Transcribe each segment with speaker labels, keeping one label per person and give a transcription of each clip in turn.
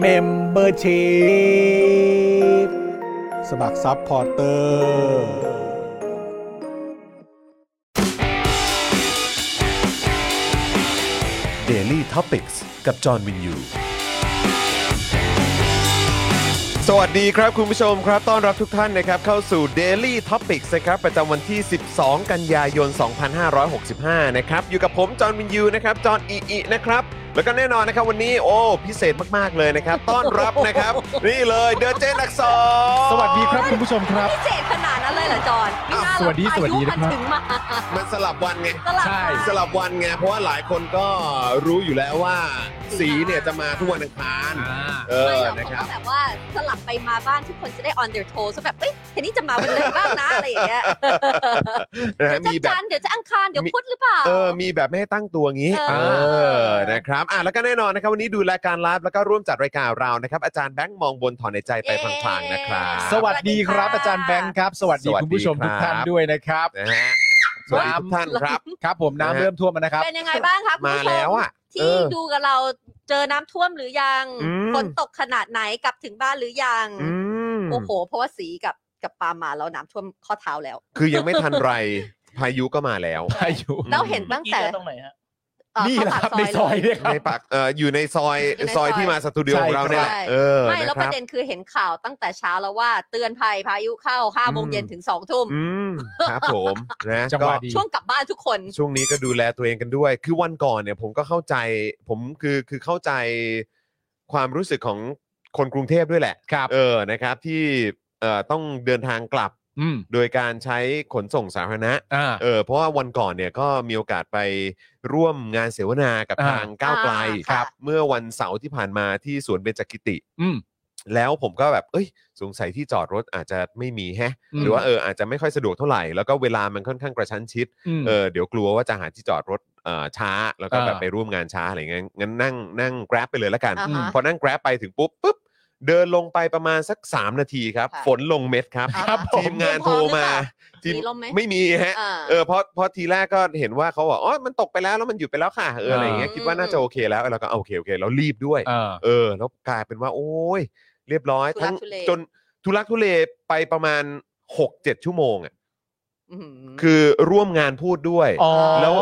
Speaker 1: เมมเบอร์ชีพสมัครซัพพอร์เตอร์
Speaker 2: Daily t o p i c กกับจอห์นวินยู
Speaker 3: สวัสดีครับคุณผู้ชมครับ ต้อนรับทุกท่านนะครับ เข้าสู่ Daily Topics นะครับ ประจำวันที่ 12 กันยายน 2565 นะครับ อยู่กับผม จอห์นวินยูนะครับ จอห์นอีอีนะครับ แล้วก็แน่นอนนะครับ วันนี้โอ้ พิเศษมากๆเลยนะครับ ต้อนรับ นะครับ นี่เลยเดอะเจนอักษร
Speaker 4: สวัสดีครับคุณผู้ชมครับ
Speaker 5: พิเศษขนาดนั้นเลยเหรอจอนไม่น่าหรอก
Speaker 4: สวัสดี
Speaker 5: อายุ
Speaker 4: สวัสดีนะครับ
Speaker 5: มันถึงมา
Speaker 3: มันสลับวันไง
Speaker 5: ตลาด
Speaker 4: ใช่
Speaker 3: สลับวันไง เพราะว่าหลายคนก็รู้อยู่แล้วว่า สีเนี่ยจะมาทุกวันอังคารเอ
Speaker 5: ไม่
Speaker 3: อ
Speaker 5: หรอก
Speaker 3: นะค
Speaker 5: เขา
Speaker 3: รับ
Speaker 5: ก็แบบว่าสลับไปมาบ้านทุกคนจะได้ on their toes ว่าแบบเอ้ยเทนนี่จะมาวันไหนบ้าง นะอะไรอย่างเงี้ย
Speaker 3: นะฮะ
Speaker 5: เดี๋ยว
Speaker 3: มีแบ
Speaker 5: จะ
Speaker 3: บ
Speaker 5: จันทร์เดี๋ยวจะอังคารเดี๋ยว
Speaker 3: มี
Speaker 5: พุธหรือเปล่า
Speaker 3: เออ มีแบบไม่ให้ตั้งตัวงี้
Speaker 5: เอ
Speaker 3: เอ
Speaker 5: อ
Speaker 3: อ นะครับ อ่ะ แล้วก็แน่นอนนะครับ วันนี้ดูรายการไลฟ์แล้วก็ร่วมจัดรายการเรานะครับ อาจารย์แบงค์มองบนถอนในใจไปพลางๆนะครับ
Speaker 4: สวัสดีครับอาจารย์แบงค์ครับ สวัสดี
Speaker 3: สวัสดี
Speaker 4: คุณผู้ชม
Speaker 3: ครับ
Speaker 4: ทุกท่านด้วยนะครับ
Speaker 3: นะฮะ สวัสดีทุกท่านครับ
Speaker 4: ครับผม
Speaker 3: นะฮะ
Speaker 4: น้ำเริ่มท่วมแล้วนะครับ
Speaker 5: เป็นยังไงบ้างคะคุณ
Speaker 3: มา
Speaker 5: ผู้ช
Speaker 3: แล้ว
Speaker 5: ม
Speaker 3: อ่ะ เอ
Speaker 5: ที่
Speaker 3: อ
Speaker 5: ดูกับเราเจอน้ำท่วมหรือยัง
Speaker 3: อืม
Speaker 5: ฝนตกขนาดไหนกลับถึงบ้านหรือยัง
Speaker 3: อืม
Speaker 5: โอ้โห เพราะว่าสีกับกับปาล์มมาแล้วน้ำท่วมข้อเท้าแล้ว
Speaker 3: คือยังไม่ทันไร พายุก็มาแล้ว
Speaker 4: พายุ
Speaker 5: แล้วเห็นตั้งแต่
Speaker 6: ตรงไหนฮะ
Speaker 5: เอ่อ
Speaker 4: นี่แหละครับในซ
Speaker 5: เข้าปาก
Speaker 4: อย
Speaker 5: เล
Speaker 4: เนี่ยครับ
Speaker 3: ในปาก เอออยู่ในซอย
Speaker 5: อยู่ในซ
Speaker 3: ซ
Speaker 5: อ
Speaker 3: อย ยที่มาสตูดิโอ
Speaker 4: ใช่
Speaker 3: ของเราเนี่ยแหละ เออ
Speaker 5: ไม่
Speaker 3: นะ
Speaker 5: แล้ว
Speaker 3: ค
Speaker 5: ประ
Speaker 3: รับ
Speaker 5: เด็นคือเห็นข่าวตั้งแต่เช้าแล้วว่าเตือนภัยพายุเข้าห้าโมง
Speaker 3: อืม
Speaker 5: เย็นถึงสองทุ่ม
Speaker 3: อืม ครับผม นะ
Speaker 4: จังห
Speaker 3: ก็
Speaker 4: วะดี
Speaker 5: ช่วงกลับบ้านทุกคน
Speaker 3: ช่วงนี้ก็ดูแลตัวเองกันด้วย คือวันก่อนเนี่ยผมก็เข้าใจ ผมคือคือเข้าใจความรู้สึกของคนกรุงเทพด้วยแหละ
Speaker 4: ครับ
Speaker 3: เออ นะครับที่เอ่อต้องเดินทางกลับ
Speaker 4: อืม
Speaker 3: โดยการใช้ขนส่งสาธารณะ
Speaker 4: อ่า
Speaker 3: เออ เพราะว่าวันก่อนเนี่ยก็มีโอกาสไปร่วมงานเสวนากับ
Speaker 4: อ่า
Speaker 3: ทางก้าวไกล
Speaker 5: อ่าครับ
Speaker 3: เมื่อวันเสาร์ที่ผ่านมาที่สวนเบญจกิติ
Speaker 4: อืม
Speaker 3: แล้วผมก็แบบ เอ้ย สงสัยที่จอดรถอาจจะไม่มีแฮะ หรือว่าเอออาจจะไม่ค่อยสะดวกเท่าไหร่ แล้วก็เวลามันค่อนข้างกระชั้นชิด เออเดี๋ยวกลัวว่าจะหาที่จอดรถเอ่อช้า แล้วก็
Speaker 4: อ่า
Speaker 3: แบบไปร่วมงานช้าอะไรเงี้ยงั้นนั่งนั่ง grab ไปเลยละกัน
Speaker 5: อ่าฮะ
Speaker 3: พอนั่ง grab ไปถึงปุ๊บปุ๊บเดินลงไปประมาณสัก 3 นาทีครับ
Speaker 5: ค่ะ
Speaker 3: ฝนลงเม็ดครับ
Speaker 5: อ่าฮะครับผม
Speaker 3: ทีมงานโทรมา
Speaker 5: เตรียมพร้อมหรือเปล่ามีลมไหม
Speaker 3: ไม่มีฮะ
Speaker 5: อ่า
Speaker 3: เออเพราะเพราะทีแรกก็เห็นว่าเขาบอกอ๋อมันตกไปแล้วแล้วมันหยุดไปแล้วค่ะเอออะไรเงี้ย
Speaker 5: อ่า
Speaker 3: คิดว่าน่าจะโอเคแล้วแล้วก็โอเคโอเคแล้วรีบด้วย
Speaker 4: เออ
Speaker 3: เออแล้วกลายเป็นว่า โอ้ยเรียบร้อย
Speaker 5: ทุลัก
Speaker 3: ทั้ง
Speaker 5: ทุเล
Speaker 3: จนทุลักทุเลไปประมาณ 6-7 ชั่วโมงอ่ะ
Speaker 5: อื้อหือ
Speaker 3: คือร่วมงานพูดด้วย
Speaker 4: อ๋อ
Speaker 3: แล้ว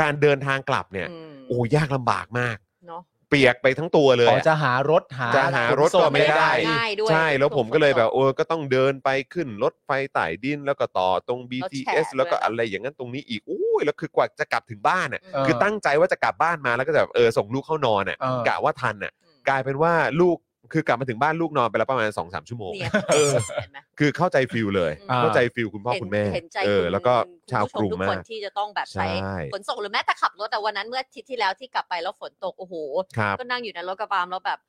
Speaker 3: การเดินทางกลับเนี่ย
Speaker 5: ม
Speaker 3: โอ้ยากลำบากมาก
Speaker 5: เนาะ
Speaker 3: เปียกไปทั้งตัวเลย
Speaker 4: อ๋อ
Speaker 3: อะ
Speaker 4: จะหารถหา
Speaker 3: จะหารถก็ ไม่ได้
Speaker 5: ง่ายด้วย
Speaker 3: ใช่แล้วผมก็เลยแบบเออก็ต้องเดินไปขึ้นรถไฟไต่ดินแล้วก็ต่อตรง BTS แล้วก็อะไรอย่างนั้นตรงนี้อีกอุ้ยแล้วคือกว่าจะกลับถึงบ้านอ่ะ
Speaker 4: เ
Speaker 3: คือตั้งใจว่าจะกลับบ้านมาแล้วก็จะแบบเออส่งลูกเข้านอนอ่ะ
Speaker 4: เออ
Speaker 3: กะว่าทันอ่ะ
Speaker 5: อืม
Speaker 3: กลายเป็นว่าลูกคือกลับมาถึงบ้านลูกนอนไปแล้วประมาณ2อสชั่วโมง
Speaker 5: เนี่ย
Speaker 3: เออ
Speaker 5: เห็นไหม
Speaker 3: คือเข้าใจฟิลเลย
Speaker 5: อืม
Speaker 3: เข้าใจฟิลคุณพ่อ
Speaker 5: เห็น
Speaker 3: คุณแม่
Speaker 5: เห็นใจ
Speaker 3: เออ
Speaker 5: คุณ
Speaker 3: แล้วก็
Speaker 5: คุณ
Speaker 3: ชาวกรุง
Speaker 5: ผู้ทุกค
Speaker 3: มาน ก
Speaker 5: ที่จะต้องแบบ
Speaker 3: ใช่
Speaker 5: ใช้ขนส่งหรือแม้แต่ขับรถแต่วันนั้นเมื่ออาทิตย์ที่แล้วที่กลับไปแล้วฝนตกโอ้โห
Speaker 3: ครับ
Speaker 5: ก็นั่งอยู่ในรถกระบะแล้วแบบ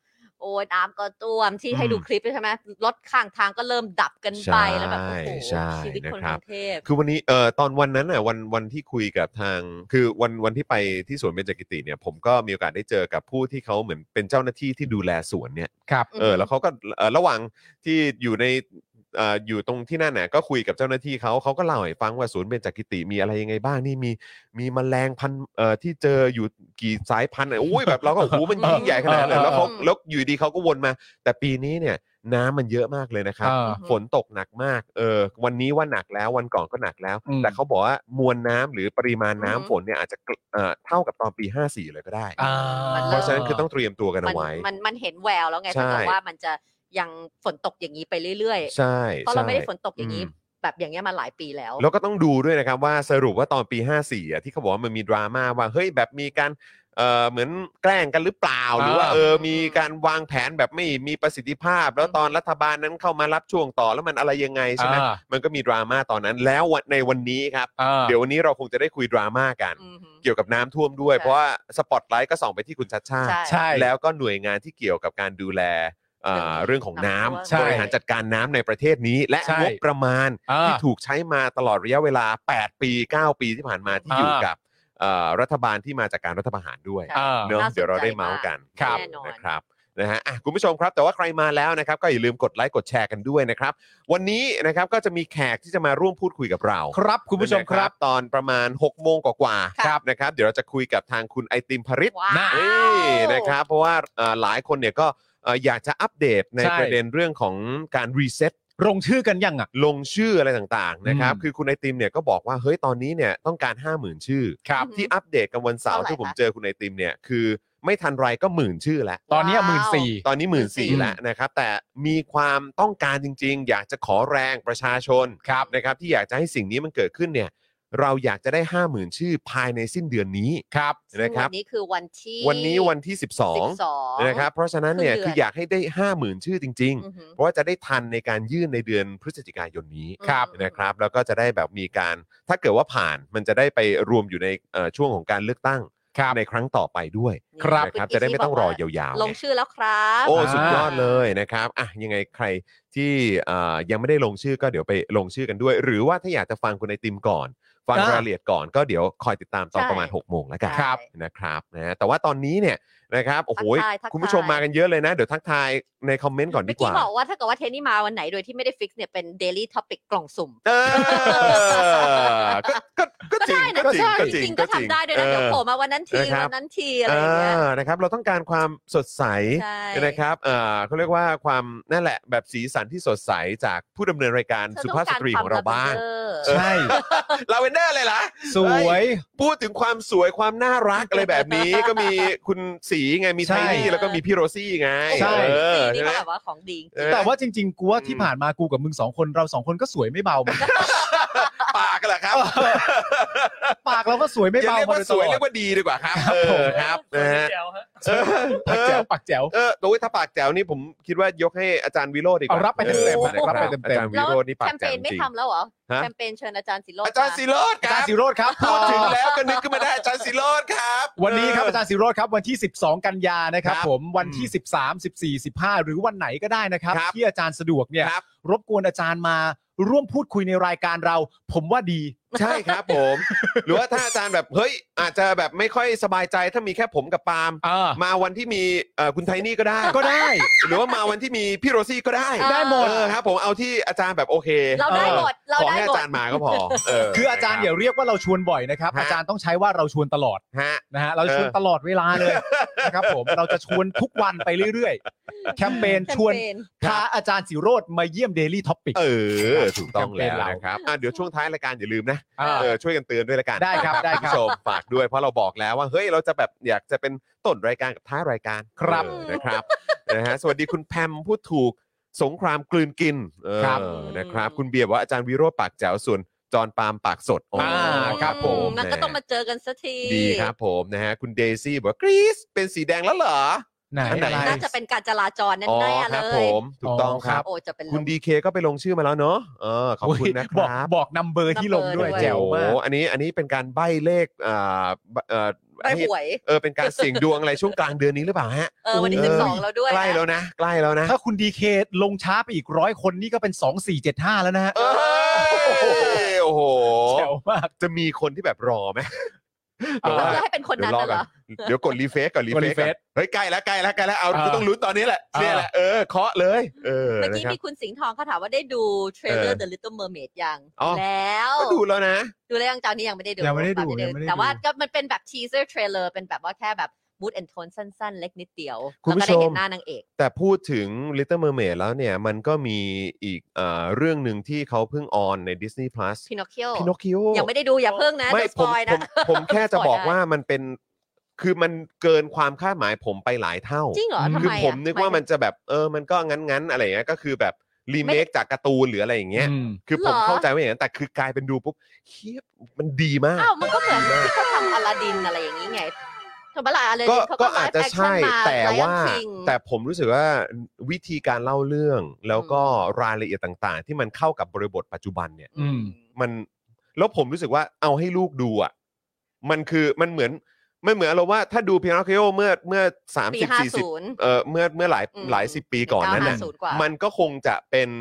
Speaker 5: โอ้ยน้ำก็ท่วมที่ให้
Speaker 3: อืม
Speaker 5: ดูคลิปใช่ไหมรถข้างทางก็เริ่มดับกันไปแล้วแบบโอ้โห
Speaker 3: ใช่
Speaker 5: ชีวิตคน
Speaker 3: นะค
Speaker 5: ก
Speaker 3: รับ
Speaker 5: รุงเทพ
Speaker 3: คือวันนี้เอ่อตอนวันนั้นน่ะวันวันที่คุยกับทางคือวันวันที่ไปที่สวนเบญจกิติเนี่ยผมก็มีโอกาสได้เจอกับผู้ที่เขาเหมือนเป็นเจ้าหน้าที่ที่ดูแลสวนเนี่ย
Speaker 4: ครับ
Speaker 3: เออแล้วเขาก็เอ่อระหว่างที่อยู่ในเอ่ออยู่ตรงที่นั่นน่ะก็คุยกับเจ้าหน้าที่เขาเขาก็เล่าให้ฟังว่าสวนเบญจกิติมีอะไรยังไงบ้างนี่มีมีแมลงพันธุ์เอ่อที่เจออยู่กี่สายพันธุ์อ่ะโอ้ยแบบเราก็โอ้โหมันยิ่งใหญ่ขนาดนั้นเลยแล้วเขา
Speaker 5: อืม
Speaker 3: แล้วอยู่ดีเขาก็วนมา แต่ปีนี้เนี่ยน้ำมันเยอะมากเลยนะครับ
Speaker 4: เออ
Speaker 3: ฝนตกหนักมาก เออ วันนี้ว่าหนักแล้ว วันก่อนก็หนักแล้ว
Speaker 4: อืม
Speaker 3: แต่เขาบอกว่ามวลน้ำหรือปริมาณน้ำ
Speaker 5: อือฮึ
Speaker 3: ฝนเนี่ยอาจจะเกลเอ่อเท่ากับตอนปี 54 เลยก็ได้
Speaker 4: อ่า
Speaker 5: มัน
Speaker 3: เพ
Speaker 5: เริ่ม
Speaker 3: ราะฉะนั้นคือต้องเตรียมตัวกัน
Speaker 5: มั
Speaker 3: เอา
Speaker 5: น
Speaker 3: ไว้
Speaker 5: มันมันเห็นแววแล้วไง
Speaker 3: ใช่
Speaker 5: แต่ว่ามันจะ ยังฝนตกอย่างนี้ไปเรื่อย
Speaker 3: ใช่
Speaker 5: ๆ เพราะเราไม่ได้
Speaker 3: ใช่
Speaker 5: ฝนตกอย่างนี้
Speaker 3: อืม
Speaker 5: แบบอย่างเงี้ยมาหลายปีแล้ว
Speaker 3: แล้วก็ต้องดูด้วยนะครับว่าสรุปว่าตอนปี 54อ่ะที่เขาบอกว่ามันมีดราม่าว่าเฮ้ยแบบมีการเอ่อเหมือนแกล้งกันหรือเปล่า หรือว่า
Speaker 4: อ่า
Speaker 3: เออมีการวางแผนแบบไม่มีประสิทธิภาพ แล้วตอนรัฐบาลนั้นเข้ามารับช่วงต่อแล้วมันอะไรยังไงใช่ไหม
Speaker 4: อ่า
Speaker 3: มันก็มีดราม่าตอนนั้นแล้ววันในวันนี้ครับ
Speaker 4: อ่า
Speaker 3: เดี๋ยววันนี้เราคงจะได้คุยดราม่ากัน
Speaker 5: อือหือ
Speaker 3: เกี่ยวกับน้ำท่วมด้วย
Speaker 5: ใช่
Speaker 3: เพราะว่าสปอตไลท์ก็ส่องไปที่คุณชัดชาติ
Speaker 5: ใช่
Speaker 4: ใช่
Speaker 3: แล้วก็หน่วยงานที่เกี่ยวกับการดูแลเอ่อ
Speaker 5: เรื่
Speaker 3: เรื่อง อง
Speaker 5: นี้
Speaker 3: ของน้ำบ
Speaker 5: ใช่
Speaker 3: ริหารจัดการน้ำในประเทศนี้ และ
Speaker 4: ใช่
Speaker 3: งบประมาณ
Speaker 4: อ่า
Speaker 3: ที่ถูกใช้มาตลอดระยะเวลา 8 ปี 9 ปีที่ผ่านมาที่
Speaker 4: อ่า
Speaker 3: อยู่กับเอ่อรัฐบาลที่มาจากการรัฐประหารด้วย
Speaker 5: ใช่
Speaker 4: อ่า
Speaker 3: เนอะ
Speaker 5: น่าสนใจ
Speaker 3: เดี๋ยวเราได้เมาส์กัน
Speaker 5: มากครับแน่นอน
Speaker 3: นะครับนะฮะอ่ะคุณผู้ชมครับ แต่ว่าใครมาแล้วนะครับ ก็อย่าลืมกดไลค์กดแชร์กันด้วยนะครับ วันนี้นะครับก็จะมีแขกที่จะมาร่วมพูดคุยกับเรา
Speaker 4: ครับคุณผู้ชมครับ
Speaker 3: นะตอนประมาณ 6 โมงกว่าๆ
Speaker 4: ครับ
Speaker 3: นะครับ เดี๋ยวเราจะคุยกับทางคุณไอติมพริต
Speaker 5: ว้า
Speaker 4: น่ะ
Speaker 5: ว
Speaker 3: นี่นะครับเพราะว่าเอ่อหลายคนเนี่ยก็เอ่ออยากจะอัปเดตใน
Speaker 4: ใช่
Speaker 3: ประเด็นเรื่องของการรีเซ็ต
Speaker 4: ลงชื่อกันยังอ่ะ
Speaker 3: ลงชื่ออะไรต่างๆนะครับ
Speaker 4: อืม
Speaker 3: คือคุณไอติมเนี่ยก็บอกว่าเฮ้ยตอนนี้เนี่ยต้องการ 5 0,000 ชื่อ
Speaker 4: ครับ
Speaker 3: ที่อัปเดตกันวันเสาร์
Speaker 5: เท่าไหร่
Speaker 3: ที่ผม
Speaker 5: คะ
Speaker 3: เจอคุณไอติมเนี่ยคือไม่ทันไรก็หมื่นชื่อแล้ว
Speaker 4: ตอนนี้หมื่นสี่
Speaker 3: ตอนนี้หมื่นสี่
Speaker 4: 14,000
Speaker 3: แล้วนะครับ แต่มีความต้องการจริง ๆ อยากจะขอแรงประชาชน
Speaker 4: ครับ
Speaker 3: นะครับ ที่อยากจะให้สิ่งนี้มันเกิดขึ้นเนี่ย เราอยากจะได้ 5 0,000 ชื่อภายในสิ้นเดือนนี้
Speaker 4: ครับ
Speaker 5: ซึ่ง
Speaker 3: นะครับ
Speaker 5: วันนี้คือวันที่
Speaker 3: วันนี้วันที่
Speaker 5: สอง
Speaker 3: 12นะครับ เพราะฉะนั้นเนี่ย
Speaker 5: ครึ่ง
Speaker 3: คือ
Speaker 5: เดือน
Speaker 3: อยากให้ได้ 5 0,000 ชื่อจริง
Speaker 5: อือหือ
Speaker 3: ๆ เพราะว่าจะได้ทันในการยื่นในเดือนพฤศจิกายนนี้
Speaker 4: ครับ
Speaker 3: นะครับแล้วก็จะได้แบบมีการถ้าเกิดว่าผ่านมันจะได้ไปรวมอยู่ในเอ่อช่วงของการเลือกตั้ง
Speaker 4: ครับ
Speaker 3: ในครั้งต่อไปด้วย
Speaker 4: ครับ
Speaker 3: นะครับ
Speaker 5: คุณ
Speaker 3: จะได้ไม่ต้องรอบ
Speaker 5: กว่
Speaker 3: ยาวๆ
Speaker 5: ลงชื่อแล้วครับ
Speaker 3: โอ้
Speaker 4: อ่า
Speaker 3: สุดยอดเลยนะครับอ่ะยังไงใครที่เอ่อยังไม่ได้ลงชื่อก็เดี๋ยวไปลงชื่อกันด้วย หรือว่าถ้าอยากจะฟังคุณไอติมก่อน ฟั
Speaker 4: อ่าร
Speaker 3: งายละเอียดก่อนก็เดี๋ยวคอยติดตามตอน
Speaker 5: ใช่
Speaker 3: ประมาณ 6 โมงแล้วกัน
Speaker 5: ครับ
Speaker 3: นะครับนะฮะแต่ว่าตอนนี้เนี่ยนะครับโอ้โห
Speaker 5: ทักทายทักทาย
Speaker 3: คุณผู้ชมมากันเยอะเลยนะ เดี๋ยวทักทายในคอมเมนต์ก่อนดี
Speaker 5: เมื่อก กี้
Speaker 3: ว่า
Speaker 5: บอกว่าถ้าเกิดว่าเทนนี่มาวันไหนโดยที่ไม่ได้ฟิกเนี่ยเป็น daily topic กล่องสุ่ม
Speaker 3: เออก็ก็ก็จริง
Speaker 5: ได้นะ
Speaker 3: ก็จริงก็
Speaker 5: จ
Speaker 3: จริ
Speaker 5: ริ
Speaker 3: ง
Speaker 5: งก็ทำได้ด้วยนะเดี๋ยว
Speaker 3: ออ
Speaker 5: โผล่มาวันนั้นที
Speaker 3: นะครับ
Speaker 5: วันนั้นทีอะไรอย่างเงี้ย
Speaker 3: อนะครับ เราต้องการความสดใส
Speaker 5: ใช่
Speaker 3: นะครับเออเขาเรียกว่าความนั่นแหละแบบสีสันที่สดใสจากผู้ดำเนินรายการ
Speaker 5: เธอ
Speaker 3: สุ
Speaker 5: ต้อง
Speaker 3: ภาพสตรีของเราบ้าง
Speaker 5: กรความ
Speaker 3: เออ
Speaker 4: ใช่
Speaker 3: ลาเวนเดอร์เลยล่ะ
Speaker 4: สวย
Speaker 3: พูดถึงความสวยความน่ารักอะไรแบบนี้ ก็มีคุณสีไงมีไท
Speaker 4: ใช่
Speaker 3: นี่แล้วก็มีพี่โรซี่ไง
Speaker 4: ใช่
Speaker 3: เออ
Speaker 5: lover นี่
Speaker 3: ใช่ไหม
Speaker 5: ก็แบบว่าของดีจริง
Speaker 3: เออ
Speaker 4: แต่ว่าจริง ๆ กูว่าที่ผ่านมากูกับมึงสองคนเราสองคนก็สวยไม่เบาเหมื อนกัน
Speaker 3: ปากกันเหรอครับ
Speaker 4: ปากเราก็สวยไม่
Speaker 3: อย่า
Speaker 4: เบา
Speaker 3: เรียก
Speaker 4: มา
Speaker 3: ว่า
Speaker 4: โดย
Speaker 3: ส
Speaker 4: ต
Speaker 3: วย
Speaker 4: ลอ
Speaker 3: เรี
Speaker 4: ด
Speaker 3: ยกว่าดีดีกว่าครับเออครับนะฮะ
Speaker 4: ปาก
Speaker 3: เออเอ
Speaker 4: แจ๋
Speaker 3: อ
Speaker 4: วปากแจ๋ว
Speaker 3: เออโดยถ้าปากแจ๋วนี่ผมคิดว่ายกให้อาจารย์วิโรจน์ดีกว่า
Speaker 4: เอารับไปเต็มๆ
Speaker 3: ออนะค
Speaker 4: รับไปเต็มๆ
Speaker 3: อาจารย์วิ
Speaker 5: แล้ว
Speaker 3: โรจน์นี่ปาก
Speaker 5: แคมเป
Speaker 3: แจ๋ว
Speaker 5: ญไม่
Speaker 3: จริง
Speaker 5: ทำแล้วเหรอ
Speaker 3: ฮะ
Speaker 5: แคมเปญเชิญอาจารย์ศิโรจน์
Speaker 3: อาจารย์ศิโรจน์
Speaker 4: อา
Speaker 3: ค
Speaker 4: จาร
Speaker 3: รับ
Speaker 4: ย์สิโรธครับ
Speaker 3: พูดถึงแล้วก็นึกขึ้นมาได้อาจารย์ศิโรจน์ครับ
Speaker 4: วันนี้ครับ
Speaker 3: เออ
Speaker 4: อาจารย์สิโรธครับวันที่ 12 กันยานะครับ
Speaker 3: ครับ
Speaker 4: ผมวันที่ 13 14 15 หรือวันไหนก็ได้นะครับ
Speaker 3: ครับ
Speaker 4: ที่อาจารย์สะดวกเนี่ย
Speaker 3: ครับ
Speaker 4: รบกวนอาจารย์มาร่วมพูดคุยในรายการเรา ผมว่าดี
Speaker 3: ใช่ครับผม หรือว่าถ้าอาจารย์แบบเฮ้ย อาจจะแบบไม่ค่อยสบายใจถ้ามีแค่ผมกับปาล์ม
Speaker 4: เออ
Speaker 3: มาวันที่มีเอ่อคุณไทนี่ก็ได้
Speaker 4: ก็ได้
Speaker 3: หรือว่ามาวันที่มีพี่โรซี่ก็ได้
Speaker 4: ได้หมด
Speaker 3: เออครับผมเอาที่อาจารย์แบบโอเค
Speaker 5: เราได้หมด เรา
Speaker 3: ขอ
Speaker 5: ได้
Speaker 3: ให้
Speaker 5: หม
Speaker 3: อา
Speaker 5: ด
Speaker 3: จารย์มาก็พอเ
Speaker 4: คืออาจารย์เดี๋ยวเรียกว่าเราชวนบ่อยนะครับ
Speaker 3: ฮะ
Speaker 4: อาจารย์ต้องใช้ว่าเราชวนตลอด
Speaker 3: ฮะ
Speaker 4: นะฮะเราชวน
Speaker 3: เออ
Speaker 4: ตลอดเวลาเลยนะครับผมเราจะชวนทุกวันไปเรื่อยๆ แคมเปญชวน
Speaker 5: แคมเปญ
Speaker 4: พาอาจารย์สิโรธมาเยี่ยม Daily Topic
Speaker 3: เออถูกต้องแล้วนะครับอ่ะเดี๋ยวช่วงท้ายรายการอย่าลืมนะ
Speaker 4: อ่า
Speaker 3: เออช่วยกันเตือนด้วยละกัน
Speaker 4: ได้ครับได้ครับ
Speaker 3: ณผู้ชมฝากด้วยเพราะเราบอกแล้วว่าเฮ้ยเราจะแบบอยากจะเป็นต้นรายการกับท้ายรายการ
Speaker 4: ครับ
Speaker 3: เออนะครับ นะฮะสวัสดีคุณแพมพูดถูกสงครามกลืนกินเออ
Speaker 4: ครับ
Speaker 3: นะครับ คุณเบียร์บอกว่าอาจารย์วิโรธปากแจ๋วส่วนจอนปาล์มปากสดโ
Speaker 4: อ่าครับผม
Speaker 5: มันก็ต้องมาเจอกันสักที
Speaker 3: ดีครับผมนะฮะคุณเดซี่บอกว่ากรีซเป็นสีแดงแล้วเหรอ
Speaker 4: ไหน
Speaker 3: อันไหน
Speaker 4: อะไร
Speaker 5: น่าจะเป็นการจราจร
Speaker 3: อ๋อ
Speaker 5: แน่
Speaker 3: ค
Speaker 5: ๆเล
Speaker 3: รับผ
Speaker 5: ย
Speaker 3: มถูกต้องครับ
Speaker 5: โอ้จะเป็นลม
Speaker 3: คุณดีเคก็ไปลงชื่อมาแล้วเนาะเออขอบคุณนะค
Speaker 4: บอก
Speaker 3: รับ
Speaker 4: บอกนัมเบอร์ที่ลงด้วย
Speaker 5: number
Speaker 4: แจ๋วมาก
Speaker 3: โอ้โหอันนี้อันนี้เป็นการใบ้เลขอ่าเอ่อ
Speaker 5: ไปหวย
Speaker 3: เออเป็นการเสี่ยงดวงอะไรช่วงกลางเดือนนี้หรือเปล่าฮะ
Speaker 5: เออวันที่
Speaker 4: เออ
Speaker 5: สิบสองแล้วด้วย
Speaker 3: ใกล้แล้วนะ ใกล้แล้วนะ
Speaker 4: ถ้าคุณดีเคลงช้าไปอีกร้อยคนนี่ก็เป็น 2 4 7 5 แล้วนะฮะ
Speaker 3: เอยโอ้โห
Speaker 4: แจ๋วมาก
Speaker 3: จะมีคนที่แบบรอไหม
Speaker 4: เออ
Speaker 5: แล้วจะให้เป็นคน
Speaker 3: เดี๋ย
Speaker 5: นั้น
Speaker 3: วรอ
Speaker 5: น่ะ
Speaker 3: กัน
Speaker 5: เหรอ
Speaker 3: เดี๋ยวกดรีเฟซก่อนรี
Speaker 4: กด
Speaker 3: เฟซก่อน
Speaker 4: refresh
Speaker 3: เฮ้ยใกล้แล้วใกล้แล้วใกล้แล้วเอา
Speaker 4: เออ
Speaker 3: ต้องลุ้นตอนนี้แหละเนี่ยแหละเออเคาะเลยเออ
Speaker 5: เมื่อ
Speaker 3: นะ
Speaker 5: กี้
Speaker 3: ครับ
Speaker 5: มีคุณสิงห์ทองเขาถามว่าได้ดูเทรลเลอ
Speaker 3: เอ
Speaker 5: ร์
Speaker 3: อ
Speaker 5: The Little Mermaid ยัง
Speaker 3: อ๋อ
Speaker 5: แล้ว
Speaker 3: ก็ดูแล้วนะ
Speaker 5: ดูแล้วยังจานี้ยังไม่ได้ดู
Speaker 4: ยังไม่ได้ดูยังไม่ได้ดู
Speaker 5: แต่ว่าก็มันเป็นแบบทีเซอร์เทรลเลอร์เป็นแบบว่าแค่แบบมูดแอนโทนสั้นๆ เล็กนิดเดียว
Speaker 3: คุณ
Speaker 5: แล้ว
Speaker 3: ผู้
Speaker 5: ก็ได้
Speaker 3: ชม
Speaker 5: เห็นหน้านางเอก
Speaker 3: แต่พูดถึง Little Mermaid แล้วเนี่ยมันก็มีอีกเอ่อเรื่องหนึ่งที่เขาเพิ่งออนใน Disney Plus
Speaker 5: พินอคคิโอ
Speaker 3: พินอคคิโอ
Speaker 5: ยังไม่ได้ดูอย่าเพิ่งนะ
Speaker 3: ไม่
Speaker 5: จะส
Speaker 3: ผม
Speaker 5: ปอย
Speaker 3: ผ
Speaker 5: นะ
Speaker 3: มผมแค่จะ
Speaker 5: สปอย
Speaker 3: บอก
Speaker 5: ได้
Speaker 3: ว่ามันเป็น คือมันเกินความคาดหมายผมไปหลายเท่า
Speaker 5: จริงเหรอทำ
Speaker 3: คือ
Speaker 5: ไมะ
Speaker 3: ผมนึกว่ามัน
Speaker 5: หย
Speaker 3: จะแบบเออมันก็งั้นงั้นๆอะไรอย่างเงี้ยก็คือแบบรีเมคจากการ์ตูนหรืออะไรอย่างเงี้ย
Speaker 6: อืม
Speaker 3: คือผม
Speaker 5: เหรอ
Speaker 3: เข้าใจว่าอย่างนั้นแต่คือกลายเป็นดูปุ๊บเฮียมันดีมาก
Speaker 5: อ้าวมันก็เหมือนที่เขาทำอลาดินอะไรอย่างนี้ไงทำอลาดิน
Speaker 3: ก็
Speaker 5: เขา
Speaker 3: ก็
Speaker 5: ก็
Speaker 3: อาจจะใช่แต่ว่า แต่
Speaker 5: แต่
Speaker 3: ผมรู้สึกว่าวิธีการเล่าเรื่องแล้วก็
Speaker 5: อื
Speaker 3: รายละเอียดต่างๆ ที่มันเข้ากับบริบทปัจจุบันเนี่ย
Speaker 6: อืม
Speaker 3: มันแล้วผมรู้สึกว่าเอาให้ลูกดูอ่ะมันคือมันเหมือนมันเหมือนเราว่าถ้าดูเพียงโคโอเมื่อเมื่อสาม
Speaker 5: ปี
Speaker 3: สิบ
Speaker 5: ห้า
Speaker 3: สี่สิบ
Speaker 5: ศูนย์
Speaker 3: เออเมื่อเมื่อหลาย
Speaker 5: อืม
Speaker 3: หลายสิบปีก่อนนั้นน่ะ
Speaker 5: 1950กว่ามั
Speaker 3: มันก็คงจะเป็น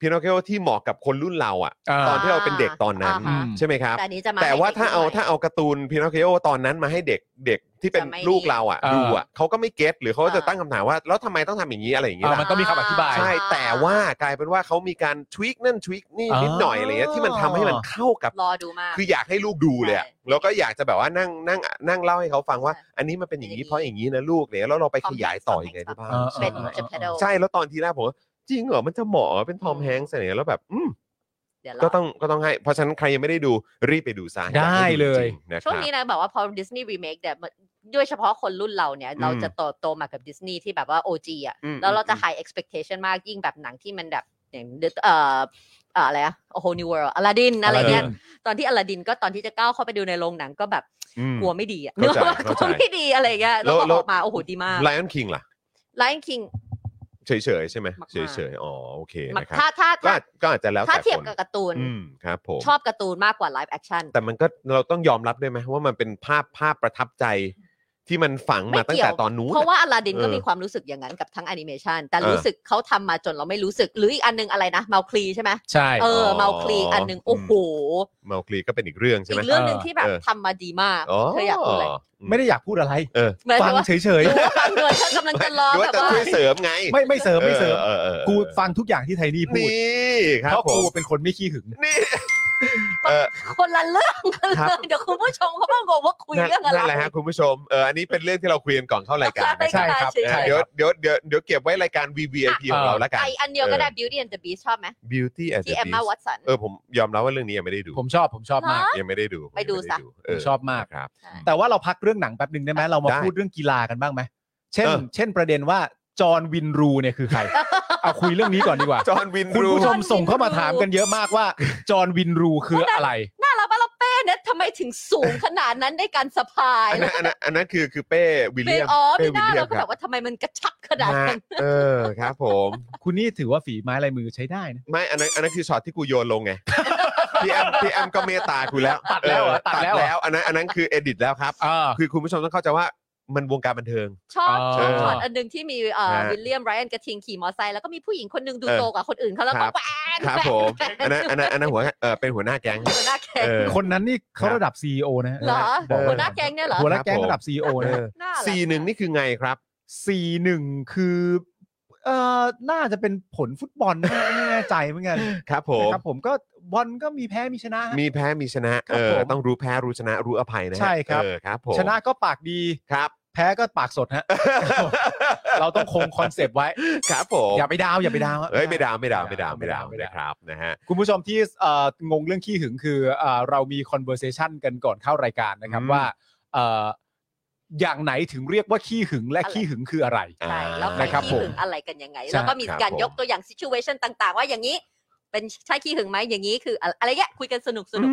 Speaker 3: เพียงโคโอที่เหมาะกับคนรุ่นเราอ่ะ
Speaker 6: อ่า
Speaker 3: ตอนที่เราเป็นเด็กตอนนั้น
Speaker 5: อ่าฮะ
Speaker 3: ใช่ไหมครับ
Speaker 5: แต่อันนี้จะมา
Speaker 3: แต่ว่า
Speaker 5: ให้ด็ก
Speaker 3: ถ้าเอา
Speaker 5: ด้วย
Speaker 3: ถ้าเอาการ์ตูนพีนอคคิโอตอนนั้นมาให้เด็กเด็กที่เป็น
Speaker 5: จะไม่
Speaker 3: ลูกเราอ่ะ
Speaker 6: เออ
Speaker 3: ดูอ่ะเขาก็ไม่เก็ตหรือเขาก็จะ
Speaker 5: อ่า
Speaker 3: ตั้งคำถามว่า แล้วทำไมต้องทำอย่างนี้อะไรอย่างเงี้ย
Speaker 6: อ่ามันต้องมีคำอธิบาย
Speaker 3: ใช่แต่ว่ากลายเป็นว่าเขามีการทวิกนั่นทวิกนี่
Speaker 6: อ๋อ
Speaker 3: นิดหน่อยอะไรเงี้ยที่มันทำให้มันเข้ากับ
Speaker 5: รอดูมาก
Speaker 3: คืออยากให้ลูกดูเลยอะ
Speaker 5: ใช่
Speaker 3: แล้วก็อยากจะแบบว่านั่งนั่งนั่งเล่าให้เขาฟังว่า
Speaker 5: ใช่
Speaker 3: อันนี้มันเป็นอย่างนี้เพราะอย่างนี้นะลูกเนี่ยแล้วเราไปขยายต่อยังไงได้บ้าง
Speaker 6: เออ
Speaker 5: เป็น
Speaker 6: ออ
Speaker 5: เจ็บแผลโด
Speaker 3: ใช่แล้วตอนทีแรกผมว่าจริงเหรอมันจะเหมาะเหรอเป็นทอมแฮงส์อะไรเงี้ยแล้วแบบอืม
Speaker 5: เดี๋ยวร
Speaker 3: ก็ต้องก็ต้องให้เพราะฉะนั้นใครยังไม่ได้ดูรีบไปดูซะอยากให้
Speaker 6: ได้เลย
Speaker 3: จริงๆนะครับ
Speaker 5: ช่วงนี้นะแบบว่าพอดิสนีย์รีเมคเนี่ยด้วยเฉพาะคนรุ่นเราเนี่ย เรา
Speaker 3: อืม
Speaker 5: จะโตโตมากับดิสนีย์ที่แบบว่า OG อ่ะ
Speaker 3: อืม
Speaker 5: แล้วเราจะ
Speaker 3: อืม
Speaker 5: high expectation มากยิ่งแบบหนังที่มันแบบอย่างเอ่อเอ่ออะไรอะ A Whole New World อลาดินอะไรเงี้ย ตอนที่อลาดินก็ตอนที่จะก้าวเข้าไปดูในโรงหนังก็แบบ
Speaker 3: อืม
Speaker 5: กลัวไม่ดีอะ
Speaker 3: เข้าใจ
Speaker 5: นึกว่กลั
Speaker 3: เข้าใจ
Speaker 5: วไม่ดีอะไรเงี้ยแล้วพอ
Speaker 3: แล้ว
Speaker 5: ออกมาโอ้โหดีมาก
Speaker 3: Lion King ล่ะ
Speaker 5: Lion King
Speaker 3: เฉยๆใช่ไหม
Speaker 5: มากๆ
Speaker 3: เฉยๆอ๋อโอเค
Speaker 5: มัน
Speaker 3: นะครับ
Speaker 5: ถ้าถ้า
Speaker 3: ก็
Speaker 5: ถ้า
Speaker 3: อาจก็อาจจะแล้ว
Speaker 5: ถ้า
Speaker 3: แต่
Speaker 5: เทียบ
Speaker 3: คน
Speaker 5: กับการ์ตูน
Speaker 3: อืมครับผม
Speaker 5: ชอบการ์ตูนมากกว่าไลฟ์แอคชั่น
Speaker 3: แต่มันก็เราต้องยอมรับด้วยไหมว่ามันเป็นภาพภาพประทับใจ ที่มันฝัง
Speaker 5: ไม่
Speaker 3: มาตั้ง
Speaker 5: เกี่ยว
Speaker 3: แต่ตอนนู้น
Speaker 5: เพราะว่าอลาดิน
Speaker 3: เออ
Speaker 5: ก็มีความรู้สึกอย่างนั้นกับทั้งแอนิเมชันแต่
Speaker 3: เออ
Speaker 5: รู้สึกเขาทำมาจนเราไม่รู้สึก หรืออีกอันนึงอะไรนะเมาคลีใช่ไหม
Speaker 6: ใช่
Speaker 5: เออ
Speaker 3: อ๋อ
Speaker 5: เมาคลีอันนึง
Speaker 3: อืม
Speaker 5: โอ้โห
Speaker 3: เมาคลีก็เป็นอีกเรื่องใช่
Speaker 5: อี
Speaker 3: ไหม
Speaker 5: กเรื่องหนึ่งที่แบบ
Speaker 3: เออ
Speaker 5: ทำมาดีมากเธออยากพูดอะไร
Speaker 6: ไม่ได้อยากพูดอะไร
Speaker 5: เหมือนกั
Speaker 6: ฟั
Speaker 5: บ
Speaker 6: ง
Speaker 5: ว่า
Speaker 6: เฉย
Speaker 5: ดูว่าฟังเลยเธอกำลังจะร้อ
Speaker 3: ห
Speaker 5: ง
Speaker 3: รือว่า
Speaker 5: แบบ
Speaker 3: จะ
Speaker 5: ว่า
Speaker 3: ช่วยเสริมไง
Speaker 6: ๆ ไม่ไม่เสริมไม่เสริม
Speaker 3: ออเออเออ
Speaker 6: กูฟังทุกอย่างที่ไทนี่พูด
Speaker 3: นี่ครับ
Speaker 6: เพราะ
Speaker 3: ผ
Speaker 6: กู
Speaker 3: ม
Speaker 6: เป็นคนไม่ขี้หึง
Speaker 3: นี่
Speaker 5: คนละเรื่องกัน
Speaker 3: ครับ
Speaker 5: เลยเดี๋ยวคุณผู้ชมเขาก็งงว่าคุย
Speaker 3: นั่น
Speaker 5: เรื่องอะไร
Speaker 3: นั่นแหละฮะคุณผู้ชมเอออันนี้เป็นเรื่องที่เราคุยกันก่อนเข้ารายการ
Speaker 5: ได้
Speaker 3: นะ
Speaker 6: ใช่
Speaker 5: กัน
Speaker 6: ครับ
Speaker 5: เฉยๆ
Speaker 3: เออเดี๋ยวเดี๋ยวเดี๋ยวเดี๋ยวเก็บไว้รายการ VVIP ของเราแล้วกัน
Speaker 5: ไออันเดียวก็ได้
Speaker 3: เออ
Speaker 5: Beauty and the Beast ชอบไหม
Speaker 3: Beauty and
Speaker 5: ที่
Speaker 3: the
Speaker 5: เอมมา
Speaker 3: Beast
Speaker 5: วัตสัน
Speaker 3: เออผมยอมรับว่าเรื่องนี้ยังไม่ได้ดู
Speaker 6: ผมชอบผมชอบมาก
Speaker 3: ยังไม่ได้ดู
Speaker 5: ไปดูซะ
Speaker 3: เ
Speaker 6: ผมชอบมาก
Speaker 3: ครับ
Speaker 6: แต่ว่าเราพักเรื่องหนังแป๊บหนึ่งได้ไหมเรามา
Speaker 3: ได้
Speaker 6: พูดเรื่องกีฬากันบ้างไหมเช่น
Speaker 3: เออ
Speaker 6: เช่นประเด็นว่าจอห์นวินรูเนี่ยคือใค ร เอาคุยเรื่องนี้ก่อนดีกว่า
Speaker 3: จอห์นวิน
Speaker 6: คุณ
Speaker 3: รู
Speaker 6: ผู้ชมส่งเข้ามาถามกันเยอะมากว่า จอห์นวินรูคืออะไร
Speaker 5: น่ารักปะเราเป้เนี่ยทำไมถึงสูงขนาดนั้นได้การสะพาย
Speaker 3: อันนั้นอันนั้นอันนั้นคือคือเป้วิล
Speaker 5: เป็
Speaker 3: เลี
Speaker 5: น
Speaker 3: ยม
Speaker 5: อ๋อ
Speaker 3: เป้
Speaker 5: ไม่
Speaker 3: วิ
Speaker 5: น่า
Speaker 3: ลเลีย
Speaker 5: เรา
Speaker 3: ม
Speaker 5: ก็
Speaker 3: ค
Speaker 5: แบ
Speaker 3: รับบ
Speaker 5: ว่าทำไมมันกระชับขนาด
Speaker 3: ฮะ
Speaker 5: นั้น
Speaker 3: เออครับผม
Speaker 6: คุณนี่ถือว่าฝีไม้ลายมือใช้ได้นะ
Speaker 3: ไม่อันนั้นอันนั้นคือช็อตที่กูโยนลงไง พี่แอมพี่แอมก็เมตตากูแล้ว
Speaker 6: ตัดแล้วเหรอ
Speaker 3: เออ
Speaker 6: ตั
Speaker 3: ตั
Speaker 6: ด
Speaker 3: ด
Speaker 6: แล้วเหรอ
Speaker 3: แล้วอันนั้นอันนั้นคือเอดิตแล้วครับ
Speaker 6: อ่า
Speaker 3: คือคุณผู้ชมต้องเข้าใจว่ามันวงการบันเทิง
Speaker 5: ชอบ
Speaker 6: เออ
Speaker 5: ชอบช็อตอันหนึงที่มีเอ่อ
Speaker 3: ฮะ
Speaker 5: วิลเลียมไรอันกระทิงขี่มอไซค์แล้วก็มีผู้หญิงคนหนึงดู
Speaker 3: เออ
Speaker 5: โตกว่าคนอื่นเขาแล้ว
Speaker 3: ครั
Speaker 5: ก็
Speaker 3: บ
Speaker 5: แหวน
Speaker 3: ครับ
Speaker 5: แหวน
Speaker 3: ผม
Speaker 5: แหวน
Speaker 3: อันนั้นอันนั้นอันนั้นหัวเออเป็นหัวหน้าแก๊ง
Speaker 5: หัวหน้าแก๊ง
Speaker 3: เออ
Speaker 6: คนนั้นนี่เขาระดับ CEO นะฮะ
Speaker 5: เหรอ
Speaker 6: เออ
Speaker 5: หัวหน้าแก๊งเนี่ยเหรอ
Speaker 6: หัวหน้าแก๊งระดับ CEO นะ
Speaker 3: เออ
Speaker 5: น่ารัก
Speaker 3: ซีหนึ่งนี่คือไงครับ
Speaker 6: สี่หนึ่งคือเอ่อน่าจะเป็นผลฟุตบอลนะไม่แน่ใจเหมือนกัน
Speaker 3: ครับผม
Speaker 6: นะครับผมก็บอลก็มีแพ้มีชนะฮะ
Speaker 3: มีแพ้มีชนะ
Speaker 6: ครับ
Speaker 3: เออ
Speaker 6: ผม
Speaker 3: ต้องรู้แพ้รู้ชนะรู้อภัยนะฮะ
Speaker 6: ใช่ครับ
Speaker 3: เออครับผม
Speaker 6: ชนะก็ปากดี
Speaker 3: ครับ
Speaker 6: แพ้ก็ปากสด ฮะ เราต้องคงคอนเซปต์ไว้
Speaker 3: ครับผม
Speaker 6: อย่าไปดาวอย่าไปดาวฮะ
Speaker 3: เอ้ยไม่ดาวไม่ดาวไม่ดาว
Speaker 6: ไม่
Speaker 3: ไม่
Speaker 6: ดา
Speaker 3: ดาว ว
Speaker 6: ไม่ดาว
Speaker 3: นะครับนะฮะ
Speaker 6: คุณผู้ชมที่เอ่องงเรื่องขี้หึงคือเอ่อเรามี conversation กันก่อนเข้ารายการนะครับ
Speaker 3: อืม
Speaker 6: ว่าเอ่ออย่างไหนถึงเรียกว่าขี้หึงและ
Speaker 5: อะไร
Speaker 6: ขี้หึงคืออะไร
Speaker 5: ใช่แล้วใคร
Speaker 6: นะครับ
Speaker 5: ขี้หึง
Speaker 6: ผม
Speaker 5: อะไรกันยังไง
Speaker 6: ใช่
Speaker 5: แล้วก็มี
Speaker 3: ครับ
Speaker 5: การ
Speaker 3: ผม
Speaker 5: ยกตัวอย่าง situation ต่าง ๆ ว่าอย่างนี้ เป็นใช่ขี้หึงไหมอย่างนี้คืออะไรอะไรเงี้ยคุยกันสนุกสนุก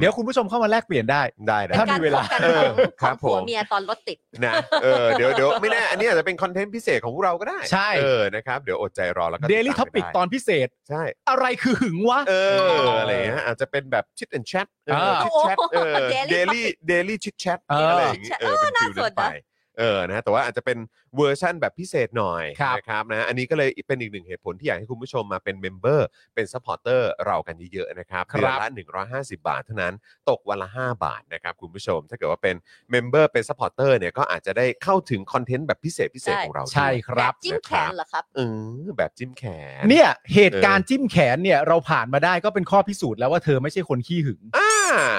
Speaker 6: เดี๋ยวคุณผู้ชมเข้ามาแลกเปลี่ยนได้
Speaker 3: ได้ได้
Speaker 5: เป็น
Speaker 6: ถ้ามี
Speaker 5: การ
Speaker 6: เว
Speaker 5: พ
Speaker 6: ลา
Speaker 5: บกัน
Speaker 3: เอ
Speaker 5: ข
Speaker 3: อ
Speaker 5: อง
Speaker 3: ค
Speaker 5: ข
Speaker 3: รั
Speaker 5: อบ ง
Speaker 3: ผม
Speaker 5: ผัวเมียตอนรถติด
Speaker 3: นะเออเดี๋ยวเดี๋ยวไม่แน่อันนี้อาจจะเป็นคอนเทนต์พิเศษของพวกเราก็ได้
Speaker 6: ใช่
Speaker 3: เออนะครับเดี๋ยวอดใจรอแล้วก็
Speaker 6: Daily
Speaker 3: ติดาม
Speaker 6: Topic
Speaker 3: ไปได้
Speaker 6: ตอนพิเศษ
Speaker 3: ใช่
Speaker 6: อะไรคือหึงวะ
Speaker 3: เอออะไรอย่างเงี้ยอาจจะเป็นแบบชิดแอนแชทเออ
Speaker 6: อ่า
Speaker 3: ชิดแชทเอ อ
Speaker 5: Daily
Speaker 3: เดลี่เดลี่ชิดแชท
Speaker 6: เอออ
Speaker 3: อะไรอย่างเงี้ยเออเป็นฟิลนั้นไปเออนะแต่ว่าอาจจะเป็นเวอร์ชั่นแบบพิเศษหน่อย
Speaker 6: ครับ
Speaker 3: นะครับนะอันนี้ก็เลยเป็นอีกหนึ่งเหตุผลที่อยากให้คุณผู้ชมมาเป็นเมมเบอร์เป็นซัพพอร์เตอร์เรากันเยอะๆนะครับเดือนละ 150 บาทเท่านั้น ตกวันละ 5 บาทนะครับคุณผู้ชม ถ้าเกิดว่าเป็นเมมเบอร์เป็นซัพพอร์เตอร์เนี่ยก็อาจจะได้เข้าถึงคอนเทนต์แบบพิเศษพิเศษของเราด้วย
Speaker 6: ใช่ครับ
Speaker 5: แจิ้มแขนเหรอครับ
Speaker 3: เออแบบจิ้มแขน
Speaker 6: เนี่ยเหตุการณ์จิ้มแขนเนี่ยเราผ่านมาได้ก็เป็นข้อพิสูจน์แล้วว่าเธอไม่ใช่คนขี้หึง
Speaker 3: อ่า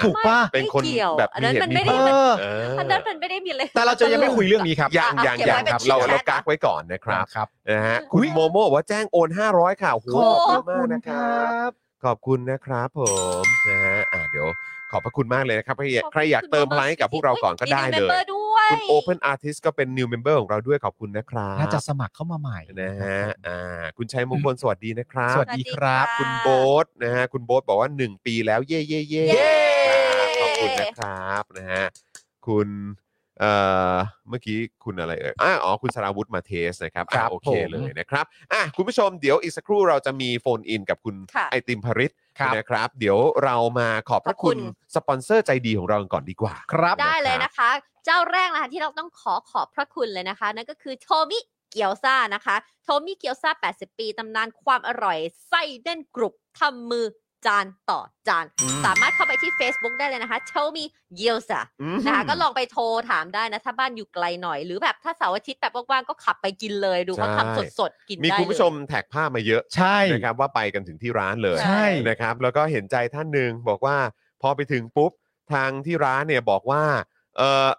Speaker 6: ถูกป่ะ
Speaker 3: เป็นคน
Speaker 5: ไม่เกี่ยว
Speaker 3: แบบ
Speaker 5: อันนั้นมันไม่ได้
Speaker 3: เหตุผล
Speaker 6: เออ
Speaker 3: เออ
Speaker 5: อันนั้นมันไม่ได้มีอะไร
Speaker 6: แต่เราจะยังไม่คุยเรื่องนี้ครับ
Speaker 3: อย่าง
Speaker 5: อ่ะ
Speaker 3: อย่าง
Speaker 5: เก็บ
Speaker 3: อย่า
Speaker 5: ไว้
Speaker 3: งครับ
Speaker 5: เป็นชิ้น
Speaker 3: เราเรา
Speaker 5: แรกนะ
Speaker 3: กักไว้ก่อนนะครับ
Speaker 6: ครับ
Speaker 3: นะฮะคุณโมโมบอกว่าแจ้งโอน 500 ค่ะโอ้โห
Speaker 6: ข
Speaker 3: ข
Speaker 6: อบพระ
Speaker 3: อบคุณมาก
Speaker 6: คุณ
Speaker 3: นะค
Speaker 6: คร
Speaker 3: รั
Speaker 6: ั
Speaker 3: บ
Speaker 6: บ
Speaker 3: ขอบคุณนะครับผมนะฮะอ่าเดี๋ยวขอบพระคุณมากเลยนะครับใครอยาก
Speaker 5: ขอบคุณ
Speaker 3: ใครอยากเติม
Speaker 5: คุณ
Speaker 3: พลังให้กับพวกเราก่อนก็ได้
Speaker 5: มี
Speaker 3: เล
Speaker 5: มมบอย ร์ด้ว ด้วย
Speaker 3: คุณ Open Artist ก็เป็น new member ของเราด้วยขอบคุณนะครับ
Speaker 4: น่าจะสมัครเข้ามาใหม่
Speaker 3: นะฮะ
Speaker 4: ครับ
Speaker 3: อ่าคุณชัยมงคลสวัสดีนะครับ
Speaker 4: สวัสดีครับ
Speaker 3: คุณโบ๊ทนะฮะคุณโบ๊ทบอกว่า 1 ปีแล้วเย่เย่เย่
Speaker 5: เย้
Speaker 3: ครับขอบคุณนะครับนะฮะคุณเอ่อเมื่อกี้คุณอะไรเอ่ยอาอ๋อคุณสราวุธมาเทสนะครับ
Speaker 4: ครับ
Speaker 3: อ่ะโอเค
Speaker 4: ผม
Speaker 3: เลยนะครับอ่ะคุณผู้ชมเดี๋ยวอีกสักครู่เราจะมีโฟนอินกับคุณ
Speaker 5: ค่ะ
Speaker 3: ไอติมพริต
Speaker 4: ครับ
Speaker 3: นะครับ เดี๋ยวเรามาขอบพระคุณ
Speaker 5: ขอบคุณ
Speaker 3: สปอนเซอร์ใจดีของเรากันก่อนดีกว่า
Speaker 4: ครับ
Speaker 5: ได้เลยนะคะ เจ้าแรกนะคะที่เราต้องขอขอบพระคุณเลยนะคะ นั่นก็คือโทมิเกียวซานะคะ โทมิเกียวซา80 ปีตำนานความอร่อยไส้เด่นกรุบทำมือจานต่อจาน สามารถเข้าไปที่ Facebook ได้เลยนะคะโทมิเกียวซา
Speaker 3: อืม
Speaker 5: นะคะก็ลองไปโทรถามได้นะ ถ้าบ้านอยู่ไกลหน่อย หรือแบบถ้าเสาร์อาทิตย์แบบว่างๆก็ขับไปกินเลยดูเขาทำสดๆกินได้
Speaker 3: มี
Speaker 5: เลย
Speaker 3: คุณผู้ชมแท็กภาพมาเยอะ
Speaker 4: ใช่
Speaker 3: นะครับว่าไปกันถึงที่ร้านเลย
Speaker 5: ใช่
Speaker 4: ใช่
Speaker 3: นะครับแล้วก็เห็นใจท่านหนึ่งบอกว่าพอไปถึงปุ๊บทางที่ร้านเนี่ยบอกว่าเออ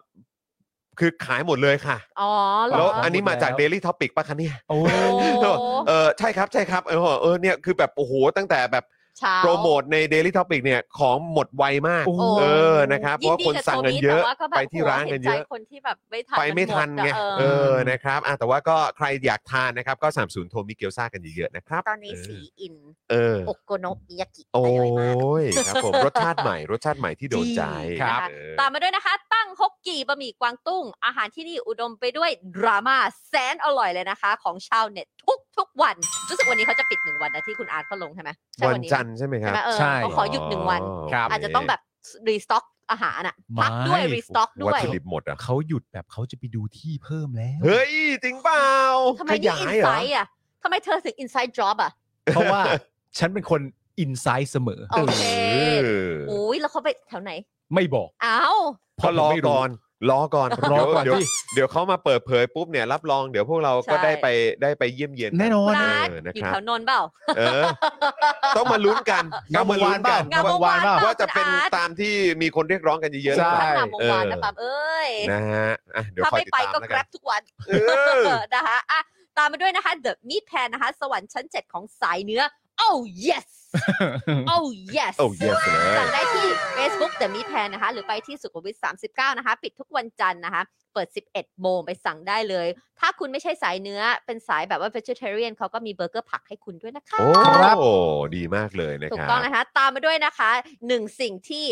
Speaker 3: คือขายหมดเลยค่ะ
Speaker 5: อ๋อเหร
Speaker 3: แล้ว
Speaker 5: อ
Speaker 3: อันนี้มาจาก
Speaker 1: แล้ว
Speaker 3: Daily Topic ป่ะคะเนี่ย
Speaker 4: โอ้
Speaker 5: โอ้
Speaker 3: เออใช่ครับใช่ครับเออเออเนี่ยคือแบบโอ้โหตั้งแต่แบบ
Speaker 5: เช้า
Speaker 3: โปรโมทใน Daily Topic เนี่ยของหมดไวมาก
Speaker 4: โอ้
Speaker 5: โอ้
Speaker 3: เออนะครับเพ
Speaker 5: ยิ่
Speaker 3: ราะว่าค
Speaker 5: ดี
Speaker 3: น
Speaker 5: กับ
Speaker 3: สั่งกัน
Speaker 5: โทมิ
Speaker 3: เยอะ
Speaker 5: แต่ว่าก็แบบ
Speaker 3: ไปที่ร้านกันเยอะ
Speaker 5: โโหห็ใจคนที่แบบไม่ทัน
Speaker 3: ไปไม่ทันไง
Speaker 5: หมดอะ
Speaker 3: เอ
Speaker 5: เออ
Speaker 3: อนะครับอ่ะแต่ว่าก็ใครอยากทานนะครับก็สามศูนย์โทมิเกียวซ่ากันเยอะๆนะครับ
Speaker 5: ตอนนี้
Speaker 3: เ
Speaker 5: สีอิน
Speaker 3: เออ
Speaker 5: โอโกโนมิยากิ
Speaker 3: โอ้
Speaker 5: ร่อยมาก
Speaker 3: ยครับผม รสชาติใหม่ รสชาติใหม่ที่โดนใจ
Speaker 4: ครับ
Speaker 3: เออ
Speaker 5: ตามมาด้วยนะคะ ตั้งฮกกี่บะหมี่กวางตุ้ง อาหารที่นี่อุดมไปด้วยดราม่าแสนอร่อยเลยนะคะ ของชาวเน็ตทุกทุกๆวัน รู้สึกวันนี้เขาจะปิดหนึ่งวันนะที่คุณอาร์ตเขาลงใช่ไหมใช่
Speaker 3: วัน
Speaker 5: ไหม
Speaker 3: จันทร์ใช่ไหมค
Speaker 5: ใช่
Speaker 3: รับ
Speaker 5: ไหมเออ
Speaker 4: ใช่
Speaker 5: เขาขอหยุดหนึ่งวัน
Speaker 4: ครับ
Speaker 5: อาจจะต้องแบบรีสต็อกอาหารอ่ะพัก
Speaker 4: ไม่
Speaker 5: ด้วยรีสต็อกด้
Speaker 3: วั
Speaker 5: วย
Speaker 3: ตถุดิบหมดอ่ะ
Speaker 4: เขาหยุดแบบเขาจะไปดูที่เพิ่มแล้ว
Speaker 3: เฮ้ย จริงเปล่า
Speaker 5: ทำไมนี่อินไซต์อ่ะทำไมเธอถึงอินไซต์จ็อบอ่ะ
Speaker 4: เพราะว่าฉันเป็นคนอินไซต์เสมอ
Speaker 5: โอเค
Speaker 3: เออ
Speaker 5: อุ้ยแล้วเขาไปแถวไหน
Speaker 4: ไม่บอก
Speaker 5: อ้าว
Speaker 3: ก็รอก่อนรอก่อน
Speaker 4: รอก่อน
Speaker 3: เดี๋ยว
Speaker 4: ที่
Speaker 3: เดี๋ยวเดี๋ยวเขามาเปิดเผยปุ๊บเนี่ยรับรองเดี๋ยวพวกเราก็
Speaker 5: ใช่
Speaker 3: ได้ไปได้ไปเยี่ยมเยียนกั
Speaker 4: แน่นอน
Speaker 5: ร้าน
Speaker 3: เออนะ
Speaker 5: อยู่
Speaker 3: ครั
Speaker 5: แถ
Speaker 3: บ
Speaker 5: วนนท์เปล่า
Speaker 3: เออ ต้องมาลุ้นกัน
Speaker 4: งาม
Speaker 3: ต้อง
Speaker 4: ว
Speaker 3: มาง
Speaker 4: วาน
Speaker 3: ลุ้
Speaker 4: เปล่าน
Speaker 3: นกั
Speaker 4: งามวงวานเปล่า
Speaker 5: งมวง
Speaker 3: ว่าจะเป็นตามที่มีคนเรียกร้องกันเยอะๆหรือ
Speaker 4: ใช่
Speaker 3: เปล่า
Speaker 5: ร้านงามวงวานนะปั๊บเอ้ย
Speaker 3: นะฮะอ่ะเดี๋ยว
Speaker 5: ถ้า
Speaker 3: คอย
Speaker 5: ไม่
Speaker 3: ติด
Speaker 5: ไป
Speaker 3: ตาม
Speaker 5: ก็
Speaker 3: แล้ว
Speaker 5: แก
Speaker 3: กั
Speaker 5: ร็
Speaker 3: น
Speaker 5: บทุกวัน
Speaker 3: เออ
Speaker 5: นะคะอ่ะตามมาด้วยนะคะ The Meat Pan นะคะ สวรรค์ชั้น 7 ของสายเนื้อ oh yes oh yes
Speaker 3: Oh yes เลย
Speaker 5: สั่งได้ที่ Facebook The Meat Pan นะคะ หรือไปที่สุขุมวิท39 นะคะ ปิดทุกวันจันทร์นะคะ เปิด 11 โมงไปสั่งได้เลย ถ้าคุณไม่ใช่สายเนื้อเป็นสายแบบว่า vegetarian เขาก็มีเบอร์เกอร์ผักให้คุณด้วยนะคะ
Speaker 3: โอ้
Speaker 4: ครับ
Speaker 3: ดีมากเลยนะ
Speaker 5: ถู
Speaker 3: ค
Speaker 5: ก
Speaker 3: รับ
Speaker 5: ต้องนะคะ ตามมาด้วยนะคะหนึ่งสิ่งที่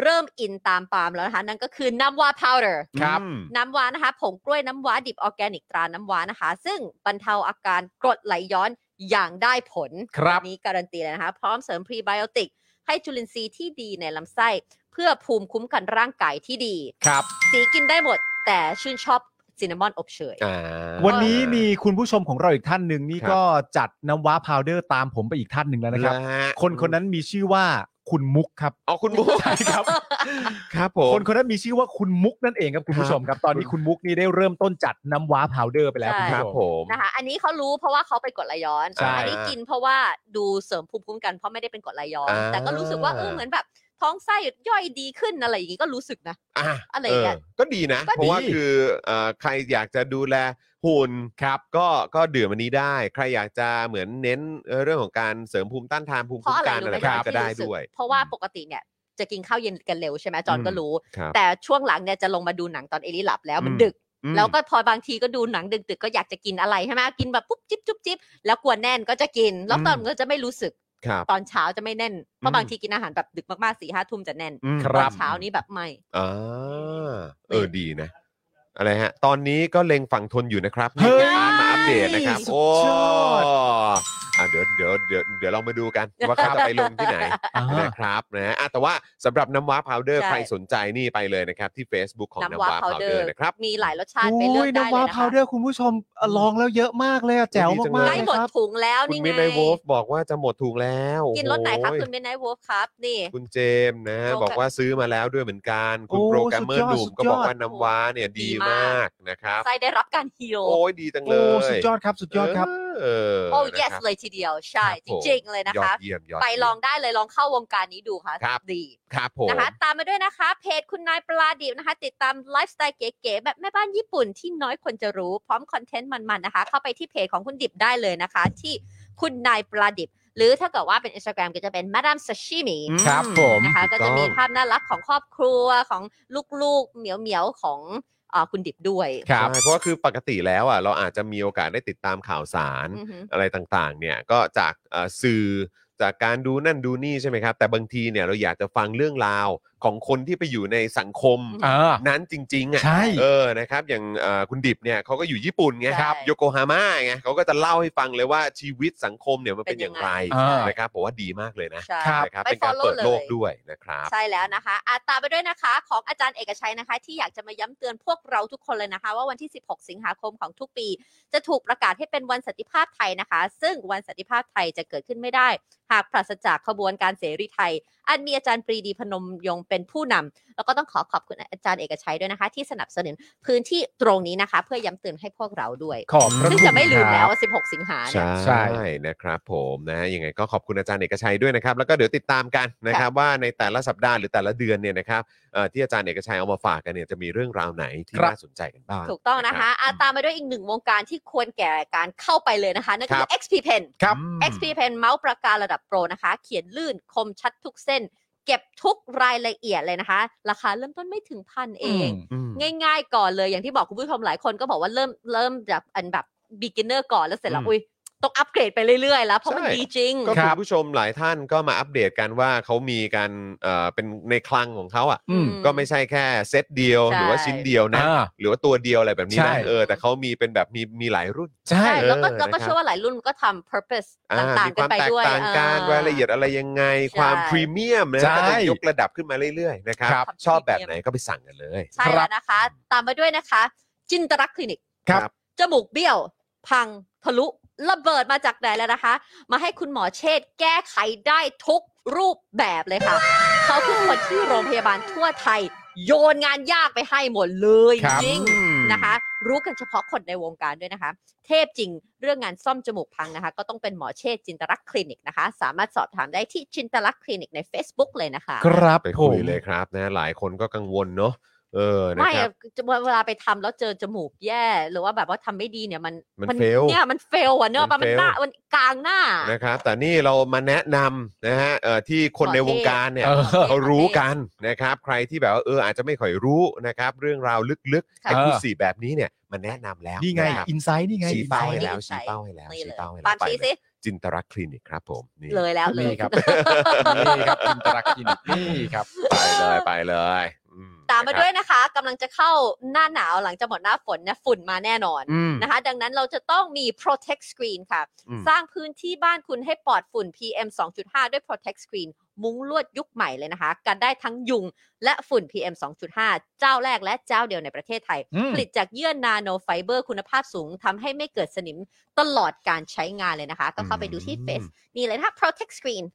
Speaker 5: เริ่มอินตามปาล์มแล้วนะคะ นั่นก็คือน้ำว้าพาวเดอร์
Speaker 3: ครับ
Speaker 5: น้ำว้านะคะผงกล้วยน้ำว้าดิบออร์แกนิกตราน้ำว้านะคะ ซึ่งบรรเทาอาการกรดไหลย้อนอย่างได้ผล
Speaker 4: ครับ
Speaker 5: อันนี้การันตีเลยนะคะ พร้อมเสริมพรีไบโอติก ให้จุลินทรีย์ที่ดีในลำไส้ เพื่อภูมิคุ้มกันร่างกายที่ดี
Speaker 4: ครับ
Speaker 5: สีกินได้หมด แต่ชื่นชอบซินนามอนอบเชย
Speaker 3: อ่า
Speaker 4: วันนี้มีคุณผู้ชมของเราอีกท่านหนึ่งนี่
Speaker 3: ครับ
Speaker 4: ก็จัดน้ำว้าพาวเดอร์ตามผมไปอีกท่านหนึ่งแล้วนะครับ
Speaker 3: เหอฮ
Speaker 4: คนคนนั้นมีชื่อว่าคุณมุกครับ
Speaker 3: อ๋อคุณบุ๊ค
Speaker 4: ใช่ครับ
Speaker 3: ครับผม
Speaker 4: คนคนนั้นมีชื่อว่าคุณมุกนั่นเองครับคุณผู้ชมครับ ตอนนี้คุณมุกนี่ได้เริ่มต้นจัดน้ำว้าพาวเดอร์ไปแล้ว
Speaker 5: ใช่
Speaker 4: คุณ
Speaker 3: ค
Speaker 4: ผู้
Speaker 3: รั
Speaker 4: ช
Speaker 3: บ
Speaker 4: ม
Speaker 3: ผม
Speaker 5: นะคะอันนี้เขารู้เพราะว่าเขาไปนกดไหลย้อน
Speaker 3: ใช่
Speaker 5: อันี้กินเพราะว่าดูเสริมภูมิคุ้มกันเพราะไม่ได้เป็นกดไหลย้อน
Speaker 3: อ่า
Speaker 5: แต่ก็รู้สึกว่าเออเหมือนแบบท้องไส้ย่อยดีขึ้นอะไรอย่างงี้ก็รู้สึกนะ
Speaker 3: อ่ะ
Speaker 5: อะไรอย่างเงี้ย
Speaker 3: เก็ดีนะ
Speaker 5: ก็ดี
Speaker 3: เพราะว่าคือเอ่อใครอยากจะดูแลหุ่นครับก็ก็ดื่มอันนี้ได้ ใครอยากจะเหมือนเน้นเอ่อเรื่องของการเสริมภูมิต้านทานภูมิ
Speaker 5: เพ
Speaker 3: คุ้
Speaker 5: ราะ
Speaker 3: ม
Speaker 5: อะไร
Speaker 3: กัน
Speaker 5: รู้
Speaker 3: อะไรแบบนี้
Speaker 5: ไหมที่
Speaker 3: ก็ได้
Speaker 5: รู้สึก
Speaker 3: ด้วย
Speaker 5: เพราะว่าปกติเนี่ยจะกินข้าวเย็นกันเร็วใช่ไหมจอนก็รู้
Speaker 3: ครับ
Speaker 5: แต่ช่วงหลังเนี่ยจะลงมาดูหนังตอนเอลิหลับแล้วมัน
Speaker 3: อืม
Speaker 5: ดึก
Speaker 3: อืม
Speaker 5: แล้วก็พอบางทีก็ดูหนังดึกๆก็อยากจะกินอะไรใช่ไหมกินแบบปุ๊บจิ๊บจุ๊บจิ๊บแล้วกลัวแน่นก็จะกิน แล้วตอน
Speaker 3: อืม
Speaker 5: ก็จะไม่รู้สึก
Speaker 3: ครับ
Speaker 5: ตอนเช้าจะไม่แน่นเพราะ
Speaker 3: อืม
Speaker 5: บางทีกินอาหารแบบดึกมากๆสี่ห้าทุ่มจะแน่น
Speaker 3: อืม
Speaker 4: ค
Speaker 5: ต
Speaker 4: รั
Speaker 5: อน
Speaker 4: บ
Speaker 5: เช้านี้แบบไม่
Speaker 3: อ่าเออดีนะ อะไรฮะ ตอนนี้ก็เล็งฝั่งทนอยู่นะครับ
Speaker 4: เฮ้ย
Speaker 3: นี่ร้านมาอัปเดตนะครับ
Speaker 4: สุ
Speaker 3: โอ้
Speaker 4: ดยอด
Speaker 3: อ่ะเดี๋ยวเดี๋ยวเดี๋ยวเดี๋ยวเรามาดูกัน ว่าเขาจะไปลงที่ไหน
Speaker 4: อ่า
Speaker 3: นะครับนะฮะอ่ะแต่ว่าสำหรับน้ำว้าพาวเดอร์
Speaker 5: ใช่
Speaker 3: ใครสนใจนี่ไปเลยนะครับ ที่ Facebook ของน้ำว้าพาวเดอร์นะครับ
Speaker 5: มีหลายรสชาติไป
Speaker 4: โอ้
Speaker 5: เลือก
Speaker 4: ย
Speaker 5: ได้
Speaker 4: น้ำ
Speaker 5: เล
Speaker 4: ว้าย
Speaker 5: นะ
Speaker 4: พาว
Speaker 5: คะ
Speaker 4: เดอร์คุณผู้ชมลองแล้วเยอะมากเลยอะแจ๋ว
Speaker 3: ดีจัง
Speaker 4: มากๆ
Speaker 3: เลย
Speaker 5: ได้
Speaker 4: เลย
Speaker 5: หมด
Speaker 4: ครับ
Speaker 5: ถุงแล้ว
Speaker 3: คุณ
Speaker 5: นี่
Speaker 3: มิ
Speaker 5: ไง
Speaker 3: ดไนโวฟบอกว่าจะหมดถุงแล้ว
Speaker 5: กินรสไหนครับ
Speaker 3: โอ้โ
Speaker 5: คุณเมนไนโวฟครับ นี่
Speaker 3: คุณเจมส์นะ
Speaker 5: โป
Speaker 3: บ
Speaker 5: รแกรม
Speaker 3: อกว่าซื้อมาแล้วด้วยเหมือนกัน คุณโปรแกรมเมอร์หนุ่มก็บอกว่าน้ำว้าเนี่ยดี
Speaker 5: ดีมาม
Speaker 3: าก กนะครับ
Speaker 5: ไส้ได้รับการฮีโร่
Speaker 3: โอ้ยดีจังเล
Speaker 4: โอ้
Speaker 3: ย
Speaker 4: สุดยอดครับสุดยอดครับ
Speaker 3: เออ
Speaker 5: โอ้
Speaker 3: นะ
Speaker 5: yes
Speaker 3: ครับ
Speaker 5: เลยทีเดียว ใช่
Speaker 3: ครับ
Speaker 5: จ
Speaker 3: ผม
Speaker 5: ริงๆเลยนะ
Speaker 3: ยอด
Speaker 5: คะ
Speaker 3: เยี่ยมยอด
Speaker 5: ไป
Speaker 3: เยี่ยม
Speaker 5: ลองได้เลยลองเข้าวงการนี้ดูค่ะ
Speaker 3: ครับ
Speaker 5: ดี
Speaker 3: ครับผม
Speaker 5: นะคะ ตามมาด้วยนะคะ เพจคุณนายปลาดิบนะคะ ติดตามไลฟ์สไตล์เก๋ๆแบบแม่บ้านญี่ปุ่นที่น้อยคนจะรู้ พร้อมคอนเทนต์มันๆนะคะ เข้าไปที่เพจของคุณดิบได้เลยนะคะ ที่คุณนายปลาดิบ หรือถ้าเกิดว่าเป็น Instagram ก็จะเป็นมาดามซาชิมิ
Speaker 3: อืม
Speaker 4: ครับผม
Speaker 5: นะคะ
Speaker 3: ถู
Speaker 5: ก็
Speaker 3: กต้
Speaker 5: จะ
Speaker 3: อง
Speaker 5: มีภาพน่ารักของครอบครัวของลูกๆ เหมียวๆ ของ เอ่อคุณดิบด้วย
Speaker 3: ใช่เพราะว่าคือปกติแล้วอ่ะเราอาจจะมีโอกาสได้ติดตามข่าวสาร
Speaker 5: อือหือ
Speaker 3: อะไรต่างๆ เนี่ยก็จากเอ่อสื่อจากการดูนั่นดูนี่ใช่ไหมครับ แต่บางทีเนี่ยเราอยากจะฟังเรื่องราวของคนที่ไปอยู่ในสังคม
Speaker 5: อืม
Speaker 4: เออ
Speaker 3: นั้นจริงๆอ่ะ
Speaker 4: ใช่
Speaker 3: เออนะครับอย่างเอ่อคุณดิบเนี่ยเขาก็อยู่ญี่ปุ่นไง
Speaker 5: ใช่
Speaker 3: ครับโยโกฮาม่าไงเขาก็จะเล่าให้ฟังเลยว่าชีวิตสังคมเนี่ยมันเป็นอย่างไร
Speaker 4: อ่า
Speaker 5: ใช่
Speaker 3: นะครับผมว่าดีมากเลยนะ
Speaker 5: ใช่
Speaker 3: นะครับ
Speaker 5: ไป
Speaker 3: เป็นการ
Speaker 5: follow
Speaker 3: เปิดโลก
Speaker 5: เลย
Speaker 3: ด้วยนะครับ
Speaker 5: ใช่แล้วนะคะอาตามไปด้วยนะคะ ของอาจารย์เอกชัยนะคะ ที่อยากจะมาย้ำเตือนพวกเราทุกคนเลยนะคะ ว่าวันที่ 16 สิงหาคมของทุกปี จะถูกประกาศให้เป็นวันสันติภาพไทยนะคะ ซึ่งวันสันติภาพไทยจะเกิดขึ้นไม่ได้ หากปราศจากขบวนการเสรีไทย อันมีอาจารย์ปรีดีพนมยงค์เป็นผู้นำแล้วก็ต้องขอขอบคุณอาจารย์เอกชัยด้วยนะคะ ที่สนับสนุนพื้นที่ตรงนี้นะคะ เพื่อย้ำเตือนให้พวกเราด้วย
Speaker 4: ขอบพระคุ
Speaker 5: ซึ่ง
Speaker 4: ณ
Speaker 5: จะไม่ลืมแล้
Speaker 4: ค
Speaker 5: ว
Speaker 4: รับ
Speaker 5: ว่า16 สิงหาเนี่ย
Speaker 3: ใช่
Speaker 4: ใช่
Speaker 3: นะครับผมนะยังไงก็ขอบคุณอาจารย์เอกชัยด้วยนะครับ แล้วก็เดี๋ยวติดตามกันนะครับว่าในแต่ละสัปดาห์หรือแต่ละเดือนเนี่ยนะครับเอ่อที่อาจารย์เอกชัยเอามาฝากกันเนี่ยจะมีเรื่องราวไหนที่
Speaker 4: ครับ
Speaker 3: น่าสนใจกันบ้าง
Speaker 5: ถูกต้องนะคะ
Speaker 3: รั
Speaker 5: อา
Speaker 3: บ
Speaker 5: ตามมาด้วยอีกหนึ่งวงการที่ควรแก่การเข้าไปเลยนะคะ นั่นก็
Speaker 3: ค
Speaker 5: คื
Speaker 3: รั
Speaker 5: อ
Speaker 3: บ
Speaker 5: XP Pen
Speaker 4: ครับ
Speaker 3: อืม
Speaker 5: XP Pen เมาส์ประการระดับโปรนะคะ เขียนลื่นคมชัดทุกเส้น เก็บทุกรายละเอียดเลยนะคะ ราคาเริ่มต้นไม่ถึงพันเอง
Speaker 3: อืม
Speaker 5: ง่ายๆก่อนเลยอย่างที่บอกคุณผู้ชมหลายคนก็บอกว่าเริ่มเริ่มจากอันแบบ beginner ก่อนแล้วเสร็จแล้ว
Speaker 3: อืม
Speaker 5: อุ้ยต้องอัปเกรดไปเรื่อยๆ แล้วเพราะมัน
Speaker 3: ใช่
Speaker 5: ดีจริง
Speaker 3: ก็
Speaker 4: ค
Speaker 3: คุ
Speaker 4: รั
Speaker 3: ณ
Speaker 4: บ
Speaker 3: ผู้ชมหลายท่านก็มาอัปเดตกันว่าเขามีการเอ่อเป็นในคลังของเขาอ่ะ
Speaker 4: อืม
Speaker 3: ก็ไม่ใช่แค่เซตเดียว
Speaker 5: ใช่
Speaker 3: หรือว่าชิ้นเดียวนะ
Speaker 4: อ่า
Speaker 3: หรือว่าตัวเดียวอะไรแบบนี้
Speaker 4: ใช่
Speaker 3: นะเออแต่เขามีเป็นแบบมีมีหลายรุ่น
Speaker 4: ใช่
Speaker 5: ใช่แล้วก็
Speaker 3: เออ
Speaker 5: แล้ว
Speaker 3: นะค
Speaker 5: ก็
Speaker 3: รับ
Speaker 5: เชื่อว่าหลายรุ่นมันก็ทำ purpose
Speaker 3: อ่า
Speaker 5: ต่าง
Speaker 3: มี
Speaker 5: ๆ
Speaker 3: ค
Speaker 5: กัน
Speaker 3: วาม
Speaker 5: ไป
Speaker 3: แตก
Speaker 5: ด้วย
Speaker 3: ต่างกัน
Speaker 5: อ่
Speaker 3: รายละเอียดอะไรยังไง
Speaker 5: ใช่
Speaker 3: ความพรีเมียมนะ
Speaker 4: ใช่
Speaker 3: ก็จะยกระดับขึ้นมาเรื่อยๆนะครับ
Speaker 4: ครับ
Speaker 3: ชอบแบบไหนก็ไปสั่งกันเลย
Speaker 5: ใช่แล้วนะคะ ตามมาด้วยนะคะ จินตรักษณ์คลินิก
Speaker 4: ครับ
Speaker 5: จมูกเบี้ยว พังทะลุระเบิดมาจากไหนแล้วนะคะ มาให้คุณหมอเชษฐ์แก้ไขได้ทุกรูปแบบเลยค่ะ เขาคือคนที่โรงพยาบาลทั่วไทย โยนงานยากไปให้หมดเลย
Speaker 4: ครับ
Speaker 5: จริงนะคะ รู้กันเฉพาะคนในวงการด้วยนะคะ เทพจริงเรื่องงานซ่อมจมูกพังนะคะ ก็ต้องเป็นหมอเชษฐ์จินตรักษณ์คลินิกนะคะ สามารถสอบถามได้ที่จินตรักษณ์คลินิกใน Facebook เลยนะคะ
Speaker 4: ครับ
Speaker 3: ไป
Speaker 4: ผ
Speaker 3: คุ
Speaker 4: ม
Speaker 3: ยเลยครับนะหลายคนก็กังวลเนาะเออนะ
Speaker 5: ไม่
Speaker 3: ครั
Speaker 5: อะ
Speaker 3: บ
Speaker 5: เวลาไปทำแล้วเจอจมูกแย่ หรือว่าแบบว่าทำไม่ดีเนี่ยมัน
Speaker 3: มัน fail
Speaker 5: เนี่ยมันเฟลอ่ะเนอะ
Speaker 3: มั
Speaker 5: ปะ
Speaker 3: น
Speaker 5: มัน
Speaker 3: fail
Speaker 5: หน้ามันกลางหน้า
Speaker 3: นะครับแต่นี่เรามาแนะนำนะฮะเอ่อที่คนในวงการเนี่ย
Speaker 4: เออ
Speaker 3: เขารู้กันนะครับ ใครที่แบบว่าเอออาจจะไม่ค่อยรู้นะครับ เรื่องราวลึกๆ
Speaker 5: ค่ะ
Speaker 3: ไอ้คู่สีแบบนี้เนี่ยมันแนะนำแล้ว
Speaker 4: นี่ไง
Speaker 3: ะครับ
Speaker 4: อินไซต์นี่ไง
Speaker 3: ชี้เป้าให้
Speaker 4: insight
Speaker 3: แล้ว
Speaker 5: ใส่
Speaker 3: ชี้เป้าให้แล้ว
Speaker 5: นี่
Speaker 3: ชี้
Speaker 5: เลย
Speaker 3: เป้าให้แล้
Speaker 5: ปา
Speaker 3: ว
Speaker 5: ล์ม
Speaker 3: ไป
Speaker 5: ชี้
Speaker 3: เล
Speaker 5: สิ
Speaker 3: ยจินตรักษณ์คลินิกครับผมนี่
Speaker 5: เลยแล้วเล
Speaker 4: นี่
Speaker 5: ย
Speaker 4: ครับ นี่ครับอินตรักกินนี่ครับ
Speaker 3: ไปเลยไปเลยอื
Speaker 5: ตามมาด้ว
Speaker 3: นะครับ
Speaker 5: ยนะคะกำลังจะเข้าหน้าหนาวหลังจากหมดหน้าฝนเนี่ยฝุ่นมาแน่นอน
Speaker 3: อืม
Speaker 5: นะคะ ดังนั้นเราจะต้องมี protect screen ค่ะ
Speaker 3: อืม
Speaker 5: สร้างพื้นที่บ้านคุณให้ปลอดฝุ่น PM 2.5 ด้วย protect screen มุ้งลวดยุคใหม่เลยนะคะ กันได้ทั้งยุงและฝุ่น PM 2.5 เจ้าแรกและเจ้าเดียวในประเทศไทย
Speaker 4: อืม
Speaker 5: ผลิตจากเยื่อนาโนไฟเบอร์คุณภาพสูงทำให้ไม่เกิดสนิมตลอดการใช้งานเลยนะคะ ก็เข้าไปดูที่
Speaker 3: อืม
Speaker 5: เฟซนี่เลยนะคะ protect screen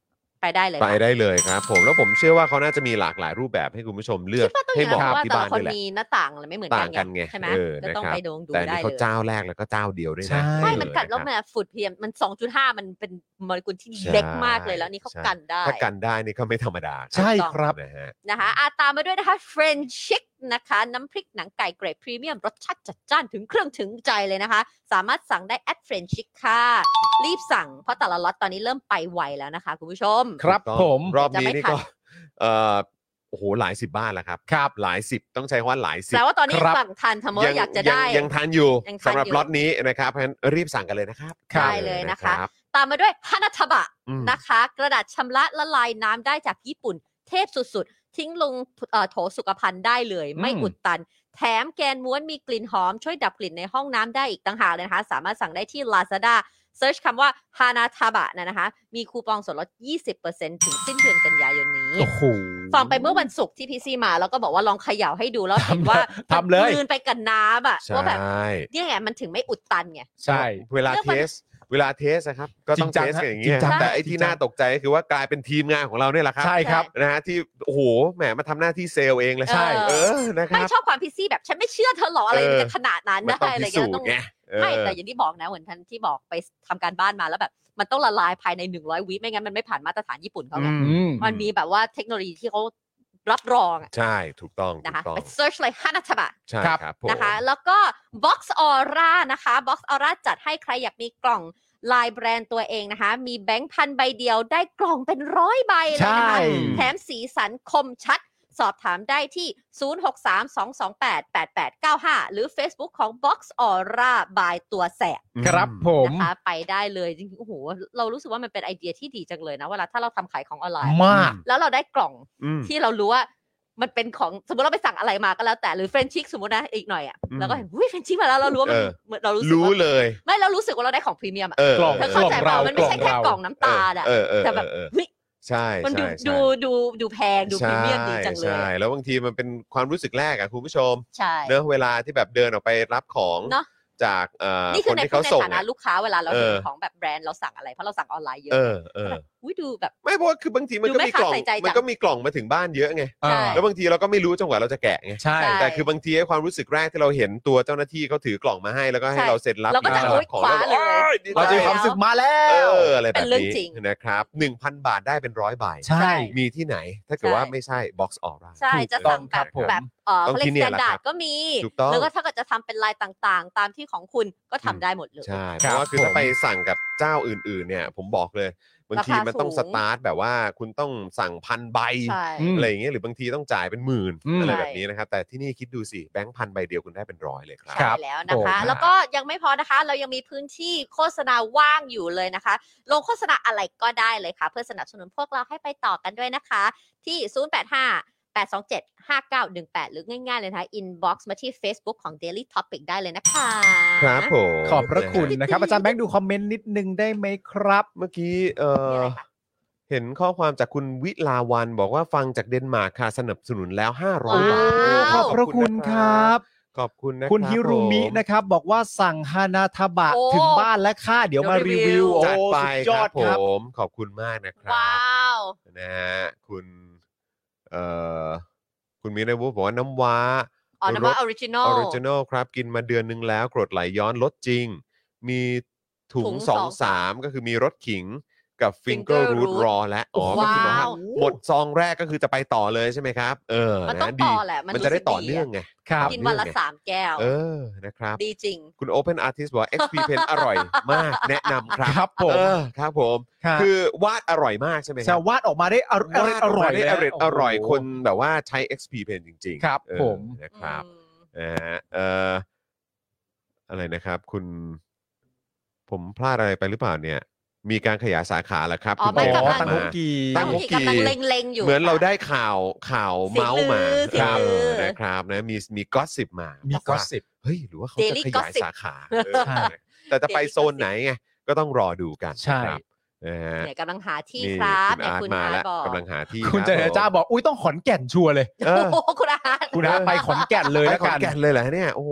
Speaker 5: ไปได้เลย
Speaker 3: ไป
Speaker 5: ค่ะ
Speaker 3: ได้เลยครับ ผมแล้วผมเชื่อว่าเขาน่าจะมีหลากหลายรูปแบบให้คุณผู้ชมเลือก
Speaker 5: คิดว่าต้อง
Speaker 3: ให้
Speaker 5: อย่าง
Speaker 3: เหมาะกับ
Speaker 5: นั้นเพราะว่า
Speaker 3: ที่
Speaker 5: แต่
Speaker 3: บ้า
Speaker 5: ละ
Speaker 3: น
Speaker 5: คน
Speaker 3: ด้วยแหละ
Speaker 5: มีหน้าต่างอะไรไม่เหมือนกั
Speaker 3: ต่างกัน
Speaker 5: น
Speaker 3: ไง
Speaker 5: ไงใช่ไหม
Speaker 3: เออ
Speaker 5: ก็ต้อง
Speaker 3: นะครับ
Speaker 5: ไปดงดู
Speaker 3: แต่อัน
Speaker 5: ได้
Speaker 3: นี่เขา
Speaker 5: เลย
Speaker 3: เจ้าแรกแล้วก็เจ้าเดียวด้วย
Speaker 4: ใช่
Speaker 3: นะ
Speaker 5: ไม่
Speaker 3: เออ
Speaker 5: มันกัดแล้ว
Speaker 3: ะ
Speaker 5: แห
Speaker 3: ครับ
Speaker 5: ม่ฝุ่นเพียมมัน 2.5 มันเป็นโมเลกุลที่
Speaker 3: ใช่
Speaker 5: เล็กมากเลยแล้วนี่เขากันได้
Speaker 3: ถ้ากันได้นี่ก็ไม่ธรรมดา
Speaker 4: ใช่ครับ
Speaker 3: นะฮะ
Speaker 5: นะคะอาตามมาด้วยนะคะเฟรนชิกนะคะ น้ำพริกหนังไก่เกรดพรีเมียม รสชาติจัดจ้านถึงเครื่องถึงใจเลยนะคะ สามารถสั่งได้แอดเฟรนชิกค่ะ รีบสั่งเพราะแต่ละล็อตตอนนี้เริ่มไปไวแล้วนะคะ คุณผู้ชม
Speaker 4: ครับ
Speaker 3: ถูกต้อง
Speaker 4: ผม
Speaker 3: รอบนี้นี่
Speaker 5: จะไม่ทั
Speaker 3: ก็
Speaker 5: น
Speaker 3: เอ่อโอ้โหหลายสิบบ้านแล้วครับครับ หลายสิบต้องใช้คำว่าหลายสิบ
Speaker 5: แปลว่าตอนนี้
Speaker 4: ครับ
Speaker 5: สั่งทันทำไมว่าอยากจะได้
Speaker 3: ยังทานอยู่
Speaker 5: ยังทัน
Speaker 3: สำหรับ
Speaker 5: อยู่
Speaker 3: ล็อตนี้นะครับเพราะฉะนั้นรีบสั่งกันเลยนะครับ
Speaker 5: ได้เลยนะคะ
Speaker 3: รับ
Speaker 5: ตามมาด้วยฮานาทบะ
Speaker 3: อืม
Speaker 5: นะคะกระดาษชำระละลายน้ำได้จากญี่ปุ่น เทพสุดๆ ทิ้งลงเอ่อโถสุขภัณฑ์ได้เลย ไม่
Speaker 4: อืม
Speaker 5: อุดตัน แถมแกนม้วนมีกลิ่นหอม ช่วยดับกลิ่นในห้องน้ำได้อีกต่างหากเลยนะคะ สามารถสั่งได้ที่ Lazada เซิร์ชคำว่าฮานาทาบะนะคะ มีคูปองส่วนลด 20%ถึงสิ้นเดือนกันยายนนี้
Speaker 4: โอ้โห
Speaker 5: ฟังไปเมื่อวันศุกร์ที่พี่ซีมา แล้วก็บอกว่าลองเขย่าให้ดูแล้วเห็นว่า
Speaker 4: ทำเลย
Speaker 5: กลืนไปกับน้ำอะ
Speaker 3: ใช่
Speaker 5: ว่าแบบเนี่ยไงมันถึงไม่อุดตันไง
Speaker 4: ใช่
Speaker 3: เวลา
Speaker 5: เรื่อง
Speaker 3: เท
Speaker 5: มัน
Speaker 3: ส เวลาเทสนะครับ ก็ต้อ
Speaker 4: จริ
Speaker 3: ง
Speaker 4: งจั
Speaker 3: เท
Speaker 4: ง
Speaker 3: สกันอย่าง
Speaker 4: จริ
Speaker 3: เงี้ย
Speaker 4: งจัง
Speaker 3: แต่ไอ้
Speaker 4: จ
Speaker 3: ที่
Speaker 4: ริงจัง
Speaker 3: น่าตกใจก็คือว่ากลายเป็นทีมงานของเราเนี่ยแหละครับ
Speaker 4: ใช่ครับ
Speaker 3: นะฮะที่โอ้โหแหมมาทำหน้าที่เซลล์เองเลย
Speaker 5: ใช่
Speaker 3: เออนะค
Speaker 5: ไม่
Speaker 3: รับ
Speaker 5: ชอบความพิซี่แบบฉันไม่เชื่อเธอหรอกอะไรมันจะขนาดนั้น
Speaker 3: มันต้
Speaker 5: ได้
Speaker 3: อง
Speaker 5: อะไร
Speaker 3: พิ
Speaker 5: เงี้
Speaker 3: สู
Speaker 5: ย
Speaker 3: จ
Speaker 5: ต้อ
Speaker 3: น์
Speaker 5: ง
Speaker 3: ไงเออ
Speaker 5: ไม่แต่อย่างที่บอกนะเหมือนท่านที่บอกไปทำการบ้านมาแล้วแบบ มันต้องละลายภายใน 100 วิไม่งั้นมันไม่ผ่านมาตรฐานญี่ปุ่นเขาไง
Speaker 3: อื
Speaker 4: อืม
Speaker 5: มันมีแบบว่าเทคโนโลยีที่เขารับรองอะ
Speaker 3: ใช่ถูกต้องถู
Speaker 5: นะคะ
Speaker 3: กต้อง
Speaker 5: ไป search เลยฮานาทบะ
Speaker 3: ใช่
Speaker 4: ครับ
Speaker 3: ครับผม
Speaker 5: นะคะ แล้วก็ box aura นะคะ box aura จัดให้ใครอยากมีกล่องลายแบรนด์ตัวเองนะคะ มีแบงค์พันใบเดียวได้กล่องเป็นร้อยใบเลย
Speaker 4: ใช่
Speaker 5: นะคะ แถมสีสันคมชัด สอบถามได้ที่ 0632288895 หรือ Facebook ของ Box Aura by ตัวแสบ
Speaker 4: ครับผม
Speaker 5: นะคะไปได้เลยจริงๆโอ้โหเรารู้สึกว่ามันเป็นไอเดียที่ดีจังเลยนะเวลาถ้าเราทำขายของออนไลน์
Speaker 4: มาก
Speaker 5: แล้วเราได้กล่อง
Speaker 3: อืม
Speaker 5: ที่เรารู้ว่ามันเป็นของสมมติเราไปสั่งอะไรมาก็แล้วแต่หรือเฟรนชิกสมมตินะอีกหน่อยอ่ะ
Speaker 3: อืม
Speaker 5: เราก็เห็นอุ้ยเฟรนชิกมาแล้วเรารู้ว่ามัน
Speaker 3: เออ
Speaker 5: เหมือนเรารู้สึก
Speaker 3: รู้
Speaker 5: ว่า
Speaker 3: เลย
Speaker 5: ไม่เรารู้สึกว่าเราได้ของพรีเมียมอะ
Speaker 3: เออก
Speaker 4: ล่อง
Speaker 5: เธอเข้าใจ
Speaker 4: เรา
Speaker 5: เปล่ามันไม่ใช่แค่
Speaker 4: กล่องเรา
Speaker 5: กล่องน้ำตาลอ่ะ
Speaker 3: เออเออ
Speaker 5: แต่แบบ
Speaker 3: เออเออ
Speaker 5: เฮ้ย
Speaker 3: ใช่
Speaker 5: มันดู
Speaker 3: ใช่ใช่
Speaker 5: ดูดูดูแพงดูพรีเมียมดีจังเล
Speaker 3: ใช่
Speaker 5: ย
Speaker 3: แล้วบางทีมันเป็นความรู้สึกแรกอะคุณผู้ชม
Speaker 5: ใช่
Speaker 3: เนอะเวลาที่แบบเดินออกไปรับของ
Speaker 5: เนอะ
Speaker 3: จากเอ่อ
Speaker 5: นี่
Speaker 3: ค
Speaker 5: คือน ใน
Speaker 3: ที่
Speaker 5: พู
Speaker 3: เขา
Speaker 5: ดใน
Speaker 3: ส่ง
Speaker 5: ฐานะ
Speaker 3: อะ
Speaker 5: ลูกค้าเวลาเรา
Speaker 3: เออ
Speaker 5: เห็นของแบบแบรนด์เราสั่งอะไรเพราะเราสั่งออนไลน์เย
Speaker 3: เอ
Speaker 5: อะ
Speaker 3: อเออ
Speaker 5: อุ้ยดูแบบ
Speaker 3: ไม่เพราะว่าคือบางทีมัน
Speaker 5: ดู
Speaker 3: ก็
Speaker 5: ไม่
Speaker 3: มีกล่อง
Speaker 5: ค่าใส่ใจจัง
Speaker 3: มันก็มีกล่องมาถึงบ้านเยอะไง
Speaker 5: ใช่
Speaker 3: แล้วบางทีเราก็ไม่รู้จังหวะเราจะแกะไง
Speaker 4: ใช่
Speaker 5: ใช่
Speaker 3: แต่คือบางทีไอ้ความรู้สึกแรกที่เราเห็นตัวเจ้าหน้าที่เขาถือกล่องมาให้แล้วก็ให้
Speaker 5: ใช่
Speaker 3: เราเซ็นรับ
Speaker 5: เราก็จะ
Speaker 3: หยิบ
Speaker 5: โอ๊ย
Speaker 3: ของ
Speaker 5: คว้า
Speaker 3: แล้ว
Speaker 5: เลย
Speaker 3: โอ๊ยดีใจ
Speaker 4: เราจะมีความรู้สึกมาแล้ว
Speaker 3: เอออะไรแบบ
Speaker 5: เป็นเรื่อง
Speaker 3: นี้
Speaker 5: จริง
Speaker 3: นะครับ1,000 บาทได้เป็นร้อยใบ
Speaker 4: ใช่
Speaker 3: มีที่ไหน ถ้าเกิดว่าไม่ใช่ box aura
Speaker 5: ใช่
Speaker 4: ถูก
Speaker 5: จะ
Speaker 4: ต้
Speaker 5: สั่
Speaker 4: อง ง
Speaker 5: แบ
Speaker 4: ครับ บผม
Speaker 5: แบบเออ
Speaker 3: ต้อง
Speaker 5: เขาเรี
Speaker 3: ที่
Speaker 5: ยก
Speaker 3: เนี่
Speaker 5: ส
Speaker 3: ย
Speaker 5: แตน
Speaker 3: แหละ
Speaker 5: ดา
Speaker 3: ครั
Speaker 5: ร์ด
Speaker 3: บ
Speaker 5: ก็มี
Speaker 3: ถูกต้อง
Speaker 5: แล้วก็ถ้าเกิดจะทำเป็นลายต่างๆ ตามที่ของคุณก็ทำได้หมดเลย
Speaker 3: ใช่
Speaker 4: ค
Speaker 3: เพ
Speaker 4: รับ
Speaker 3: ราะว่าคือถ้า
Speaker 4: ผม
Speaker 3: ไปสั่งกับเจ้าอื่นๆ เนี่ย ผมบอกเลยบางที
Speaker 5: ราคา
Speaker 3: มันต้อง
Speaker 5: สูง
Speaker 3: สตาร์ทแบบว่าคุณต้องสั่งพันใบ
Speaker 5: ใช่
Speaker 4: อืม
Speaker 3: อะไรอย่างเงี้ยหรือบางทีต้องจ่ายเป็นหมื่น
Speaker 4: อืม
Speaker 3: อะไรแบบนี้นะครับ แต่ที่นี่คิดดูสิ แบงค์พันใบเดียวคุณได้เป็นร้อยเลยครับ
Speaker 5: ใช่แล้วนะคะ
Speaker 4: ผม
Speaker 5: แล้วก็ยังไม่พอนะคะ เรายังมีพื้นที่โฆษณาว่างอยู่เลยนะคะ ลงโฆษณาอะไรก็ได้เลยค่ะ เพื่อสนับสนุนพวกเราให้ไปต่อกันด้วยนะคะ ที่ 085 827 5918 หรือง่ายๆเลยนะคะ inbox มาที่ Facebook ของ Daily Topic ได้เลยนะคะ
Speaker 3: ครับผม
Speaker 4: ขอบพระคุณนะครับ อาจารย์แบงค์ดูคอมเมนต์นิดนึงได้ไหมครับ
Speaker 3: เมื่อกี้เอ
Speaker 5: มี
Speaker 3: อ
Speaker 5: อะไรปะ
Speaker 3: เห็นข้อความจากคุณวิลาวันบอกว่าฟังจากเดนมาร์กค่ะสนับสนุนแล้ว 500 บาท
Speaker 4: ข
Speaker 5: ว้าว
Speaker 4: อบพระคุณครับ
Speaker 3: ขอบคุณนะ
Speaker 4: คุณ
Speaker 3: รับ
Speaker 4: ฮิรุมิ
Speaker 3: ผม
Speaker 4: นะครับบอกว่าสั่งฮานาทาบะ
Speaker 5: โอ้
Speaker 4: ถึงบ้านและค่าเดี๋ยวมารี
Speaker 5: เดี๋ยวรีวิ
Speaker 4: วิ
Speaker 5: ว
Speaker 4: ว โอ้
Speaker 3: จัดไป
Speaker 4: สุดย
Speaker 3: ค
Speaker 4: อ
Speaker 3: รับ
Speaker 4: ด
Speaker 3: ผ
Speaker 4: ครับ
Speaker 3: มขอบคุณมากนะครั
Speaker 5: ว้า
Speaker 3: บ
Speaker 5: ว
Speaker 3: นะฮะคุณเอ่อคุณมีนายวุฒิบอกว่าน้ำว้า
Speaker 5: อ๋อน้ำว่าออริจินอ
Speaker 3: ออ
Speaker 5: ล
Speaker 3: ริจินอลครับ กินมาเดือนนึงแล้วกรดไหลย้อนลดจริง มีถุ
Speaker 5: ถุ
Speaker 3: ง
Speaker 5: ง
Speaker 3: ส
Speaker 5: ส
Speaker 3: อ
Speaker 5: อง ง
Speaker 3: สามก็คือมีรสขิงกับฟิงเกอ
Speaker 5: Finger
Speaker 3: ร์รูท
Speaker 5: Root
Speaker 3: รอและอ๋อก็
Speaker 5: ว้าว
Speaker 3: คือหมายความว่าหมดซองแรกก็คือจะไปต่อเลยใช่ไหมครับ เออ
Speaker 5: มันต้อง
Speaker 3: ะดี
Speaker 5: ต่อแหละมัน
Speaker 3: มันจะได้
Speaker 5: รู้สึก
Speaker 3: ต่อ
Speaker 5: ดี
Speaker 3: เนื่อง
Speaker 5: อะ
Speaker 3: ไง
Speaker 4: ครับ
Speaker 5: กินวันละสามแก้ว
Speaker 3: เออนะครับ
Speaker 5: ดีจริง
Speaker 3: คุณ Open Artist บอกว่า XP Pen อร่อยมากแนะนำครับ
Speaker 4: ครับผม
Speaker 3: เออครับผม
Speaker 4: ครับ
Speaker 3: คือวาดอร่อยมากใช่ไหมค
Speaker 4: ชา
Speaker 3: รั
Speaker 4: ว
Speaker 3: บ
Speaker 4: วาดออกมาได้อร่อยอร่อย
Speaker 3: ได้อร่อย
Speaker 4: นะ
Speaker 3: อร่อย
Speaker 4: โโห
Speaker 3: คนแบบว่าใช้ XP Pen จริงๆ
Speaker 4: ครับ
Speaker 3: เออ
Speaker 4: ผม
Speaker 3: นะครับ
Speaker 5: อืม
Speaker 3: นะฮะเอ่ออะไรนะครับ คุณ ผมพลาดอะไรไปหรือเปล่าเนี่ย มีการขยายสาขาแล้วครับ
Speaker 5: อ๋อ
Speaker 3: คุณ
Speaker 5: ไม่
Speaker 3: โ
Speaker 5: กำลัง
Speaker 4: ตั้ง
Speaker 3: มา
Speaker 4: ฮกกี
Speaker 3: ตั้
Speaker 5: ตั้
Speaker 3: ง
Speaker 5: ง
Speaker 3: ฮ
Speaker 5: ห
Speaker 3: โก
Speaker 5: ก
Speaker 3: กี
Speaker 5: กำลังเล็งๆอยู่
Speaker 3: เหมือนเรา
Speaker 5: ค่ะ
Speaker 3: ได้ข่าวข่าวเมาส์มา
Speaker 5: สีลือ
Speaker 3: ครับ
Speaker 5: สีลือ
Speaker 3: นะครับนะมีมีก็สิบมา
Speaker 4: มี
Speaker 3: มี
Speaker 4: ก็สิบ
Speaker 3: เฮ้ยหรือว่าเขาจะ
Speaker 5: Daily
Speaker 3: ขยาย
Speaker 5: Gossip
Speaker 3: สาขาเออแต่จะไปโซนไหนไงก็ต้องรอดูกัน
Speaker 4: ใช่
Speaker 3: ครับนะฮะ
Speaker 5: เนี่ยกำลังหาที่
Speaker 3: นี่
Speaker 5: ครับ
Speaker 3: คุณ
Speaker 5: เนี่ย
Speaker 3: อาร์ตมาแล้ว
Speaker 5: คุณอาร์ตบอก
Speaker 3: กำลังหาที่
Speaker 4: คุณ
Speaker 3: รั
Speaker 4: เจ
Speaker 3: บ
Speaker 4: เนจ้า
Speaker 3: ผม
Speaker 4: บอกอุ้ยต้องขอนแก่นชัวร์เลย
Speaker 3: เอ
Speaker 5: โอ้
Speaker 3: อ
Speaker 5: โหคุณอาร์ต
Speaker 4: คุณอาไปขอนแก่นเลย
Speaker 3: ไป
Speaker 4: แล้ว
Speaker 3: ขอน
Speaker 4: กัน
Speaker 3: แก่นเลยเหรอเนี่ย โอ้โห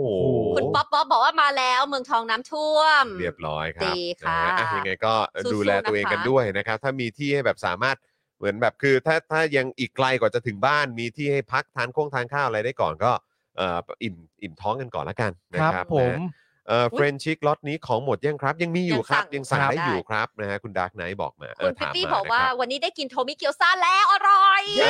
Speaker 5: คุณป๊อปป๊อปบอกว่ามาแล้วเมืองทองน้ำท่วม
Speaker 3: เรียบร้อยครั
Speaker 5: ดีค่ะ
Speaker 3: นฮอ่ยังไงก็
Speaker 5: สู้ๆ
Speaker 3: ดูแลตัวเองกัน
Speaker 5: นะคะ
Speaker 3: ด้วยนะครับ ถ้ามีที่ให้แบบสามารถเหมือนแบบคือถ้าถ้ายังอีกไกลกว่าจะถึงบ้านมีที่ให้พักทานโค้งทานข้าวอะไรได้ก่อนก็เอ่ออิ่มอิ่มท้องกันก่อนละกันนะครับ ครับ
Speaker 4: ผม
Speaker 3: นะเอ่อเฟรนชิกล็อตนี้ของหมดยังครับ ยังมีอยู่ครับ ยังสั่งได้อยู่ครับนะฮะคุณดาร์กไนท์บอกมาเอ
Speaker 5: คุ
Speaker 3: อ
Speaker 5: ณพิต
Speaker 3: ถาม
Speaker 5: ตี้
Speaker 3: มา
Speaker 5: บอก
Speaker 3: นะ
Speaker 5: ว่า
Speaker 3: ครับ
Speaker 5: วันนี้ได้กินโทมิเกียวซาแล้วอร่อย
Speaker 3: เอ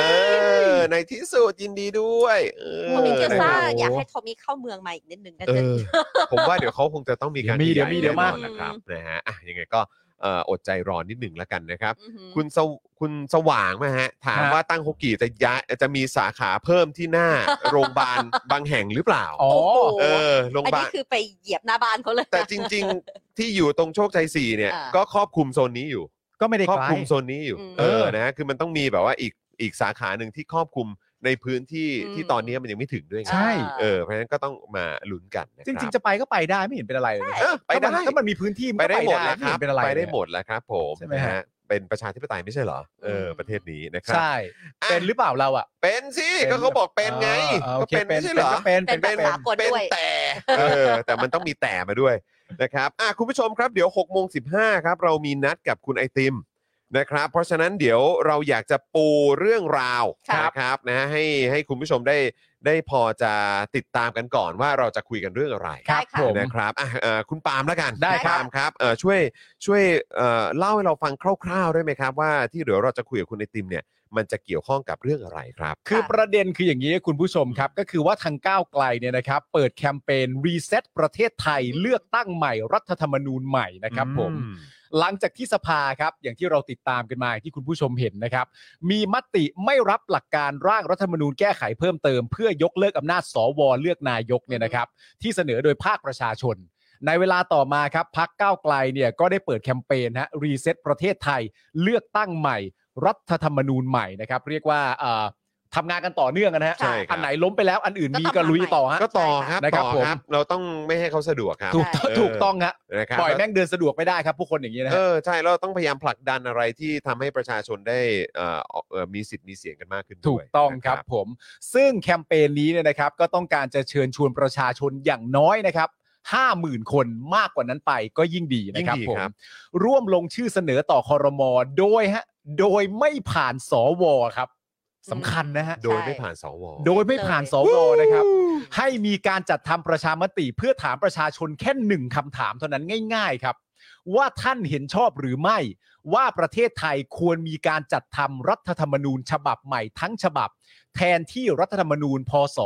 Speaker 3: อในที่สุดยินดีด้วยเออ
Speaker 5: โทมิเกียวซา
Speaker 3: นะ
Speaker 4: โอ้
Speaker 3: ครับ
Speaker 4: โห
Speaker 5: อยากให้โทมิเข้าเมืองมาอีกนิดนึงนะ
Speaker 3: เอ
Speaker 5: จะ
Speaker 3: อ
Speaker 5: ดี
Speaker 3: ผมว่าเดี๋ยวเขาคงจะต้องมีการ
Speaker 4: มีเดี๋ยวมีเดี๋ยวมา
Speaker 3: แน่นอนนะครับนะฮะอ่ะยังไงก็เอ่ออดใจรอนิดหนึ่งแล้วกันนะครับ
Speaker 5: อื้อหือ
Speaker 3: คุณสวคุณสว่างไหมฮะ ถาม
Speaker 4: ฮะ
Speaker 3: ว่าตั้งฮกกี่จะย้ายจะมีสาขาเพิ่มที่หน้า โรงพยาบาลบางแห่งหรือเปล่า
Speaker 4: อ๋อ
Speaker 5: โอ้โห
Speaker 3: เออโรงพ
Speaker 5: อัน
Speaker 3: ยาบา
Speaker 5: นี้
Speaker 3: ล
Speaker 5: คือไปเหยียบหน้าบ้านเขาเลย
Speaker 3: แต่จริง ๆ ที่อยู่ตรงโชคชัยสี่เนี่ย
Speaker 5: อ่า
Speaker 3: ก็ครอบคลุมโซนนี้อยู่
Speaker 4: ก็ไม่ได้
Speaker 3: ครอ
Speaker 4: ไก
Speaker 3: บ
Speaker 4: ล
Speaker 3: คลุมโซนนี้อยู่
Speaker 5: อืม
Speaker 3: เออนะคือมันต้องมีแบบว่าอีกอีกสาขาหนึ่งที่ครอบคลุมในพื้นที่
Speaker 5: อืม
Speaker 3: ที่ตอนนี้มันยังไม่ถึงด้วยไง
Speaker 4: ใช่
Speaker 3: เออเพราะฉะนั้นก็ต้องมาลุ้นกันนะค
Speaker 4: จ
Speaker 3: บ
Speaker 4: ริง ๆ จะไปก็ไปได้ไม่เห็นเป็นอะไรเลยนะ
Speaker 3: เออไปได้
Speaker 4: ถ้ามันถ้ามันมีพื้นที่น
Speaker 3: ไป
Speaker 4: ก็
Speaker 3: ได้หมดแล้วค
Speaker 4: ไม่เห็น
Speaker 3: รับ
Speaker 4: เป็นอะไร
Speaker 3: ไปได้
Speaker 4: เลย
Speaker 3: หมดแล้วครับผม
Speaker 4: ใช่ไหม
Speaker 3: นะ
Speaker 4: ฮะ
Speaker 3: ฮะเป็นประชาธิปไตยไม่ใช่เหรอเออ
Speaker 5: อืม
Speaker 3: ประเทศนี้นะครั
Speaker 4: ใช่
Speaker 3: อ่ะ
Speaker 4: เป็นหรือเปล่าเราอ่ะ
Speaker 3: เป็นสิก็เขาบอกเป็นไง
Speaker 4: อ่าโอ
Speaker 3: ก็
Speaker 4: เค
Speaker 3: เป็นไม่ใช่เหรอ
Speaker 4: เป็น
Speaker 5: เป็
Speaker 4: เป็น น
Speaker 5: แบ
Speaker 4: ก็เป็น
Speaker 5: บสากล
Speaker 3: เป็น
Speaker 5: ด้วย
Speaker 3: แต่เออแต่มันต้องมีแต่มาด้วยนะครับอ่ะคุณผู้ชมครับเดี๋ยว6กโมงสิครับเรามีนัดกับคุณไอติมนะครับ เพราะฉะนั้นเดี๋ยวเราอยากจะปูเรื่องราว
Speaker 5: ครับ
Speaker 3: นะครับนะฮะให้ให้คุณผู้ชมได้ได้พอจะติดตามกันก่อนว่าเราจะคุยกันเรื่องอะไร
Speaker 5: ได้ค่ะ
Speaker 4: ผม
Speaker 3: นะครับอ่ะเอ่อคุณปาล์มแล้วกัน
Speaker 4: ได้ครับ
Speaker 3: ณปาล์มครับเอ่อช่วยช่วยเอ่อเล่าให้เราฟังคร่าวๆได้ไหมครับ ว่าที่เดี๋ยวเราจะคุยกับคุณไอติมเนี่ยมันจะเกี่ยวข้องกับเรื่องอะไรครับ
Speaker 4: คือประเด็นคืออย่างนี้คุณผู้ชมครับ ก็คือว่าทางก้าวไกลเนี่ยนะครับ เปิดแคมเปญรีเซ็ตประเทศไทยเลือกตั้งใหม่รัฐธรรมนูญใหม่นะครับผม
Speaker 6: หลังจากที่สภาครับ อย่างที่เราติดตามกันมาอย่างที่คุณผู้ชมเห็นนะครับ มีมติไม่รับหลักการร่างรัฐธรรมนูญแก้ไขเพิ่มเติม เพื่อยกเลิกอำนาจสวเลือกนายกเนี่ยนะครับ ที่เสนอโดยภาคประชาชน ในเวลาต่อมาครับพักก้าวไกลเนี่ยก็ได้เปิดแคมเปญฮะรีเซ็ตประเทศไทยเลือกตั้งใหม่ รัฐธรรมนูญใหม่นะครับ เรียกว่าเอ่อทำงานกันต่อเนื่องนะฮะ
Speaker 3: ใช่ครับ
Speaker 6: อันไหนล้มไปแล้วอันอื่นมี
Speaker 5: ก็
Speaker 6: ก็
Speaker 5: ต้อง
Speaker 6: ลุย
Speaker 5: ทำใหม่
Speaker 6: ต่อฮะ
Speaker 3: ก็ต่อครับ
Speaker 6: นะครับ
Speaker 3: ต่อ
Speaker 6: ผม
Speaker 3: ครับ เราต้องไม่ให้เขาสะดวกครับ
Speaker 6: ถูกต้อง
Speaker 3: เ
Speaker 6: ถูกต้องฮะ
Speaker 3: นะครับ
Speaker 6: ปล่อยแม่งเดินสะดวกไม่ได้ครับ พวกคนอย่างนี้นะ
Speaker 3: เอ
Speaker 6: ฮะ
Speaker 3: อใช่เราต้องพยายามผลักดันอะไรที่ทำให้ประชาชนได้เอ่อออกเอ่อมีสิทธิ์มีเสียงกันมากขึ้นด้วย
Speaker 6: ถูกต้อง
Speaker 3: นะ
Speaker 6: ครับผม ซึ่งแคมเปญนี้เนี่ยนะครับ ก็ต้องการจะเชิญชวนประชาชนอย่างน้อยนะครับ 50,000 คนมากกว่านั้นไปก็ยิ่งดีนะครับ
Speaker 3: ยิ่งดี
Speaker 6: ผม
Speaker 3: ครับ
Speaker 6: ร่วมลงชื่อเสนอต่อคอรมอโดยฮะโดยไม่ผ่านสวครับสำคัญนะฮะ
Speaker 3: โดยไม่ผ่านสว
Speaker 6: โดยไม่ผ่านสวนะครับ ให้มีการจัดทำประชามติเพื่อถามประชาชนแค่หนึ่งคำถามเท่านั้นง่าย ๆครับ ว่าท่านเห็นชอบหรือไม่ ว่าประเทศไทยควรมีการจัดทำรัฐธรรมนูญฉบับใหม่ทั้งฉบับ แทนที่รัฐธรรมนูญ พศ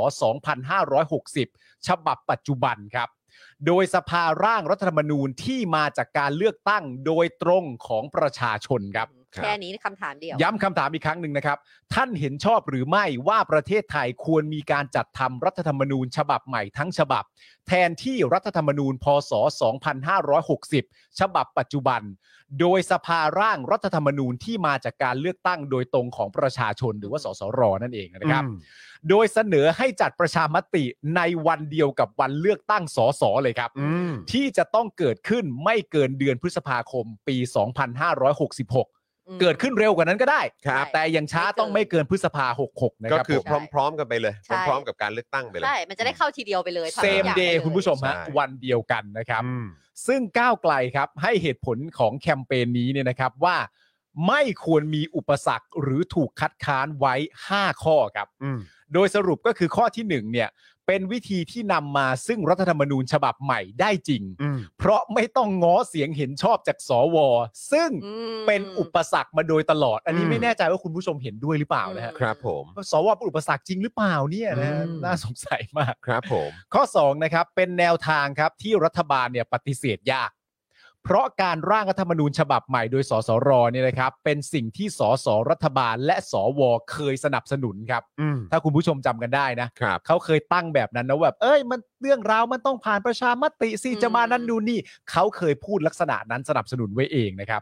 Speaker 6: 2560 ฉบับปัจจุบันครับ โดยสภาร่างรัฐธรรมนูญที่มาจากการเลือกตั้งโดยตรงของประชาชนครับ
Speaker 5: แค่นี้คำถามเดียว
Speaker 6: ย้ำคำถามอีกครั้งหนึ่งนะครับ ท่านเห็นชอบหรือไม่ว่าประเทศไทยควรมีการจัดทำรัฐธรรมนูญ ฉบับใหม่ทั้งฉบับ แทนที่รัฐธรรมนูญ พศ 2560 ฉบับปัจจุบัน โดยสภาร่างรัฐธรรมนูญที่มาจากการเลือกตั้งโดยตรงของประชาชนหรือว่าสสรนั่นเองนะครับ โดยเสนอให้จัดประชามติในวันเดียวกับวันเลือกตั้งสสเลยครับ ที่จะต้องเกิดขึ้นไม่เกินเดือนพฤษภาคมปี 2566
Speaker 5: อืม
Speaker 6: เกิดขึ้นเร็วกว่านั้นก็ได้
Speaker 3: ครับ
Speaker 6: แต่อย่างช้าต้องไม่เกินพฤษภา 66 นะค
Speaker 3: ก็
Speaker 6: รับ
Speaker 3: คือ
Speaker 6: ผม
Speaker 3: พร้อม ๆ กันไปเลย
Speaker 5: ใช่
Speaker 3: พร้อมๆกับการเลือกตั้งไปเลย
Speaker 5: ใช่ มันจะได้เข้าทีเดียวไปเลยทำทุก
Speaker 6: same
Speaker 5: อย่าง
Speaker 6: day
Speaker 5: ไปเลย
Speaker 6: คุณผู้ชมฮะ
Speaker 3: ใช่
Speaker 6: วันเดียวกันนะครับ
Speaker 3: อืม
Speaker 6: ซึ่งก้าวไกลครับให้เหตุผลของแคมเปญนี้เนี่ยนะครับว่า ไม่ควรมีอุปสรรคหรือถูกคัดค้านไว้ 5 ข้อครับ
Speaker 3: อืม
Speaker 6: โดยสรุปก็คือข้อที่ 1 เนี่ย เป็นวิธีที่นำมาซึ่งรัฐธรรมนูญฉบับใหม่ได้จริง
Speaker 3: อืม
Speaker 6: เพราะไม่ต้องง้อเสียงเห็นชอบจากสว ซึ่ง
Speaker 5: อืม
Speaker 6: เป็นอุปสรรคมาโดยตลอด อันนี้
Speaker 3: อืม
Speaker 6: ไม่แน่ใจว่าคุณผู้ชมเห็นด้วยหรือเปล่านะฮะ
Speaker 3: ครับผม
Speaker 6: ว่าสวเป็นอุปสรรคจริงหรือเปล่าเนี่ยนะ
Speaker 3: อืม
Speaker 6: น่าสงสัยมาก
Speaker 3: ครับผม
Speaker 6: ข้อ 2 นะครับ เป็นแนวทางครับที่รัฐบาลเนี่ยปฏิเสธยาก เพราะการร่างรัฐธรรมนูญฉบับใหม่โดยสสรเนี่ยนะครับ เป็นสิ่งที่สสรัฐบาลและสวเคยสนับสนุนครับ
Speaker 3: อืม
Speaker 6: ถ้าคุณผู้ชมจำกันได้นะครับ เขาเคยตั้งแบบนั้นนะแบบเอ้ยมันเรื่องราวมันต้องผ่านประชามติสิ
Speaker 5: อืม
Speaker 6: จะมานั่นดูนี่เขาเคยพูดลักษณะนั้นสนับสนุนไว้เองนะครับ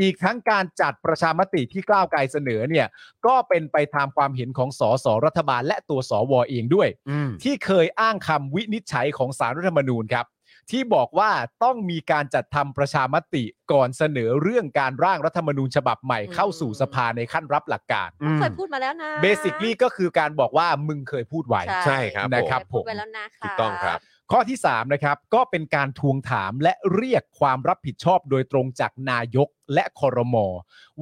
Speaker 6: อีกทั้งการจัดประชามติที่กล้าวไกลเสนอเนี่ยก็เป็นไปตามความเห็นของสสรัฐบาลและตัวสวเองด้วย
Speaker 3: อืม
Speaker 6: ที่เคยอ้างคำวินิจฉัยของสารรัฐธรรมนูญครับ ที่บอกว่าต้องมีการจัดทำประชามติก่อนเสนอเรื่องการร่างรัฐธรรมนูญฉบับใหม่เข้าสู่สภาในขั้นรับหลักการ
Speaker 5: เคยพูดมาแล้วนะ
Speaker 6: เบสิคลี่ก็คือการบอกว่ามึงเคยพูดไว้
Speaker 3: ใช่ครับ
Speaker 6: นะครั
Speaker 5: เค
Speaker 6: บ
Speaker 5: ยพูด
Speaker 6: ผม
Speaker 5: ไปแล้วนะคะ
Speaker 3: ถูกต้องครับ
Speaker 6: ข้อที่ 3 นะครับ ก็เป็นการทวงถามและเรียกความรับผิดชอบโดยตรงจากนายกและคอรมอ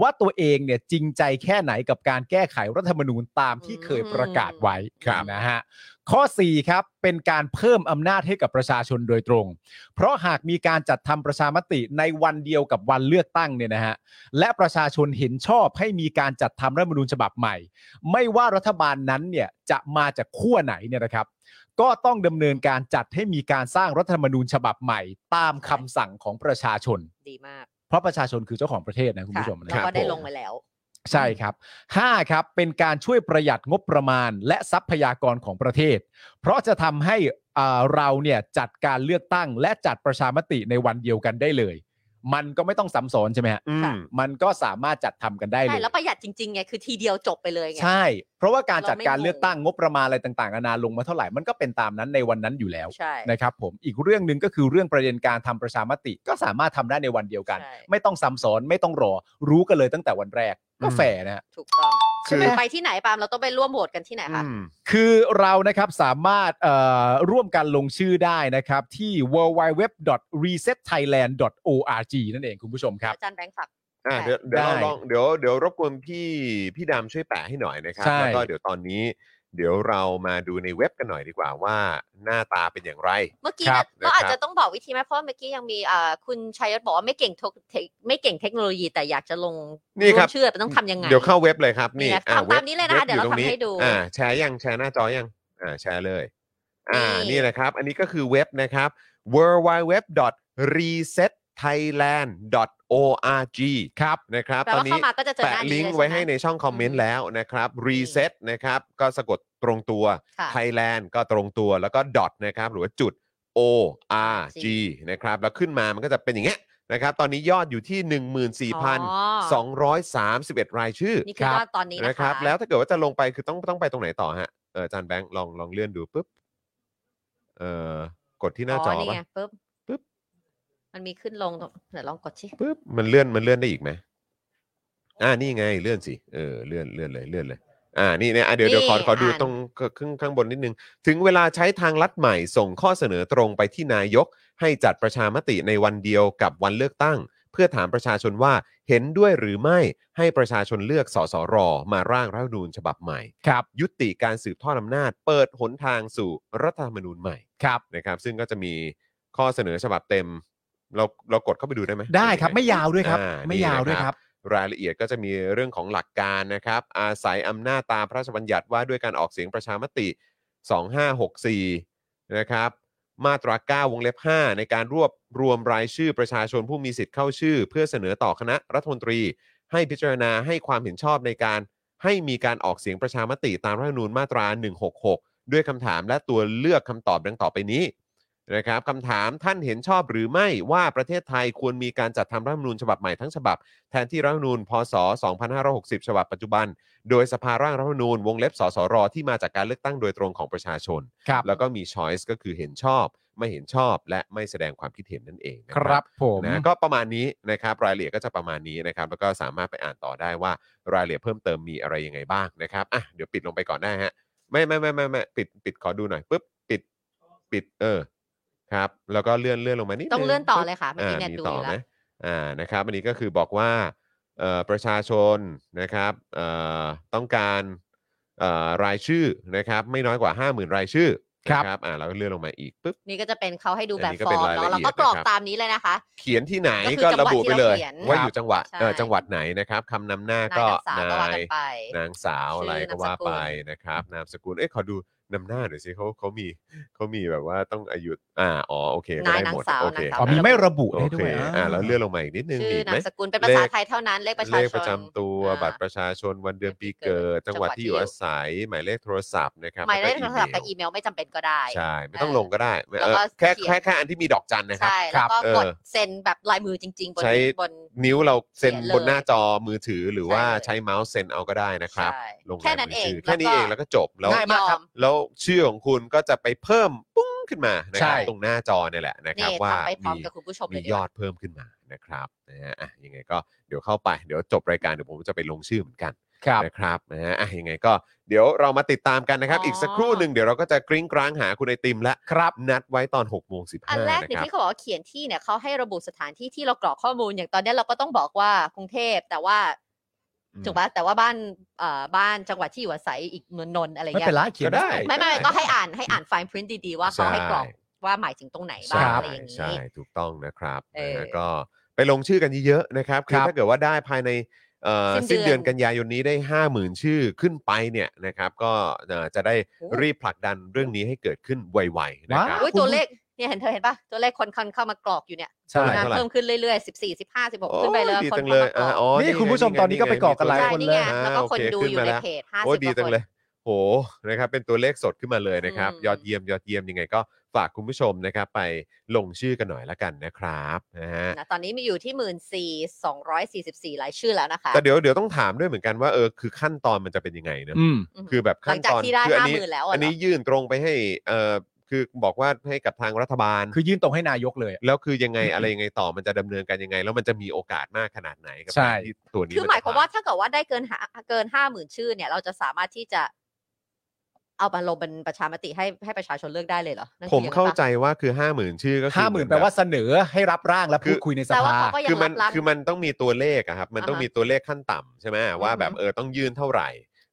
Speaker 6: ว่าตัวเองเนี่ยจริงใจแค่ไหนกับการแก้ไขรัฐธรรมนูญตามที่เคยประกาศไว้
Speaker 3: ครับ
Speaker 6: นะฮะข้อ 4 ครับ เป็นการเพิ่มอำนาจให้กับประชาชนโดยตรง เพราะหากมีการจัดทำประชามติในวันเดียวกับวันเลือกตั้งเนี่ยนะฮะและประชาชนเห็นชอบให้มีการจัดทำรัฐธรรมนูญฉบับใหม่ ไม่ว่ารัฐบาลนั้นเนี่ยจะมาจากขั้วไหนเนี่ยนะครับ ก็ต้องดำเนินการจัดให้มีการสร้างรัฐธรรมนูญฉบับใหม่ ตามคำสั่งของประชาชน
Speaker 5: ดีมาก
Speaker 6: เพราะประชาชนคือเจ้าของประเทศนะคุณ
Speaker 5: ค่ะ
Speaker 6: ผู้ชมนะ
Speaker 5: แล้ว
Speaker 6: ค
Speaker 5: ก็
Speaker 6: รับ
Speaker 5: ได้
Speaker 6: ผม
Speaker 5: ลงไปแล้ว
Speaker 6: ใช่ครับ 5 ครับ เป็นการช่วยประหยัดงบประมาณ และทรัพยากรของประเทศ เพราะจะทำให้อ่าเราเนี่ยจัดการเลือกตั้ง และจัดประชามติในวันเดียวกันได้เลย มันก็ไม่ต้องซ้ำซ้อนใช่ไหมฮะ
Speaker 3: อืม
Speaker 5: ค่ะ
Speaker 6: มันก็สามารถจัดทำกันได้เล
Speaker 5: ใช่
Speaker 6: ย
Speaker 5: แล้วประหยัดจริงๆไงคือทีเดียวจบไปเลยไง
Speaker 6: ใช่ เพราะว่าการจัดการ
Speaker 5: เราไม่งง
Speaker 6: เลือกตั้งงบประมาณอะไรต่างๆนานาลงมาเท่าไหร่มันก็เป็นตามนั้นในวันนั้นอยู่แล้ว
Speaker 5: ใช่
Speaker 6: นะครับผมอีกเรื่องหนึ่งก็คือเรื่องประเด็นการทำประชามติก็สามารถทำได้ในวันเดียวกัน
Speaker 5: ใช่
Speaker 6: ไม่ต้องซ้ำซ้อนไม่ต้องรอ รู้กันเลยตั้งแต่วันแรกก็แฝงนะฮะ
Speaker 5: ถูกต้อง
Speaker 3: คือ
Speaker 5: ไปที่ไหนปาล์มเราต้องไปร่วมโหวตกันที่ไหนคะ
Speaker 3: อืม
Speaker 6: คือเรานะครับสามารถเอ่อร่วมกันลงชื่อได้นะครับที่ www.resetthailand.org นั่นเองคุณผู้ชมครับ
Speaker 5: อาจารย์แบงค์ฝาก
Speaker 3: อ่ะเดี๋ยวเดี๋ยว
Speaker 6: ได้
Speaker 3: เราลองเดี๋ยวเดี๋ยวรบกวนพี่พี่ดำช่วยแปะให้หน่อยนะครับ
Speaker 6: ใช่
Speaker 3: แล้วก็เดี๋ยวตอนนี้ เดี๋ยวเรามาดูในเว็บกันหน่อยดีกว่าว่าหน้าตาเป็นอย่างไร
Speaker 5: เมื่อกี้
Speaker 3: ครั
Speaker 5: นะ
Speaker 3: บ
Speaker 5: เราอาจ
Speaker 3: นะครับ
Speaker 5: จะต้องบอกวิธีไหมเพราะว่าเมื่อกี้ยังมีอ่าคุณชัยยศบอกว่าไม่เก่งเทคเทคไม่เก่งเทคโนโลยีแต่อยากจะลง
Speaker 3: นี่ครับ
Speaker 5: วมเชื่อแต่ต้องทำยังไง
Speaker 3: เดี๋ยวเข้าเว็บเลยครับนี่
Speaker 5: เนี่ย
Speaker 3: อ่ะ
Speaker 5: ทำตามนี้เลยนะ
Speaker 3: ว็บ
Speaker 5: เดี๋ยวเรา
Speaker 3: อตงนี้
Speaker 5: ทำให้ดู
Speaker 3: อ่าแชร์ยังแชร์หน้าจอยังอ่าแชร์เลย อ่า
Speaker 5: นี่
Speaker 3: นี่นะครับ อันนี้ก็คือเว็บนะครับ w w w r e s e t thailand.org
Speaker 6: ครับ
Speaker 3: นะครับ
Speaker 5: แปล
Speaker 3: ตอน
Speaker 5: ว่า
Speaker 3: นี้
Speaker 5: เข้ามาก็จะเจอห
Speaker 3: แปะ
Speaker 5: น้า
Speaker 3: ลิ
Speaker 5: นี้
Speaker 3: ง
Speaker 5: เย
Speaker 3: ก์
Speaker 5: ใช่
Speaker 3: ไว้
Speaker 5: หม
Speaker 3: ให้ในช่องคอมเมนต์แล้วนะครับ reset นะครับ ก็สะกดตรงตัว
Speaker 5: ค่ะ
Speaker 3: Thailand ก็ตรงตัวแล้วก็ dot นะครับ หรือว่าจุด org นะครับ แล้วขึ้นมามันก็จะเป็นอย่างเงี้ยนะครับ ตอนนี้ยอดอยู่ที่
Speaker 5: อ๋อ
Speaker 3: 14,231 รายชื่อ
Speaker 5: นี่คือยอดตอนนี้นะ
Speaker 3: นะ
Speaker 5: ค
Speaker 3: ครับ
Speaker 5: ะ
Speaker 3: แล้วถ้าเกิดว่าจะลงไปคือต้องต้องไปตรงไหนต่อฮะเอออาจารย์แบงค์ลองลองเลื่อนดูปุ๊บเออกดที่หน้าจอ
Speaker 5: นี่
Speaker 3: ป่ะ
Speaker 5: ไงปึ๊บ
Speaker 3: ปึ๊บ
Speaker 5: มันมีขึ้นลงตรงเดี๋ยวลองกดชิ
Speaker 3: ปุ๊บมันเลื่อนมันเลื่อนได้อีกไหมอ่านี่ไงเลื่อนสิเออเลื่อนเลื่อนเลยเลื่อนเลย อ่านี่เนี่ยอ่ะเดี๋ยวเดี๋ยวขอขอดูตรงข้างข้างบนนิดนึง ถึงเวลาใช้ทางลัดใหม่ส่งข้อเสนอตรงไปที่นายก ให้จัดประชามติในวันเดียวกับวันเลือกตั้ง เพื่อถามประชาชนว่าเห็นด้วยหรือไม่ให้ประชาชนเลือกสสรมาร่างรัฐธรรมนูญฉบับใหม่
Speaker 6: ครับ
Speaker 3: ยุติการสืบทอดอำนาจ เปิดหนทางสู่รัฐธรรมนูญใหม่
Speaker 6: ครับ
Speaker 3: นะครับ ซึ่งก็จะมีข้อเสนอฉบับเต็ม เราเรากดเข้าไปดูได้ไหม
Speaker 6: ได้ครับ
Speaker 3: หอยังง
Speaker 6: ไม่ยาวด้วยครับ
Speaker 3: อ่า
Speaker 6: ไม่ยาวด้วยครับ
Speaker 3: รายละเอียดก็จะมีเรื่องของหลักการนะครับ อาศัยอำนาจตามพระราชบัญญัติว่าด้วยการออกเสียงประชามติ 2564 นะครับ มาตรา 9 วงเล็บ 5 ในการรวบรวมรายชื่อประชาชนผู้มีสิทธิ์เข้าชื่อ เพื่อเสนอต่อคณะรัฐมนตรี ให้พิจารณาให้ความเห็นชอบในการให้มีการออกเสียงประชามติตามรัฐธรรมนูญมาตรา 166 ด้วยคำถามและตัวเลือกคำตอบดังต่อไปนี้ นะครับคำถามท่านเห็นชอบหรือไม่ว่าประเทศไทยควรมีการจัดทำรัฐธรรมนูญฉบับใหม่ทั้งฉบับ แทนที่รัฐธรรมนูญพศ 2560 ฉบับปัจจุบัน โดยสภาร่างรัฐธรรมนูญวงเล็บสสรที่มาจากการเลือกตั้งโดยตรงของประชาชน
Speaker 6: ครับ
Speaker 3: แล้วก็มี choice ก็คือเห็นชอบ ไม่เห็นชอบ และไม่แสดงความคิดเห็นนั่นเองนะ
Speaker 6: ครับผม
Speaker 3: นะก็ประมาณนี้นะครับรายละเอียดก็จะประมาณนี้นะครับ แล้วก็สามารถไปอ่านต่อได้ว่ารายละเอียดเพิ่มเติมมีอะไรยังไงบ้างนะครับอ่ะเดี๋ยวปิดลงไปก่อนได้ฮะไม่ไม่ไม่ไม่ไม่ปิดปิดขอดูหน่อยปุ๊บปิดปิดเออครับ แล้วก็เลื่อนเลื่อนลงมานิด
Speaker 5: ต้อง
Speaker 3: ง
Speaker 5: เลื่อนต่อเลย
Speaker 3: ปุ๊บ
Speaker 5: ค่ะเมื่อ
Speaker 3: อ่า
Speaker 5: กี้เนี่ย
Speaker 3: มี
Speaker 5: ดู
Speaker 3: ต่อ
Speaker 5: อยู่
Speaker 3: ไหม
Speaker 5: แล้ว
Speaker 3: อ่านะครับอันนี้ก็คือบอกว่าเอ่อประชาชนนะครับเอ่อต้องการเอ่อรายชื่อนะครับ ไม่น้อยกว่า 50,000 รายชื่อนะอ่าเราก็เลื่อนลงมาอีกปุ๊บ
Speaker 5: นี่ก็จะเป็นเขาให้ดู
Speaker 3: อัน
Speaker 5: แบบ
Speaker 3: นี้ก็
Speaker 5: ฟอ
Speaker 3: เป็น
Speaker 5: ร์ม
Speaker 3: รายละ
Speaker 5: เนาะแล้ว
Speaker 3: เอียด
Speaker 5: ก็กรอก
Speaker 3: นะครับ
Speaker 5: ตามนี้เลยนะคะ
Speaker 3: เขียนที่ไหน
Speaker 5: ก็
Speaker 3: ก็
Speaker 5: คือ
Speaker 3: ระบุไปเลย
Speaker 5: จังหวะที่เราเขียน
Speaker 3: ว่าอยู่จังหวัด
Speaker 5: ใช่
Speaker 3: เออจังหวัดไหนนะครับคำนำหน้าก็
Speaker 5: นางสาวก็ว่ากันไป
Speaker 3: นางสาว
Speaker 5: ชื่อ
Speaker 3: อะไรก็ว่าไป
Speaker 5: นามสกุล
Speaker 3: นะครับ นามสกุลเอ๊ะขอดูนำหน้าหน่อยสิเขาเขามีเขามีแบบว่าต้องอายุอ่าอ๋อโอเคก็
Speaker 5: นาย
Speaker 3: ได้
Speaker 5: นาง
Speaker 3: หมด
Speaker 5: สา
Speaker 3: โอน
Speaker 5: วาง
Speaker 3: เค
Speaker 5: สาว
Speaker 6: อ๋อมีไม่ระบุ
Speaker 3: โอ
Speaker 6: ได้
Speaker 3: เค
Speaker 6: ด้วย
Speaker 3: อ่าแล้วเลื่อนลงมาอีกนิดนึงมี
Speaker 5: ชื่อ
Speaker 3: อีก
Speaker 5: นา
Speaker 3: ไหม
Speaker 5: มสกุลเป็นภาษาไทยเท่านั้นเลขประชา
Speaker 3: เล
Speaker 5: ช
Speaker 3: ข
Speaker 5: น
Speaker 3: ประจำตัว
Speaker 5: อ่า
Speaker 3: บัตรประชาชนวันเดือนปีเกิด จังหวัดที่อยู่อาศัย หมายเลขโทรศัพท์นะครับ
Speaker 5: หมายเลขโทรศัพท์
Speaker 3: แล้
Speaker 5: กั
Speaker 3: ว
Speaker 5: บ
Speaker 3: ก็
Speaker 5: อีเมลไม่จำเป็นก็ได้
Speaker 3: ใช่ ไม่ต้องลงก็ได้
Speaker 5: แล้วก็
Speaker 3: เออแค่
Speaker 5: เขียน
Speaker 3: แค่แค่อันที่มีดอกจันนะครับ
Speaker 5: ใช่แล้วก็กด
Speaker 3: เออ
Speaker 5: เซ็นแบบลายมือจริง ๆ บน
Speaker 3: ใช้
Speaker 5: บน
Speaker 3: นิ้วเราเซ็น
Speaker 5: เขียนเลย
Speaker 3: บนหน้าจอมือถือหรือว่า
Speaker 5: ใช่เลย
Speaker 3: ใช้เมาส์เซ็นเอาก็ได้นะครับ
Speaker 5: ใช่
Speaker 3: ลง
Speaker 5: แค่นั้นเอง
Speaker 3: รายมืชื่แค่นี้เองแล้วก็จบแล้ว
Speaker 6: ง่ายมากครับ
Speaker 5: ยอ
Speaker 3: แล้วชื่อของคุณก็จะไปเพิ่มปุ้งขึ้นมานะครับ
Speaker 6: ใช่
Speaker 3: ตรงหน้าจอเนี่ยแหละนะครับ
Speaker 5: นี่
Speaker 3: ว่า
Speaker 5: ทำไปพร้อม
Speaker 3: มี
Speaker 5: กับคุณผู้ชมเล
Speaker 3: มี
Speaker 5: ย
Speaker 3: ยอดเพิ่มขึ้นมานะครับนะฮะอ่ะยังไงก็เดี๋ยวเข้าไปเดี๋ยวจบรายการเดี๋ยวผมจะไปลงชื่อเหมือนกัน
Speaker 6: ครับ
Speaker 3: นะครับนะฮะอ่ะยังไงก็เดี๋ยวเรามาติดตามกันนะครับ อีกสักครู่หนึ่งเดี๋ยวเราก็จะกริ้งกร้างหาคุณไอติมและ
Speaker 6: ครับ
Speaker 3: นัดไว้ตอน6กโมงสิบ
Speaker 5: อัน
Speaker 3: ห้า
Speaker 5: แรก
Speaker 3: นะ
Speaker 5: เนี่
Speaker 3: ค
Speaker 5: ย
Speaker 3: รับ
Speaker 5: ที่เขาบอกว่าเขียนที่เนี่ยเขาให้ระบุสถานที่ที่เรากรอกข้อมูลอย่างตอนเนี้ยเราก็ต้องบอกว่ากรุงเทพแต่ว่า
Speaker 3: อืม
Speaker 5: ถูกปะแต่ว่าบ้านเอ่อบ้านจังหวัดที่อยู่อาศัยอีกนนนท์อะไร
Speaker 6: ไม่
Speaker 5: เงี้
Speaker 6: เป็
Speaker 5: ย
Speaker 6: นไรเขียน
Speaker 3: ก็ได้
Speaker 5: ไม่ไม่ก็ให้อ่านให้อ่านไฟล์พรินต์ดีๆ ว่าเขาให้กรอก
Speaker 3: ใช่
Speaker 5: ว่าหมายถึงตรงไหนบ้า
Speaker 3: ใช่
Speaker 5: งอะไรอย่างนี้
Speaker 3: ใช่ถูกต้องนะครับ
Speaker 5: เออ
Speaker 3: นะก็ไปลงชื่อกันเยอะๆนะครับคือ
Speaker 6: ครับ
Speaker 3: ถ้าเกิดว่าได้ภายในเอ่อ
Speaker 5: สิ้
Speaker 3: สิ้น
Speaker 5: นเดือน
Speaker 3: เดือนกันยายนนี้ได้ 50,000 ชื่อขึ้นไปเนี่ยนะครับ ก็เอ่อจะได้
Speaker 5: โอ้
Speaker 3: รีบผลักดันเรื่องนี้ให้เกิดขึ้นไวๆนะ
Speaker 6: ว้า
Speaker 3: ครับ
Speaker 5: อุ้ยตัวเลขเนี่ยเห็นเธอเห็นปะตัวเลขคนคนเข้ามากรอกอยู่เนี่ย
Speaker 6: ใช่
Speaker 3: เท่าไหร่
Speaker 5: เพิ่มขึ้นเรื่อยๆสิบสี่สิบห้าสิบหก
Speaker 3: โอ้
Speaker 5: ขึ้นไปเลย
Speaker 3: ดี
Speaker 5: คน
Speaker 3: จัง
Speaker 5: เข้า
Speaker 3: เลย
Speaker 5: มากร
Speaker 3: อ่ะ
Speaker 5: อก
Speaker 3: อ๋อ
Speaker 6: นี่คุณผู้ชม
Speaker 3: ไง
Speaker 6: ตอนนี้ก็ไปกรอกกันหลาย
Speaker 5: ใช่
Speaker 6: คน
Speaker 5: นี่
Speaker 6: เล
Speaker 5: ไง
Speaker 6: ย
Speaker 5: แล้วก็
Speaker 3: อ่า
Speaker 5: คน
Speaker 3: โเ
Speaker 5: ดูอ
Speaker 3: ขึ้
Speaker 5: ยู่
Speaker 3: มา
Speaker 5: ใน
Speaker 3: แล้ว
Speaker 5: เพจห้า
Speaker 3: โอ้
Speaker 5: สิบ
Speaker 3: ดี
Speaker 5: ค
Speaker 3: จัง
Speaker 5: น
Speaker 3: เลย โหนะครับเป็นตัวเลขสดขึ้นมาเลยนะครับ
Speaker 5: อืม
Speaker 3: ยอดเยี่ยมยอดเยี่ยมยังไงก็ฝากคุณผู้ชมนะครับ ไปลงชื่อกันหน่อยละกันนะครับนะฮะ
Speaker 5: นะตอนนี้มีอยู่ที่หมื่นสี่สองร้อยสี่สิบสี่รายชื่อแล้วนะคะ
Speaker 3: แต่เดี๋ยวเดี๋ยวต้องถามด้วยเหมือนกันว่าเออคือขั้นตอนมันจะเป็นยังไงเนอะ
Speaker 6: อืม
Speaker 5: อืม
Speaker 3: คือแบบขั้นตอน
Speaker 5: หลังจากที่ได้
Speaker 3: คืออันี้
Speaker 5: 50,000แล้วอะ
Speaker 3: อันนี้
Speaker 5: เหรอ
Speaker 3: ยื่นตรงไปให้เออคือบอกว่าให้กับทางรัฐบาล
Speaker 6: คือยื่นตรงให้นายกเลยอะ
Speaker 3: แล้วคือยังไงอะไรยังไงต่อมันจะดำเนินการยังไง แล้วมันจะมีโอกาสมากขนาดไหนกั
Speaker 6: ใช่
Speaker 3: การที่ตัวนี้
Speaker 5: คือน ห
Speaker 3: จะ
Speaker 5: มายความว่าถ้าเกิดว่าได้เกินหาเกินห้าหมื่นชื่อเนี่ย เราจะสามารถที่จะ เอามาลงเป็นประชามติให้ให้ประชาชนเลือกได้เลยเหรอนั่น
Speaker 3: ผ
Speaker 5: คือ
Speaker 3: ม
Speaker 5: ยังไงปะ
Speaker 3: เข้าใจว่าคือห้าหมื่นชื่อก็คือ
Speaker 6: ห้าหมื่น
Speaker 3: เอ
Speaker 6: แปลว่า
Speaker 3: บบ
Speaker 6: เสนอให้รับร่างและ
Speaker 3: คือ
Speaker 6: พูดคุยในส
Speaker 5: แปลว่า
Speaker 6: ภา
Speaker 5: เขาก็ ยัง
Speaker 3: คือมัน
Speaker 5: รับๆ
Speaker 3: คือมันต้องมีตัวเลขอะครับ มันต้อง
Speaker 5: อ่าฮะ
Speaker 3: มีตัวเลขขั้นต่ำใช่ไหมว่าแบบ
Speaker 5: อือฮึ
Speaker 3: เออต้องยื่นเท่าไหร่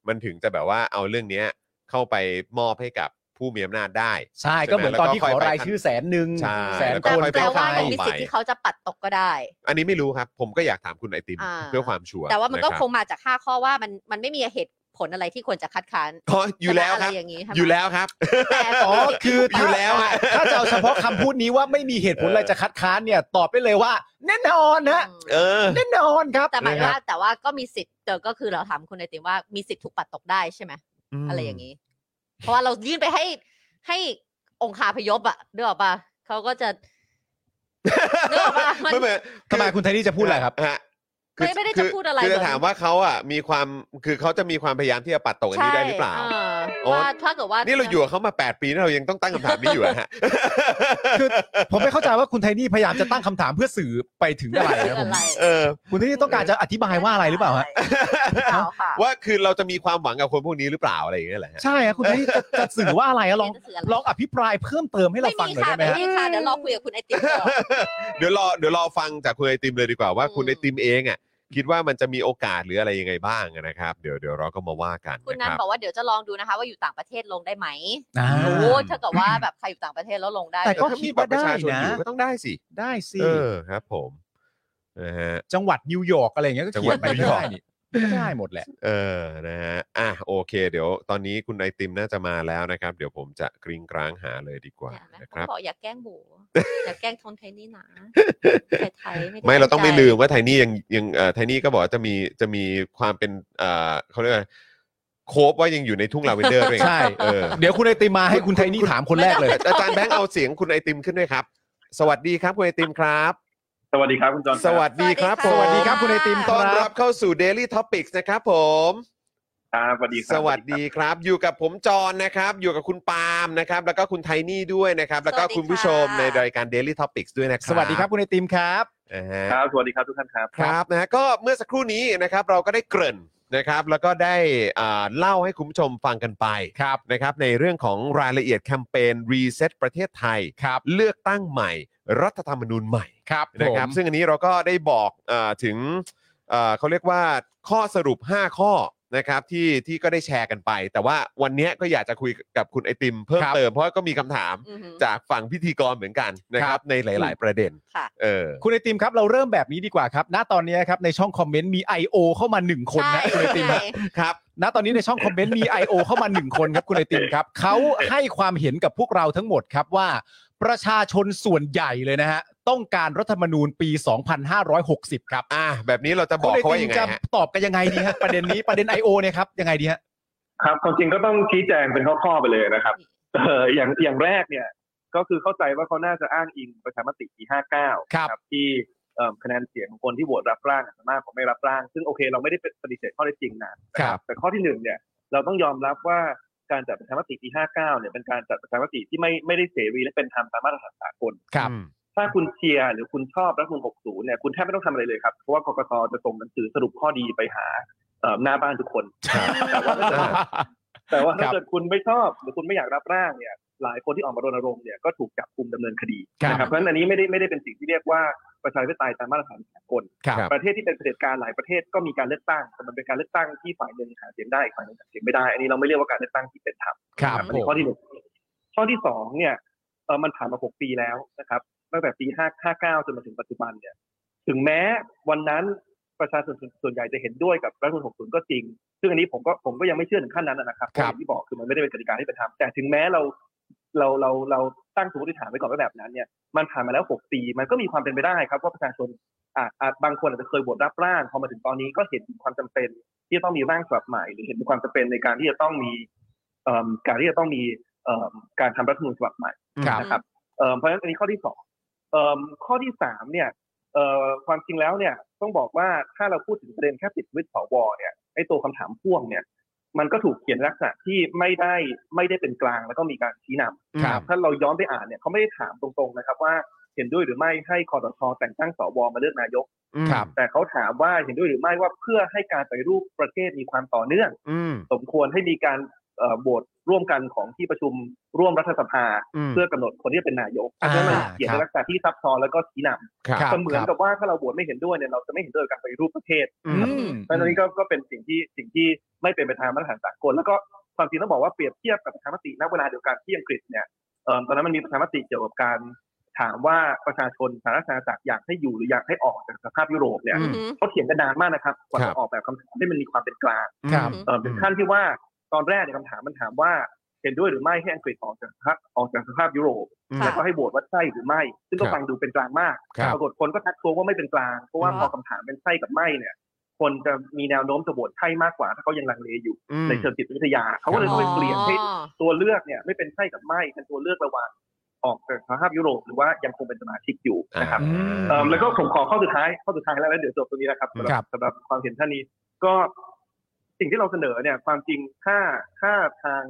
Speaker 3: มันถึงจะแบบว่าเอาเรื่องเนี้ยเข้าไปมอบให้กับผู้มีอำนาจได้
Speaker 6: ใช่ก็เหมือนตอนที่ขอรายชื่อแสนหนึ่ง
Speaker 3: ใช่
Speaker 6: แสน
Speaker 3: แล้วก็
Speaker 6: คน
Speaker 3: ค่อย
Speaker 5: แป
Speaker 3: ไป
Speaker 5: ลว่า
Speaker 3: ข
Speaker 5: มั
Speaker 3: ย
Speaker 5: นมีสิทธิ์ที่เขาจะปัดตกก็ได้
Speaker 3: อันนี้ไม่รู้ครับ ผมก็อยากถามคุณไอติม
Speaker 5: อ่า
Speaker 3: เพื่อความชัวร์
Speaker 5: แต่ว่ามันก็
Speaker 3: ะรับ
Speaker 5: คงมาจากห้าข้อว่ามันมันไม่มีเหตุ ผลอะไรที่ควรจะคัดค้าน
Speaker 3: เพราะอยู่แล้ว
Speaker 5: อะไร
Speaker 3: ครับ
Speaker 5: อย่างนี้ค่ะ
Speaker 3: อยู่แล้วครับ
Speaker 5: แต่
Speaker 6: อ๋อคือ
Speaker 3: อยู่
Speaker 6: ถ้า
Speaker 3: แล้วอะ
Speaker 6: ถ้าจะเอาเฉพาะคำพูดนี้ว่าไม่มีเหตุผลอะไรจะคัดค้านเนี่ย ตอบไปเลยว่า แน่นอน
Speaker 5: อื
Speaker 6: นะ
Speaker 5: ม
Speaker 3: เออ
Speaker 6: แน่นอนครับ
Speaker 5: แต่หมาย
Speaker 3: นะครับ
Speaker 5: ว่าแต่ว่าก็มีสิทธิ์เจอก็คือเราถามคุณไอติมว่ามีสิทธิ์ถูกปัดตกได้ใช่ไหม
Speaker 3: อะ
Speaker 5: อะไรอย่างนี้ เพราะว่าเรายื่นไปให้ให้องคาพยพอะนึกออกปะเขาก็จะ นึกออกปะมัน
Speaker 3: ไม่เหมือน
Speaker 6: ทำไมคุณไทนี่จะพูดอะไรครับ
Speaker 3: ฮะ
Speaker 5: ไม่ไม่ได้จะพูดอะไร
Speaker 3: คือ
Speaker 5: เลย
Speaker 3: จะถามว่าเขาอ่ะมีความคือเขาจะมีความพยายามที่จะปัดตกอันนี้ได้หรือเปล่า
Speaker 5: ใช่
Speaker 3: โอ้
Speaker 5: เออว่าถ้าเกิดว่า
Speaker 3: นี่เราอยู่กับเขามา 8 ปีแล้วเรายังต้องตั้งคำถามนี้อยู่ อะฮะ
Speaker 6: คือผมไม่เข้าใจว่าคุณไทนี่พยายามจะตั้งคำถามเพื่อสื่อไปถึง
Speaker 5: อะ
Speaker 6: อะไร ไรนะผม
Speaker 3: เออ
Speaker 6: คุณไทนี่ต้องการจะอธิบายว่าอะไรหรือเปล่าฮะ
Speaker 5: เปล่าค่ะ
Speaker 3: ว่าคือเราจะมีความหวังกับคนพวกนี้หรือเปล่าอะไรอย่างเงี้ยแหละฮะ
Speaker 6: ใช่ฮะคุณไทนี่จะจะสื่อว่าอะไรอะลอง
Speaker 5: ไม่ได้จะสื่ะไร
Speaker 6: ลองอภิปรายเพิ่มเติมให้เรา
Speaker 5: ไม่
Speaker 6: ฟัง
Speaker 5: มี
Speaker 6: หน่อย
Speaker 5: ค่ะ
Speaker 6: ได้
Speaker 5: ไม่
Speaker 6: ไหมฮะ
Speaker 5: มีค่ะเดี๋ยวรอคุยกับคุณไอติมก่อน
Speaker 3: เดี๋ยวรอเดี๋ยวรอฟังจากคุณไอติมเลยดีกว่าว่า
Speaker 5: อืม
Speaker 3: คุณไอติมเองอ่ะคิดว่ามันจะมีโอกาสหรืออะไรยังไงบ้างอะนะครับ เดี๋ยวเดี๋ยวเราก็มาว่ากัน
Speaker 5: คุณ
Speaker 3: นะ
Speaker 5: นัน
Speaker 3: ครับ
Speaker 5: บอกว่าเดี๋ยวจะลองดูนะคะ ว่าอยู่ต่างประเทศลงได้ไหม
Speaker 6: อ่า
Speaker 5: โอ้ถ้าเกิดว่าแบบใครอยู่ต่างประเทศแล้วลงได้
Speaker 6: แต่ ก็
Speaker 3: ถ้
Speaker 6: คิด
Speaker 3: มี
Speaker 6: ว่า
Speaker 3: บัตรประชาชน
Speaker 6: ได้นะ
Speaker 3: อยู่ก็ต้องได้สิ
Speaker 6: ได้สิ
Speaker 3: เออครับ ผมนะฮะ
Speaker 6: จังหวัดนิวยอร์กอะไรอย่างเงี้ยก็
Speaker 3: จังห
Speaker 6: เขี
Speaker 3: วั
Speaker 6: ย
Speaker 3: ด
Speaker 6: นไป
Speaker 3: นิวยอร์ก
Speaker 6: ได้นี่ก็ได้หมดแหละ
Speaker 3: เออ นะฮะ อ่ะ โอเค เดี๋ยว ตอนนี้คุณไอติมน่าจะมาแล้วนะครับ เดี๋ยวผมจะกริ้งกร้างหาเลยดีกว่า
Speaker 5: เนี่ยนะ
Speaker 3: นะค
Speaker 5: เขา
Speaker 3: รับ
Speaker 5: บอกอย่าแกล้งหมูอย่าแกล้งทนไทยนี่นะไทยไทยด้
Speaker 3: ไม่ เราต้องไม่
Speaker 5: ใจ
Speaker 3: ลืมว่าไทนี่ยังยังเอ่อไทนี่ก็บอกว่าจะมี จะมีความเป็นเอ่อเขาเรียกว่าโคบว่ายังอยู่ในทุ่งลาเวนเดอร์ด้วยไง
Speaker 6: ใช่
Speaker 3: เออ
Speaker 6: เดี๋ยวคุณไอติมมาให้คุณไทนี่ถามคนแรกเลย
Speaker 3: อาจารย์แบงค์เอาเสียงคุณไอติมขึ้นด้วยครับ สวัสดีครับคุณไอติมครับ
Speaker 7: สวัสดีครับ คุณจอห์น
Speaker 3: สวัสดีครับผม
Speaker 5: สวัสดีครับคุณไอติม
Speaker 3: ต้อนรับเข้าสู่ Daily Topics นะครับผม
Speaker 7: ครับสวัสดีครับ
Speaker 3: สวัสดีครับ อยู่กับผมจอนนะครับ อยู่กับคุณปาล์มนะครับ แล้วก็คุณไทนี่ด้วยนะครับ แล้วก็
Speaker 5: สวัสดีค่ะ
Speaker 3: คุณผู้ชมในรายการ Daily Topics ด้วยนะครับ
Speaker 6: สวัสดีครับคุณไอติมครับ
Speaker 3: นะฮะ
Speaker 7: ครับ สวัสดีครับทุกท่านครับ
Speaker 3: ครับนะฮะก็เมื่อสักครู่นี้นะครับ เราก็ได้เกริ่นนะครับ แล้วก็ได้อ่าเล่าให้คุณผู้ชมฟังกันไป
Speaker 6: ครับ
Speaker 3: นะครับ ในเรื่องของรายละเอียดแคมเปญรีเซ็ตประเทศไทย
Speaker 6: ครับ
Speaker 3: เลือกตั้งใหม่ รัฐธรรมนูญใหม่
Speaker 6: ครับ
Speaker 3: นะครับ
Speaker 6: ผม
Speaker 3: ซึ่งอันนี้เราก็ได้บอกเออถึงเอ่อเขาเรียกว่าข้อสรุป 5 ข้อนะครับที่ที่ก็ได้แชร์กันไป แต่ว่าวันเนี้ยก็อยากจะคุยกับคุณไอติมเพิ่มเติมเพราะว่าก็มีคำถาม
Speaker 5: อือหือ
Speaker 3: จากฝั่งพิธีกรเหมือนกันนะครับในหลาย ๆ ประเด็น
Speaker 5: ค่ะ
Speaker 3: เออ
Speaker 6: คุณไอติมครับเราเริ่มแบบนี้ดีกว่าครับ ณตอนนี้ครับในช่องคอมเมนต์มี I.O. เข้ามาหนึ่งคนนะ
Speaker 5: ใช่
Speaker 6: คุณไอติมฮะ
Speaker 5: ใช่
Speaker 3: ครับ
Speaker 6: ณตอนนี้ในช่องคอมเมนต์มี I.O. เข้ามาหนึ่งคนครับคุณไอติมครับเขาให้ความเห็นกับพวกเราทั้งหมดครับว่า ประชาชนส่วนใหญ่เลยนะฮะต้องการรัฐธรรมนูญปี 2560 ครับ
Speaker 3: อ่ะแบบนี้เราจะบ
Speaker 6: คุ
Speaker 3: อ
Speaker 6: ณ
Speaker 3: ก
Speaker 6: ไอ
Speaker 3: เขา
Speaker 6: ติ
Speaker 3: ว่ายั
Speaker 6: ม
Speaker 3: งไง
Speaker 6: จะ
Speaker 3: ฮะ
Speaker 6: ตอบกันยังไงดีฮะประเด็นนี้ประเด็น I.O. เนี่ยครับยังไงดีฮะ
Speaker 7: ครับความจริงก็ต้องชี้แจงเป็นข้อๆไปเลยนะครับ เอ ออย่างอย่างแรกเนี่ย ก็คือเข้าใจว่าเขาน่าจะอ้างอิงประชามติปี 59
Speaker 6: ครับ
Speaker 7: ที่เอิ่มคะแนนเสียงของคนที่โหวตรับร่างมากกว่าไม่รับร่าง ซึ่งโอเคเราไม่ได้ปฏิเสธข้อเท็จจริงนะนะครับ แต่ข้อที่หนึ่งเนี่ย เราต้องยอมรับว่าการจัดประชามติปี 59เนี่ยเป็นการจัดประชามติที่ไม่ไม่ได้เสรีและเป็นธรรมตามมาตรฐานสากล
Speaker 6: ครับ
Speaker 3: อืม
Speaker 7: ถ้าคุณเชียร์หรือคุณชอบรัฐมนตรี60เนี่ยคุณแทบไม่ต้องทำอะไรเลยครับ เพราะว่ากกตจะส่งหนังสือสรุปข้อดีไปหาเอ่อหน้าบ้านทุกคน
Speaker 3: ครับ
Speaker 7: แต่ว่า
Speaker 6: ค
Speaker 7: ถ้า
Speaker 6: รับ
Speaker 7: เกิดคุณไม่ชอบหรือคุณไม่อยากรับร่างเนี่ยหลายคนที่ออกมารณรงค์เนี่ยก็ถูกจับกุมดำเนินคดี
Speaker 6: ครับ
Speaker 7: นะครับเพราะฉะนั้นอันนี้ไม่ได้ไม่ได้เป็นสิ่งที่เรียกว่าประชาธิปไตยตามมาตรฐานสากล
Speaker 6: ครับ
Speaker 7: ประเทศที่เป็นเผด็จการหลายประเทศก็มีการเลือกตั้งแต่มันเป็นการเลือกตั้งที่ฝ่ายหนึ่งหาเสียงได้อีกฝ่ายหนึ่งหาเสียงไม่ได้อันนี้เราไม่เรียกว่าการเลือกตั้งที่เป็นธรรม
Speaker 6: ครับ
Speaker 7: อันนี้ข้อที่หนึ่งข้อที่สองเนี่ยเออมันผ่านมาหกปีแล้วนะครับตั้งแต่ปีห้าห้าเก้าจนมาถึงปัจจุบันเนี่ย ถึงแม้วันนั้นประชาชนส่วนส่วนใหญ่จะเห็นด้วยกับรัฐธรรมนูญ60 ก็จริง ซึ่งอันนี้ผมก็ผมก็ยังไม่เชื่อถึงขั้นนั้นนะครับเพราะอย่างที่บอกคือมันไม่ได้เป็นกติกาที่เป็นธรรมแต่ถึงแม้เราเราเราเราตั้งสมมติฐานไว้ก่อนว่าแบบนั้นเนี่ยมันผ่านมาแล้วหกปี มันก็มีความเป็นไปได้ครับว่าประชาชนอาจอาจบางคนอาจจะเคยโหวตรับร่างพอมาถึงตอนนี้ก็เห็นถึงความจำเป็นที่จะต้องมีร่างฉบับใหม่ หรือเห็นถึงความจำเป็นในการที่จะต้องมี เอิ่มการที่จะต้องมีเอิ่มการทำรัฐธรรมนูญฉบับใหม่
Speaker 6: ครับ
Speaker 7: นะครับเอิ่มเพราะฉะนั้นอันนี้ข้อที่สองเอิ่มข้อที่สามเนี่ยเอ่อความจริงแล้วเนี่ยต้องบอกว่าถ้าเราพูดถึงประเด็นแค่ติดวิทย์สวเนี่ยไอ้ตัวคำถามพ่วงเนี่ย มันก็ถูกเขียนในลักษณะที่ไม่ได้ไม่ได้เป็นกลางแล้วก็มีการชี้นำ
Speaker 6: ครับ
Speaker 7: ถ้าเราย้อนไปอ่านเนี่ยเขาไม่ได้ถามตรงๆนะครับว่าเห็นด้วยหรือไม่ให้คอสชแต่งตั้งสวมาเลือกนายก
Speaker 6: ครับ
Speaker 7: แต่เขาถามว่าเห็นด้วยหรือไม่ว่าเพื่อให้การปฏิรูปประเทศมีความต่อเนื่อง
Speaker 3: อืม
Speaker 7: สมควรให้มีการเอ่อโหวตร่วมกันของที่ประชุมร่วมรัฐสภา
Speaker 3: อืม
Speaker 7: เพื่อกำหนดคนที่จะเป็นนายก
Speaker 6: อ่า
Speaker 7: เพราะฉะนั้นมันเขียน
Speaker 6: ครับ
Speaker 7: ในลักษณะที่ซับซ้อนแล้วก็ชี้นำ
Speaker 3: ครับ
Speaker 6: ครับ
Speaker 7: ก็เหมือนกับว่าถ้าเราโหวตไม่เห็นด้วยเนี่ยเราจะไม่เห็นด้วยกับการปฏิรูปประเทศ
Speaker 6: อืม
Speaker 7: เพราะฉะนั้นอันนี้ก็ก็เป็นสิ่งที่สิ่งที่ไม่เป็นไปตามมาตรฐานสากลแล้วก็ความจริงต้องบอกว่าเปรียบเทียบกับประชามติณเวลาเดียวกันที่อังกฤษเนี่ยเอ่อตอนนั้นมันมีประชามติเกี่ยวกับการท ถามว่าประชาชนสาธารณรัฐอยากให้อยู่หรืออยากให้ออกจากสภาพยุโรปเนี่ย
Speaker 5: อือหือ
Speaker 7: เขาเถียงกันนานมากนะครับกว่า
Speaker 3: ครั
Speaker 7: จะ
Speaker 3: บ
Speaker 7: ออกแบบคำถามให้มันมีความเป็นกลาง
Speaker 6: ครับ
Speaker 5: อืม
Speaker 7: เอ่อถึงขั้นที่ว่าตอนแรกเนี่ยคำถามมันถามว่าเห็นด้วยหรือไม่ให้อังกฤษออกจากสภาพออกจากสภาพยุโรป
Speaker 3: อืม
Speaker 5: ค่ะ
Speaker 7: แล้วก็ให้โหวตว่าใช่หรือไม่ ซึ่ง
Speaker 3: ค
Speaker 7: ก็
Speaker 3: รับ
Speaker 7: ฟังดูเป็นกลางมาก
Speaker 3: ครับ
Speaker 7: ปรากฏคนก็ทักท้วงว่าไม่เป็นกลางเพราะว่า
Speaker 5: อืม
Speaker 7: พอคำถามเป็นใช่กับไม่เนี่ย คนจะมีแนวโน้มจะโหวตใช่มากกว่าถ้าเขายังลังเลอยู่ในเชิงจิตวิทยาเขาก็เลย
Speaker 5: อ๋อ
Speaker 7: ช่วยเปลี่ยนให้ตัวเลือกเนี่ยไม่เป็นใช่กับไม่เป็นตัวเลือกระหว่างออกจากสภาพยุโรปหรือว่ายังคงเป็นสมาชิกอยู่นะครับ
Speaker 6: อืม
Speaker 7: เอิ่มแล้วก็ผมขอข้อสุดท้ายข้อสุดท้ายแล้วแล้วเดี๋ยวจบตรงนี้นะครับสำห
Speaker 6: ครั
Speaker 7: รับ บสำหรับความเห็นท่านนี้ ก็สิ่งที่เราเสนอเนี่ย ความจริงถ้าถ้าทาง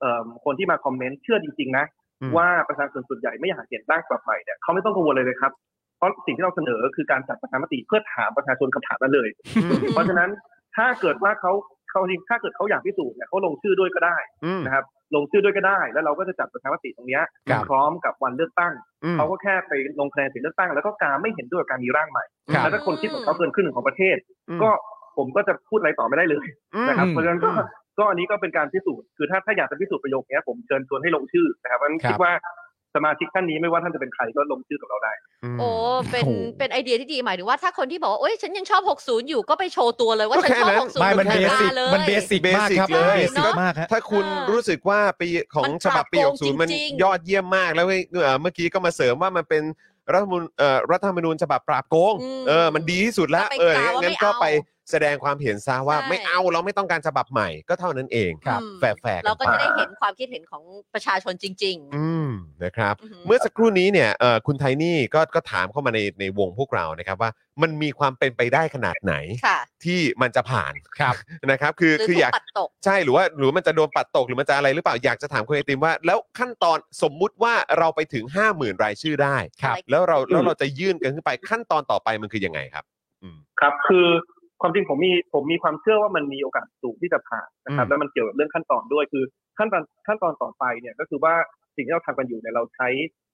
Speaker 7: เอิ่มคนที่มาคอมเมนต์เชื่อจริง ๆ นะ
Speaker 3: อืม
Speaker 7: ว่าประชาชนส่วนใหญ่ไม่อยากเห็นร่างฉบับใหม่เนี่ยเขาไม่ต้องกังวลเลยเลยครับ เพราะสิ่งที่เราเสนอคือการจัดประชามติเพื่อถามประชาชนคำถามนั้นเลย เพราะฉะนั้นถ้าเกิดว่าเขาเขาจริงถ้าเกิดเขาอยากพิสูจน์เนี่ยเขาลงชื่อด้วยก็ได้
Speaker 3: อืม
Speaker 7: นะครับ ลงชื่อด้วยก็ได้ แล้วเราก็จะจัดประชามติตรงเนี้ย
Speaker 3: ครับ
Speaker 7: พร้อมกับวันเลือกตั้ง
Speaker 3: อืม
Speaker 7: เขาก็แค่ไปลงคะแนนเสียงเลือกตั้งแล้วก็การไม่เห็นด้วยกับการมีร่างใหม่
Speaker 6: ครับ
Speaker 7: แล้วถ้าคนคิดของเขาเกินครึ่งของประเทศ
Speaker 3: อืม
Speaker 7: ก็ผมก็จะพูดอะไรต่อไม่ได้เลย
Speaker 3: อืม
Speaker 7: นะครับ
Speaker 6: อืม
Speaker 7: เพราะฉะนั้นก็ก็อันนี้ก็เป็นการพิสูจน์ คือถ้าถ้าอยากจะพิสูจน์ประโยคเนี้ยผมเชิญชวนให้ลงชื่อนะครับเพราะฉะนั้น
Speaker 6: ครับ
Speaker 7: คิดว่าสมาชิกท่านนี้ไม่ว่าท่านจะเป็นใครก็ลงชื่อกับเราได้
Speaker 5: โอ้เป็น
Speaker 6: โอ้
Speaker 5: เป็นไอเดียที่ดีหมายถึงว่าถ้าคนที่บอกว่าเอ้ยฉันยังชอบ 60 อยู่ก็ไปโชว์ตัวเลยว่า
Speaker 3: ก็
Speaker 5: ฉัน
Speaker 3: แค่
Speaker 5: ชอบ
Speaker 3: นั้น
Speaker 5: 60
Speaker 6: ไม่มัน
Speaker 5: ห
Speaker 6: เบ
Speaker 5: อ
Speaker 6: สิก
Speaker 5: ตาเลย
Speaker 6: มันเบสิกมากครับ
Speaker 3: เบสิกเลย
Speaker 6: เบสิก
Speaker 5: เนอะ
Speaker 6: มากฮะ
Speaker 3: ถ้าคุณ
Speaker 5: เออ
Speaker 3: รู้สึกว่าปีของ
Speaker 5: มัน
Speaker 3: ฉบับปี
Speaker 5: ปราบโกง
Speaker 3: 60มัน
Speaker 5: จริงๆ
Speaker 3: ยอดเยี่ยมมากแล้วเว้ยเอ่อเมื่อกี้ก็มาเสริมว่ามันเป็นรัฐธรรมนูญเอ่อรัฐธรรมนูญฉบับปราบโกง
Speaker 5: อืม
Speaker 3: เออมันดีที่สุดแล้ว
Speaker 5: ก็ไป
Speaker 3: เออก
Speaker 5: ล่าวว่า
Speaker 3: งั้น
Speaker 5: ไม่
Speaker 3: ก็
Speaker 5: เอา
Speaker 3: ไปแสดงความเห็นซะว่า
Speaker 5: ใช่
Speaker 3: ไม่เอาเราไม่ต้องการฉบับใหม่ก็เท่านั้นเอง
Speaker 6: ครับ
Speaker 5: อืม
Speaker 3: แฝงๆ
Speaker 5: เราก็
Speaker 3: ไป
Speaker 5: จะได้เห็นความคิดเห็นของประชาชนจริง ๆ
Speaker 3: อืมนะครับ
Speaker 5: อือหือ
Speaker 3: เมื่อสักครู่นี้เนี่ยเอ่อคุณไทนี่ก็ก็ถามเข้ามาในในวงพวกเรานะครับว่า มันมีความเป็นไปได้ขนาดไหน
Speaker 5: ค่ะ
Speaker 3: ที่มันจะผ่าน
Speaker 6: ครับ
Speaker 3: นะครับคือ
Speaker 5: หรือ
Speaker 3: คือ
Speaker 5: ถู
Speaker 3: อยาก ก
Speaker 5: ปัดตก
Speaker 3: ใช่หรือว่าหรือมันจะโดนปัดตกหรือมันจะอะไรหรือเปล่าอยากจะถามคุณไอติมว่า แล้วขั้นตอนสมมุติว่าเราไปถึง 5 0,000 รายชื่อได้
Speaker 5: ครับ
Speaker 3: แล้วเราแล้วเราจะยื่นกันขึ้นไปขั้นตอนต่อไปมันคือยังไงครับ
Speaker 7: ครับคือความจริงผมมีผมมีความเชื่อว่ามันมีโอกาสสูงที่จะผ่านนะครับ
Speaker 3: อืม
Speaker 7: แล้วมันเกี่ยวกับเรื่องขั้นตอนด้วยคือขั้นตอนขั้นตอนต่อไปเนี่ยก็คือว่าสิ่งที่เราทำกันอยู่เนี่ยเราใช้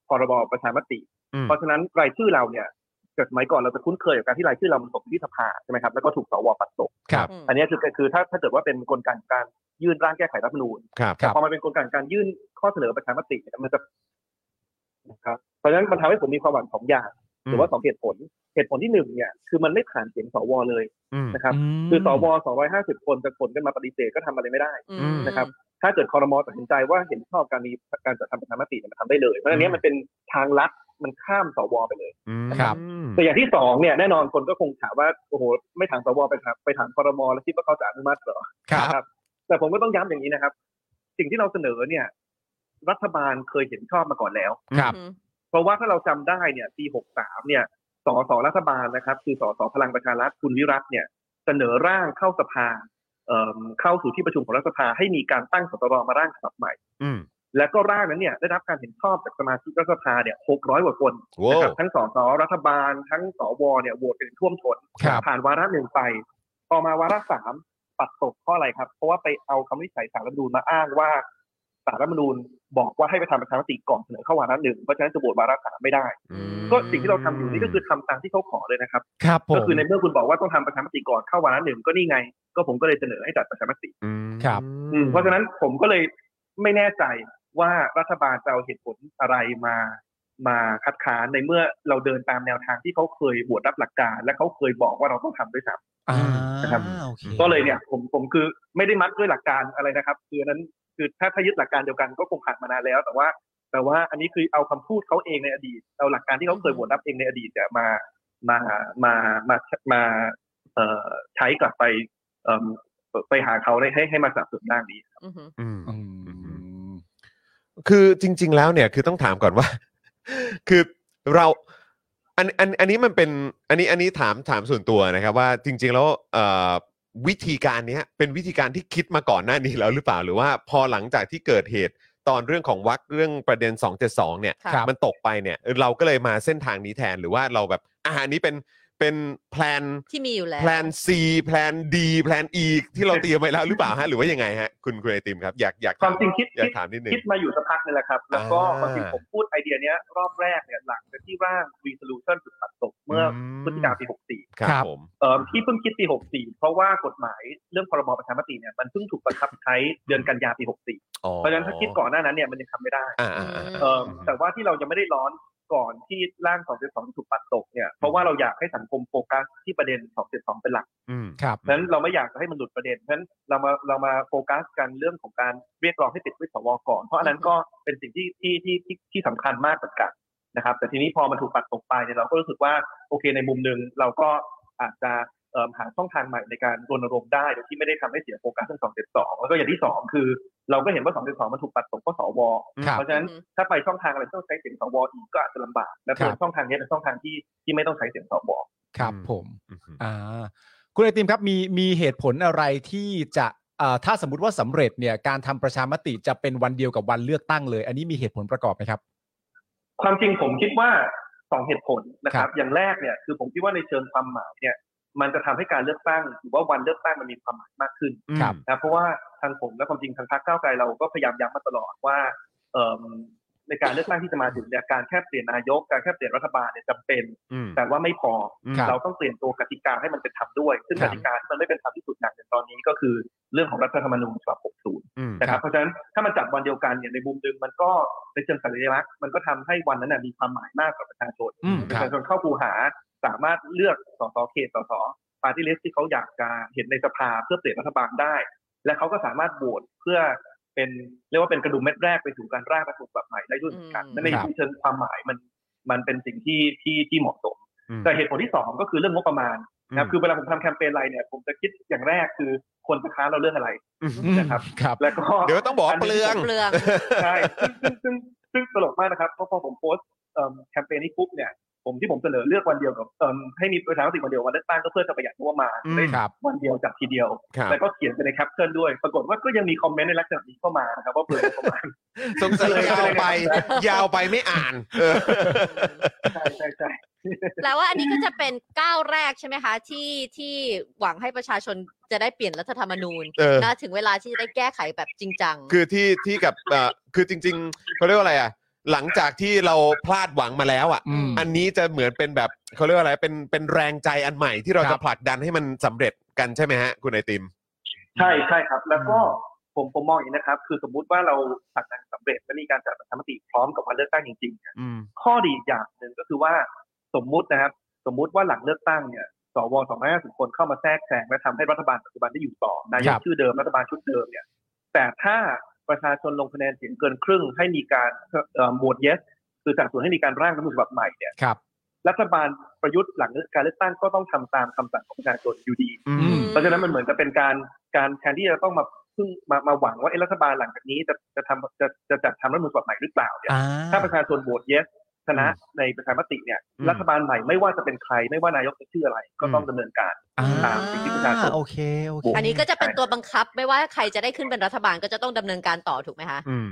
Speaker 7: พรบประชามติ
Speaker 3: อืม
Speaker 7: เพราะฉะนั้นรายชื่อเราเนี่ยเกิดสมัยก่อนเราจะคุ้นเคยกับการที่รายชื่อเรามันตกที่สภาใช่ไหมครับแล้วก็ถูกสวปัดตก
Speaker 6: ครับ
Speaker 5: ม
Speaker 7: อันเนี้ยคือคือถ้าถ้าเกิดว่าเป็นกลไกของการยื่นร่างแก้ไขรัฐธรรมนูญ
Speaker 3: ครับ
Speaker 6: ครับ
Speaker 7: พอมันเป็นกลไกการยื่นข้อเสนอประชามติเนี่ยมันจะนะครับเพราะฉะนั้นมันทำให้ผมมีความหวังสองอย่างหรือว่าสองเหตุผลเหตุผลที่หนึ่งเนี่ยคือมันไม่ผ่านเสียงสวเลยนะครับ คือสวสองร้อยห้าสิบคนจะขนกันมาปฏิเสธก็ทำอะไรไม่ได้ นะครับ ถ้าเกิดคอรมอตัดสินใจว่าเห็นชอบการมีการจัดทำประชามติเนี่ยมันทำได้เลย เพราะฉะนั้นเนี้มันเป็นทางลัดมันข้ามสวไปเลย
Speaker 6: ครับ
Speaker 7: แต่อย่างที่สองเนี่ยแน่นอนคนก็คงถามว่าโอ้โหไม่ถามสวไปถามไปถามคอรมอแล้วคิดว่าเขาจะอนุมัติเหรอ
Speaker 6: ครับ
Speaker 7: นะครับแต่ผมก็ต้องย้ำอย่างนี้นะครับ สิ่งที่เราเสนอเนี่ย รัฐบาลเคยเห็นชอบมาก่อนแล้ว
Speaker 6: ครับ
Speaker 5: อืม
Speaker 7: เพราะว่าถ้าเราจำได้เนี่ยปี 63 เนี่ยสสรัฐบาลนะครับ คือสสพลังประชารัฐคุณวิรัตเนี่ย เสนอร่างเข้าสภาเอิ่มเข้าสู่ที่ประชุมของรัฐสภาให้มีการตั้งสตรมาร่างฉบับใหม่
Speaker 3: อืม
Speaker 7: แล้วก็ร่างนั้นเนี่ยได้รับการเห็นชอบจากสมาชิกรัฐสภาเนี่ย600กว่าคน
Speaker 3: โว้
Speaker 7: นะครับทั้งสสรัฐบาล ทั้งสวเนี่ยโหวตกันท่วมท้น
Speaker 6: ครับ
Speaker 7: ผ่านวาระหนึ่งไปต่อมาวาระสามปัดตกเพราะอะไรครับ เพราะว่าไปเอาคำวินิจฉัยสารรัฐธรรมนูญมาอ้างว่าสารรัฐธรรมนูญบอกว่าให้ไปทำประชามติก่อนเสนอเข้าวาระหนึ่งเพราะฉะนั้นจะโหวตวาระสามไม่ได้
Speaker 3: อืม
Speaker 7: ก็สิ่งที่เราทำอยู่นี่ก็คือทำตามที่เขาขอเลยนะครับ
Speaker 6: ครับผ
Speaker 7: ก็
Speaker 6: ม
Speaker 7: คือในเมื่อคุณบอกว่าต้องทำประชามติก่อนเข้าวาระหนึ่งก็นี่ไง ก็ผมก็เลยเสนอให้จัดประชามติ
Speaker 3: ม
Speaker 6: ครับ
Speaker 7: อืมเพราะฉะนั้นผมก็เลยไม่แน่ใจว่ารัฐบาลจะเอาเหตุผลอะไรมามาคัดค้านในเมื่อเราเดินตามแนวทางที่เขาเคยบวชรับหลักการ และเขาเคยบอกว่าเราต้องทำด้วยซ้
Speaker 6: อ่า
Speaker 7: นะครับ
Speaker 6: โอค
Speaker 7: ำก็เลยเนี่ยผมผมคือไม่ได้มัดด้วยหลักการอะไรนะครับคืออันนั้นคือถ้าถ้ายึดหลักการเดียวกันก็คงผ่านมานานแล้ว แต่ว่า แต่ว่าอันนี้คือเอาคำพูดเขาเองในอดีตเอาหลักการที่เขาเคยบวชรับเองในอดีตเนี่ยมามามามามาเอ่อใช้กลับไปเอิ่มไปหาเขาได้ให้ให้มาสนับสนุนร่างนี้
Speaker 5: อืม
Speaker 3: อืม
Speaker 6: อืม
Speaker 3: คือจริง ๆ แล้วเนี่ยคือต้องถามก่อนว่า คือเราอันอันอันนี้มันเป็นอันนี้อันนี้ถามถามส่วนตัวนะครับ ว่าจริง ๆ แล้วเอ่อวิธีการเนี้ยเป็นวิธีการที่คิดมาก่อนหน้านี้แล้วหรือเปล่าหรือว่าพอหลังจากที่เกิดเหตุตอนเรื่องของวักเรื่องประเด็น 272 เนี่ย
Speaker 5: ครับ
Speaker 3: มันตกไปเนี่ย เราก็เลยมาเส้นทางนี้แทนหรือว่าเราแบบอาหารนี้เป็นเป็นแพลน
Speaker 5: ที่มีอยู่แล้ว
Speaker 3: แพลน C แพลน D แพลน E ที่เราเตรียมไว้แล้วหรือเปล่าฮะหรือว่ายังไงฮะคุณคุณไอติมครับอยากอยากถ
Speaker 7: ความจริงคิด
Speaker 3: อยาก
Speaker 7: ด
Speaker 3: ถามนิดนึง
Speaker 7: คิดมาอยู่สักพักนึงแหละครับ แล้วก็
Speaker 3: อ่า
Speaker 7: ความจริงผมพูดไอเดียเนี้ยรอบแรกเนี่ยหลังจากที่ร่าง resolution สุดปัดตกเมื่อพฤศจิกาปี 64
Speaker 3: ครับผม
Speaker 7: เอ่อที่เพิ่งคิดปี 64 เพราะว่ากฎหมายเรื่องพรบประชามติเนี่ยมันเพิ่งถูกบังคับใช้เดือนกันยาปี 64 เพราะฉะนั้นถ้าคิดก่อนหน้านั้นเนี่ยมันยังทำไม่ได้
Speaker 3: อ่าๆๆ
Speaker 5: อืม
Speaker 7: เอ่อแต่ว่าที่เรายังไม่ได้ร้อน ก่อนที่ร่าง 272 ถูกปัดตกเนี่ยเพราะว่าเราอยากให้สังคมโฟกัสที่ประเด็น 272 เป็นหลัก
Speaker 3: อืม
Speaker 6: ครับ
Speaker 7: เพราะฉะนั้นเราไม่อยากจะให้มันหลุดประเด็นเพราะฉะนั้นเรามาเรามาโฟกัสกันเรื่องของการเรียกร้องให้ติดวิสวก่อน เพราะอันนั้นก็เป็นสิ่งที่ที่ที่ที่ที่สำคัญมากเหมือนกันนะครับ แต่ทีนี้พอมันถูกปัดตกไปเนี่ยเราก็รู้สึกว่าโอเคในมุมหนึ่งเราก็อาจจะเอิ่มหาช่องทางใหม่ในการรณรงค์ได้โดยที่ไม่ได้ทำให้เสียโฟกัสเรื่อง272 แล้วก็อย่างที่สองคือเราก็เห็นว่า272มันถูกปัดตกเพราะสว
Speaker 6: ครับ
Speaker 7: เพราะฉะนั้น
Speaker 5: อือฮึ
Speaker 7: ถ้าไปช่องทางอะไรที่ต้องใช้เสียงสวอีกก็อาจจะลำบาก และ
Speaker 6: ครับ
Speaker 7: เป็นช่องทางนี้เป็นช่องทางที่ที่ไม่ต้องใช้เสียงสว
Speaker 6: ครับ
Speaker 3: อืม
Speaker 6: ผม
Speaker 3: อืมอืม
Speaker 6: อ่าคุณไอติมครับมีมีเหตุผลอะไรที่จะเอ่อถ้าสมมติว่าสำเร็จเนี่ยการทำประชามติจะเป็นวันเดียวกับวันเลือกตั้งเลย อันนี้มีเหตุผลประกอบไหมครับ
Speaker 7: ความจริงผมคิดว่าสองเหตุผลนะค
Speaker 6: ครั
Speaker 7: รับ
Speaker 6: บ
Speaker 7: อย่างแรกเนี่ยคือผมคิดว่าในเชิงความหมายเนี่ยมันจะทำให้การเลือกตั้งหรือว่าวันเลือกตั้งมันมีความหมายมากขึ้น
Speaker 6: ครับ
Speaker 7: นะเพราะว่าทางผมและความจริงทางพรรคก้าวไกลเราก็พยายามย้ำมาตลอดว่าเอิ่มในการเลือกตั้งที่จะมาถึงเนี่ยการแค่เปลี่ยนนายก การแค่เปลี่ยนรัฐบาลเนี่ยจำเป็น
Speaker 3: อืม
Speaker 7: แต่ว่าไม่พอ
Speaker 6: ครับ
Speaker 7: เราต้องเปลี่ยนตัวกติกาให้มันเป็นธรรมด้วย ซึ่ง
Speaker 6: ครั
Speaker 7: ก
Speaker 6: บ
Speaker 7: ติกาที่มันไม่เป็นธรรมที่สุดหนักในตอนนี้ก็คือเรื่องของรัฐธรรมนูญฉบับ
Speaker 3: อืม
Speaker 7: 60 นะครับ เพราะฉะนั้นถ้ามันจัดวันเดียวกันเนี่ยในมุมหนึงมันก็ในเชิงสัญลักษณ์มันก็ทำให้วันนั้นนะมีความหมายมากกับประชาชน
Speaker 6: อืม
Speaker 7: ป
Speaker 6: ค
Speaker 7: ระ
Speaker 6: รับ
Speaker 7: ชาชนเข้าคูหาสามารถเลือกสสเขตสสปาร์ตี้ลิสที่เขาอยากจะเห็นในสภาเพื่อเปลี่ยนรัฐบาลได้ และเขาก็สามารถโหวตเพื่อเป็นเรียกว่าเป็นกระดุมเม็ดแรกไปสู่การร่างรัฐธรรมนูญฉบับใหม่ได้ด้วยเหมือนกัน
Speaker 5: อืม
Speaker 7: นั่นใน
Speaker 6: ครับ
Speaker 7: เชิงความหมายมันมันเป็นสิ่งที่ที่ที่เหมาะสม
Speaker 3: อืม
Speaker 7: แต่เหตุผลที่สองก็คือเรื่องงบประมาณนะครับคือเวลาผมทำแคมเปญอะไรเนี่ยผมจะคิดอย่างแรกคือคนจะค้านเราเรื่องอะไร
Speaker 6: อืม
Speaker 7: นะครับ
Speaker 6: ครับ
Speaker 7: แล้วก็
Speaker 3: เดี๋ยวต้องบอกว่าเปลือง
Speaker 5: เปลือง
Speaker 7: ใช่ซึ่งซึ่งซึ่งซึ่งตลกมากนะครับเพราะพอผมโพสต์เอิ่มแคมเปญนี้ปุ๊บเนี่ยผมที่ผมเสนอเลือกวันเดียวกับเอิ่มให้มีประชามติวันเดียววันเลือกตั้งก็เพื่อจะประหยัดงบประมาณ
Speaker 3: อืม
Speaker 7: ได้
Speaker 6: ครับ
Speaker 7: วันเดียวจัดทีเดียว
Speaker 3: ครับ
Speaker 7: แล้วก็เขียนไปในแคปเชิญด้วย ปรากฏว่าก็ยังมีคอมเมนต์ในลักษณะนี้เข้ามานะครับว่าเปลืองงบประมาณ
Speaker 3: สงสัยยาวไป ยาวไปไม่อ่าน เออ
Speaker 7: ใช่ใช่ใช่
Speaker 5: แปลว่าอันนี้ก็จะเป็นก้าวแรกใช่ไหมคะ ที่ที่หวังให้ประชาชนจะได้เปลี่ยนรัฐธรรมนูญ
Speaker 3: เออ
Speaker 5: นะถึงเวลาที่จะได้แก้ไขแบบจริงจัง
Speaker 3: คือที่ที่กับเอ่อคือจริง ๆ เขาเรียกว่าอะไรอ่ะ หลังจากที่เราพลาดหวังมาแล้วอ่ะ
Speaker 6: อืม
Speaker 3: อันนี้จะเหมือนเป็นแบบเขาเรียกว่าอะไร เป็นเป็นแรงใจอันใหม่ที่เรา
Speaker 6: ครั
Speaker 3: จะ
Speaker 6: บ
Speaker 3: ผลักดันให้มันสำเร็จกันใช่ไหมฮะ คุณไอติม
Speaker 7: ใช่ใช่ครับ แล้วก็ผมผมมองอย่างนี้นะครับ คือสมมุติว่าเราผลักดันสำเร็จและมีการจัดประชามติพร้อมกับวันเลือกตั้งจริงๆเนี่ย
Speaker 3: อืม
Speaker 7: ข้อดีอีกอย่างหนึ่งก็คือว่าสมมุตินะครับ สมมุติว่าหลังเลือกตั้งเนี่ยสว250คนเข้ามาแทรกแซงและทำให้รัฐบาลปัจจุบันได้อยู่ต่อนาย
Speaker 6: ค
Speaker 7: ก
Speaker 6: รับ
Speaker 7: ชื่อเดิมรัฐบาลชุดเดิมเนี่ย แต่ถ้าประชาชนลงคะแนนเสียงเกินครึ่ง ให้มีการเอ่อโหวต yes คือสนับสนุนให้มีการร่างรัฐธรรมนูญฉบับใหม่เนี่ย
Speaker 6: ครับ
Speaker 7: รัฐบาลประยุทธ์หลังการเลือกตั้งก็ต้องทำตามคำสั่งของประชาชนอยู่ดี
Speaker 6: อืม
Speaker 7: เพราะฉะนั้นมันเหมือนจะเป็นการการแทนที่จะต้องมาพึ่งมามาหวังว่าเอะรัฐบาลหลังจากนี้จะจะทำจะจะจัดทำรัฐธรรมนูญฉบับใหม่หรือเปล่าเนี่ย
Speaker 6: อ่า
Speaker 7: ถ้าประชาชนโหวต yes ชนะในประชามติเนี่ย
Speaker 3: อืม
Speaker 7: รัฐบาลใหม่ไม่ว่าจะเป็นใครไม่ว่านายกจะชื่ออะไรก็ต้องดำเนินการ
Speaker 6: อ่า
Speaker 7: ตามสิ่งที่ประชาชน
Speaker 6: โอเคโอเค
Speaker 5: อันนี้ก็จะเป็นตัวบังคับไม่ว่าใครจะได้ขึ้นเป็นรัฐบาลก็จะต้องดำเนินการต่อถูกไหมคะ
Speaker 3: อืม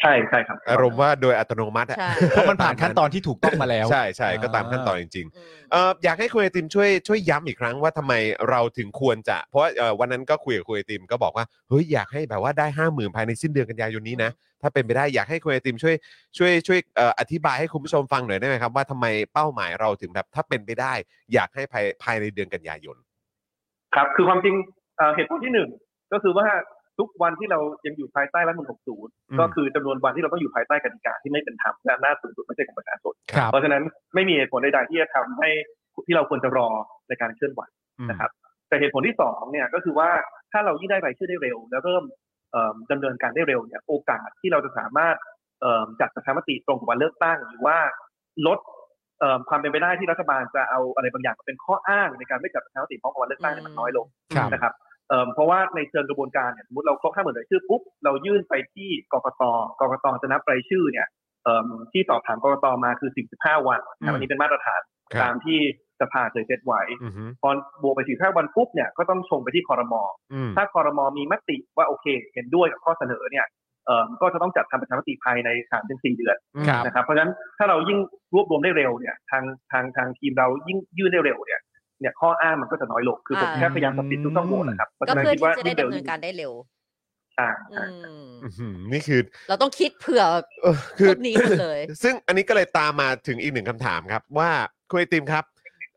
Speaker 7: ใช่ใช่ครับ
Speaker 3: อารมณ์ว่าโดยอัตโนมัติอะ
Speaker 5: ใช่
Speaker 6: เพราะมันผ่านขั้นตอนที่ถูกต้องมาแล้ว
Speaker 3: ใช่ใช่ก็ตามขั้นตอนจริง ๆ
Speaker 5: อืม
Speaker 3: เอ่ออยากให้คุณไอติมช่วยช่วยย้ำอีกครั้งว่าทำไมเราถึงควรจะ เพราะว่าเอ่อวันนั้นก็คุยกับคุณไอติมก็บอกว่าเฮ้ยอยากให้แบบว่าได้ห้าหมื่นภายในสิ้นเดือนกันยายนนี้นะถ้าเป็นไปได้อยากให้คุณไอติมช่วยช่วยช่วยเอ่ออธิบายให้คุณผู้ชมฟังหน่อยได้ไหมครับว่าทำไมเป้าหมายเราถึงแบบถ้าเป็นไปได้ อยากให้ภายภายในเดือนกันยายน
Speaker 7: ครับ คือความจริงเอ่อเหตุผลที่หนึ่งก็คือว่าทุกวันที่เรายังอยู่ภายใต้รัฐธรรมนูญ
Speaker 3: อืม
Speaker 7: 60 ก็คือจำนวนวันที่เราต้องอยู่ภายใต้กติกาที่ไม่เป็นธรรมและอำนาจสูงสุดไม่ใช่ของประชาชน
Speaker 6: ครับ
Speaker 7: เพราะฉะนั้นไม่มีเหตุผลใดๆที่จะทำให้ที่เราควรจะรอในการเคลื่อนไหว นะครับแต่เหตุผลที่สองเนี่ยก็คือว่าถ้าเรายิ่งได้รายชื่อได้เร็ว แล้วเริ่มเอิ่มดำเนินการได้เร็วเนี่ยโอกาสที่เราจะสามารถเอิ่มจัดประชามติตรงกับวันเลือกตั้ง หรือว่าลดเอิ่มความเป็นไปได้ที่รัฐบาลจะเอาอะไรบางอย่างมาเป็นข้ออ้างในการไม่จัดประชามติพร้อมกับวันเลือกตั้งเนี่ยมันน้อยลง
Speaker 6: ครับ
Speaker 7: นะครับเอิ่มเพราะว่าในเชิงกระบวนการเนี่ยสมมติเราครบห้าหมื่นรายชื่อปุ๊บเรายื่นไปที่กกตกกตจะนับรายชื่อเนี่ยเอิ่มที่สอบถามกกตมาคือ45วันนะครับอันนี้เป็นมาตรฐาน
Speaker 3: ครับ
Speaker 7: ตามที่สภาเคยเซตไว้
Speaker 3: อืมอืม
Speaker 7: พอบวกไปสี่ห้าวันปุ๊บเนี่ยก็ต้องส่งไปที่คอรมอ
Speaker 3: อืม
Speaker 7: ถ้าคอรมอมีมติว่าโอเค เห็นด้วยกับข้อเสนอเนี่ยเอ่อก็จะต้องจัดทำประชามติภายในสามถึงสี่เดือน
Speaker 6: ครับ
Speaker 7: นะครับเพราะฉะนั้นถ้าเรายิ่งรวบรวมได้เร็วเนี่ยทางทางทางทีมเรายิ่งยื่นได้เร็วเนี่ยเนี่ยข้ออ้างมันก็จะน้อยลงคือผม
Speaker 5: อ่า
Speaker 7: แค่พยายามจะปิดทุกช่องโหว่นะครับเพราะ
Speaker 5: ก็
Speaker 7: ฉะนั้น
Speaker 5: เพื่อที่
Speaker 7: คิดว่า
Speaker 5: จะได้
Speaker 7: ยิ่งเร็
Speaker 5: ดำ
Speaker 7: ว
Speaker 5: เนิ
Speaker 7: ยิ่
Speaker 5: น
Speaker 7: ง
Speaker 5: การได้เร็ว
Speaker 7: ใช่
Speaker 5: อื
Speaker 7: ใช่
Speaker 5: ม
Speaker 3: อื้อหือนี่คือ
Speaker 5: เราต้องคิดเผื่อ
Speaker 3: เออคือ
Speaker 5: พวกนี้หมดเลย
Speaker 3: ซึ่งอันนี้ก็เลยตามมาถึงอีกหนึ่งคำถามครับ ว่าคุณไอติมครับ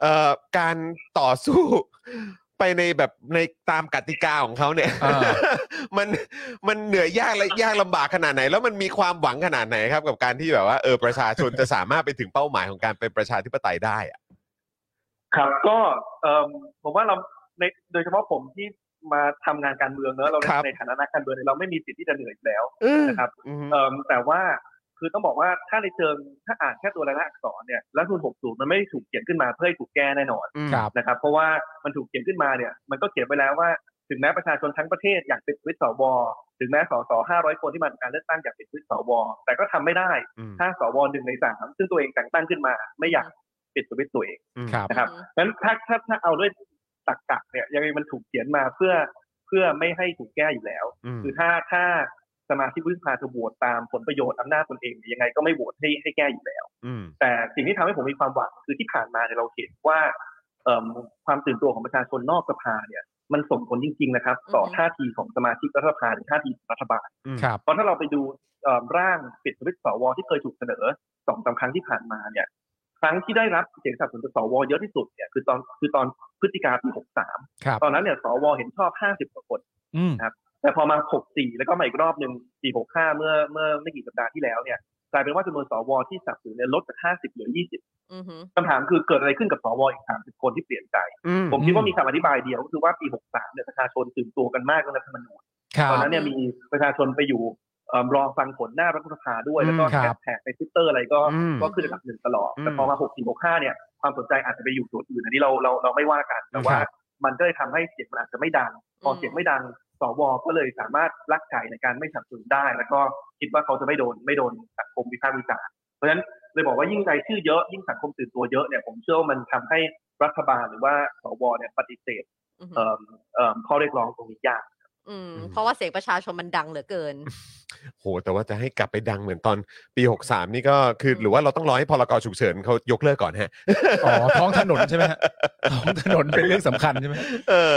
Speaker 3: เอ่อการต่อสู้ ไปในแบบในตามกติกาของเขาเนี่ย
Speaker 6: อ่า
Speaker 3: มันมันเหนื่อยยากและยากลำบากขนาดไหน แล้วมันมีความหวังขนาดไหนครับ กับการที่แบบว่าเออประชาชนจะสามารถไปถึงเป้าหมายของการเป็นประชาธิปไตยได้อะ
Speaker 7: ครับก็เอิ่มผมว่าเราในโดยเฉพาะผมที่มาทำงานการเมืองเนอะเราในฐานะนักการเมืองเนี่ยเราไม่มีสิทธิ์ที่จะเหนื่อยอยู่แล้วนะครับ
Speaker 3: อืม
Speaker 7: เอิ่มแต่ว่าคือต้องบอกว่าถ้าในเชิงถ้าอ่านแค่ตัวรายละอักษรเนี่ยรัฐธรรมนูล60 มันไม่ได้ถูกเขียนขึ้นมาเพื่อให้ถูกแก้แน่นอน
Speaker 6: ครับ
Speaker 7: นะครับ เพราะว่ามันถูกเขียนขึ้นมาเนี่ย มันก็เขียนไว้แล้วว่าถึงแม้ประชาชนทั้งประเทศอยากปิดสวิตช์สวถึงแม้สส500 คนที่มาจากการเลือกตั้งอยากปิดสวิตช์สวแต่ก็ทำไม่ได้
Speaker 3: อืม
Speaker 7: ถ้าสวหนึ่งในสามซึ่งตัวเองแต่งตั้งขึ้นมา ไม่อยากปิดสวิตช์ตัวเอง
Speaker 6: ครับ
Speaker 7: นะครับ
Speaker 5: อืม
Speaker 7: นั้นถ้าถ้าถ้าเอาด้วยตรรกะเนี่ยยังไงมันถูกเขียนมาเพื่อเพื่อไม่ให้ถูกแก้อยู่แล้ว
Speaker 3: อืม
Speaker 7: คือถ้าถ้าสมาชิกวุฒิสภาจะโหวตตามผลประโยชน์อำนาจตนเองเนี่ยยังไงก็ไม่โหวตให้ให้แก้อยู่แล้ว
Speaker 3: อืม
Speaker 7: แต่สิ่งที่ทำให้ผมมีความหวังคือที่ผ่านมาเนี่ยเราเห็นว่าเอิ่มความตื่นตัวของประชาชนนอกสภาเนี่ยมันส่งผลจริง ๆ นะครับ ต่อ
Speaker 5: อือฮึ
Speaker 7: ท่าทีของสมาชิกรัฐสภาหรือท่าทีของรัฐบาล
Speaker 6: ครับ
Speaker 7: เพราะถ้าเราไปดูเอ่อร่างปิดสวิตช์สวที่เคยถูกเสนอสองสามครั้งที่ผ่านมาเนี่ย ครั้งที่ได้รับเสียงสนับสนุนจากสวเยอะที่สุดเนี่ยคือตอนคือตอนพฤศจิกาปี63
Speaker 6: ครับ
Speaker 7: ตอนนั้นเนี่ยสวเห็นชอบ 50กว่าคน
Speaker 6: อืม
Speaker 7: แต่พอมา 64 แล้วก็มาอีกรอบหนึ่งปี65 เมื่อเมื่อไม่กี่สัปดาห์ที่แล้วเนี่ยกลายเป็นว่าจำนวนสวที่สนับสนุนเนี่ยลดจาก 50 เหลือ 20
Speaker 5: อือหือ
Speaker 7: คำถามคือเกิดอะไรขึ้นกับสวอีก 30 คนที่เปลี่ยนใจ ผมคิดว่ามีคำอธิบายเดียวก็คือว่าปี 63 เนี่ยประชาชนตื่นตัวกันมากเรื่องรัฐธรรมนูญ
Speaker 6: ครั
Speaker 7: ตอน
Speaker 6: บ
Speaker 7: นั้นเนี่ยมีประชาชนไปอยู่เอิ่มรอฟังผลหน้ารัฐสภาด้วย
Speaker 6: อืม
Speaker 7: แล้วก็
Speaker 6: ค
Speaker 7: แฮ
Speaker 6: รับ
Speaker 7: ชแท็กในทวิตเตอร์อะไรก็
Speaker 3: อืม
Speaker 7: ก็ขึ้นระดับหนึ่งตลอด
Speaker 3: อืม
Speaker 7: แต่พอมา 6 4 6 5 เนี่ย ความสนใจอาจจะไปอยู่ส่วนอื่นอันนี้เราเราเราไม่ว่ากัน แต่ว่ามันก็เลยทำให้เสียงมันอาจจะไม่ดัง พอเสียงไม่ดังสวก็เลยสามารถลักไก่ในการไม่สนับสนุนได้ แล้วก็คิดว่าเขาจะไม่โดนไม่โดนสังคมวิพากษ์วิจารณ์เพราะฉะนั้นเลยบอกว่ายิ่งรายชื่อเยอะยิ่งสังคมตื่นตัวเยอะเนี่ยผมเชื่อว่ามันทำให้รัฐบาลหรือว่าสวเนี่ยปฏิเสธ
Speaker 5: อือหือ
Speaker 7: เอิ่มเอิ่มข้อเรียกร้องตรงนี้ยาก
Speaker 5: อืมเพราะว่าเสียงประชาชนมันดังเหลือเกิน
Speaker 3: โหแต่ว่าจะให้กลับไปดังเหมือนตอนปี 63 นี่ก็คือหรือว่าเราต้องรอให้พรกฉุกเฉินเขายกเลิกก่อนฮะ
Speaker 6: อ๋อ ท้องถนนใช่ไหม ฮะท้องถนนเป็นเรื่องสำคัญใช่ไหม
Speaker 3: เออ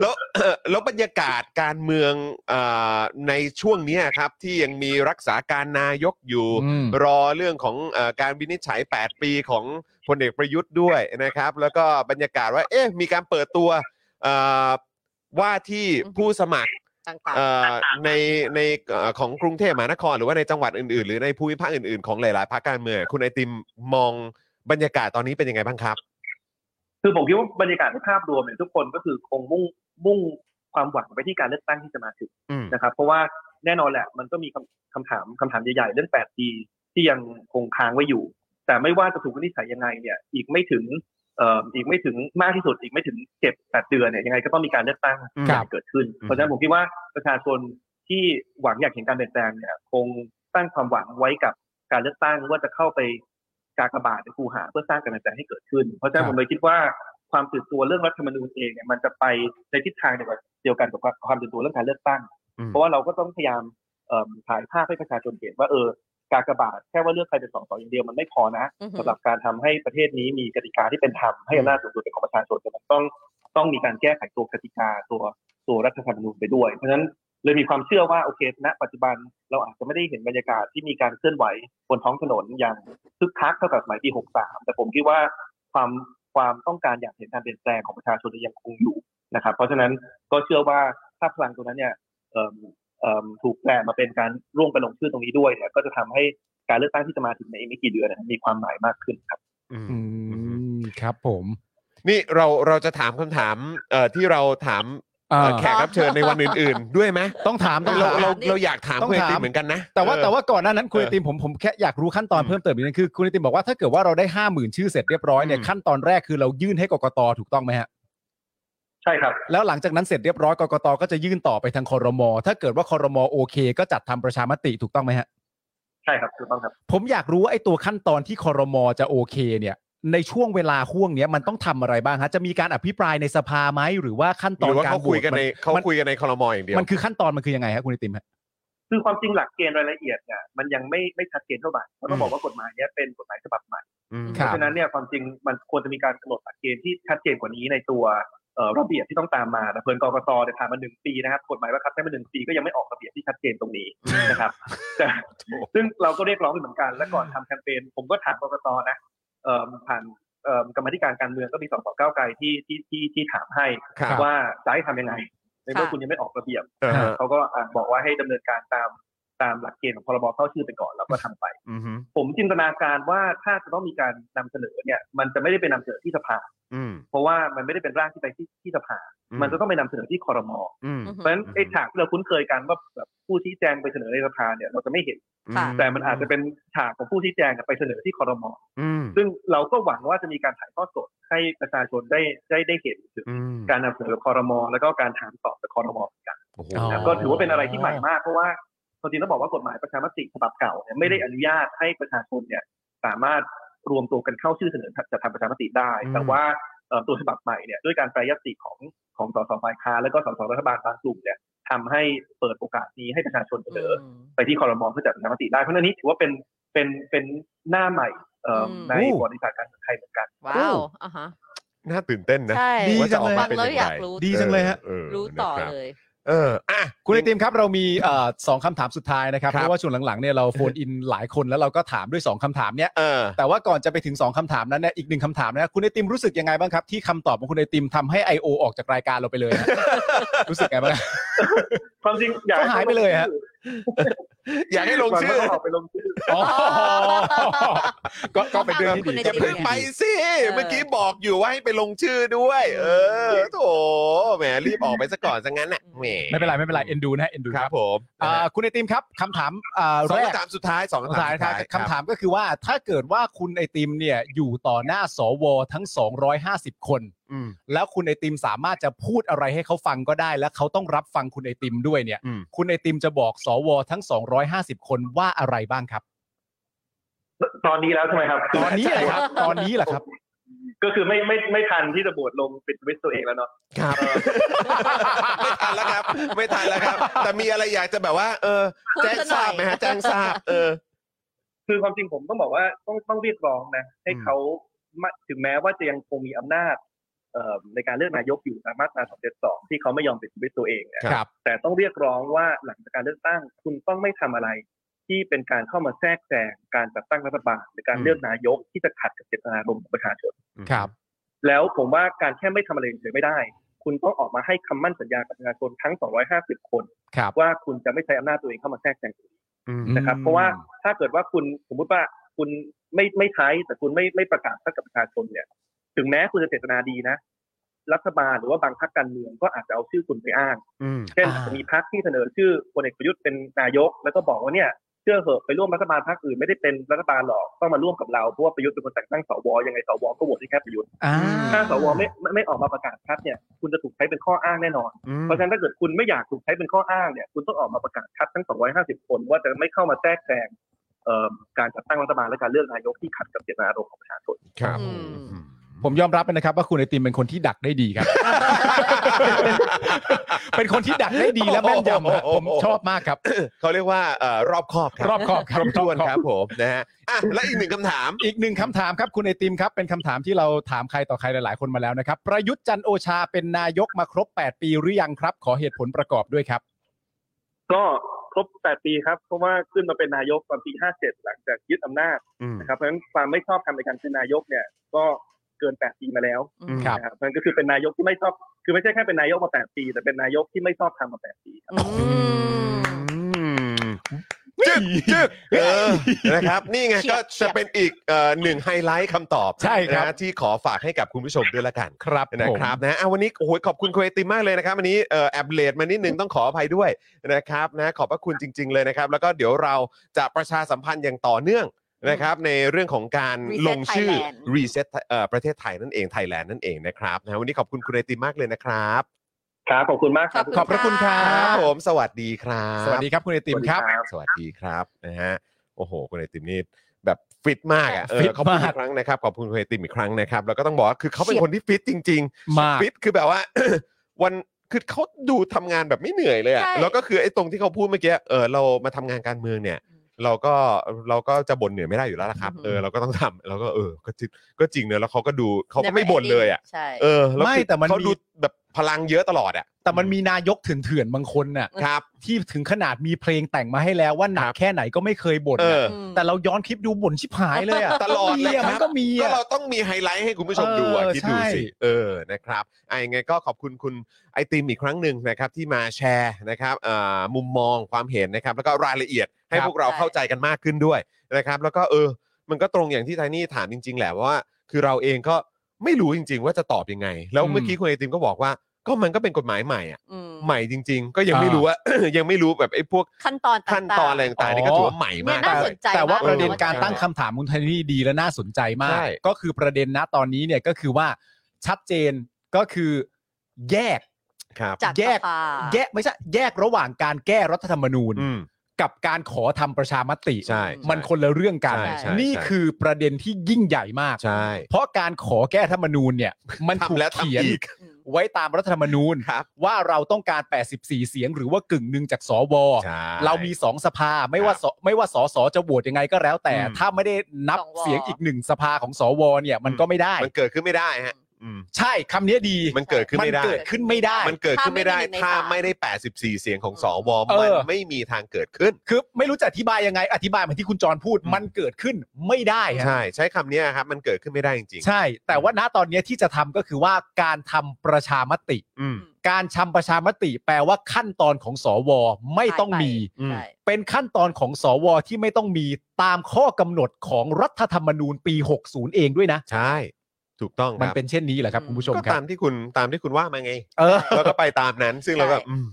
Speaker 3: แล้ว แล้วบรรยากาศการเมืองอาในช่วงเนี้ยครับ ที่ยังมีรักษาการนายกอยู่
Speaker 6: อืม
Speaker 3: รอเรื่องของเออการวินิจฉัย 8 ปีของพลเอกประยุทธ์ด้วยนะครับ แล้วก็บรรยากาศว่าเอ๊ะมีการเปิดตัวเอ่อว่าที่ผู้สมัคร
Speaker 5: ต่าง
Speaker 3: เอ่อในในเอ่อของกรุงเทพมหานคร หรือว่าในจังหวัดอื่นๆ หรือในภูมิภาคอื่นๆ ของหลายๆพรรคการเมืองคุณไอติมมองบรรยากาศตอนนี้เป็นยังไงบ้างครับ
Speaker 7: คือผมคิดว่าบรรยากาศในภาพรวมเนี่ยทุกคนก็คือคงมุ่งมุ่งความหวังไปที่การเลือกตั้งที่จะมาถึง
Speaker 3: อืม
Speaker 7: นะครับ เพราะว่าแน่นอนแหละมันก็มีคำคำถามคำถามใหญ่ๆเรื่อง 8 ปีที่ยังคงค้างไว้อยู่ แต่ไม่ว่าจะถูกวินิจฉัยยังไงเนี่ยอีกไม่ถึงเอ่ออีกไม่ถึงมากที่สุดอีกไม่ถึงเจ็ดแปดเดือนเนี่ยยังไงก็ต้องมีการเลือกตั้ง
Speaker 6: ครับ
Speaker 7: เกิดขึ้น เพราะฉะนั้นผมคิดว่าประชาชนที่หวังอยากเห็นการเปลี่ยนแปลงเนี่ยคงตั้งความหวังไว้กับการเลือกตั้งว่าจะเข้าไปกากบาทในคูหาเพื่อสร้างการเปลี่ยนแปลงให้เกิดขึ้น เพราะฉะนั้
Speaker 6: ค
Speaker 7: น
Speaker 6: รั
Speaker 7: ผ
Speaker 6: บ
Speaker 7: มเลยคิดว่าความตื่นตัวเรื่องรัฐธรรมนูญเองเนี่ยมันจะไปในทิศทางเดียวกันเดียวกันกับความตื่นตัวเรื่องการเลือกตั้ง
Speaker 3: อืม
Speaker 7: เพราะว่าเราก็ต้องพยายามเอิ่มถ่ายภาพให้ประชาชนเห็นว่าเออ การกระบาดแค่ว่าเลือกใครเป็นสองต่ออย่างเดียวมันไม่พอนะ
Speaker 5: อือหือ
Speaker 7: สำหรับการทำให้ประเทศนี้มีกติกาที่เป็นธรรมให้อำนาจสูงสุดเป็นของประชาชนแต่มันต้องต้องมีการแก้ไขตัวกติกาตัวตัวรัฐธรรมนูญไปด้วย เพราะฉะนั้นเลยมีความเชื่อว่าโอเคณปัจจุบันเราอาจจะไม่ได้เห็นบรรยากาศที่มีการเคลื่อนไหวบนท้องถนนอย่างคึกคักเท่ากับสมัยปี 63 แต่ผมคิดว่าความความต้องการอยากเห็นการเปลี่ยนแปลงของประชาชนยังคงอยู่นะครับ เพราะฉะนั้นก็เชื่อว่าถ้าพลังตัวนั้นเนี่ยเอิ่ม เอิ่มถูกแปลมาเป็นการร่วมกันลงชื่อตรงนี้ด้วยเนี่ยก็จะทำให้การเลือกตั้งที่จะมาถึงในอีกไม่กี่เดือนเนยมีความหมายมากขึ้นครับ
Speaker 3: อืม
Speaker 6: อืม ครับผม
Speaker 3: นี่เราเราจะถามคำถามเอ่อที่เราถาม
Speaker 6: อ่า
Speaker 3: เอ่อแขกรับเชิญในวันอื่น ๆ ด้วยไหม
Speaker 6: ต้องถามต้อง
Speaker 3: เรา
Speaker 6: ถาม
Speaker 3: เรา
Speaker 5: ถามดิ
Speaker 3: เราอยากถาม
Speaker 6: ต้อง
Speaker 3: คุณไอ
Speaker 6: ถาม
Speaker 3: ติมเหมือนกันนะ
Speaker 6: แต่ว่า
Speaker 3: เออ
Speaker 6: แต่ว่าก่อนหน้านั้นคุณ
Speaker 3: เอ
Speaker 6: ไอ
Speaker 3: อ
Speaker 6: ติมผมผมแค่อยากรู้ขั้นตอน
Speaker 3: อืม
Speaker 6: เพิ่มเติมอีกนิดคือคุณไอติมบอกว่าถ้าเกิดว่าเราได้ห้าหมื่นชื่อเสร็จเรียบร้อยเนี่ย
Speaker 3: อืม
Speaker 6: ขั้นตอนแรกคือเรายื่นให้กกตถูกต้องไหมฮะ
Speaker 7: ใช่ครับ
Speaker 6: แล้วหลังจากนั้นเสร็จเรียบร้อยกกตก็จะยื่นต่อไปทางคอรมอถ้าเกิดว่าคอรมอโอเค ก็จัดทำประชามติถูกต้องไหมฮะ
Speaker 7: ใช่ครับถูกต้องครับ
Speaker 6: ผมอยากรู้ว่าไอ้ตัวขั้นตอนที่คอรมอจะโอเคเนี่ย ในช่วงเวลาห่วงเนี้ยมันต้องทำอะไรบ้างฮะจะมีการอภิปรายในสภาไหมหรือว่าขั้นต
Speaker 3: ห
Speaker 6: อ
Speaker 3: รือ
Speaker 6: น
Speaker 3: ว่า
Speaker 6: การ
Speaker 3: เขา
Speaker 6: โหวต
Speaker 3: คุยกันในเขา
Speaker 6: มัน
Speaker 3: คุยกันในคอรมออย่างเดียว
Speaker 6: มันคือขั้นตอนมันคือยังไงฮะคุณไอติมฮะ
Speaker 7: คือความจริงหลักเกณฑ์รายละเอียดเนี่ยมันยังไม่ไม่ชัดเจนเท่าไหร่เพราะต้องบอกว่ากฎหมายเนี้ยเป็นกฎหมายฉบับใหม่
Speaker 3: อืม
Speaker 5: ค
Speaker 7: เพ
Speaker 5: รับ
Speaker 7: ราะฉะนั้นเนี่ยความจริงมันควรจะมีการกำหนดหลักเกณฑ์ที่ชัดเจนกว่านี้ในตัวเอ่อระเบียบที่ต้องตามมาแต่เพิ่นกกตเนี่ยผ่านมาหนึ่งปีนะครับกฎหมายบังคับใช้มาหนึ่งปีก็ยังไม่ออกระเบียบที่ชัดเจนตรงนี้ นะครับแต่ซึ่งเราก็เรียกร้องไปเหมือนกันและก่อนทำแคมเปญผมก็ถามกกตนะ เอ่อผ่าน เอิ่มกรรมาธิการการเมืองก็มีสสก้าวไกลที่ที่ที่ที่ถามให้
Speaker 3: ครับ
Speaker 7: ว่าจะให้ทำยังไงในเมื่อ
Speaker 5: ค่ะ
Speaker 7: คุณยังไม่ออกระเบียบ
Speaker 3: อ่าฮะ
Speaker 7: เขาก็อ่ะบอกว่าให้ดำเนินการตามตามหลักเกณฑ์ของพรบเข้าชื่อไปก่อนแล้วก็ทำไป
Speaker 3: อืมฮึ
Speaker 7: ผมจินตนาการว่าถ้าจะต้องมีการนำเสนอเนี่ย มันจะไม่ได้เป็นนำเสนอที่สภา
Speaker 3: อืม
Speaker 7: เพราะว่ามันไม่ได้เป็นร่างที่ไปที่ที่สภา
Speaker 3: อื
Speaker 7: มันจะต้องไปนำเสนอที่คอรมอ
Speaker 3: อืม
Speaker 5: อือ
Speaker 7: เพ
Speaker 5: ฮึ
Speaker 7: ราะฉะนั้น
Speaker 3: อืม
Speaker 7: ไอ้ฉากที่เราคุ้นเคยกันว่าแบบผู้ชี้แจงไปเสนอในสภาเนี่ยเราจะไม่เห็น
Speaker 5: ค่ะ
Speaker 7: แต่มันอาจจะเป็นฉากของผู้ชี้แจงเนี่ยไปเสนอที่คอรมอ
Speaker 3: อืม
Speaker 7: ซึ่งเราก็หวังว่าจะมีการถ่ายทอดสดให้ประชาชนได้ได้ได้เห็นถึง
Speaker 3: อืม
Speaker 7: การนำเสนอคอรมอแล้วก็การถามตอบจากคอรมอเหมือนกัน
Speaker 3: โอ้โห
Speaker 6: อ๋อ
Speaker 7: ก็ถือว่าเป็นอะไรที่ใหม่มากเพราะว่าจริงๆต้องบอกว่ากฎหมายประชามติฉบับเก่าเนี่ยไม่ได้อนุญาตให้ประชาชนเนี่ยสามารถรวมตัวกันเข้าชื่อเสนอจะทำประชามติได้
Speaker 3: อืม
Speaker 7: แต่ว่าเอ่อตัวฉบับใหม่เนี่ยด้วยการแปรยติของของสสฝ่ายค้านและก็สสรัฐบาลบางกลุ่มเนี่ยทำให้เปิดโอกาสนี้ให้ประชาชนเสนออไปที่คอรมอเพื่อจัดประชามติได้เพราะฉะนั้นนี่ถือว่าเป็นเป็นเป็นหน้าใหม่เอ่ออ
Speaker 5: ม
Speaker 7: ในประวัติศาสตร์การเมืองไทยเหมือนกัน
Speaker 5: ว้าวอ่ะฮะ
Speaker 3: น่าตื่นเต้นนะ
Speaker 5: ใช่
Speaker 4: ดี
Speaker 3: ว่า
Speaker 4: จั
Speaker 3: จะ
Speaker 4: ง
Speaker 3: ออก
Speaker 4: เลย
Speaker 3: มา
Speaker 5: ฟัง
Speaker 3: เป็น
Speaker 5: แล้ว
Speaker 3: ง
Speaker 5: อ
Speaker 3: ไง
Speaker 5: ยากรู้
Speaker 4: ดีจังเลยฮะ
Speaker 3: ออ
Speaker 5: รู้ต่อ
Speaker 3: นะครับ
Speaker 5: เลย
Speaker 3: เอออ่ะ
Speaker 6: คุณไอติมครับเรามีเอ่อสองคำถามสุดท้ายนะครับ
Speaker 3: ครับ
Speaker 6: เพราะว่าช่วงหลังๆเนี่ยเราโฟนอินหลายคนแล้วเราก็ถามด้วย 2คำถามเนี้ย
Speaker 3: เออ
Speaker 6: แต่ว่าก่อนจะไปถึง 2คำถามนั้นเนี่ยอีกหนึ่งคำถามนะคุณไอติมรู้สึกยังไงบ้างครับ ที่คำตอบของคุณไอติมทำให้ IO ออกจากรายการเราไปเลยฮะ รู้สึกไงบ้าง
Speaker 7: ความจริงอยาก
Speaker 6: ก็หายไปเลยฮะ
Speaker 3: อยากให้ลงชื่อ
Speaker 7: หวัว่าเขาออกไปลงชื่อ
Speaker 6: อ๋อก็ก็เป็นเรื่อง
Speaker 5: คุ
Speaker 6: ที่ดี
Speaker 5: ณไอ
Speaker 3: อ
Speaker 5: ติม
Speaker 3: ย่าเพิ่งไปสิ เมื่อกี้บอกอยู่ว่าให้ไปลงชื่อด้วย เออโถแหมรีบออกไปซะก่อนซะงั้นน่ะแหม
Speaker 6: ไม่เป็นไรไม่เป็นไรเอ็นดูนะเอ็นดู
Speaker 3: ค
Speaker 6: ค
Speaker 3: รั
Speaker 6: รั
Speaker 3: บบ ผม
Speaker 6: อ่าคุณไอติมครับคำถามอ่า
Speaker 3: สอง
Speaker 6: แรก
Speaker 3: คำถามสุดท้ายสอง
Speaker 6: คำ
Speaker 3: คำถา
Speaker 6: ถาม ม
Speaker 3: สุดท้าย
Speaker 6: คำถามก็คือว่าถ้าเกิดว่าคุณไอติมเนี่ยอยู่ต่อหน้าสวทั้ง 250 คน
Speaker 3: อืม
Speaker 6: แล้วคุณไอติมสามารถจะพูดอะไรให้เขาฟังก็ได้ และเขาต้องรับฟังคุณไอติมด้วยเนี่ย
Speaker 3: อืม
Speaker 6: คุณไอติมจะบอกสวทั้ง 250 คนว่าอะไรบ้างครับ
Speaker 7: ตอนนี้แล้วใช่ไหมครับ
Speaker 6: ตอนนี้แหละ ครับ ตอนนี้แหละครับ
Speaker 7: ก็คือไม่ไม่ไม่ทันที่จะบวชลงปิดวิสตัวเองแล้วเนาะ
Speaker 3: ครับ ไม่ทันแล้วครับ ไม่ทันแล้วครับ แต่มีอะไรอยากจะแบบว่า เออ
Speaker 5: พูด
Speaker 3: แจ้ง
Speaker 5: ซะ
Speaker 3: ทรา
Speaker 5: หน่อบย
Speaker 3: ไหมฮะแจ้งทราบ เออ
Speaker 7: คือความจริงผมต้องบอกว่าต้องต้องเรียกร้องนะ ให้เขามาถึงแม้ว่าจะยังคงมีอำนาจเอ่อในการเลือกนายกอยู่ตามมาตรา272 ที่เขาไม่ยอมปิดวิสตัวเองเนี่ย
Speaker 6: ครับ
Speaker 7: แต่ต้องเรียกร้องว่าหลังจากการเลือกตั้ง คุณต้องไม่ทำอะไร ที่เป็นการเข้ามาแทรกแซงการจัดตั้งรัฐบาลหรือการ
Speaker 3: อืม
Speaker 7: เลือกนายกที่จะขัดกับเจตนารมณ์ของประชาชน
Speaker 6: ครับ
Speaker 7: แล้วผมว่าการแค่ไม่ทำอะไรเฉยๆไม่ได้ คุณต้องออกมาให้คำมั่นสัญญากับประชาชนทั้ง 250 คน
Speaker 6: ครับ
Speaker 7: ว่าคุณจะไม่ใช้อำนาจตัวเองเข้ามาแทรกแซง
Speaker 3: อืม
Speaker 7: นะครับ
Speaker 6: อืม
Speaker 7: เพราะว่าถ้าเกิดว่าคุณสมมุติว่าคุณไม่ไม่ใช้แต่คุณไม่ไม่ประกาศให้กับประชาชนเนี่ย ถึงแม้คุณจะเจตนาดีนะ รัฐบาลหรือว่าบางพรรคการเมืองก็อาจจะเอาชื่อคุณไปอ้าง
Speaker 3: อืม
Speaker 7: เช่น
Speaker 6: อ่า
Speaker 7: อาจจะมีพรรคที่เสนอชื่อพลเอกประยุทธ์เป็นนายก แล้วก็บอกว่าเนี่ยเชื่อเหอะไปร่วมรัฐบาลพรรคอื่นไม่ได้เป็นรัฐบาลหรอกต้องมาร่วมกับเราเพราะว่าประยุทธ์เป็นคนแต่งตั้งสวยังไงสวก็โหวตให้แค่ประยุทธ์
Speaker 6: อ่า
Speaker 7: ถ้าสวไม่ไม่ไม่ออกมาประกาศชัดเนี่ยคุณจะถูกใช้เป็นข้ออ้างแน่นอน
Speaker 3: อืม
Speaker 7: เพราะฉะนั้นถ้าเกิดคุณไม่อยากถูกใช้เป็นข้ออ้างเนี่ยคุณต้องออกมาประกาศชัดทั้ง 250 คนว่าจะไม่เข้ามาแทรกแซงเอ่อการจัดตั้งรัฐบาลและการเลือกนายกที่ขัดกับเจตนารมณ์ของประชาชน
Speaker 3: ครับ
Speaker 5: อืม
Speaker 6: ผมยอมรับนะครับ ว่าคุณไอติมเป็นคนที่ดักได้ดีครับ เป็นคนที่ดักได้ดีและแม่นยำฮะผมชอบมากครับ
Speaker 3: เขาเรียกว่าเอ่อรอบคอบครั
Speaker 6: รอบคอบค
Speaker 3: ค
Speaker 6: รั
Speaker 3: ร
Speaker 6: บ
Speaker 3: บถ้วนครับผมนะฮะอ่ะและอีกหนึ่งคำถาม
Speaker 6: อีกหนึ่งคำถามครับคุณไอติมครับ เป็นคำถามที่เราถามใครต่อใครหลาย ๆ คนมาแล้วนะครับ ประยุทธ์จันทร์โอชาเป็นนายกมาครบ 8 ปีหรือยังครับ ขอเหตุผลประกอบด้วยครับ
Speaker 7: ก็ครบ 8 ปีครับ เพราะว่าขึ้นมาเป็นนายกตอนปี 57 หลังจากยึดอำนาจ
Speaker 3: อืม
Speaker 7: นะครับเพราะฉะนั้นความไม่ชอบทำในการเป็นนายกเนี่ยก็เกิน 8 ปีมาแล้ว
Speaker 6: ครับ
Speaker 7: นะครับเพราะฉะนั้นก็คือเป็นนายกที่ไม่ชอบคือไม่ใช่แค่เป็นนายกมา 8 ปี แต่เป็นนายกที่ไม่ชอบทำมา 8 ปีครับ
Speaker 5: อืม
Speaker 3: จึกจึกเออนะครับ นี่ไง
Speaker 5: เฉีย
Speaker 3: ก็
Speaker 5: บเฉี
Speaker 3: จะ
Speaker 5: ยบ
Speaker 3: เป็นอีกเอ่อหนึ่งไฮไลท์คำตอบ
Speaker 6: ใช่ครับ
Speaker 3: นะที่ขอฝากให้กับคุณผู้ชมด้วยละกัน
Speaker 6: ครับ
Speaker 3: นะ
Speaker 6: ผม
Speaker 3: ครับนะอ่ะวันนี้โอ้โหขอบคุณคุณไอติมมากเลยนะครับวันนี้เอ่อแอบเลดมานิดนึงต้องขออภัยด้วยนะครับนะขอบพระคุณจริง ๆ เลยนะครับ แล้วก็เดี๋ยวเราจะประชาสัมพันธ์อย่างต่อเนื่องนะครับในเรื่องของการ
Speaker 5: Reset
Speaker 3: ลงชื่อ
Speaker 5: Thailand
Speaker 3: รีเซ็ตประเทศไทยนั่นเองไทยแลนด์นั่นเองนะครับนะวันนี้ขอบคุณคุณไอติมมากเลยนะครับ
Speaker 7: ครับขอบคุณมากครับ
Speaker 5: ขอบพระคุณครั
Speaker 3: ครับผมสวัสดีครับ
Speaker 6: สวัสดีครับคุณไอติมครับ
Speaker 3: สวัสดีครับนะฮะโอ้โห คุณไอติมนี่แบบฟิตมาก อ่ะเอ
Speaker 6: ฟิ
Speaker 3: อ
Speaker 6: ต
Speaker 3: ขอบคุณ
Speaker 6: มา
Speaker 3: อี
Speaker 6: ก
Speaker 3: กครั้งนะครับขอบคุณคุณไอติมอีกครั้งนะครับแล้วก็ต้องบอกว่าคือเขาเป็นคนที่ฟิตจริง
Speaker 6: มาก
Speaker 3: ๆฟิตคือแบบว่า วันคือเขาดูทำงานแบบไม่เหนื่อยเลยอ่ะ
Speaker 5: ใช่
Speaker 3: แล้วก็คือไอ้ตรงที่เขาพูดเมื่อกี้เออเรามาทำงานการเมืองเนี่ย เราก็เราก็จะบ่นเหนื่อยไม่ได้อยู่แล้วละครับ
Speaker 5: อือหือ
Speaker 3: เออเราก็ต้องทำเราก็เออก็จริงก็จริงเนอะแล้วเขาก็ดูเขาก็ไม่บ่นเลยอ่ะ
Speaker 5: ใช่
Speaker 3: เออแล้ว
Speaker 6: ไม่
Speaker 3: คือ
Speaker 6: แต่มัน
Speaker 3: เขา
Speaker 6: มี
Speaker 3: ดูแบบ พลังเยอะตลอดอ่ะ
Speaker 6: แต่มันมีนายกเถื่อนๆบางคนน่ะ
Speaker 3: ครับ
Speaker 6: ที่ถึงขนาดมีเพลงแต่งมาให้แล้วว่าหนั
Speaker 3: ค
Speaker 6: ก
Speaker 3: รับ
Speaker 6: แค่ไหนก็ไม่เคยบ่น
Speaker 3: เอ
Speaker 6: น่ะ
Speaker 3: อ
Speaker 5: ม
Speaker 6: แต่เราย้อนคลิปดูบ่นชิบหายเลยอะ
Speaker 3: ตลอดเลย
Speaker 6: มีะ
Speaker 3: ครับ
Speaker 6: มันก็มี
Speaker 3: ก็
Speaker 6: อะ
Speaker 3: เราต้องมีไฮไลท์ให้คุณผู้ชมดูอะ
Speaker 6: เออ
Speaker 3: คิดดูสิ
Speaker 6: ใช่
Speaker 3: เออนะครับไอ้ไงก็ขอบคุณคุณไอติมอีกครั้งหนึ่งนะครับที่มาแชร์นะครับเอ่อมุมมองความเห็นนะครับ แล้วก็รายละเอียดให้พวกเรา
Speaker 5: ใช่
Speaker 3: เข้าใจกันมากขึ้นด้วยนะครับ แล้วก็เออ มันก็ตรงอย่างที่ไทนี่ถามจริง ๆ แหละว่า คือเราเองก็ไม่รู้จริง ๆ ว่าจะตอบยังไง แล้วเมื่อกี้คุณไอติมก็บอกว่า ก็มันก็เป็นกฎหมายใหม่อ่ะ
Speaker 5: อืม
Speaker 3: ใหม่จริง ๆ ก็ยังไม่รู้ว่า ยังไม่รู้แบบไอ้พวก
Speaker 5: ขั้นตอนต่างๆ
Speaker 3: ขั้นตอนอะไรต่างๆนี่ก็ถือว่าใหม่มาก
Speaker 5: เนี่ยน่า
Speaker 3: เล
Speaker 5: ส
Speaker 3: ย
Speaker 5: นใจ
Speaker 6: แต่ว่า
Speaker 5: เออ
Speaker 6: ประเด็นการ
Speaker 3: ใช่
Speaker 6: ตั้งคำถามมุนทนีดีและน่าสนใจมาก
Speaker 3: ใช่
Speaker 6: ก็คือประเด็นนะตอนนี้เนี่ยก็คือว่าชัดเจนก็คือแยก
Speaker 3: ครับ
Speaker 5: จาก
Speaker 6: แยก
Speaker 5: สภา
Speaker 6: แยกไม่ใช่แยกระหว่างการแก้รัฐธรรมนูญ
Speaker 3: อืม
Speaker 6: กับการขอทำประชามติ
Speaker 3: ใช่
Speaker 6: มันคนละเรื่องกัน
Speaker 3: ใช่ใช่
Speaker 6: นี่
Speaker 3: ใช่
Speaker 6: คือประเด็นที่ยิ่งใหญ่มาก
Speaker 3: ใช่
Speaker 6: เพราะการขอแก้รัฐธรรมนูญเนี่ย มันถู
Speaker 3: ทำ
Speaker 6: ก
Speaker 3: แล้ว
Speaker 6: เขีย
Speaker 3: ทำ
Speaker 6: น
Speaker 3: อีก
Speaker 5: อืม
Speaker 6: ไว้ตามรัฐธรรมนูญ
Speaker 3: ครับ
Speaker 6: ว่าเราต้องการ 84 เสียง หรือว่ากึ่งหนึ่งจากสว
Speaker 3: ใช่
Speaker 6: เรามีสองสภาไม่ว่าสไม่ว่าสสจะโหวตยังไงก็แล้วแต่
Speaker 3: อืม
Speaker 6: ถ้าไม่ได้นับ
Speaker 5: สองว
Speaker 6: เสียงอีกหนึ่งสภาของสวเนี่ย มันก็ไม่ได้
Speaker 3: มันเกิดขึ้นไม่ได้ฮะอืม
Speaker 6: ใช่คำนี้ดี
Speaker 3: มันเกิดขึ้นไม่ได้
Speaker 6: เกิดขึ้นไม่ได้
Speaker 3: มันเกิดขึ้นไม่ได้ ถ้า
Speaker 5: ถ้าไม่
Speaker 3: ไม่
Speaker 5: ได้
Speaker 3: ได้
Speaker 5: หนึ่งในสาม
Speaker 3: 84 เสียงของสว
Speaker 6: เอ
Speaker 3: มัน
Speaker 6: อ
Speaker 3: ไม่มีทางเกิดขึ้น
Speaker 6: คือไม่รู้จะอธิบายยังไง อธิบายเหมือนที่คุณจรพูด
Speaker 3: อืม
Speaker 6: มันเกิดขึ้นไม่ได้ฮะ
Speaker 3: ใช่ใช้คำเนี้ยครับ มันเกิดขึ้นไม่ได้จริง
Speaker 6: ใช่ แต่ว่าณตอนเนี้ยที่จะทำก็คือว่าการทำประชามติ
Speaker 3: ๆอืม
Speaker 6: การทำประชามติ แปลว่าขั้นตอนของสวไม่ต้องมี
Speaker 3: อืม
Speaker 5: ใช่
Speaker 6: เป็นขั้นตอนของสวที่ไม่ต้องมีตามข้อกำหนดของรัฐธรรมนูญปี 60 เองด้วยนะ
Speaker 3: ใช่ ถูกต้องค
Speaker 6: มัน
Speaker 3: รับ
Speaker 6: เป็นเช่นนี้เหรอครับคุณผู้ชม
Speaker 3: ก็
Speaker 6: ครั
Speaker 3: ตา
Speaker 6: บ
Speaker 3: มที่คุณตามที่คุณว่ามาไง
Speaker 6: เออ
Speaker 3: แล้วก็ไปตามนั้น ซึ่งเราก็อืม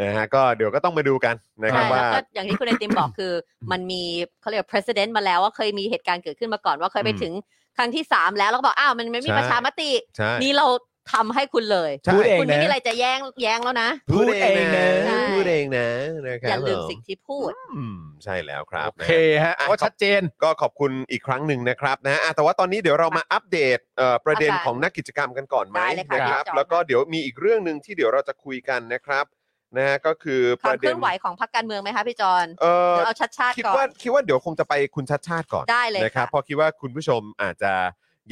Speaker 3: นะฮะก็เดี๋ยวก็ต้องมาดูกันนะครับ
Speaker 5: ใช่
Speaker 3: ว่า
Speaker 5: แล้วก็อย่างที่คุณไอติมบอกคือมันมีเขาเรียกว่า precedent มาแล้วว่าเคยมีเหตุการณ์เกิดขึ้นมาก่อนว่าเคยไป
Speaker 3: อืม
Speaker 5: ถึงครั้งที่สามแล้วแล้วก็บอกอ้าวมันไม่มี
Speaker 3: ใช่
Speaker 5: ประชามติ
Speaker 3: ใช่
Speaker 5: นี่เราทำให้คุณเลย
Speaker 3: ใช่
Speaker 6: พูดเอง
Speaker 5: คุณไม่
Speaker 6: นะ
Speaker 5: มีอะไรจะแย้งแย้งแล้วนะ
Speaker 3: พูดเองนะ
Speaker 5: ใช่
Speaker 3: พูดเองนะนะครับ
Speaker 5: อย่าลืม
Speaker 3: ผม
Speaker 5: สิ่งที่พูด
Speaker 3: อืมใช่แล้วครับ
Speaker 6: โอเคฮะ
Speaker 3: อ่ะ
Speaker 6: ก็ชัดเจน
Speaker 3: ก็ขอบคุณอีกครั้งหนึ่งนะครับนะอ่ะแต่ว่าตอนนี้เดี๋ยวเรามาอัปเดตเอ่อประเด็น
Speaker 5: อาจารย์
Speaker 3: ของนักกิจกรรมกันก่อนไหม
Speaker 5: ได้เลยค่ะ
Speaker 3: นะครั
Speaker 5: พี่จอม
Speaker 3: แล้วก็เดี๋ยวมีอีกเรื่องหนึ่งที่เดี๋ยวเราจะคุยกันนะครับนะฮะก็คือ
Speaker 5: ค
Speaker 3: ป
Speaker 5: วาม
Speaker 3: ระ
Speaker 5: เค
Speaker 3: เด็
Speaker 5: ลื่
Speaker 3: น
Speaker 5: อนไหวของพรรคการเมืองไหมคะพี่จอน
Speaker 3: เออ
Speaker 5: เดี๋ยวเอาชัดชาติ
Speaker 3: คิด
Speaker 5: ก่อ
Speaker 3: ว่าน คิดว่าเดี๋ยวคงจะไปคุณชัดชาติก่อน
Speaker 5: ได้เลย
Speaker 3: นะครับ
Speaker 5: ค่ะ
Speaker 3: เพราะคิดว่าคุณผู้ชมอาจจะ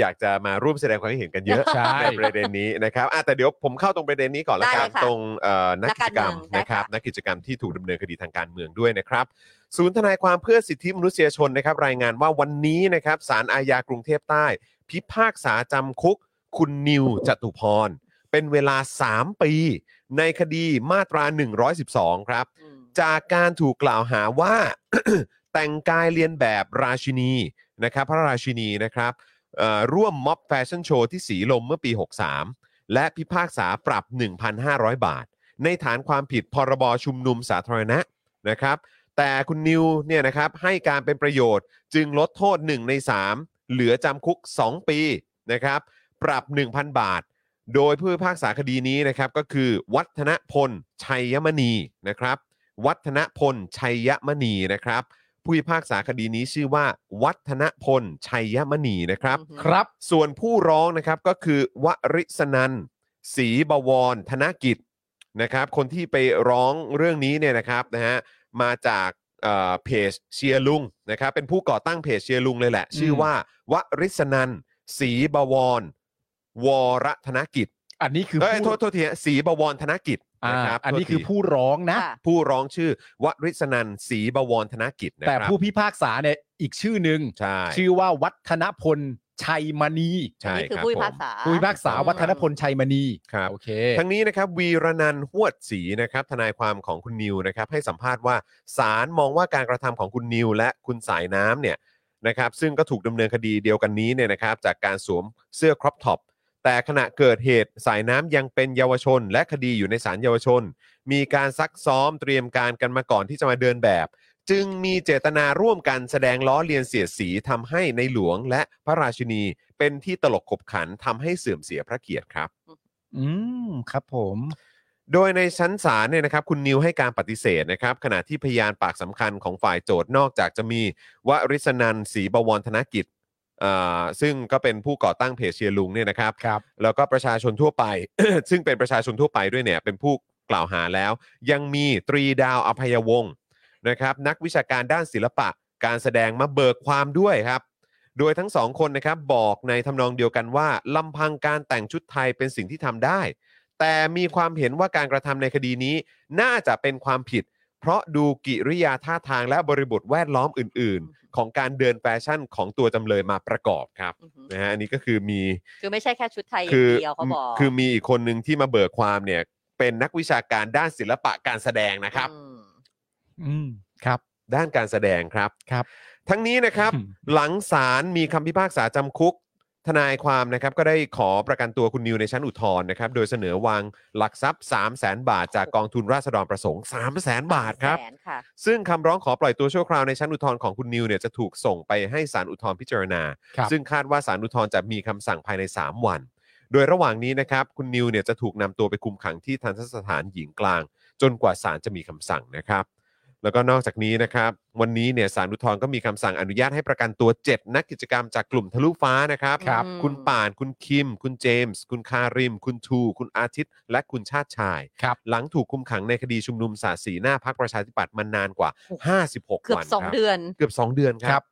Speaker 3: อยากจะมาร่วมแสดงความคิดเห็นกันเยอะ
Speaker 6: ใช่
Speaker 3: ในประเด็นนี้นะครับอ่ะแต่เดี๋ยวผมเข้าตรงประเด็นนี้ก่อนละ
Speaker 5: ได้
Speaker 3: กั
Speaker 5: เล
Speaker 3: น
Speaker 5: ยค่ะ
Speaker 3: ตรงเอ่อนักกิจกรรม
Speaker 5: นัก
Speaker 3: นะค
Speaker 5: การเมืองได้
Speaker 3: รับ
Speaker 5: ค่ะ
Speaker 3: นักกิจกรรมที่ถูกดำเนินคดีทางการเมืองด้วยนะครับ ศูนย์ทนายความเพื่อสิทธิมนุษยชนนะครับรายงานว่าวันนี้นะครับศาลอาญากรุงเทพใต้ พิพากษาจำคุก คุณนิวจตุพร เป็นเวลา 3 ปี ในคดีมาตรา 112 ครับ
Speaker 5: อืม
Speaker 3: จากการถูกกล่าวหาว่า แต่งกายเรียนแบบราชินีนะครับพระราชินีนะครับเอ่อร่วมม็อบแฟชั่นโชว์ที่สีลมเมื่อปี 63 และพิพากษาปรับ 1,500 บาท ในฐานความผิดพรบชุมนุมสาธารณะนะครับ แต่คุณนิวเนี่ยนะครับให้การเป็นประโยชน์จึงลดโทษ 1 ใน 3 เหลือจำคุก 2 ปีนะครับ ปรับ 1,000 บาท โดยผู้พิพากษาคดีนี้นะครับก็คือวัฒนพล ชัยมณีนะครับ วัฒนพล ชัยมณีนะครับ ผู้พิพากษาคดีนี้ชื่อว่า วัฒนพล ชัยมณีนะครับ
Speaker 5: อือฮึ
Speaker 6: ครับ
Speaker 3: ส่วนผู้ร้องนะครับก็คือวริศนันศรีบวรธนกิจนะครับ คนที่ไปร้องเรื่องนี้เนี่ยนะครับนะฮะมาจากเอ่อเพจเชียร์ลุงนะครับ เป็นผู้ก่อตั้งเพจเชียร์ลุงเลยแหละ ชื่อว่าวริศนันศรีบวร วรธนกิจ
Speaker 6: อันนี้คือ
Speaker 3: เอ้ยโท
Speaker 6: ผู้
Speaker 3: ษโทษทีฮะศรีบวรธนกิจ
Speaker 6: อ่า
Speaker 3: นะครับ
Speaker 6: อันนี้
Speaker 3: โทษที
Speaker 6: คือผู้ร้องนะ
Speaker 5: ค่ะ
Speaker 3: ผู้ร้องชื่อวริศนันศรีบวรธนกิจนะ
Speaker 6: แต่
Speaker 3: ครับ
Speaker 6: ผู้พิพากษาเนี่ยอีกชื่อหนึ่ง
Speaker 3: ใช่
Speaker 6: ชื่อว่าวัฒนพลชัยมณี
Speaker 3: ใช่
Speaker 5: อันนี่คือ
Speaker 3: รับ
Speaker 5: ผู้พิ
Speaker 3: ผม
Speaker 5: พากษา
Speaker 6: ผู้พิพากษา
Speaker 5: อืม
Speaker 6: วัฒนพลชัยมณี
Speaker 3: ครับ
Speaker 6: โอเค
Speaker 3: ทั้งนี้นะครับวีรนันท์หวดศรีนะครับทนายความของคุณนิวนะครับให้สัมภาษณ์ว่าศาลมองว่าการกระทำของคุณนิว และคุณสายน้ำเนี่ยนะครับซึ่งก็ถูกดำเนินคดีเดียวกันนี้เนี่ยนะครับจากการสวมเสื้อครอปท็อปแต่ขณะเกิดเหตุสายน้ำยังเป็นเยาวชน และคดีอยู่ในศาลเยาวชน มีการซักซ้อมเตรียมการกันมาก่อนที่จะมาเดินแบบ จึงมีเจตนาร่วมกันแสดงล้อเลียนเสียดสีทำให้ในหลวงและพระราชินีเป็นที่ตลกขบขันทำให้เสื่อมเสียพระเกียรติครับ
Speaker 6: อืมครับผม
Speaker 3: โดยในชั้นศาลเนี่ยนะครับคุณนิวให้การปฏิเสธนะครับขณะที่พยานปากสำคัญของฝ่ายโจทย์นอกจากจะมีวริศนันศรีบวรธนกิจอ่าซึ่งก็เป็นผู้ก่อตั้งเพจเชียร์ลุงเนี่ยนะครับ
Speaker 6: ครับ
Speaker 3: แล้วก็ประชาชนทั่วไป ซึ่งเป็นประชาชนทั่วไปด้วยเนี่ยเป็นผู้กล่าวหาแล้ว ยังมีตรีดาวอภัยวงศ์นะครับนักวิชาการด้านศิลปะ การแสดงมาเบิกความด้วยครับ โดยทั้งสองคนนะครับบอกในทำนองเดียวกันว่าลำพังการแต่งชุดไทยเป็นสิ่งที่ทำได้ แต่มีความเห็นว่าการกระทำในคดีนี้ น่าจะเป็นความผิด เพราะดูกิริยาท่าทางและบริบทแวดล้อมอื่น ๆ ของการเดินแฟชั่นของตัวจำเลยมาประกอบครับ
Speaker 5: อือหือ
Speaker 3: นะฮะอันนี้ก็คือมี
Speaker 5: คือไม่ใช่แค่ชุดไทยอย่า
Speaker 3: คื
Speaker 5: ง
Speaker 3: อ
Speaker 5: เดียวเขาบอก
Speaker 3: คือมีอีกคนหนึ่งที่มาเบิกความเนี่ย เป็นนักวิชาการด้านศิลปะการแสดงนะครับ
Speaker 5: อืม
Speaker 6: อืมครับ
Speaker 3: ด้านการแสดงครับ
Speaker 6: ครับ
Speaker 3: ทั้งนี้นะครับ หลังศาลมีคำพิพากษาจำคุก ทนายความนะครับก็ได้ขอประกันตัวคุณนิวในชั้นอุทธรณ์นะครับ โดยเสนอวางหลักทรัพย์ 3 0 0แสนบาท จากกองทุนราษฎรประสงค์ 3 0 0แสนบาทครับ
Speaker 5: แสนค่ะ
Speaker 3: ซึ่งคำร้องขอปล่อยตัวชั่วคราวในชั้นอุทธรณ์ของคุณนิวเนี่ยจะถูกส่งไปให้ศาลอุทธรณ์พิจารณา
Speaker 6: ครับ
Speaker 3: ซึ่งคาดว่าศาลอุทธรณ์จะมีคำสั่งภายใน 3 วัน โดยระหว่างนี้นะครับ คุณนิวเนี่ยจะถูกนำตัวไปคุมขังที่ทันทสถานหญิงกลาง จนกว่าศาลจะมีคำสั่งนะครับ แล้วก็นอกจากนี้นะครับ วันนี้เนี่ยศาลอุทธรณ์ก็มีคำสั่งอนุญาตให้ประกันตัว 7 นักกิจกรรมจากกลุ่มทะลุฟ้านะครับ
Speaker 5: ครับ
Speaker 3: ณป่านคุณคิม คุณเจมส์ คุณคาริม คุณทู คุณอาทิตย์ และคุณชาติชาย
Speaker 6: ครับ
Speaker 3: หลังถูกคุมขังในคดีชุมนุมสาดสีหน้าพักประชาธิปัตย์มานานกว่า 56
Speaker 5: เกือ
Speaker 3: วั
Speaker 5: บ
Speaker 3: น
Speaker 5: สอง
Speaker 3: ครับ
Speaker 5: เดือน
Speaker 3: เกือบ 2 เดือนค
Speaker 6: ครั
Speaker 3: รับ
Speaker 6: บ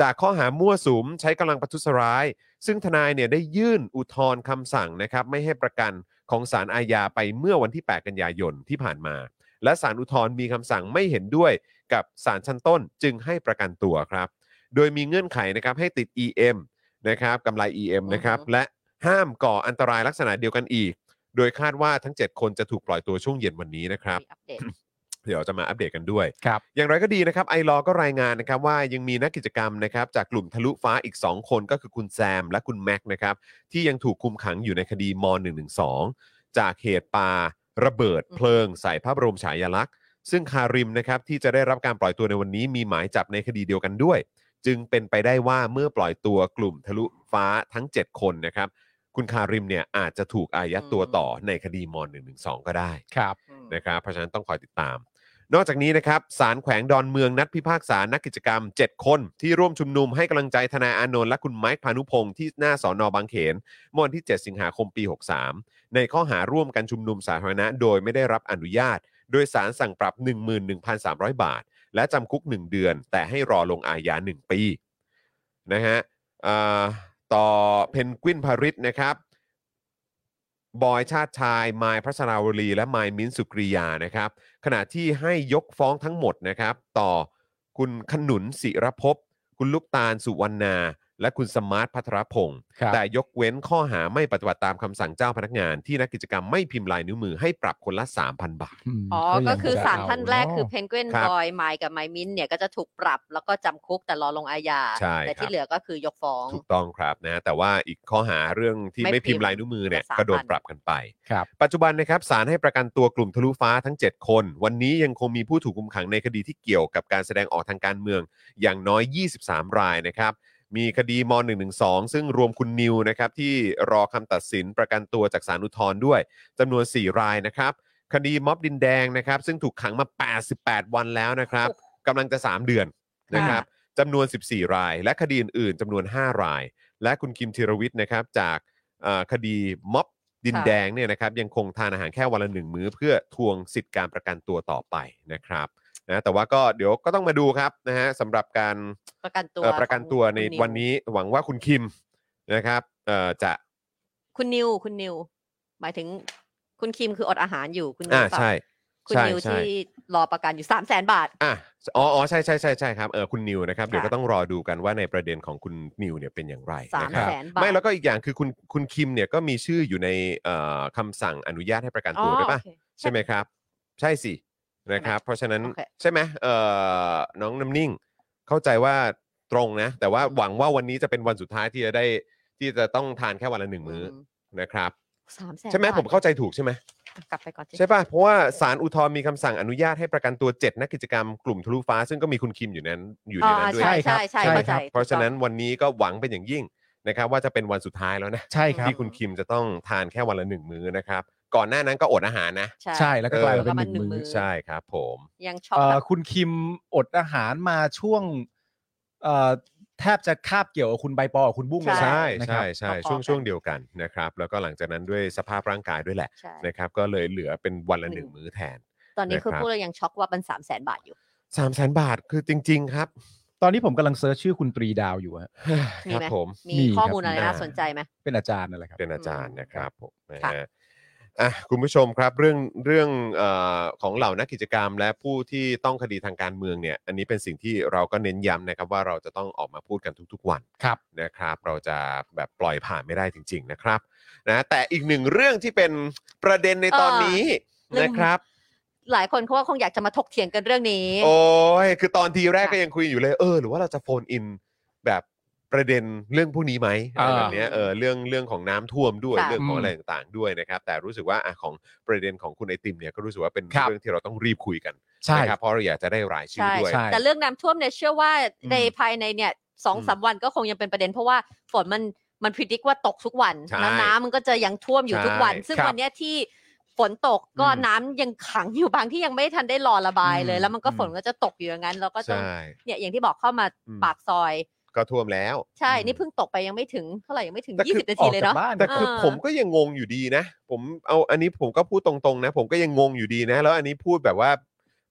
Speaker 3: จากข้อหามั่วสุมใช้กำลังประทุษร้าย ซึ่งทนายเนี่ยได้ยื่นอุทธรณ์คำสั่งนะครับ ไม่ให้ประกันของศาลอาญาไปเมื่อวันที่ 8 กันยายนที่ผ่านมา และศาลอุทธรณ์มีคำสั่งไม่เห็นด้วยกับศาลชั้นต้นจึงให้ประกันตัวครับ โดยมีเงื่อนไขนะครับให้ติด EM นะครับกำไร EM นะครับ
Speaker 5: อือฮึ
Speaker 3: และห้ามก่ออันตรายลักษณะเดียวกันอีก โดยคาดว่าทั้ง 7 คนจะถูกปล่อยตัวช่วงเย็นวันนี้นะครับ
Speaker 5: มีอัปเดต
Speaker 3: เดี๋ยวจะมาอัปเดตกันด้วย
Speaker 6: ครับ
Speaker 3: อย่างไรก็ดีนะครับไอรอก็รายงานนะครับว่ายังมีนักกิจกรรมนะครับจากกลุ่มทะลุฟ้าอีก 2 คนก็คือคุณแซมและคุณแม็กนะครับที่ยังถูกคุมขังอยู่ในคดีม .112 จากเหตุปาระเบิด
Speaker 5: อืม
Speaker 3: เพลิงใส่พระบรมฉายาลักษณ์ ซึ่งคาริมนะครับที่จะได้รับการปล่อยตัวในวันนี้มีหมายจับในคดีเดียวกันด้วย จึงเป็นไปได้ว่าเมื่อปล่อยตัวกลุ่มทะลุฟ้าทั้ง 7 คนนะครับคุณคาริมเนี่ยอาจจะถูกอายัดตัวต่อในคดีม .112 ก็ได้
Speaker 6: ครับ
Speaker 5: อืม
Speaker 3: นะครับเพราะฉะนั้นต้องคอยติดตาม นอกจากนี้นะครับศาลแขวงดอนเมืองนัดพิพากษานักกิจกรรม 7 คน ที่ร่วมชุมนุมให้กำลังใจทนายอานนท์และคุณไมค์พานุพงศ์ที่หน้าสอนอบางเขนเมื่อวันที่ 7 สิงหาคมปี 63 ในข้อหาร่วมกันชุมนุมสาธารณะโดยไม่ได้รับอนุญาต โดยสารสั่งปรับ 11,300 บาท และจำคุก 1 เดือน แต่ให้รอลงอาญา1 ปีนะฮะอ่าต่อเพนกวินพาริสนะครับ บอยชาติชาย มายพระสราวลี และมายมิ้นท์สุกริยานะครับ ขณะที่ให้ยกฟ้องทั้งหมดนะครับ ต่อคุณขนุนศิรภพ คุณลูกตาลสุวรรณา และคุณสมาร์ทพัทรพงศ์
Speaker 6: ครับ
Speaker 3: แต่ยกเว้นข้อหาไม่ปฏิบัติตามคำสั่งเจ้าพนักงานที่นักกิจกรรมไม่พิมพ์ลายนิ้วมือให้ปรับคนละ 3,000 บาท
Speaker 6: ม
Speaker 5: อ๋อ
Speaker 6: ยัง
Speaker 5: ก็คือ
Speaker 6: จะ
Speaker 5: สามท่านแรกคือ
Speaker 6: เ
Speaker 5: เพนกวิน
Speaker 3: ครับ
Speaker 5: บอยไมค์กับไมมินเนี่ยก็จะถูกปรับแล้วก็จำคุกแต่รอลงอาญา
Speaker 3: ใช่
Speaker 5: แต่
Speaker 3: ครั
Speaker 5: ที่
Speaker 3: บ
Speaker 5: เหลือก็คือยกฟ้อง
Speaker 3: ถูกต้องครับนะแต่ว่าอีกข้อหาเรื่องที่
Speaker 5: ไม่
Speaker 3: ไม่
Speaker 5: พิ
Speaker 3: พิม
Speaker 5: มพ์
Speaker 3: พ์ลายนิ้วมือเนี่ย
Speaker 5: ละ3,000
Speaker 3: ก็โดนปรับกันไป
Speaker 6: ครับ
Speaker 3: ปัจจุบันนะครับศาลให้ประกันตัวกลุ่มทะลุฟ้าทั้ง 7 คน วันนี้ยังคงมีผู้ถูกคุมขังในคดีที่เกี่ยวกับการแสดงออกทางการเมืองอย่างน้อย 23 รายนะครับ มีคดีม .112 ซึ่งรวมคุณนิวนะครับที่รอคำตัดสินประกันตัวจากศาลอุทธรณ์ด้วยจำนวน 4 รายนะครับ คดีม็อบดินแดงนะครับ ซึ่งถูกขังมา 88 วันแล้วนะครับกำลังจะ 3 เดือนนะครับจำนวน 14 ราย และคดีอื่นๆจำนวน 5 ราย และคุณคิมธีรวิทย์นะครับจากเอ่อคดีม็อบดิน
Speaker 5: ค่ะ
Speaker 3: แดงเนี่ยนะครับยังคงทานอาหารแค่วันละหนึ่งมื้อ เพื่อทวงสิทธิ์การประกันตัวต่อไปนะครับนะแต่ว่าก็เดี๋ยวก็ต้องมาดูครับนะฮะสำหรับการ
Speaker 5: ประกันตัว
Speaker 3: เอ่อประกันตัว
Speaker 5: ของ
Speaker 3: ใน
Speaker 5: คุณ
Speaker 3: วันนี้หวังว่าคุณคิมนะครับเอ่อจะ
Speaker 5: คุณนิวคุณนิว หมายถึงคุณคิมคืออดอาหารอยู่คุณนิ
Speaker 3: อ่าว
Speaker 5: เปล่า
Speaker 3: ใช่
Speaker 5: คุณ
Speaker 3: ใช่
Speaker 5: นิว
Speaker 3: ใช่
Speaker 5: ที่รอประกันอยู่สามแสนบาท
Speaker 3: อ่ะอ๋ออ๋อใช่ใช่ใช่ใช่ครับเออคุณนิวนะครับเดี๋ยว
Speaker 5: ค่ะ
Speaker 3: ก็ต้องรอดูกันว่าในประเด็นของคุณนิวเนี่ยเป็นอย่างไร
Speaker 5: สา
Speaker 3: นะ
Speaker 5: ม
Speaker 3: ครับ
Speaker 5: แสนบาท
Speaker 3: ไม่แล้วก็อีกอย่างคือคุณคุณคิมเนี่ยก็มีชื่ออยู่ในเอ่อคำสั่งอนุญาตให้ประกัน
Speaker 5: อ๋อ
Speaker 3: ตัวด้วยป่ะ
Speaker 5: โอเค
Speaker 3: ใช่ไหมครับ ใช่สินะครับ เพราะฉะนั้น
Speaker 5: โอเค
Speaker 3: ใช่ไหมเอ่อน้องน้ำนิ่ง เข้าใจว่าตรงนะ แต่ว่าหวังว่าวันนี้จะเป็นวันสุดท้ายที่จะได้ที่จะต้องทานแค่วันละหนึ่งมื้ออนะครับ
Speaker 5: สามแสน
Speaker 3: ใช่ไหมผมเข้าใจถูกใช่ไหม
Speaker 5: กลับไปก่อนสิ
Speaker 3: ใช่ป่ะเพราะว่าศาลอุทธรณ์มีคำสั่งอนุญาตให้ประกันตัว 7 นักกิจกรรมกลุ่มทะลุฟ้า ซึ่งก็มีคุณคิมอยู่นั้นอยู่
Speaker 5: อ๋
Speaker 3: ใน
Speaker 5: อ
Speaker 3: นั้นด้วย
Speaker 5: ใช่
Speaker 6: ใช่ครับ
Speaker 5: ใช่ใช่
Speaker 6: ใช่
Speaker 5: เข้าใจ
Speaker 3: เพราะฉะนั้นวันนี้ก็หวังเป็นอย่างยิ่งนะครับ ว่าจะเป็นวันสุดท้ายแล้วนะ
Speaker 6: ใช่ครับ
Speaker 3: ที่คุณคิมจะต้องทานแค่วันละหนึ่งมื้อนะครับ ก่อนหน้านั้นก็อดอาหารนะ
Speaker 5: ใช่
Speaker 6: ใช่แล้วก็กลายมาเป็น
Speaker 5: เออ
Speaker 6: หนึ่งมือ
Speaker 5: อ
Speaker 3: ใช่ครับผม
Speaker 5: ยังช็อก
Speaker 6: เอ่อ
Speaker 5: กับ
Speaker 6: คุณคิมอดอาหารมาช่วงเอ่อแทบจะคาบเกี่ยวกับคุณใบปอกับคุณบุ้งเลย
Speaker 5: ใช่
Speaker 3: ใช่
Speaker 6: นะค
Speaker 3: ใช่
Speaker 6: รับ
Speaker 3: ใช่
Speaker 5: พอๆกัน
Speaker 3: ช่วงช่วงเดียวกันนะครับ แล้วก็หลังจากนั้นด้วยสภาพร่างกายด้วยแหละ
Speaker 5: ใช่
Speaker 3: นะครับ ก็เลยเหลือเป็นวันละหนึ่ง
Speaker 5: หนึ่ง
Speaker 3: มื้อแทน
Speaker 5: ตอนนี้คือ
Speaker 3: นะครับ
Speaker 5: พูดแล้วยังช็อกว่าเป็นสามแสนบาทอยู่
Speaker 3: 3 0 0แสนบาทคือจริง ๆ ครับ
Speaker 6: ตอนนี้ผมกำลังเซิร์ชชื่อคุณตรีดาวอยู่ฮะ
Speaker 3: ค
Speaker 5: มี
Speaker 3: รั
Speaker 5: ไหม
Speaker 3: ผม
Speaker 5: มี
Speaker 6: มี
Speaker 5: ข้อ
Speaker 6: ครับ
Speaker 5: มูลอะไร
Speaker 3: อ่า
Speaker 5: น่าสนใจไหม
Speaker 6: เป็นอาจารย์นั่นแหละครับ
Speaker 3: เป็นอาจารย์นะครับผมนะ
Speaker 5: ค่ะ
Speaker 3: ฮะ อ่ะคุณผู้ชมครับเรื่องเรื่องเออของเหล่านักกิจกรรม และผู้ที่ต้องคดีทางการเมืองเนี่ยอันนี้เป็นสิ่งที่เราก็เน้นย้ำนะครับว่าเราจะต้องออกมาพูดกันทุกๆวัน
Speaker 6: ครับ
Speaker 3: นะครับ เราจะแบบปล่อยผ่านไม่ได้จริง ๆนะครับนะแต่อีกหนึ่งเรื่องที่เป็นประเด็นในตอนนี้
Speaker 5: เออ
Speaker 3: นะครับ
Speaker 5: หลายคนเขาว่าคงอยากจะมาถกเถียงกันเรื่องนี้
Speaker 3: โอ้ยคือตอนทีแรก
Speaker 5: ค่ะ
Speaker 3: ก็ยังคุยอยู่เลยเออหรือว่าเราจะโฟนอินแบบประเด็นเรื่องพวกนี้ไหมอะไร
Speaker 6: อ่า
Speaker 3: แบบเนี้ยเออเรื่องเรื่องของน้ำท่วมด้วย
Speaker 5: ค่ะ
Speaker 3: เรื่องของ
Speaker 6: อืม
Speaker 3: อะไรต่างๆด้วยนะครับแต่รู้สึกว่าอ่ะของประเด็นของคุณไอติมเนี่ยก็รู้สึกว่าเป็น
Speaker 6: ครับ
Speaker 3: เรื่องที่เราต้องรีบคุยกัน
Speaker 6: ใช่
Speaker 3: นะครับเพราะเราอยากจะได้รายชื่อ
Speaker 5: ใช่
Speaker 3: ด้วย
Speaker 6: ใช่
Speaker 5: แต่เรื่องน้ำท่วมเนี่ยเชื่อว่า
Speaker 3: อืม
Speaker 5: ในภายในเนี่ยสองสามวันก็คงยังเป็นประเด็นเพราะว่าฝนมันมันพิจิกว่าตกทุกวัน
Speaker 3: ใช่
Speaker 5: แล้วน้ำมันก็จะยังท่วมอยู่ทุกวัน
Speaker 3: ใช่
Speaker 5: ซึ่ง
Speaker 3: ครับ
Speaker 5: วันเนี้ยที่ฝนตกก็
Speaker 3: อืม
Speaker 5: น้ำยังขังอยู่บางที่ยังไม่ทันได้รอระบายเลย
Speaker 6: อืม
Speaker 5: แล้วมันก็ฝนก็จะตกอยู่อย่างนั้นเราก็ต้อง
Speaker 3: ใช่
Speaker 5: เนี่ยอย่างที่บอกเข้ามา
Speaker 3: อืม
Speaker 5: ปากซอย
Speaker 3: ก็ท่วมแล้ว
Speaker 5: ใช่
Speaker 3: อืม
Speaker 5: นี่เพิ่งตกไปยังไม่ถึงเท่าไหร่ยังไม่ถึง
Speaker 3: แต่คือ
Speaker 5: ยี่สิบนาทีเลยเนาะ
Speaker 6: บ้าน
Speaker 3: แต่คือ
Speaker 5: เออ
Speaker 3: ผมก็ยังงงอยู่ดีนะ ผมเอาอันนี้ผมก็พูดตรงๆนะ ผมก็ยังงงอยู่ดีนะ แล้วอันนี้พูดแบบว่า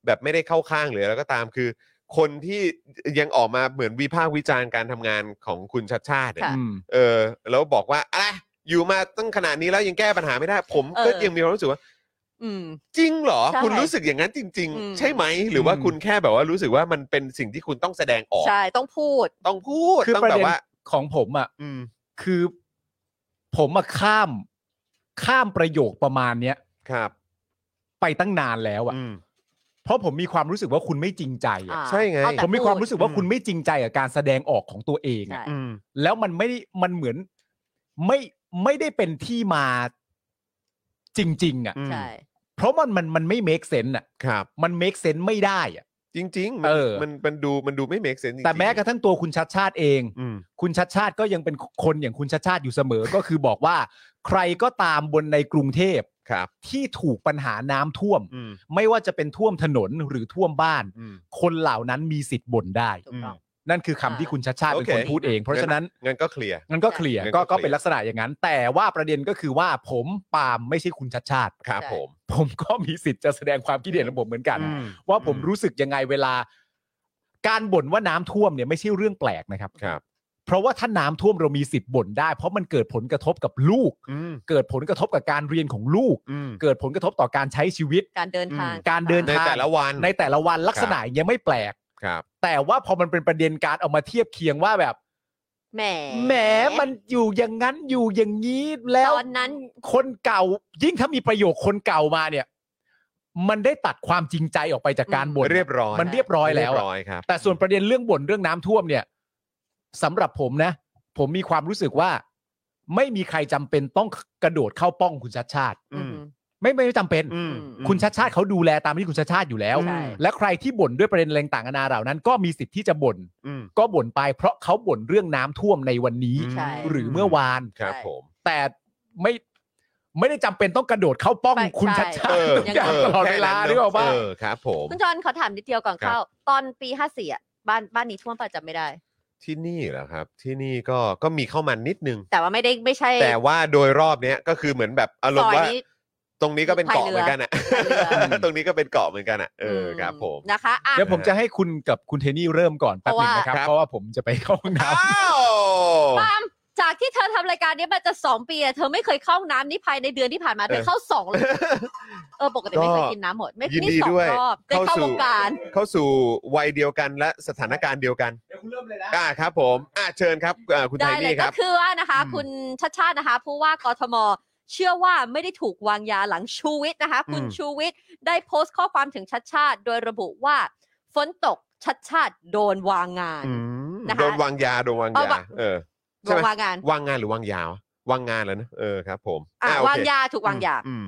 Speaker 3: แบบไม่ได้เข้าข้างหรือแล้วก็ตามคือ คนที่ยังออกมาเหมือนวิพากษ์วิจารณ์การทำงานของคุณชัดชาติเนี่ย
Speaker 5: ค่ะ
Speaker 6: อืม
Speaker 3: เออแล้วบอกว่าอะไรอยู่มาตั้งขนาดนี้แล้วยังแก้ปัญหาไม่ได้ ผมก็
Speaker 5: เออ
Speaker 3: ยังมีความรู้สึกว่า
Speaker 5: อืม
Speaker 3: จริงเหรอ
Speaker 5: ใช่
Speaker 3: คุณรู้สึกอย่างนั้นจริง
Speaker 5: อืม
Speaker 3: ๆ ใช่ไหมหรือว่าคุณแค่แบบว่ารู้สึกว่ามันเป็นสิ่งที่คุณต้องแสดงออก
Speaker 5: ใช่ต้องพูด
Speaker 3: ต้องพูด
Speaker 6: คือ
Speaker 3: ต้อง
Speaker 6: ป
Speaker 3: แบ
Speaker 6: ระเด็
Speaker 3: บ
Speaker 6: น
Speaker 3: ว่า
Speaker 6: ของผมอ่ะ
Speaker 3: อืม
Speaker 6: คือผมมาข้ามข้ามประโยคประมาณเนี้ย
Speaker 3: ครับ
Speaker 6: ไปตั้งนานแล้วอ่ะ
Speaker 3: อืม
Speaker 6: เพราะผมมีความรู้สึกว่าคุณไม่จริงใจอ่ะ
Speaker 5: อ่า
Speaker 3: ใช่ไง
Speaker 5: เอาแต่
Speaker 6: ผมมีความรู้สึกว่า
Speaker 3: อื
Speaker 6: คุณไม่จริงใจกับการแสดงออกของตัวเอง
Speaker 5: ใช่
Speaker 6: อ่ะ
Speaker 3: อืม
Speaker 6: แล้วมันไม่ได้มันเหมือนไม่ไม่ได้เป็นที่มาจริง ๆ อ่ะ
Speaker 3: อืม
Speaker 5: ใช่
Speaker 6: เพราะมันมันมันไม่ make sense อ่ะ
Speaker 3: ครับ
Speaker 6: มัน make sense ไม่ได้อ่ะ
Speaker 3: จริงๆ มัน
Speaker 6: เออ
Speaker 3: มันมันดูมันดูไม่เมกเซน
Speaker 6: แต่แม้กระทั่งตัวคุณชัดชาติเอง
Speaker 3: อืม
Speaker 6: คุณชัดชาติก็ยังเป็นคนอย่างคุณชัดชาติอยู่เสม อ ก็คือบอกว่า ใครก็ตามบนในกรุงเทพ
Speaker 3: ครับ
Speaker 6: ที่ถูกปัญหาน้ำท่วม
Speaker 3: อืม
Speaker 6: ไม่ว่าจะเป็นท่วมถนนหรือท่วมบ้าน
Speaker 3: อืม
Speaker 6: คนเหล่านั้นมีสิทธิ์บ่นได้
Speaker 5: ถูกต้อง
Speaker 6: นั่นคือคำที่คุณชัดชาติเป็นคน
Speaker 3: โอเค
Speaker 6: พูดเอง เพราะฉะนั้น
Speaker 3: งั้นก็เคลียร์
Speaker 6: งั้นก็เคลียร์
Speaker 3: งั้นก็
Speaker 6: ก็ก็
Speaker 3: เคลียร์
Speaker 6: เป็นลักษณะอย่างนั้น แต่ว่าประเด็นก็คือว่าผมปาล์มไม่ใช่คุณชัดชาติ
Speaker 3: ครับ
Speaker 5: ใช่
Speaker 3: ผม
Speaker 6: ผมก็มีสิทธิ์จะแสดงความคิดเห็นของผมเหมือนกัน
Speaker 3: อืม
Speaker 6: ว่าผมรู้สึกยังไงเวลา การบ่นว่าน้ำท่วมเนี่ยไม่ใช่เรื่องแปลกนะครับ
Speaker 3: ครับ
Speaker 6: เพราะว่าถ้าน้ำท่วมเรามีสิทธิ์บ่นได้ เพราะมันเกิดผลกระทบกับลูก
Speaker 3: อืม
Speaker 6: เกิดผลกระทบกับการเรียนของลูก
Speaker 3: อืม
Speaker 6: เกิดผลกระทบต่อการใช้ชีวิต
Speaker 5: การเดินทาง
Speaker 6: การเดิน
Speaker 3: ใน
Speaker 6: ทาง
Speaker 3: แต่ละวัน
Speaker 6: ในแต่ละวันลักษณะอย่างเงี้ยไม่แปลก
Speaker 3: ครับ
Speaker 6: แต่ว่าพอมันเป็นประเด็นการเอามาเทียบเคียงว่าแบบ
Speaker 5: แหม
Speaker 6: แหมมันอยู่อย่างนั้นอยู่อย่างนี้แล้ว
Speaker 5: ตอนนั้น
Speaker 6: คนเก่า ยิ่งถ้ามีประโยคคนเก่ามาเนี่ย มันได้ตัดความจริงใจออกไปจากการบ่น
Speaker 3: เรียบร้อย
Speaker 6: มันเรียบร้อยแล้ว
Speaker 3: เรีย
Speaker 6: อะ
Speaker 3: บร้อยครับ
Speaker 6: แต่ส่วนประเด็นเรื่องบ่นเรื่องน้ำท่วมเนี่ยสำหรับผมนะ ผมมีความรู้สึกว่า ไม่มีใครจำเป็นต้องกระโดดเข้าป้องคุณชัดชาติ
Speaker 3: อืม
Speaker 6: ไม่ไม่จำเป็น
Speaker 3: อืม
Speaker 6: คุณชัดชาติเขาดูแลตามที่คุณชัดชาติอยู่แล้ว
Speaker 5: ใช่
Speaker 6: และใครที่บ่นด้วยประเด็นแรงต่างๆนานาเหล่านั้น ก็มีสิทธิ์ที่จะบ่น
Speaker 3: อืม
Speaker 6: ก็บ่นไปเพราะเขาบ่นเรื่องน้ำท่วมในวันนี้
Speaker 5: ใช่
Speaker 6: หรือเมื่อวาน
Speaker 3: ครับ
Speaker 5: ใช่
Speaker 3: ผม
Speaker 6: แต่ไม่ไม่ได้จำเป็นต้องกระโดดเข้าป้อง
Speaker 5: ไป
Speaker 6: คุณชั
Speaker 5: ใช่
Speaker 6: ดชา
Speaker 3: เออ
Speaker 6: ติทุกอย่าง
Speaker 5: เออ
Speaker 6: ตลอดเวลา
Speaker 3: แค่นั้น
Speaker 6: หรือเปล่า
Speaker 3: เออครับผม
Speaker 5: คุณจอนขอถามนิดเดียวก่อน
Speaker 3: ครับ
Speaker 5: เข้า ตอนปีห้าสี่อ่ะบ้านบ้านนี้ท่วมป่ะจำไม่ได้
Speaker 3: ที่นี่เหรอครับ ที่นี่ก็ก็มีเข้ามานิดนึง
Speaker 5: แต่ว่าไม่ได้ไม่ใช่
Speaker 3: แต่ว่าโดยรอบเนี้ยก็คือเหมือนแบบอารมณ์ว่า
Speaker 5: ซอยนี้
Speaker 3: ตรงนี้ก็เป็นเกาะเหมือนกันอ่ะ
Speaker 5: พายเรือ
Speaker 3: ตรงนี้ก็เป็นเกาะเหมือนกันอ่ะเอออ
Speaker 5: ม
Speaker 3: ครับผม
Speaker 5: นะคะอ่ะ
Speaker 6: เดี๋ยวผมจะให้คุณกับคุณเทนี่เริ่มก่อนแป๊บหนึงนะครับ
Speaker 3: เพ
Speaker 6: เพ
Speaker 3: ราะ
Speaker 6: ราะ
Speaker 3: ว่า
Speaker 6: ว่าผมจะไปเข้าห้องน้
Speaker 3: อ้าว
Speaker 5: ปาล์มจากที่เธอทำรายการนี้มาจะสองปีอะเธอไม่เคยเข้าห้องน้ำนี่ภายในเดือนที่ผ่านมาเธอเข้าสองเลยเออปกติไม่เคยกินน้ำหมด ไม่
Speaker 3: ยิน
Speaker 5: นี่
Speaker 3: ดี
Speaker 5: สอง
Speaker 3: ด้วย
Speaker 5: รอบได้เข้าวงการ
Speaker 3: เข้าสู่วัยเดียวกันและสถานการณ์เดียวกัน
Speaker 6: ำเดี๋ยวคุณเริ่มเลยนะ
Speaker 3: อ่าครับผมอ่าเชิญครับอ่าคุณไท
Speaker 5: ได้เลย
Speaker 3: นี่ค
Speaker 5: ก็
Speaker 3: รับ
Speaker 5: คือว่านะคะ
Speaker 6: อืม
Speaker 5: คุณชัดชาตินะคะผู้ว่ากทม เชื่อว่าไม่ได้ถูกวางยาหลังชูวิทย์นะคะ คุณ
Speaker 3: อืม
Speaker 5: ชูวิทย์ได้โพสต์ข้อความถึงชัดชาติ โดยระบุว่าฝนตกชัดชาติโดนวางงาน
Speaker 3: อืม
Speaker 5: นะคะ
Speaker 3: โดนวางยาโดนวางยาว
Speaker 5: เอาะ
Speaker 3: เออ
Speaker 5: โดนวางงาน
Speaker 3: วางงานหรือวางยาวะวางงานแล้วนะเออครับ ผมโอเคว
Speaker 5: อ่ะางยาถูกวางยา
Speaker 3: อืม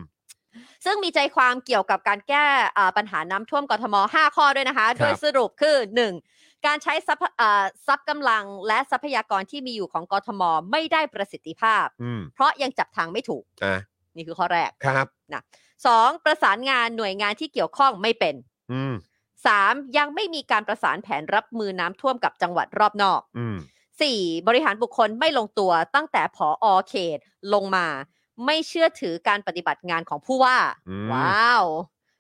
Speaker 5: ซึ่งมีใจความเกี่ยวกับการแก้อ่าปัญหาน้ำท่วมกทม 5 ข้อด้วยนะคะ โดยสรุปคือ 1. การใช้ทรัพย์อ่าทรัพย์กำลังและทรัพยากรที่มีอยู่ของกทม ไม่ได้ประสิทธิภาพ
Speaker 3: อืม
Speaker 5: เพราะยังจับทางไม่ถูก
Speaker 3: อ่ะ
Speaker 5: นี่คือข้อแรก
Speaker 3: ครับ
Speaker 5: 2. ประสานงานหน่วยงานที่เกี่ยวข้องไม่เป็น
Speaker 3: อืม
Speaker 5: 3. ยังไม่มีการประสานแผนรับมือน้ำท่วมกับจังหวัดรอบนอก
Speaker 3: อืม
Speaker 5: 4. บริหารบุคคลไม่ลงตัวตั้งแต่ผอเขตลงมา ไม่เชื่อถือการปฏิบัติงานของผู้ว่า
Speaker 3: อืม
Speaker 5: ว้าว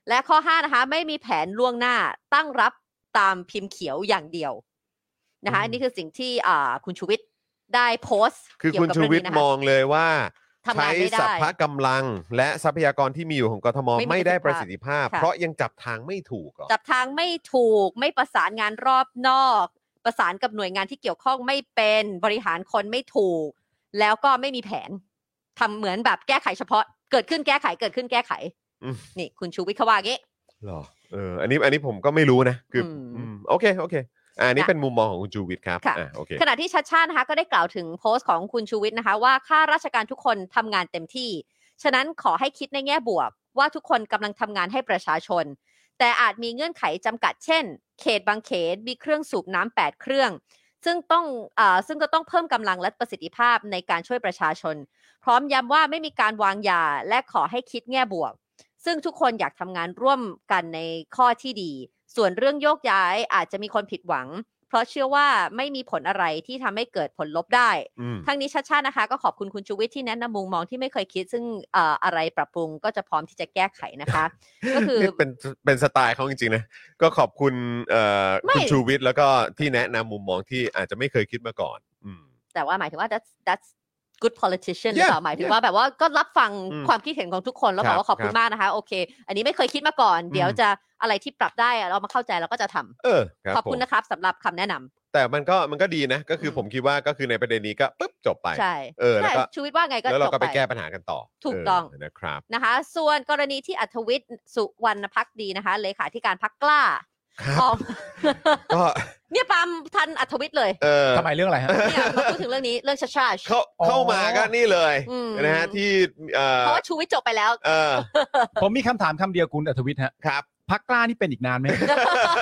Speaker 5: และข้อ 5 นะคะ ไม่มีแผนล่วงหน้าตั้งรับตามพิมพ์เขียวอย่างเดียวนะคะอันนี่คือสิ่งที่อ่าคุณชูวิทย์ได้โพสต์
Speaker 3: คือ
Speaker 5: เกี่ย
Speaker 3: คุณ
Speaker 5: กับ
Speaker 3: ชู
Speaker 5: เรื่อง
Speaker 3: วิท
Speaker 5: นี้
Speaker 3: ย์
Speaker 5: นะ
Speaker 3: ม
Speaker 5: คะ
Speaker 3: องเลยว่า
Speaker 5: ทำงานไม่ได้
Speaker 3: ใช้สัพพะกำลัง และทรัพยากรที่มีอยู่ของกทม
Speaker 5: ไม่มี
Speaker 3: ไม่ได้ประสิทธิภาพ
Speaker 5: ค่ะ
Speaker 3: เพราะยังจับทางไม่ถูกเหรอ
Speaker 5: จับทางไม่ถูกไม่ประสานงานรอบนอก ประสานกับหน่วยงานที่เกี่ยวข้องไม่เป็นบริหารคนไม่ถูก แล้วก็ไม่มีแผนทำเหมือนแบบแก้ไขเฉพาะ เกิดขึ้นแก้ไขเกิดขึ้นแก้ไขนี่ คุณชูวิทย์เขาว่าอย่างงี้
Speaker 3: เหรอเอออันนี้อันนี้ผมก็ไม่รู้นะคืออ
Speaker 5: ม
Speaker 3: อืมโอเคโอเคอะอันนี้
Speaker 5: ค่ะ
Speaker 3: เป็นมุมมองของคุณจูวิทย์ครับ
Speaker 5: ค่ะ
Speaker 3: อ่ะโอเค
Speaker 5: ขณะที่ชัดชาตินะคะก็ได้กล่าวถึงโพสต์ของคุณชูวิทย์นะคะว่าข้าราชการทุกคนทำงานเต็มที่ ฉะนั้นขอให้คิดในแง่บวก ว่าทุกคนกำลังทำงานให้ประชาชน แต่อาจมีเงื่อนไขจำกัดเช่น เขตบางเขตมีเครื่องสูบน้ำแปดเครื่อง ซึ่งต้องเออซึ่งก็ต้องเพิ่มกำลังและประสิทธิภาพในการช่วยประชาชน พร้อมย้ำว่าไม่มีการวางยาและขอให้คิดแง่บวก ซึ่งทุกคนอยากทำงานร่วมกันในข้อที่ดี ส่วนเรื่องโยกย้ายอาจจะมีคนผิดหวัง เพราะเชื่อว่าไม่มีผลอะไรที่ทำให้เกิดผลลบได้
Speaker 3: อืม
Speaker 5: ทั้งนี้ชัดชาตินะคะ ก็ขอบคุณคุณชูวิทย์ที่แนะนำมุมมองที่ไม่เคยคิด ซึ่งเอ่ออะไรปรับปรุงก็จะพร้อมที่จะแก้ไขนะคะ ก็คือ
Speaker 3: นี่เป็นเป็นสไตล์เขาจริงๆนะก็ขอบคุณเอ่อ
Speaker 5: ไม่
Speaker 3: คุณชูวิทย์แล้วก็ที่แนะนำมุมมองที่อาจจะไม่เคยคิดมาก่อน อืม
Speaker 5: แต่ว่าหมายถึงว่า that's that's good politician
Speaker 3: Yeah,
Speaker 5: หรือเปล่าหมายถึง
Speaker 3: yeah.
Speaker 5: ว่าแบบว่าก็รับฟัง
Speaker 3: อืม
Speaker 5: ความคิดเห็นของทุกคนแล้ว
Speaker 3: ครับบอก
Speaker 5: ว่าขอบคุ
Speaker 3: ครั
Speaker 5: ณ
Speaker 3: บ
Speaker 5: มากนะคะ โอเค อันนี้ไม่เคยคิดมาก่อน เดี๋ยว
Speaker 3: อืม
Speaker 5: จะอะไรที่ปรับได้เรามาเข้าใจเราก็จะทำ
Speaker 3: เออครับ
Speaker 5: ขอบ
Speaker 3: ผม
Speaker 5: คุณนะครับสำหรับคำแนะนำ
Speaker 3: แต่มันก็มันก็ดีนะ ก็คืออ
Speaker 5: ม
Speaker 3: ผมคิดว่าก็คือในประเด็นนี้ก็ปุ๊บจบไป
Speaker 5: ใช่
Speaker 3: เออแล้วก็
Speaker 5: ใช่ชูวิทย์ว่าไงก็
Speaker 3: แล้วเรา
Speaker 5: จ
Speaker 3: ก็
Speaker 5: บ
Speaker 3: ไป
Speaker 5: ไป
Speaker 3: แก้ปัญหากันต่อ
Speaker 5: ถูกต้อง
Speaker 3: เนะครับ
Speaker 5: นะคะ ส่วนกรณีที่อัธวิทย์สุวรรณพักดีนะคะเลขาธิการพักกล้า
Speaker 3: ครับ
Speaker 5: ออก
Speaker 3: ก็
Speaker 5: เนี่ยปาล์มทันอัธวิทย์เลย
Speaker 3: เออ
Speaker 6: ทำไมเรื่องอะไรฮะ
Speaker 5: เนี่ยมาพูดถึงเรื่องนี้เรื่องชาชาช
Speaker 3: เข้าเข้ามาก็นี่เลย
Speaker 5: อืม
Speaker 3: นะฮะที่เออ
Speaker 5: เพราะว่าชูวิทย์จบไปแล้ว
Speaker 3: เออ
Speaker 6: ผมมีคำถามคำเดียวคุณอัธวิทย์ฮะ
Speaker 3: ครับ
Speaker 6: พักกล้านี่เป็นอีกนานไหม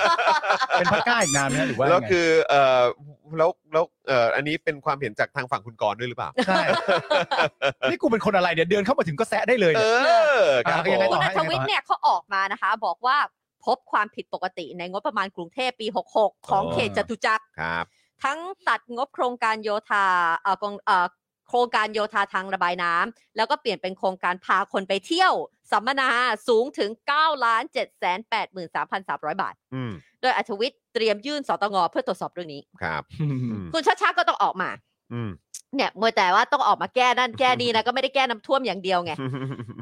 Speaker 6: เป็นพักกล้าอีกนานไหมหรือว่า
Speaker 3: แล้ว
Speaker 6: ยังไง
Speaker 3: คือเออแล้วแล้วเอออันนี้เป็นความเห็นจากทางฝั่งคุณกรณ์ด้วยหรือ เปล่า
Speaker 6: ใช่นี่กูเป็นคนอะไรเนี่ยเดินเข้ามาถึงก็แซะได้เลย
Speaker 3: เอ
Speaker 6: เนี่ย
Speaker 3: อครับผ
Speaker 6: อ่ะก็ยังไง
Speaker 3: ม
Speaker 6: ต่
Speaker 5: คุณอัธวิทย์เนี่ยเขาออกมานะคะ บอกว่าพบความผิดปกติในงบประมาณกรุงเทพปี 66 ของเขตจตุจักร
Speaker 3: ครับ
Speaker 5: ทั้งตัดงบโครงการโยธาเอ่อกองเอ่อโครงการโยธาทางระบายน้ำแล้วก็เปลี่ยนเป็นโครงการพาคนไปเที่ยวสัมมนาสูงถึง 9 7 8 3 3 0 0 บาท
Speaker 3: อืม
Speaker 5: โดยอัธวิทย์เตรียมยื่นสตงเพื่อตรวจสอบเรื่องนี้
Speaker 3: ครับอืม
Speaker 5: คุณชาชาก็ต้องออกมา
Speaker 3: อืม
Speaker 5: เนี่ยมัวแต่ว่าต้องออกมาแก้นั่นแก้นี่นะก็ไม่ได้แก้น้ำท่วมอย่างเดียวไง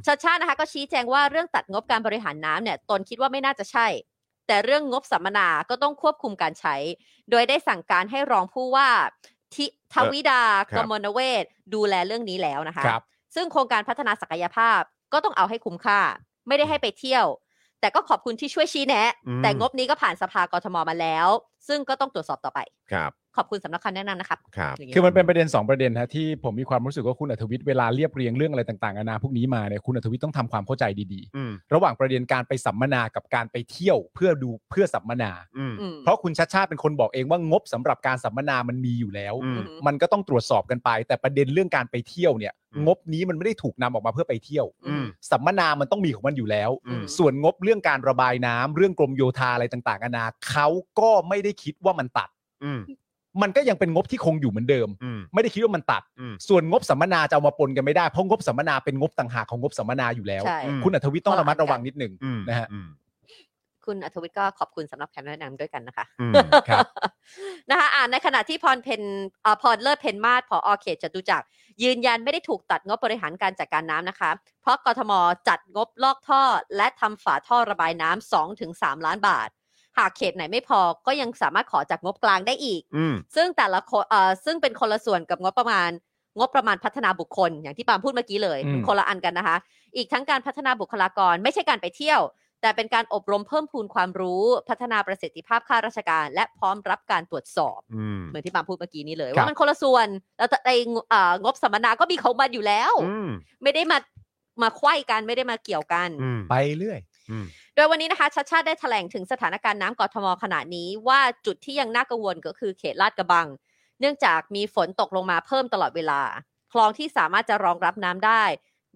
Speaker 5: ชาชานะคะก็ชี้แจงว่าเรื่องตัดงบการบริหารน้ำเนี่ยตนคิดว่าไม่น่าจะใช่ แต่เรื่องงบสัมมนาก็ต้องควบคุมการใช้ โดยได้สั่งการให้รองผู้ว่าทิทวิดากมลเวศดูแลเรื่องนี้แล้วนะคะ
Speaker 6: ครับ
Speaker 5: ซึ่งโครงการพัฒนาศักยภาพก็ต้องเอาให้คุ้มค่า ไม่ได้ให้ไปเที่ยว แต่ก็ขอบคุณที่ช่วยชี้แนะ แต่งบนี้ก็ผ่านสภากทมมาแล้ว ซึ่งก็ต้องตรวจสอบต่อไป
Speaker 3: ครับ
Speaker 5: ขอบคุณสำหรับคำแนะนำนะครับ
Speaker 3: ครับ
Speaker 5: ย่างงี้ย
Speaker 6: คือมันเป็นประเด็น 2 ประเด็นนะที่ผมมีความรู้สึกว่าคุณอัธวิทย์เวลาเรียบเรียงเรื่องอะไรต่างๆนานาพวกนี้มาเนี่ยคุณอัธวิทย์ต้องทำความเข้าใจดี
Speaker 3: อืม
Speaker 6: ๆ ระหว่างประเด็นการไปสัมมนากับการไปเที่ยวเพื่อดูเพื่อสัมมนา
Speaker 3: อืม
Speaker 5: อืม
Speaker 6: เพราะคุณชัดชาติเป็นคนบอกเองว่างบสำหรับการสัมมนามันมีอยู่แล้ว
Speaker 3: อืม
Speaker 6: มันก็ต้องตรวจสอบกันไป แต่ประเด็นเรื่องการไปเที่ยวเนี่ย
Speaker 3: อืม
Speaker 6: งบนี้มันไม่ได้ถูกนำออกมาเพื่อไปเที่ยว
Speaker 3: อืม
Speaker 6: สัมมนามันต้องมีของมันอยู่แล้ว
Speaker 3: อืม
Speaker 6: ส่วนงบเรื่องการระบายน้ำเรื่องกรมโยธาอะไรต่างๆนานาเขาก็ไม่ได้คิดว่ามันตัด
Speaker 3: อืม
Speaker 6: มันก็ยังเป็นงบที่คงอยู่เหมือนเดิม
Speaker 3: อืม
Speaker 6: ไม่ได้คิดว่ามันตัด
Speaker 3: อืม
Speaker 6: ส่วนงบสัมมนาจะเอามาปนกันไม่ได้เพราะงบสัมมนาเป็นงบต่างหากของงบสัมมนาอยู่แล้ว
Speaker 5: ใช่
Speaker 3: อืม
Speaker 6: คุณอัธวิทย์ต้องระมัดระวังนิดหนึ่ง
Speaker 3: อืม
Speaker 6: นะฮะ
Speaker 3: อืม
Speaker 5: คุณอัธวิทย์ก็ขอบคุณสำหรับคำแนะนำด้วยกันนะคะ
Speaker 3: อืม
Speaker 6: ครับ
Speaker 5: นะคะอ่านในขณะที่พรเพนเอ่อพรเลิศเพนมาศผอเขตจตุจักร ยืนยันไม่ได้ถูกตัดงบบริหารการจัดการน้ำนะคะ เพราะกทมจัดงบลอกท่อ และทำฝาท่อระบายน้ำ2ถึง3ล้านบาท หากเขตไหนไม่พอก็ยังสามารถขอจากงบกลางได้อีก
Speaker 3: อืม
Speaker 5: ซึ่งแต่ละคนเอ่อซึ่งเป็นคนละส่วนกับงบประมาณ งบประมาณพัฒนาบุคคล อย่างที่ปาล์มพูดเมื่อกี้เลย
Speaker 6: อืม
Speaker 5: มันคนละอันกันนะคะ อีกทั้งการพัฒนาบุคลากรไม่ใช่การไปเที่ยว แต่เป็นการอบรมเพิ่มพูนความรู้ พัฒนาประสิทธิภาพข้าราชการ และพร้อมรับการตรวจสอบ
Speaker 3: อืม
Speaker 5: เหมือนที่ปาล์มพูดเมื่อกี้นี้เลย
Speaker 6: ครั
Speaker 5: ว่า
Speaker 6: บ
Speaker 5: มันคนละส่วนแล้วแต่ไอ้งเอ่องบสัมมนาก็มีของมันอยู่แล้ว
Speaker 3: อืม
Speaker 5: ไม่ได้มามาไขว้กันไม่ได้มาเกี่ยวกัน
Speaker 3: อืม
Speaker 6: ไปเรื่อย
Speaker 5: โดยวันนี้นะคะชัดชาติได้แถลงถึงสถานการณ์น้ำกทมขณะนี้ว่าจุดที่ยังน่ากังวลก็คือเขตลาดกระบัง เนื่องจากมีฝนตกลงมาเพิ่มตลอดเวลา คลองที่สามารถจะรองรับน้ำได้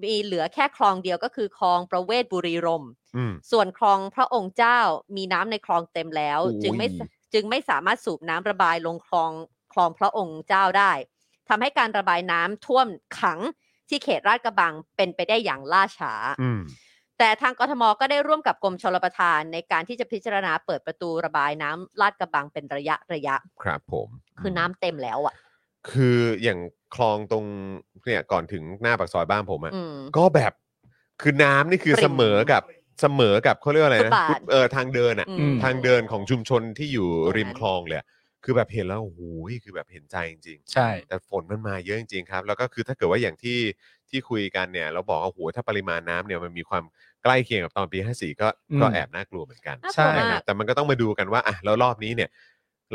Speaker 5: มีเหลือแค่คลองเดียวก็คือคลองประเวศบุรีรมย์
Speaker 3: อืม
Speaker 5: ส่วนคลองพระองค์เจ้ามีน้ำในคลองเต็มแล้ว
Speaker 6: โอ้ย
Speaker 5: จึงไม่สจึงไม่สามารถสูบน้ำระบายลงคลองคลองพระองค์เจ้าได้ทำให้การระบายน้ำท่วมขังที่เขตลาดกระบังเป็นไปได้อย่างล่าช้า
Speaker 3: อืม
Speaker 5: แต่ทางกทมก็ได้ร่วมกับกรมชลประทานในการที่จะพิจารณาเปิดประตูระบายน้ำลาดกระบังเป็นระยะระยะ
Speaker 3: ครับผม
Speaker 5: คือน้ำเต็มแล้วอ่ะ
Speaker 3: คืออย่างคลองตรงเนี่ยก่อนถึงหน้าปากซอยบ้านผมอะ
Speaker 5: อืม
Speaker 3: ก็แบบคือน้ำนี่คือ
Speaker 5: ปริ่ม
Speaker 3: เสมอกับเสมอกับเขาเรียกว่าอะไร
Speaker 5: ฟุ
Speaker 3: นะ
Speaker 5: ตบาท
Speaker 3: ฟุตเออทางเดินอะ
Speaker 5: อื
Speaker 4: อื
Speaker 5: ม
Speaker 4: ม
Speaker 3: ทางเดินของชุมชนที่อยู่ริมค
Speaker 5: ตรงนั้น
Speaker 3: ลองเลยอะคือแบบเห็นแล้วโอ้โหคือแบบเห็นใจจริงๆ
Speaker 6: ใช่
Speaker 3: แต่ฝนมันมาเยอะจริงๆครับ แล้วก็คือถ้าเกิดว่าอย่างที่ที่คุยกันเนี่ย เราบอกว่าโอ้โหถ้าปริมาณน้ำเนี่ยมันมีความใกล้เคียงกับตอนปี 54 ก็
Speaker 6: อืม
Speaker 3: ก็แอบน่ากลัวเหมือนกัน
Speaker 5: น่ากลัว
Speaker 3: นะค
Speaker 5: มา
Speaker 3: รับ
Speaker 5: ก
Speaker 3: แต่มันก็ต้องมาดูกันว่าอ่ะแล้วรอบนี้เนี่ย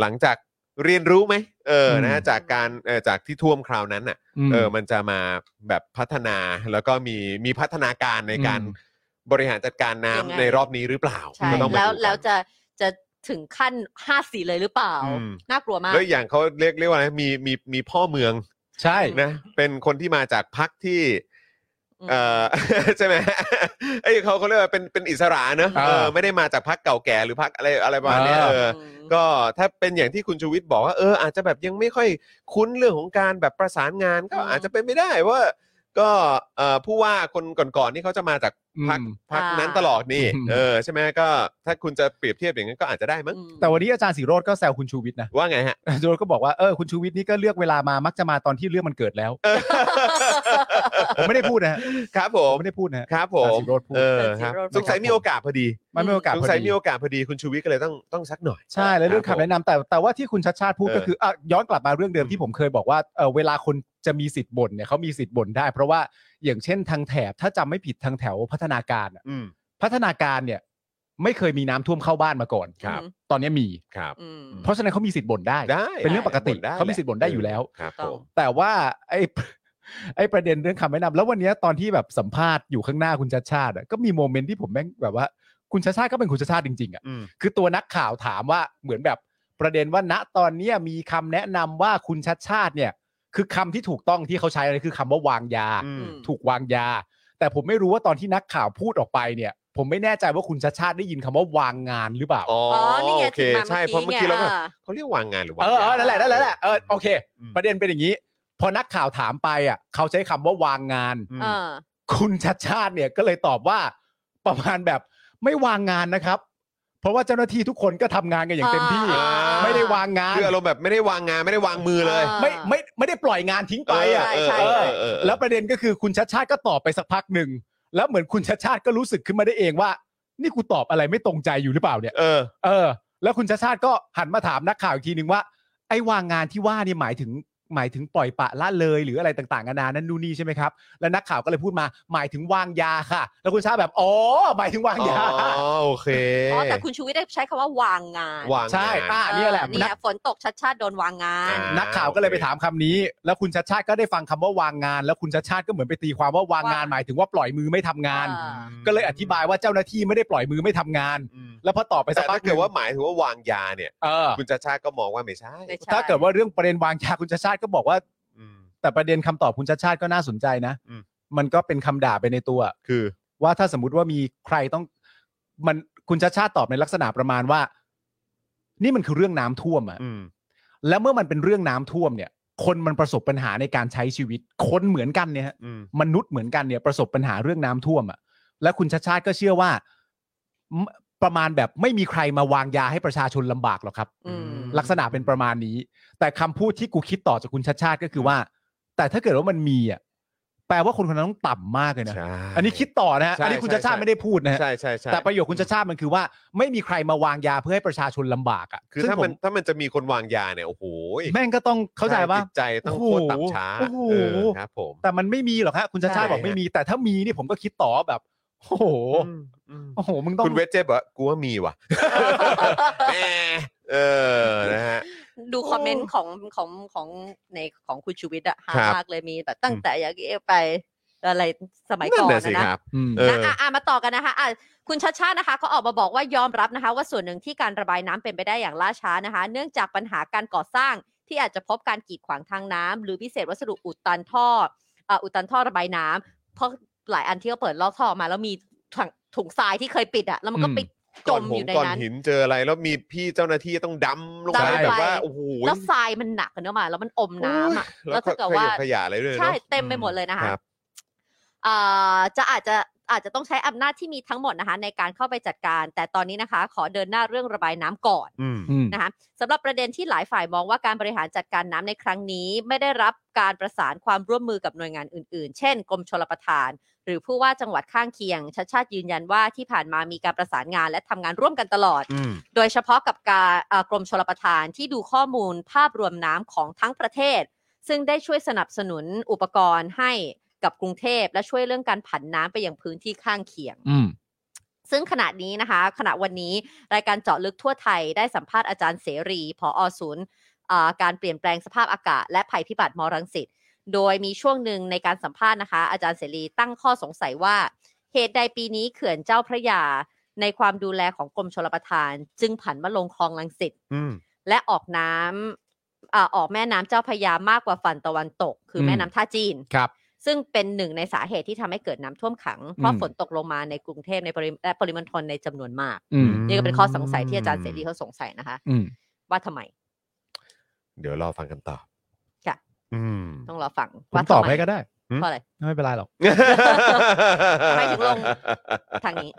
Speaker 3: หลังจากเรียนรู้ไหมเออนะฮะ
Speaker 5: อืม
Speaker 3: จากการเออจากที่ท่วมคราวนั้นอ่ะ
Speaker 6: ม
Speaker 3: เออมันจะมาแบบพัฒนาแล้วก็มีมีพัฒนาการในการ
Speaker 6: อืม
Speaker 3: บริหารจัดการน้ำ
Speaker 5: ยังไง
Speaker 3: ในรอบนี้หรือเปล่า
Speaker 5: ใช่
Speaker 3: ก็ต้องมา
Speaker 5: แล้ว
Speaker 3: ดูกัน
Speaker 5: แล้วจะจะถึงขั้นห้าสี่เลยหรือเปล่า
Speaker 3: อืม
Speaker 5: น่ากลัวมาก
Speaker 3: แล้วอย่างเขาเรียกเรียกว่าอะไรมีมีมีพ่อเมือง
Speaker 6: ใช่
Speaker 3: นะเป็นคนที่มาจากพรรคที่
Speaker 5: อืม
Speaker 3: เออ ใช่ไหมไอ้ยเขาเขาเรียกว่าเป็นเป็นอิสระเนอะ
Speaker 6: อ่า
Speaker 3: เออไม่ได้มาจากพรรคเก่าแก่หรือพรรคอะไรอะไรประมาณเนี้ยเออ ก็ถ้าเป็นอย่างที่คุณชูวิทย์บอกว่าเอออาจจะแบบยังไม่ค่อยคุ้นเรื่องของการแบบประสานงานก็
Speaker 5: อืม
Speaker 3: อาจจะเป็นไม่ได้ว่า ก็เอ่อผู้ว่าคนก่อนๆนี่เขาจะมาจากพรรค
Speaker 6: อืม
Speaker 3: พรรคนั้นตลอดนี่
Speaker 6: อืม
Speaker 3: เออใช่ไหมก็ถ้าคุณจะเปรียบเทียบอย่างนั้นก็อาจจะได้มั้ง
Speaker 6: แต่วันนี้อาจารย์สีโรดก็แซวคุณชูวิทย์นะ
Speaker 3: ว่าไงฮะ
Speaker 6: อาจารย์สีโรดก็บอกว่าเออคุณชูวิทย์นี่ก็เลือกเวลามามักจะมาตอนที่เรื่องมันเกิด แล้ว ผมไม่ได้พูดนะฮะ
Speaker 3: ครับผ
Speaker 6: ผม มไม่ได้พูดนะฮะ
Speaker 3: ครับผม
Speaker 6: อาจารย์ศิโรจน์พูด
Speaker 3: เออ
Speaker 5: อา
Speaker 3: ค
Speaker 5: จา
Speaker 3: รั
Speaker 5: ร
Speaker 3: บ
Speaker 5: ย์ศิโรจน์พูด
Speaker 3: สงสัยมีโอกาสพอดี
Speaker 6: มันไม่มีโอกาส
Speaker 3: ส
Speaker 6: พ
Speaker 3: ง
Speaker 6: อ
Speaker 3: สัย
Speaker 6: ดี
Speaker 3: มีโอกาสพอดีคุณชูวิทย์ก็เลยต้องต้องซักหน่อย
Speaker 6: ใช่แล้วเรื่อง
Speaker 3: ครับ
Speaker 6: คำแนะนำแต่แต่ว่าที่คุณชัดชาติพูด
Speaker 3: เออ
Speaker 6: ก็คืออ่ะย้อนกลับมาเรื่องเดิมที่ผมเคยบอกว่าเออเวลาคนจะมีสิทธิ์บ่นเนี่ยเขามีสิทธิ์บ่นได้ เพราะว่าอย่างเช่นทางแถบถ้าจำไม่ผิดทางแถวพัฒนาการอะ
Speaker 3: อืม
Speaker 6: พัฒนาการเนี่ย ไม่เคยมีน้ำท่วมเข้าบ้านมาก่อน
Speaker 5: ครับ
Speaker 6: ตอนนี้มี
Speaker 3: ครับ
Speaker 5: อืม
Speaker 6: เพราะฉะนั้นเขามีสิทธิ์บ่นได้
Speaker 3: ได้
Speaker 6: เป็นเรื่องปกติ
Speaker 3: บ่นได้
Speaker 6: เขามีสิทธิ์บ่นได้อยู่แล้ว
Speaker 3: ครับ
Speaker 5: ต้
Speaker 3: ผ
Speaker 5: อง
Speaker 3: ม
Speaker 6: แต่ว่าไอ้ ไอ้ประเด็นเรื่องคำแนะนำแล้ววันเนี้ยตอนที่แบบสัมภาษณ์อยู่ข้างหน้าคุณชาชาติอะก็มีโมเมนต์ที่ผมแม่งแบบว่า คุณชาชาติก็เป็นคุณชาชาติจริงๆอะ
Speaker 3: อืม
Speaker 6: คือตัวนักข่าวถามว่าเหมือนแบบประเด็นว่าณตอนเนี้ยมีคำแนะนำว่าคุณชาชาติเนี่ย คือคำที่ถูกต้องที่เขาใช้เลยคือคำว่าวางยา
Speaker 3: อืม
Speaker 6: ถูกวางยา แต่ผมไม่รู้ว่าตอนที่นักข่าวพูดออกไปเนี่ย ผมไม่แน่ใจว่าคุณชาชาติได้ยินคำว่าวางงานหรือเปล่า
Speaker 3: อ๋อ
Speaker 5: อ๋อนี่ไง
Speaker 3: โอเค
Speaker 5: ที่มา
Speaker 3: ใช่เพราะเมื่อกี้
Speaker 5: ไง
Speaker 3: เราก็
Speaker 5: อ่า
Speaker 3: เขาเรียกวางงานหรือวาง
Speaker 6: เออเออย
Speaker 3: า
Speaker 6: นั่นแหละนั่นแหละนั่นแหละเออโอเค
Speaker 3: อืม
Speaker 6: ประเด็นเป็นอย่างนี้ พอนักข่าวถามไปอ่ะเขาใช้คำว่าวางงาน
Speaker 3: อืม
Speaker 5: เออ
Speaker 6: คุณชัดชาติเนี่ยก็เลยตอบว่าประมาณแบบไม่วางงานนะครับ เพราะว่าเจ้าหน้าที่ทุกคนก็ทำงานกันอย่างเต็มที่
Speaker 5: อ่า
Speaker 6: ไม่ได้วางงาน
Speaker 3: คืออารมณ์แบบไม่ได้วางงานไม่ได้วางมือเลย
Speaker 5: อ่า
Speaker 6: ไม่ไม่ไม่ได้ปล่อยงานทิ้งไปอ่ะ
Speaker 5: ใช่ใช่
Speaker 3: เเออเอ
Speaker 6: เออ
Speaker 3: อเออ
Speaker 6: แล้วประเด็นก็คือคุณชัดชาติก็ตอบไปสักพักหนึ่งแล้วเหมือนคุณชัดชาติก็รู้สึกขึ้นมาได้เองว่า นี่กูตอบอะไรไม่ตรงใจอยู่หรือเปล่าเนี่ย
Speaker 3: เออ
Speaker 6: เออแล้วคุณชาชาติก็หันมาถามนักข่าวอีกทีนึงว่า ไอ้วางงานที่ว่าเนี่ยหมายถึงหมายถึงปล่อยปละละเลยหรืออะไรต่างๆนานานั่นนู่นนี่ใช่ไหมครับ แล้วนักข่าวก็เลยพูดมาหมายถึงวางยาค่ะ แล้วคุณชาติแบบอ๋อหมายถึงวาง
Speaker 3: อ๋
Speaker 6: ยา
Speaker 3: อโอเค
Speaker 5: อ๋อแต่คุณชูวิทย์ได้ใช้คำว่าวางงาน
Speaker 3: วางงาน
Speaker 6: ใช่อ่ะเนี่ยแหละ
Speaker 5: เออเนี่ยฝนตกชัดชาติโดนวางงาน
Speaker 3: อ่า
Speaker 6: นักข่าวก็เลยไปถามคำนี้ แล้วคุณชาชาติก็ได้ฟังคำว่าวางงาน แล้วคุณชาชาติก็เหมือนไปตีความว่าวางงานหมายถึงว่าปล่อยมือไม่ทำงาน
Speaker 5: อ่า
Speaker 6: ก็เลยอธิบายว่าเจ้าหน้าที่ไม่ได้ปล่อยมือไม่ทำงาน
Speaker 3: อืม
Speaker 6: แล้วพอตอบไปสั
Speaker 3: แต่
Speaker 6: กพั
Speaker 3: ถ้าก
Speaker 6: ห
Speaker 3: เกิ
Speaker 6: นึ่
Speaker 3: ด
Speaker 6: ง
Speaker 3: ว่าหมายถึงว่าวางยาเนี่ย
Speaker 6: เออ
Speaker 3: คุณชาชาก็มองว่าไม่ใช่
Speaker 5: ไม่ใช่
Speaker 6: ถ้าเกิดว่าเรื่องประเด็นวางยาคุณชาชาติก็บอกว่า
Speaker 3: อืม
Speaker 6: แต่ประเด็นคำตอบคุณชาติชาติก็น่าสนใจนะ
Speaker 3: อืม
Speaker 6: มันก็เป็นคำด่าไปในตัว
Speaker 3: คือ
Speaker 6: ว่าถ้าสมมติว่ามีใครต้อง มันคุณชาติชาติตอบในลักษณะประมาณว่า นี่มันคือเรื่องน้ำท่วมอะ
Speaker 3: อืม
Speaker 6: แล้วเมื่อมันเป็นเรื่องน้ำท่วมเนี่ย คนมันประสบปัญหาในการใช้ชีวิต คนเหมือนกันเนี่ยฮะ
Speaker 3: อืม
Speaker 6: มนุษย์เหมือนกันเนี่ยประสบปัญหาเรื่องน้ำท่วมอะและคุณชาติชาติก็เชื่อว่า ประมาณแบบไม่มีใครมาวางยาให้ประชาชนลำบากหรอกครับ
Speaker 5: อืม
Speaker 6: ลักษณะเป็นประมาณนี้ แต่คำพูดที่กูคิดต่อจากคุณชัดชาติก็คือว่า แต่ถ้าเกิดว่ามันมีอ่ะแปลว่าคนคนนั้นต้องต่ำมากเลยนะ
Speaker 3: ใช่
Speaker 6: อันนี้คิดต่อนะฮะ
Speaker 3: ใช่
Speaker 6: อันนี้คุณชัดชาติ
Speaker 3: ใช่
Speaker 6: ไม่ได้พูดนะฮะ
Speaker 3: ใช่ใช่ใช่
Speaker 6: แต่ประโยคคุณชัดชาติมันคือว่า ไม่มีใครมาวางยาเพื่อให้ประชาชนลำบากอ่ะ
Speaker 3: คือ
Speaker 6: ซึ่ง
Speaker 3: ถ้า
Speaker 6: ผ
Speaker 3: มันถ้ามันจะมีคนวางยาเนี่ยโอ้โห
Speaker 6: แม่งก็ต้องเข้าใจว่า
Speaker 3: จิตใจต้องโคตรต่ำช้า
Speaker 6: โอ้โห
Speaker 3: เออครับผม
Speaker 6: แต่มันไม่มีหรอกฮะคุณชัดชาติ
Speaker 3: ใช่
Speaker 6: บอกไม่มี แต่ถ้ามีนี่ผมก็คิดต่อแบบ โอ้โห
Speaker 3: อืมอืม
Speaker 6: โอ้โหมึงต้อง
Speaker 3: คุณเวจเจ็บบอกว่ากูว่ามี ว่ะแหมเออนะฮะ
Speaker 5: ดูคอมเมนต์ของของของในของคุณชูวิทย์อะหา
Speaker 3: ครับ
Speaker 5: มากเลยมีแบบตั้ง
Speaker 3: อืม
Speaker 5: แต่อยากเอไปอะไรสมัยก่อน
Speaker 3: นั่น
Speaker 5: นะ
Speaker 3: สิ
Speaker 5: นะ
Speaker 3: ครับ
Speaker 6: อืม
Speaker 3: เออ
Speaker 5: นะอ่ะอ่ะมาต่อกันนะคะอ่ะคุณชาชาตินะคะเขาออกมาบอกว่ายอมรับนะคะ ว่าส่วนหนึ่งที่การระบายน้ำเป็นไปได้อย่างล่าช้านะคะ เนื่องจากปัญหาการก่อสร้างที่อาจจะพบการกีดขวางทางน้ำหรือพิเศษวัสดุอุดตันท่ออ่ะอุดตันท่อระบายน้ำเพราะหลายอันที่เขาเปิดลอกท่อออกมา แล้วมีถุงถุงทรายที่เคยปิดอะแล้วมันก็
Speaker 6: อืม
Speaker 5: ไปจ
Speaker 3: ก่อน
Speaker 5: ม
Speaker 3: ห
Speaker 5: อง ยู่ใน
Speaker 3: ก่อน
Speaker 5: นั้น
Speaker 3: หินเจออะไร แล้วมีพี่เจ้าหน้าที่ต้องดำลงไป
Speaker 5: ดำลงไป
Speaker 3: แบบว่าโอ้โห
Speaker 5: แล้วทรายมันหนักกันเนอะมา แล้วมันอมน้ำอะ
Speaker 3: แล้ว
Speaker 5: ถ้าเกิด
Speaker 3: ขยะ
Speaker 5: ว่า
Speaker 3: ขยะอะไรด้วยเนอะ
Speaker 5: ใช่เต็มไปหมดเลยนะคะ
Speaker 3: รับ
Speaker 5: เอ่อจะอาจจะ อาจจะต้องใช้อำนาจที่มีทั้งหมดนะคะในการเข้าไปจัดการ แต่ตอนนี้นะคะ ขอเดินหน้าเรื่องระบายน้ำก่อน
Speaker 3: อืม
Speaker 6: อืม
Speaker 5: นะคะสำหรับประเด็นที่หลายฝ่ายมองว่าการบริหารจัดการน้ำในครั้งนี้ ไม่ได้รับการประสานความร่วมมือกับหน่วยงานอื่นๆ เช่น กรมชลประทาน หรือผู้ว่าจังหวัดข้างเคียงชัดชาติยืนยันว่าที่ผ่านมามีการประสานงานและทำงานร่วมกันตลอด
Speaker 3: อืม
Speaker 5: โดยเฉพาะกับการเอ่อกรมชลประทานที่ดูข้อมูลภาพรวมน้ำของทั้งประเทศ ซึ่งได้ช่วยสนับสนุนอุปกรณ์ให้กับกรุงเทพและช่วยเรื่องการผันน้ำไปยังพื้นที่ข้างเคียง
Speaker 6: อืม
Speaker 5: ซึ่งขณะนี้นะคะ ขณะวันนี้รายการเจาะลึกทั่วไทยได้สัมภาษณ์อาจารย์เสรีผอศูนย์อ่าการเปลี่ยนแปลงสภาพอากาศ และภัยพิบัติมรังสิตโดยมีช่วงหนึ่งในการสัมภาษณ์นะคะ อาจารย์เสรีตั้งข้อสงสัยว่า เหตุใดปีนี้เขื่อนเจ้าพระยา ในความดูแลของกรมชลประทาน จึงผันมาลงคลองลังสิต
Speaker 3: อืม
Speaker 5: และออกน้ำอ่าออกแม่น้ำเจ้าพระยามากกว่าฝั่งตะวันตก คืออ
Speaker 6: ม
Speaker 5: แม่น้ำท่าจีน
Speaker 6: ครับ
Speaker 5: ซึ่งเป็นหนึ่งในสาเหตุที่ทำให้เกิดน้ำท่วมขัง เพราะ
Speaker 6: อืม
Speaker 5: ฝนตกลงมาในกรุงเทพในปริมและปริมณฑลในจำนวนมาก
Speaker 6: อืม
Speaker 3: ม
Speaker 5: นี่ก็เป็นข้อสงสัยที่อาจารย์เสรีเขาสงสัยนะคะ
Speaker 6: อืม
Speaker 5: ว่าทำไม
Speaker 3: เดี๋ยวรอฟังกันตอบ
Speaker 5: ค่ะ
Speaker 3: อืม
Speaker 5: ต้องรอฟัง
Speaker 6: ผม
Speaker 5: ว่า
Speaker 6: ต
Speaker 5: ทำ
Speaker 6: อบ
Speaker 5: ไม
Speaker 6: ให้ก็ได้
Speaker 5: เพราะอะไร
Speaker 6: ไม่เป็นไรหรอก
Speaker 5: ทำ ไมถึงลง ทางนี้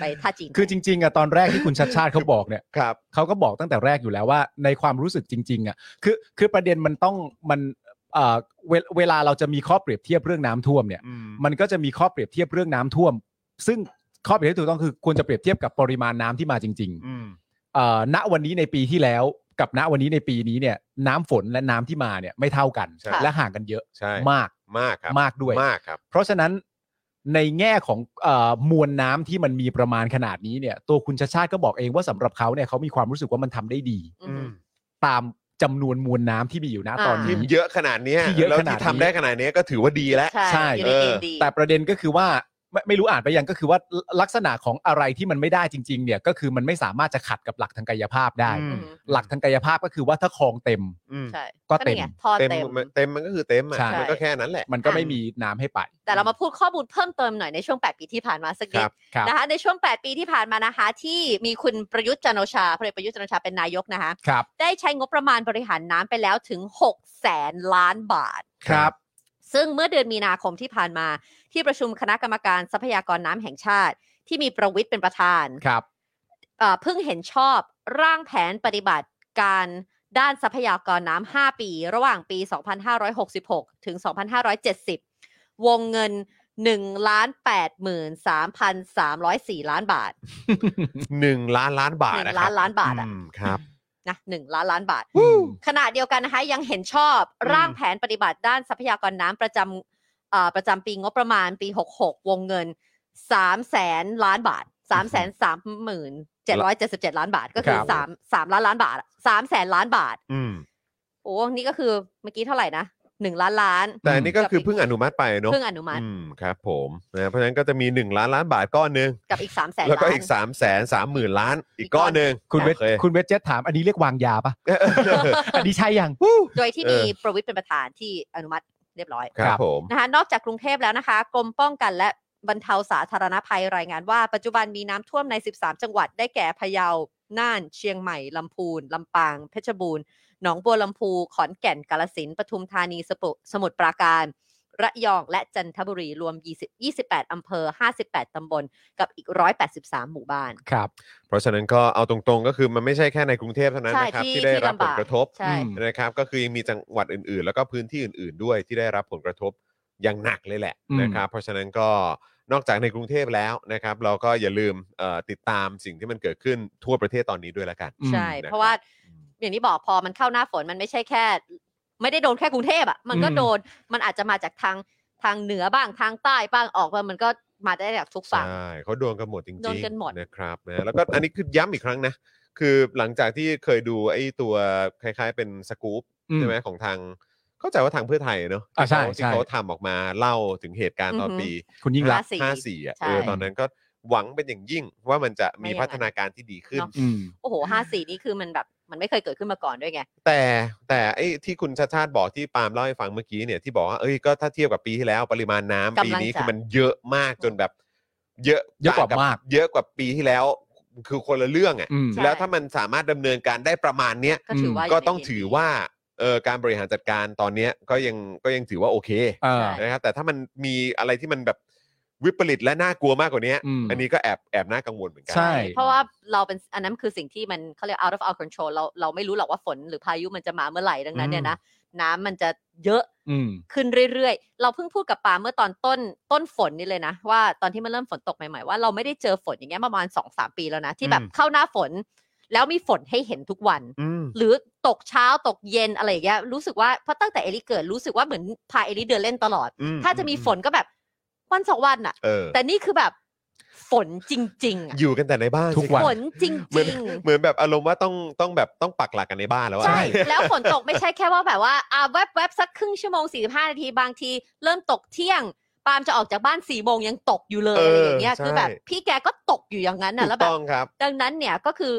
Speaker 5: ไปท่าจีน
Speaker 6: คือจริงๆอะตอนแรกที่คุณชัดชาติเขาบอกเนี่ย
Speaker 3: ครับ
Speaker 6: เขาก็บอกตั้งแต่แรกอยู่แล้วว่าในความรู้สึกจริงๆอ่ะคือคือประเด็นมันต้องมันเอ่อเวลเวลาเราจะมีข้อเปรียบเทียบเรื่องน้ำท่วมเนี่ย
Speaker 3: อืม
Speaker 6: มันก็จะมีข้อเปรียบเทียบเรื่องน้ำท่วม ซึ่งข้อเปรียบเทียบที่ถูกต้องคือควรจะเปรียบเทียบกับปริมาณน้ำที่มาจริง
Speaker 3: อืม
Speaker 6: ๆเอ่อณวันนี้ในปีที่แล้ว กับณวันนี้ในปีนี้เนี่ยน้ำฝนและน้ำที่มาเนี่ยไม่เท่ากัน
Speaker 3: ค่ะ
Speaker 6: และห่างกันเยอะ
Speaker 3: ใช่
Speaker 6: มาก
Speaker 3: มากครับ
Speaker 6: มากด้วย
Speaker 3: มากครับ
Speaker 6: เพราะฉะนั้นในแง่ของเออมวลน้ำที่มันมีประมาณขนาดนี้เนี่ยตัวคุณชาชาติก็บอกเองว่าสำหรับเขาเนี่ยเขามีความรู้สึกว่ามันทำได้ดี
Speaker 5: อืม
Speaker 6: ตามจำนวนมวลน้ำที่มีอยู่นะ
Speaker 5: อ่า
Speaker 6: ตอน
Speaker 3: ที่
Speaker 6: นี้
Speaker 3: เยอะขนาดเนี้ย
Speaker 6: ที่เยอะ
Speaker 3: แล้ว
Speaker 6: ขนาด
Speaker 3: ที่
Speaker 6: นี้
Speaker 3: ทำได้ขนาดเนี้ยก็ถือว่าดีแล้ว
Speaker 5: ใช่
Speaker 6: ใช่
Speaker 5: อยู่ในเกณฑ์ดี
Speaker 6: แต่ประเด็นก็คือว่าไม่ไม่รู้อ่านไปยังก็คือว่าลักษณะของอะไรที่มันไม่ได้จริง ๆ เนี่ยก็คือมันไม่สามารถจะขัดกับหลักทางกายภาพได้
Speaker 3: อืม
Speaker 6: หลักทางกายภาพก็คือว่าถ้าคลองเต็ม
Speaker 3: อืม
Speaker 5: ใช่
Speaker 6: ก็เต็ม
Speaker 5: นี่ไงทอ
Speaker 3: เต็ม
Speaker 5: เต็ม
Speaker 3: เต็มมันก็คือเต็มอ่ะ
Speaker 6: ใช่
Speaker 3: มันก็แค่นั้นแหละ
Speaker 6: มันก็ไม่มีน้ำให้ไป
Speaker 5: แต่เรามาพูดข้อมูลเพิ่มเติมหน่อยในช่วง 8 ปีที่ผ่านมาสัก
Speaker 3: ค
Speaker 5: นิด
Speaker 3: รับ
Speaker 6: ครับ
Speaker 5: นะคะในช่วง 8 ปีที่ผ่านมานะคะ ที่มีคุณประยุทธ์จันทร์โอชาพลเอกประยุทธ์จันทร์โอชาเป็นนายกนะคะ
Speaker 6: ครับ
Speaker 5: ได้ใช้งบประมาณบริหารน้ำไปแล้วถึง 6 0แสนล้านบาท
Speaker 6: ครับ
Speaker 5: ซึ่งเมื่อเดือนมีนาคมที่ผ่านมา ที่ประชุมคณะกรรมการทรัพยากรน้ำแห่งชาติ ที่มีประวิทย์เป็นประธาน
Speaker 6: ครับ
Speaker 5: เอ่อเพิ่งเห็นชอบร่างแผนปฏิบัติการด้านทรัพยากรน้ำ 5 ปี ระหว่างปี 2566 ถึง 2570 วงเงิน 1 83,304 ล้านบาท
Speaker 3: หนึ่งล้านล้านบาท
Speaker 5: หนึ่
Speaker 3: นะ
Speaker 5: ง
Speaker 3: ค
Speaker 5: ล้า
Speaker 3: รับ
Speaker 5: นล้านบาทอะ
Speaker 3: อืมครับ
Speaker 5: นะหนึ่งล้านล้านบาท ขณะเดียวกันนะคะ ยังเห็นชอบร่างแผนปฏิบัติด้านทรัพยากรน้ำประจำเอ่อประจำปีงบประมาณปี 66 วงเงิน3แสนล้านบาท3แสน3หมื่น777 ล้านบาทก็คือ
Speaker 6: ครับ
Speaker 5: 3 3ล้านล้านบาท3แสนล้านบาท
Speaker 3: อืม
Speaker 5: โอ้นี่ก็คือเมื่อกี้เท่าไหร่นะ 1 ล้านล้าน
Speaker 3: แต่อันนี้ก็คือเพิ่งอนุมัติไปเนาะ
Speaker 5: เพิ่งอนุมัติ
Speaker 3: อืมครับผมนะเพราะฉะนั้นก็จะมี 1 ล้านล้านบาทก้อนหนึ่ง
Speaker 5: กับอีก3แสน
Speaker 3: แล้วก็
Speaker 5: ล้าน
Speaker 3: อีก3ามแสนสามหมื่นล้านอีกก้อนหนึ่ง
Speaker 6: คุณเวท
Speaker 3: โอเค
Speaker 6: คุณเวทเจตถามอันนี้เรียกวางยาปะ อันนี้ใช่ยัง
Speaker 5: โดยที่
Speaker 3: เออ
Speaker 5: มีประวิทย์เป็นประธานที่อนุมัติเรียบร้อย
Speaker 3: ครับผม
Speaker 5: นะคะนอกจากกรุงเทพแล้วนะคะกรมป้องกันและบรรเทาสาธารณภัยรายงานว่า ปัจจุบันมีน้ำท่วมใน 13 จังหวัดได้แก่พะเยา น่าน เชียงใหม่ ลำพูน ลำปาง เพชรบูรณ์ หนองบัวลำพู ขอนแก่น กาฬสินธุ์ปทุมธานีสปุสมุทรปราการ ระยอง และจันทบุรี รวม 20 28อำเภอ 58 ตำบล กับอีก 183 หมู่บ้าน
Speaker 6: ครับ
Speaker 3: เพราะฉะนั้นก็เอาตรงๆก็คือมันไม่ใช่แค่ในกรุงเทพเท่านั้น
Speaker 5: ใช่
Speaker 3: นะครับ
Speaker 5: ที่
Speaker 3: ที่ได้
Speaker 5: ที่
Speaker 3: รับ
Speaker 5: ลำ
Speaker 3: ผล
Speaker 5: บาก
Speaker 3: กระทบ
Speaker 5: ใช่
Speaker 6: อืม
Speaker 3: นะครับก็คือยังมีจังหวัดอื่นๆ แล้วก็พื้นที่อื่นๆ ด้วยที่ได้รับผลกระทบอย่างหนักเลยแหละ
Speaker 6: อืม
Speaker 3: นะครับเพราะฉะนั้นก็นอกจากในกรุงเทพแล้วนะครับเราก็อย่าลืมเอ่อติดตามสิ่งที่มันเกิดขึ้นทั่วประเทศตอนนี้ด้วยละกัน
Speaker 6: อืม
Speaker 5: ใช่
Speaker 3: นะครับ
Speaker 5: เพราะว่าอย่างที่บอกพอมันเข้าหน้าฝนมันไม่ใช่แค่ ไม่ได้โดนแค่กรุงเทพอ่ะมันก็
Speaker 6: อืม
Speaker 5: โดนมันอาจจะมาจากทางทางเหนือบ้างทางใต้บ้างออกมามันก็มาได้จากทุกฝั่ง
Speaker 3: ใช่เขาโดนกันหมดจริงๆ
Speaker 5: โดนกันหมด
Speaker 3: นะครับนะแล้วก็อันนี้คือย้ำอีกครั้งนะ คือหลังจากที่เคยดูไอ้ตัวคล้ายๆเป็นสกู๊ป
Speaker 6: อืม
Speaker 3: ใช่ไหมของทางเข้าใจว่าทางเพื่อไทยเนอะ
Speaker 6: อ่ะใช่
Speaker 3: ที่เขาที่
Speaker 6: ใช่
Speaker 3: เขาทำออกมาเล่าถึงเหตุการณ์ตอนปี
Speaker 6: คุณยิ่งรักษณ์
Speaker 5: 54
Speaker 3: 54อ่ะ
Speaker 5: ใช่
Speaker 3: เออตอนนั้นก็หวังเป็นอย่างยิ่งว่ามันจะมี
Speaker 5: ไม่อย่างนั้น
Speaker 3: พัฒนาการที่ดีขึ้น
Speaker 5: เนอะ
Speaker 6: อืม
Speaker 5: โอ้โหห้าสี่นี่คือมันแบบมันไม่เคยเกิดขึ้นมาก่อนด้วยไง
Speaker 3: แต่แต่ไอ้ที่คุณชาชาติบอกที่ปาล์มเล่าให้ฟังเมื่อกี้เนี่ยที่บอกว่าเอ้ยก็ถ้าเทียบกับปีที่แล้วปริมาณน้ำปี
Speaker 5: กำลัง
Speaker 3: นี้
Speaker 5: จะ
Speaker 3: คือมันเยอะมากจนแบบ เยอะ
Speaker 6: เยอะกว่า
Speaker 3: ต่ง
Speaker 6: มาก
Speaker 3: เยอะกว่าปีที่แล้ว คือคนละเรื่องอ่ะ
Speaker 6: อืม
Speaker 5: ใช่
Speaker 3: แล้วถ้ามันสามารถดำเนินการได้ประมาณเนี้ย
Speaker 5: ก็ถือว่า
Speaker 3: ก็
Speaker 5: ยู่ใน
Speaker 3: ต้อง
Speaker 5: เณฑ์
Speaker 3: ถือ
Speaker 5: ดี
Speaker 3: ว่าเออการบริหารจัดการตอนเนี้ยก็ยังก็ยังถือว่าโอเค
Speaker 6: เออ
Speaker 5: ใช่
Speaker 3: นะครับแต่ถ้ามันมีอะไรที่มันแบบ วิปริตและน่ากลัวมากกว่านี้
Speaker 6: อืม
Speaker 3: อันนี้ก็แอบแอบน่ากังวลเหมือนกั
Speaker 6: ใช่
Speaker 5: เพราะว่าเราเป็นอันนั้นคือสิ่งที่มันเขาเรียก out of our control เราเราไม่รู้หรอกว่าฝนหรือพายุมันจะมาเมื่อไหร่ดังนั้นเนี่ยนะน้ำมันจะเยอะ
Speaker 6: อืม
Speaker 5: ขึ้นเรื่อยๆ เราเพิ่งพูดกับปาเมื่อตอนต้นต้นฝนนี่เลยนะ ว่าตอนที่มันเริ่มฝนตกใหม่ๆ ว่าเราไม่ได้เจอฝนอย่างเงี้ยประมาณสองสามปีแล้วนะ ที่แบบเข้าหน้าฝน แล้วมีฝนให้เห็นทุกวัน
Speaker 3: อืม
Speaker 5: หรือตกเช้าตกเย็นอะไรอย่างเงี้ยรู้สึกว่าเพราะตั้งแต่เอลิเกิดรู้สึกว่าเหมือนพาเอลิเดินเล่นตลอด
Speaker 3: อืม
Speaker 5: ถ้าจะมีฝนก็แบบวันสองวันอะ
Speaker 3: เออ
Speaker 5: แต่นี่คือแบบฝนจริงๆอะ
Speaker 3: อยู่กันแต่ในบ้าน
Speaker 6: ทุกวั
Speaker 3: สิ
Speaker 5: ฝ
Speaker 3: ครับ
Speaker 5: นจริ
Speaker 3: เหมือน
Speaker 5: งๆ
Speaker 3: เหมือนแบบอารมณ์ว่าต้องต้องแบบต้องปักหลักกันในบ้านแล้วอะ
Speaker 5: ใช่ แล้วฝนตกไม่ใช่แค่ว่าแบบว่าอ่าแวบๆสักครึ่งชั่วโมง 45 นาทีบางที เริ่มตกเที่ยง ปาล์มจะออกจากบ้าน4ี่โมงยังตกอยู่เลย
Speaker 3: เออ
Speaker 5: อะไรอย่างเงี้ย
Speaker 3: ใช่
Speaker 5: คือแบบพี่แกก็ตกอยู่อย่างนั้น
Speaker 3: ถู
Speaker 5: น่ะแล้ว
Speaker 3: ก
Speaker 5: แบบ
Speaker 3: ต้องครับ
Speaker 5: ดังนั้นเนี่ยก็คือ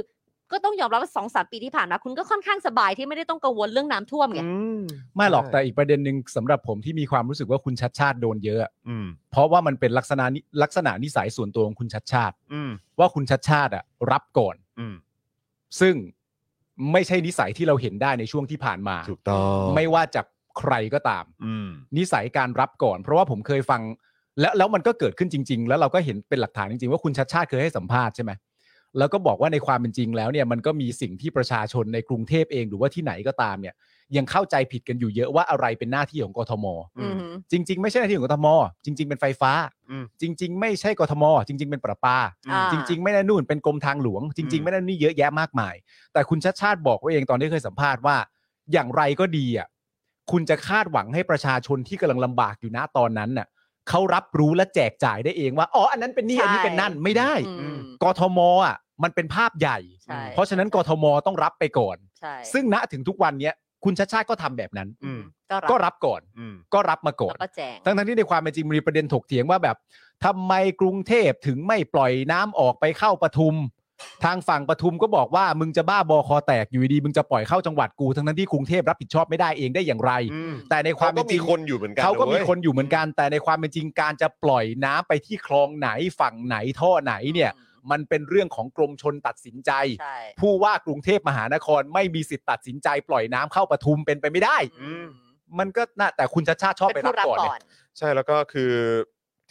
Speaker 5: ก็ต้องยอมรับว่าสองสามปีที่ผ่านมาคุณก็ค่อนข้างสบายที่ไม่ได้ต้องกังวลเรื่องน้ำท่วมไง
Speaker 3: อืม
Speaker 6: ไม่หรอกแต่อีกประเด็นหนึ่งสำหรับผมที่มีความรู้สึกว่าคุณชัดชาติโดนเยอะ
Speaker 3: อืม
Speaker 6: เพราะว่ามันเป็นลักษณะนิลักษณะนิสัยส่วนตัวของคุณชัดชาติ
Speaker 3: อืม
Speaker 6: ว่าคุณชัดชาติอะรับก่อน
Speaker 3: อืม
Speaker 6: ซึ่งไม่ใช่นิสัยที่เราเห็นได้ในช่วงที่ผ่านมา
Speaker 3: ถูกต้อง
Speaker 6: ไม่ว่าจากใครก็ตาม
Speaker 3: อืม
Speaker 6: นิสัยการรับก่อน เพราะว่าผมเคยฟัง แล้วแล้วมันก็เกิดขึ้นจริง ๆ แล้วเราก็เห็นเป็นหลักฐานจริง ๆ ว่าคุณชัดชาติเคยให้สัมภาษณ์ใช่ไหมแล้วก็บอกว่าในความเป็นจริงแล้วเนี่ยมันก็มีสิ่งที่ประชาชนในกรุงเทพเองหรือว่าที่ไหนก็ตามเนี่ยยังเข้าใจผิดกันอยู่เยอะว่าอะไรเป็นหน้าที่ของกทม
Speaker 3: อืม
Speaker 5: อืม
Speaker 6: จริง ๆ ไม่ใช่หน้าที่ของกทม จริง ๆ เป็นไฟฟ้า
Speaker 3: อืม
Speaker 6: จริง ๆ ไม่ใช่กทม จริง ๆ เป็นประปา
Speaker 5: อ่า
Speaker 6: จริง ๆ ไม่ได้นู่นเป็นกรมทางหลวง จริง
Speaker 3: อืม
Speaker 6: ๆ ไม่ได้นี่เยอะแยะมากมาย แต่คุณชัดชาติบอกไว่าเองตอนที่เคยสัมภาษณ์ว่า อย่างไรก็ดีอ่ะคุณจะคาดหวังให้ประชาชนที่กำลังลำบากอยู่นะตอนนั้นน่ะเขารับรู้และแจกจ่ายได้เองว่าอ๋ออันนั้นเป็นนี่อันนี้เป็นนั่นไม่ได้
Speaker 5: อืม
Speaker 6: กทมอ่ะมันเป็นภาพใหญ่
Speaker 5: ใช่
Speaker 6: เพราะฉะนั้นกทมต้องรับไปก่อน
Speaker 5: ใช่
Speaker 6: ซึ่งณถึงทุกวันเนี้ยคุณชัดชาติก็ทำแบบนั้น
Speaker 5: อืม
Speaker 6: ก็
Speaker 5: ก็รับ
Speaker 6: รับก่อน
Speaker 3: อืม
Speaker 6: ก็รับมาก่อ
Speaker 5: แล้
Speaker 6: น
Speaker 5: วก็แจง
Speaker 6: ทั้งทั้งๆที่ในความเป็นจริงมีประเด็นถกเถียงว่าแบบทำไมกรุงเทพถึงไม่ปล่อยน้ำออกไปเข้าปทุม ทางฝั่งปทุมก็บอกว่ามึงจะบ้าบอคอแตกอยู่ดีๆมึงจะปล่อยเข้าจังหวัดกู ทั้งทั้งๆที่กรุงเทพรับผิดชอบไม่ได้เองได้อย่างไร
Speaker 3: อืม
Speaker 6: แต่ในความ
Speaker 3: เขาก็
Speaker 6: เป็นจ
Speaker 3: มี
Speaker 6: ริง
Speaker 3: คนอยู่เหมือนกัน
Speaker 6: เขาก็มี
Speaker 3: ะว้ย
Speaker 6: คนอยู่เหมือนกัน แต่ในความเป็นจริงการจะปล่อยน้ำไปที่คลองไหนฝั่งไหนท่อไหนเนี่ย
Speaker 5: อืม
Speaker 6: มันเป็นเรื่องของกรมชนตัดสินใจ
Speaker 5: ใช่
Speaker 6: ผู้ว่ากรุงเทพมหานครไม่มีสิทธิ์ตัดสินใจ ปล่อยน้ำเข้าปทุมเป็นไปไม่ได้
Speaker 5: อืม
Speaker 6: มันก็น่าแต่คุณชาชาติชอบไป
Speaker 5: เป็น
Speaker 6: รั
Speaker 5: ผู้
Speaker 6: บ
Speaker 5: รับ
Speaker 6: ก่อน
Speaker 5: ก่อ
Speaker 6: เนี่ย
Speaker 5: น
Speaker 3: ใช่แล้วก็คือ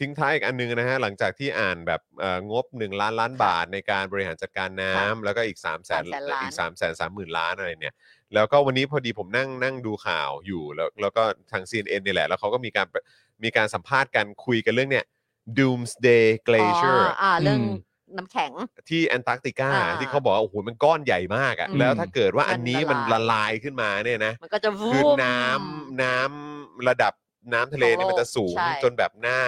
Speaker 3: ทิ้งท้ายอีกอันนึงนะฮะหลังจากที่อ่านแบบเอ่องบ 1 ล้านล้านบาทในการบริหารจัดการน้ำแล้วก็อีก3ามแสนอีก3ามแสนสามหมื่นล้านอะไรเนี่ย แล้วก็วันนี้พอดีผมนั่งนั่งดูข่าวอยู่แล้วแล้วก็ทาง CNN นี่แหละ แล้วเขาก็มีการมีการสัมภาษณ์กันคุยกันเรื่องเนี่ย Doomsday
Speaker 5: อ๋
Speaker 3: Glacier
Speaker 5: ออ่าเรื่อง
Speaker 6: อืม
Speaker 5: น้ำแข็ง
Speaker 3: ที่แอนตาร์กติกา
Speaker 5: อ่า
Speaker 3: ที่เขาบอกว่าโอ้โหมันก้อนใหญ่มากอะ
Speaker 6: อืม
Speaker 3: แล้วถ้าเกิดว่าอันนี้
Speaker 5: มั
Speaker 3: มัน
Speaker 5: น
Speaker 3: ละ
Speaker 5: ละลาย
Speaker 3: ลายขึ้นมาเนี่ยนะ
Speaker 5: มันก็จะวู
Speaker 3: คือ
Speaker 5: ม
Speaker 3: น้ำน้ำระดับน้ำทะเลเนี่ย
Speaker 5: ของโลก
Speaker 3: มันจะสูง
Speaker 5: ใช่
Speaker 3: จนแบบหน้า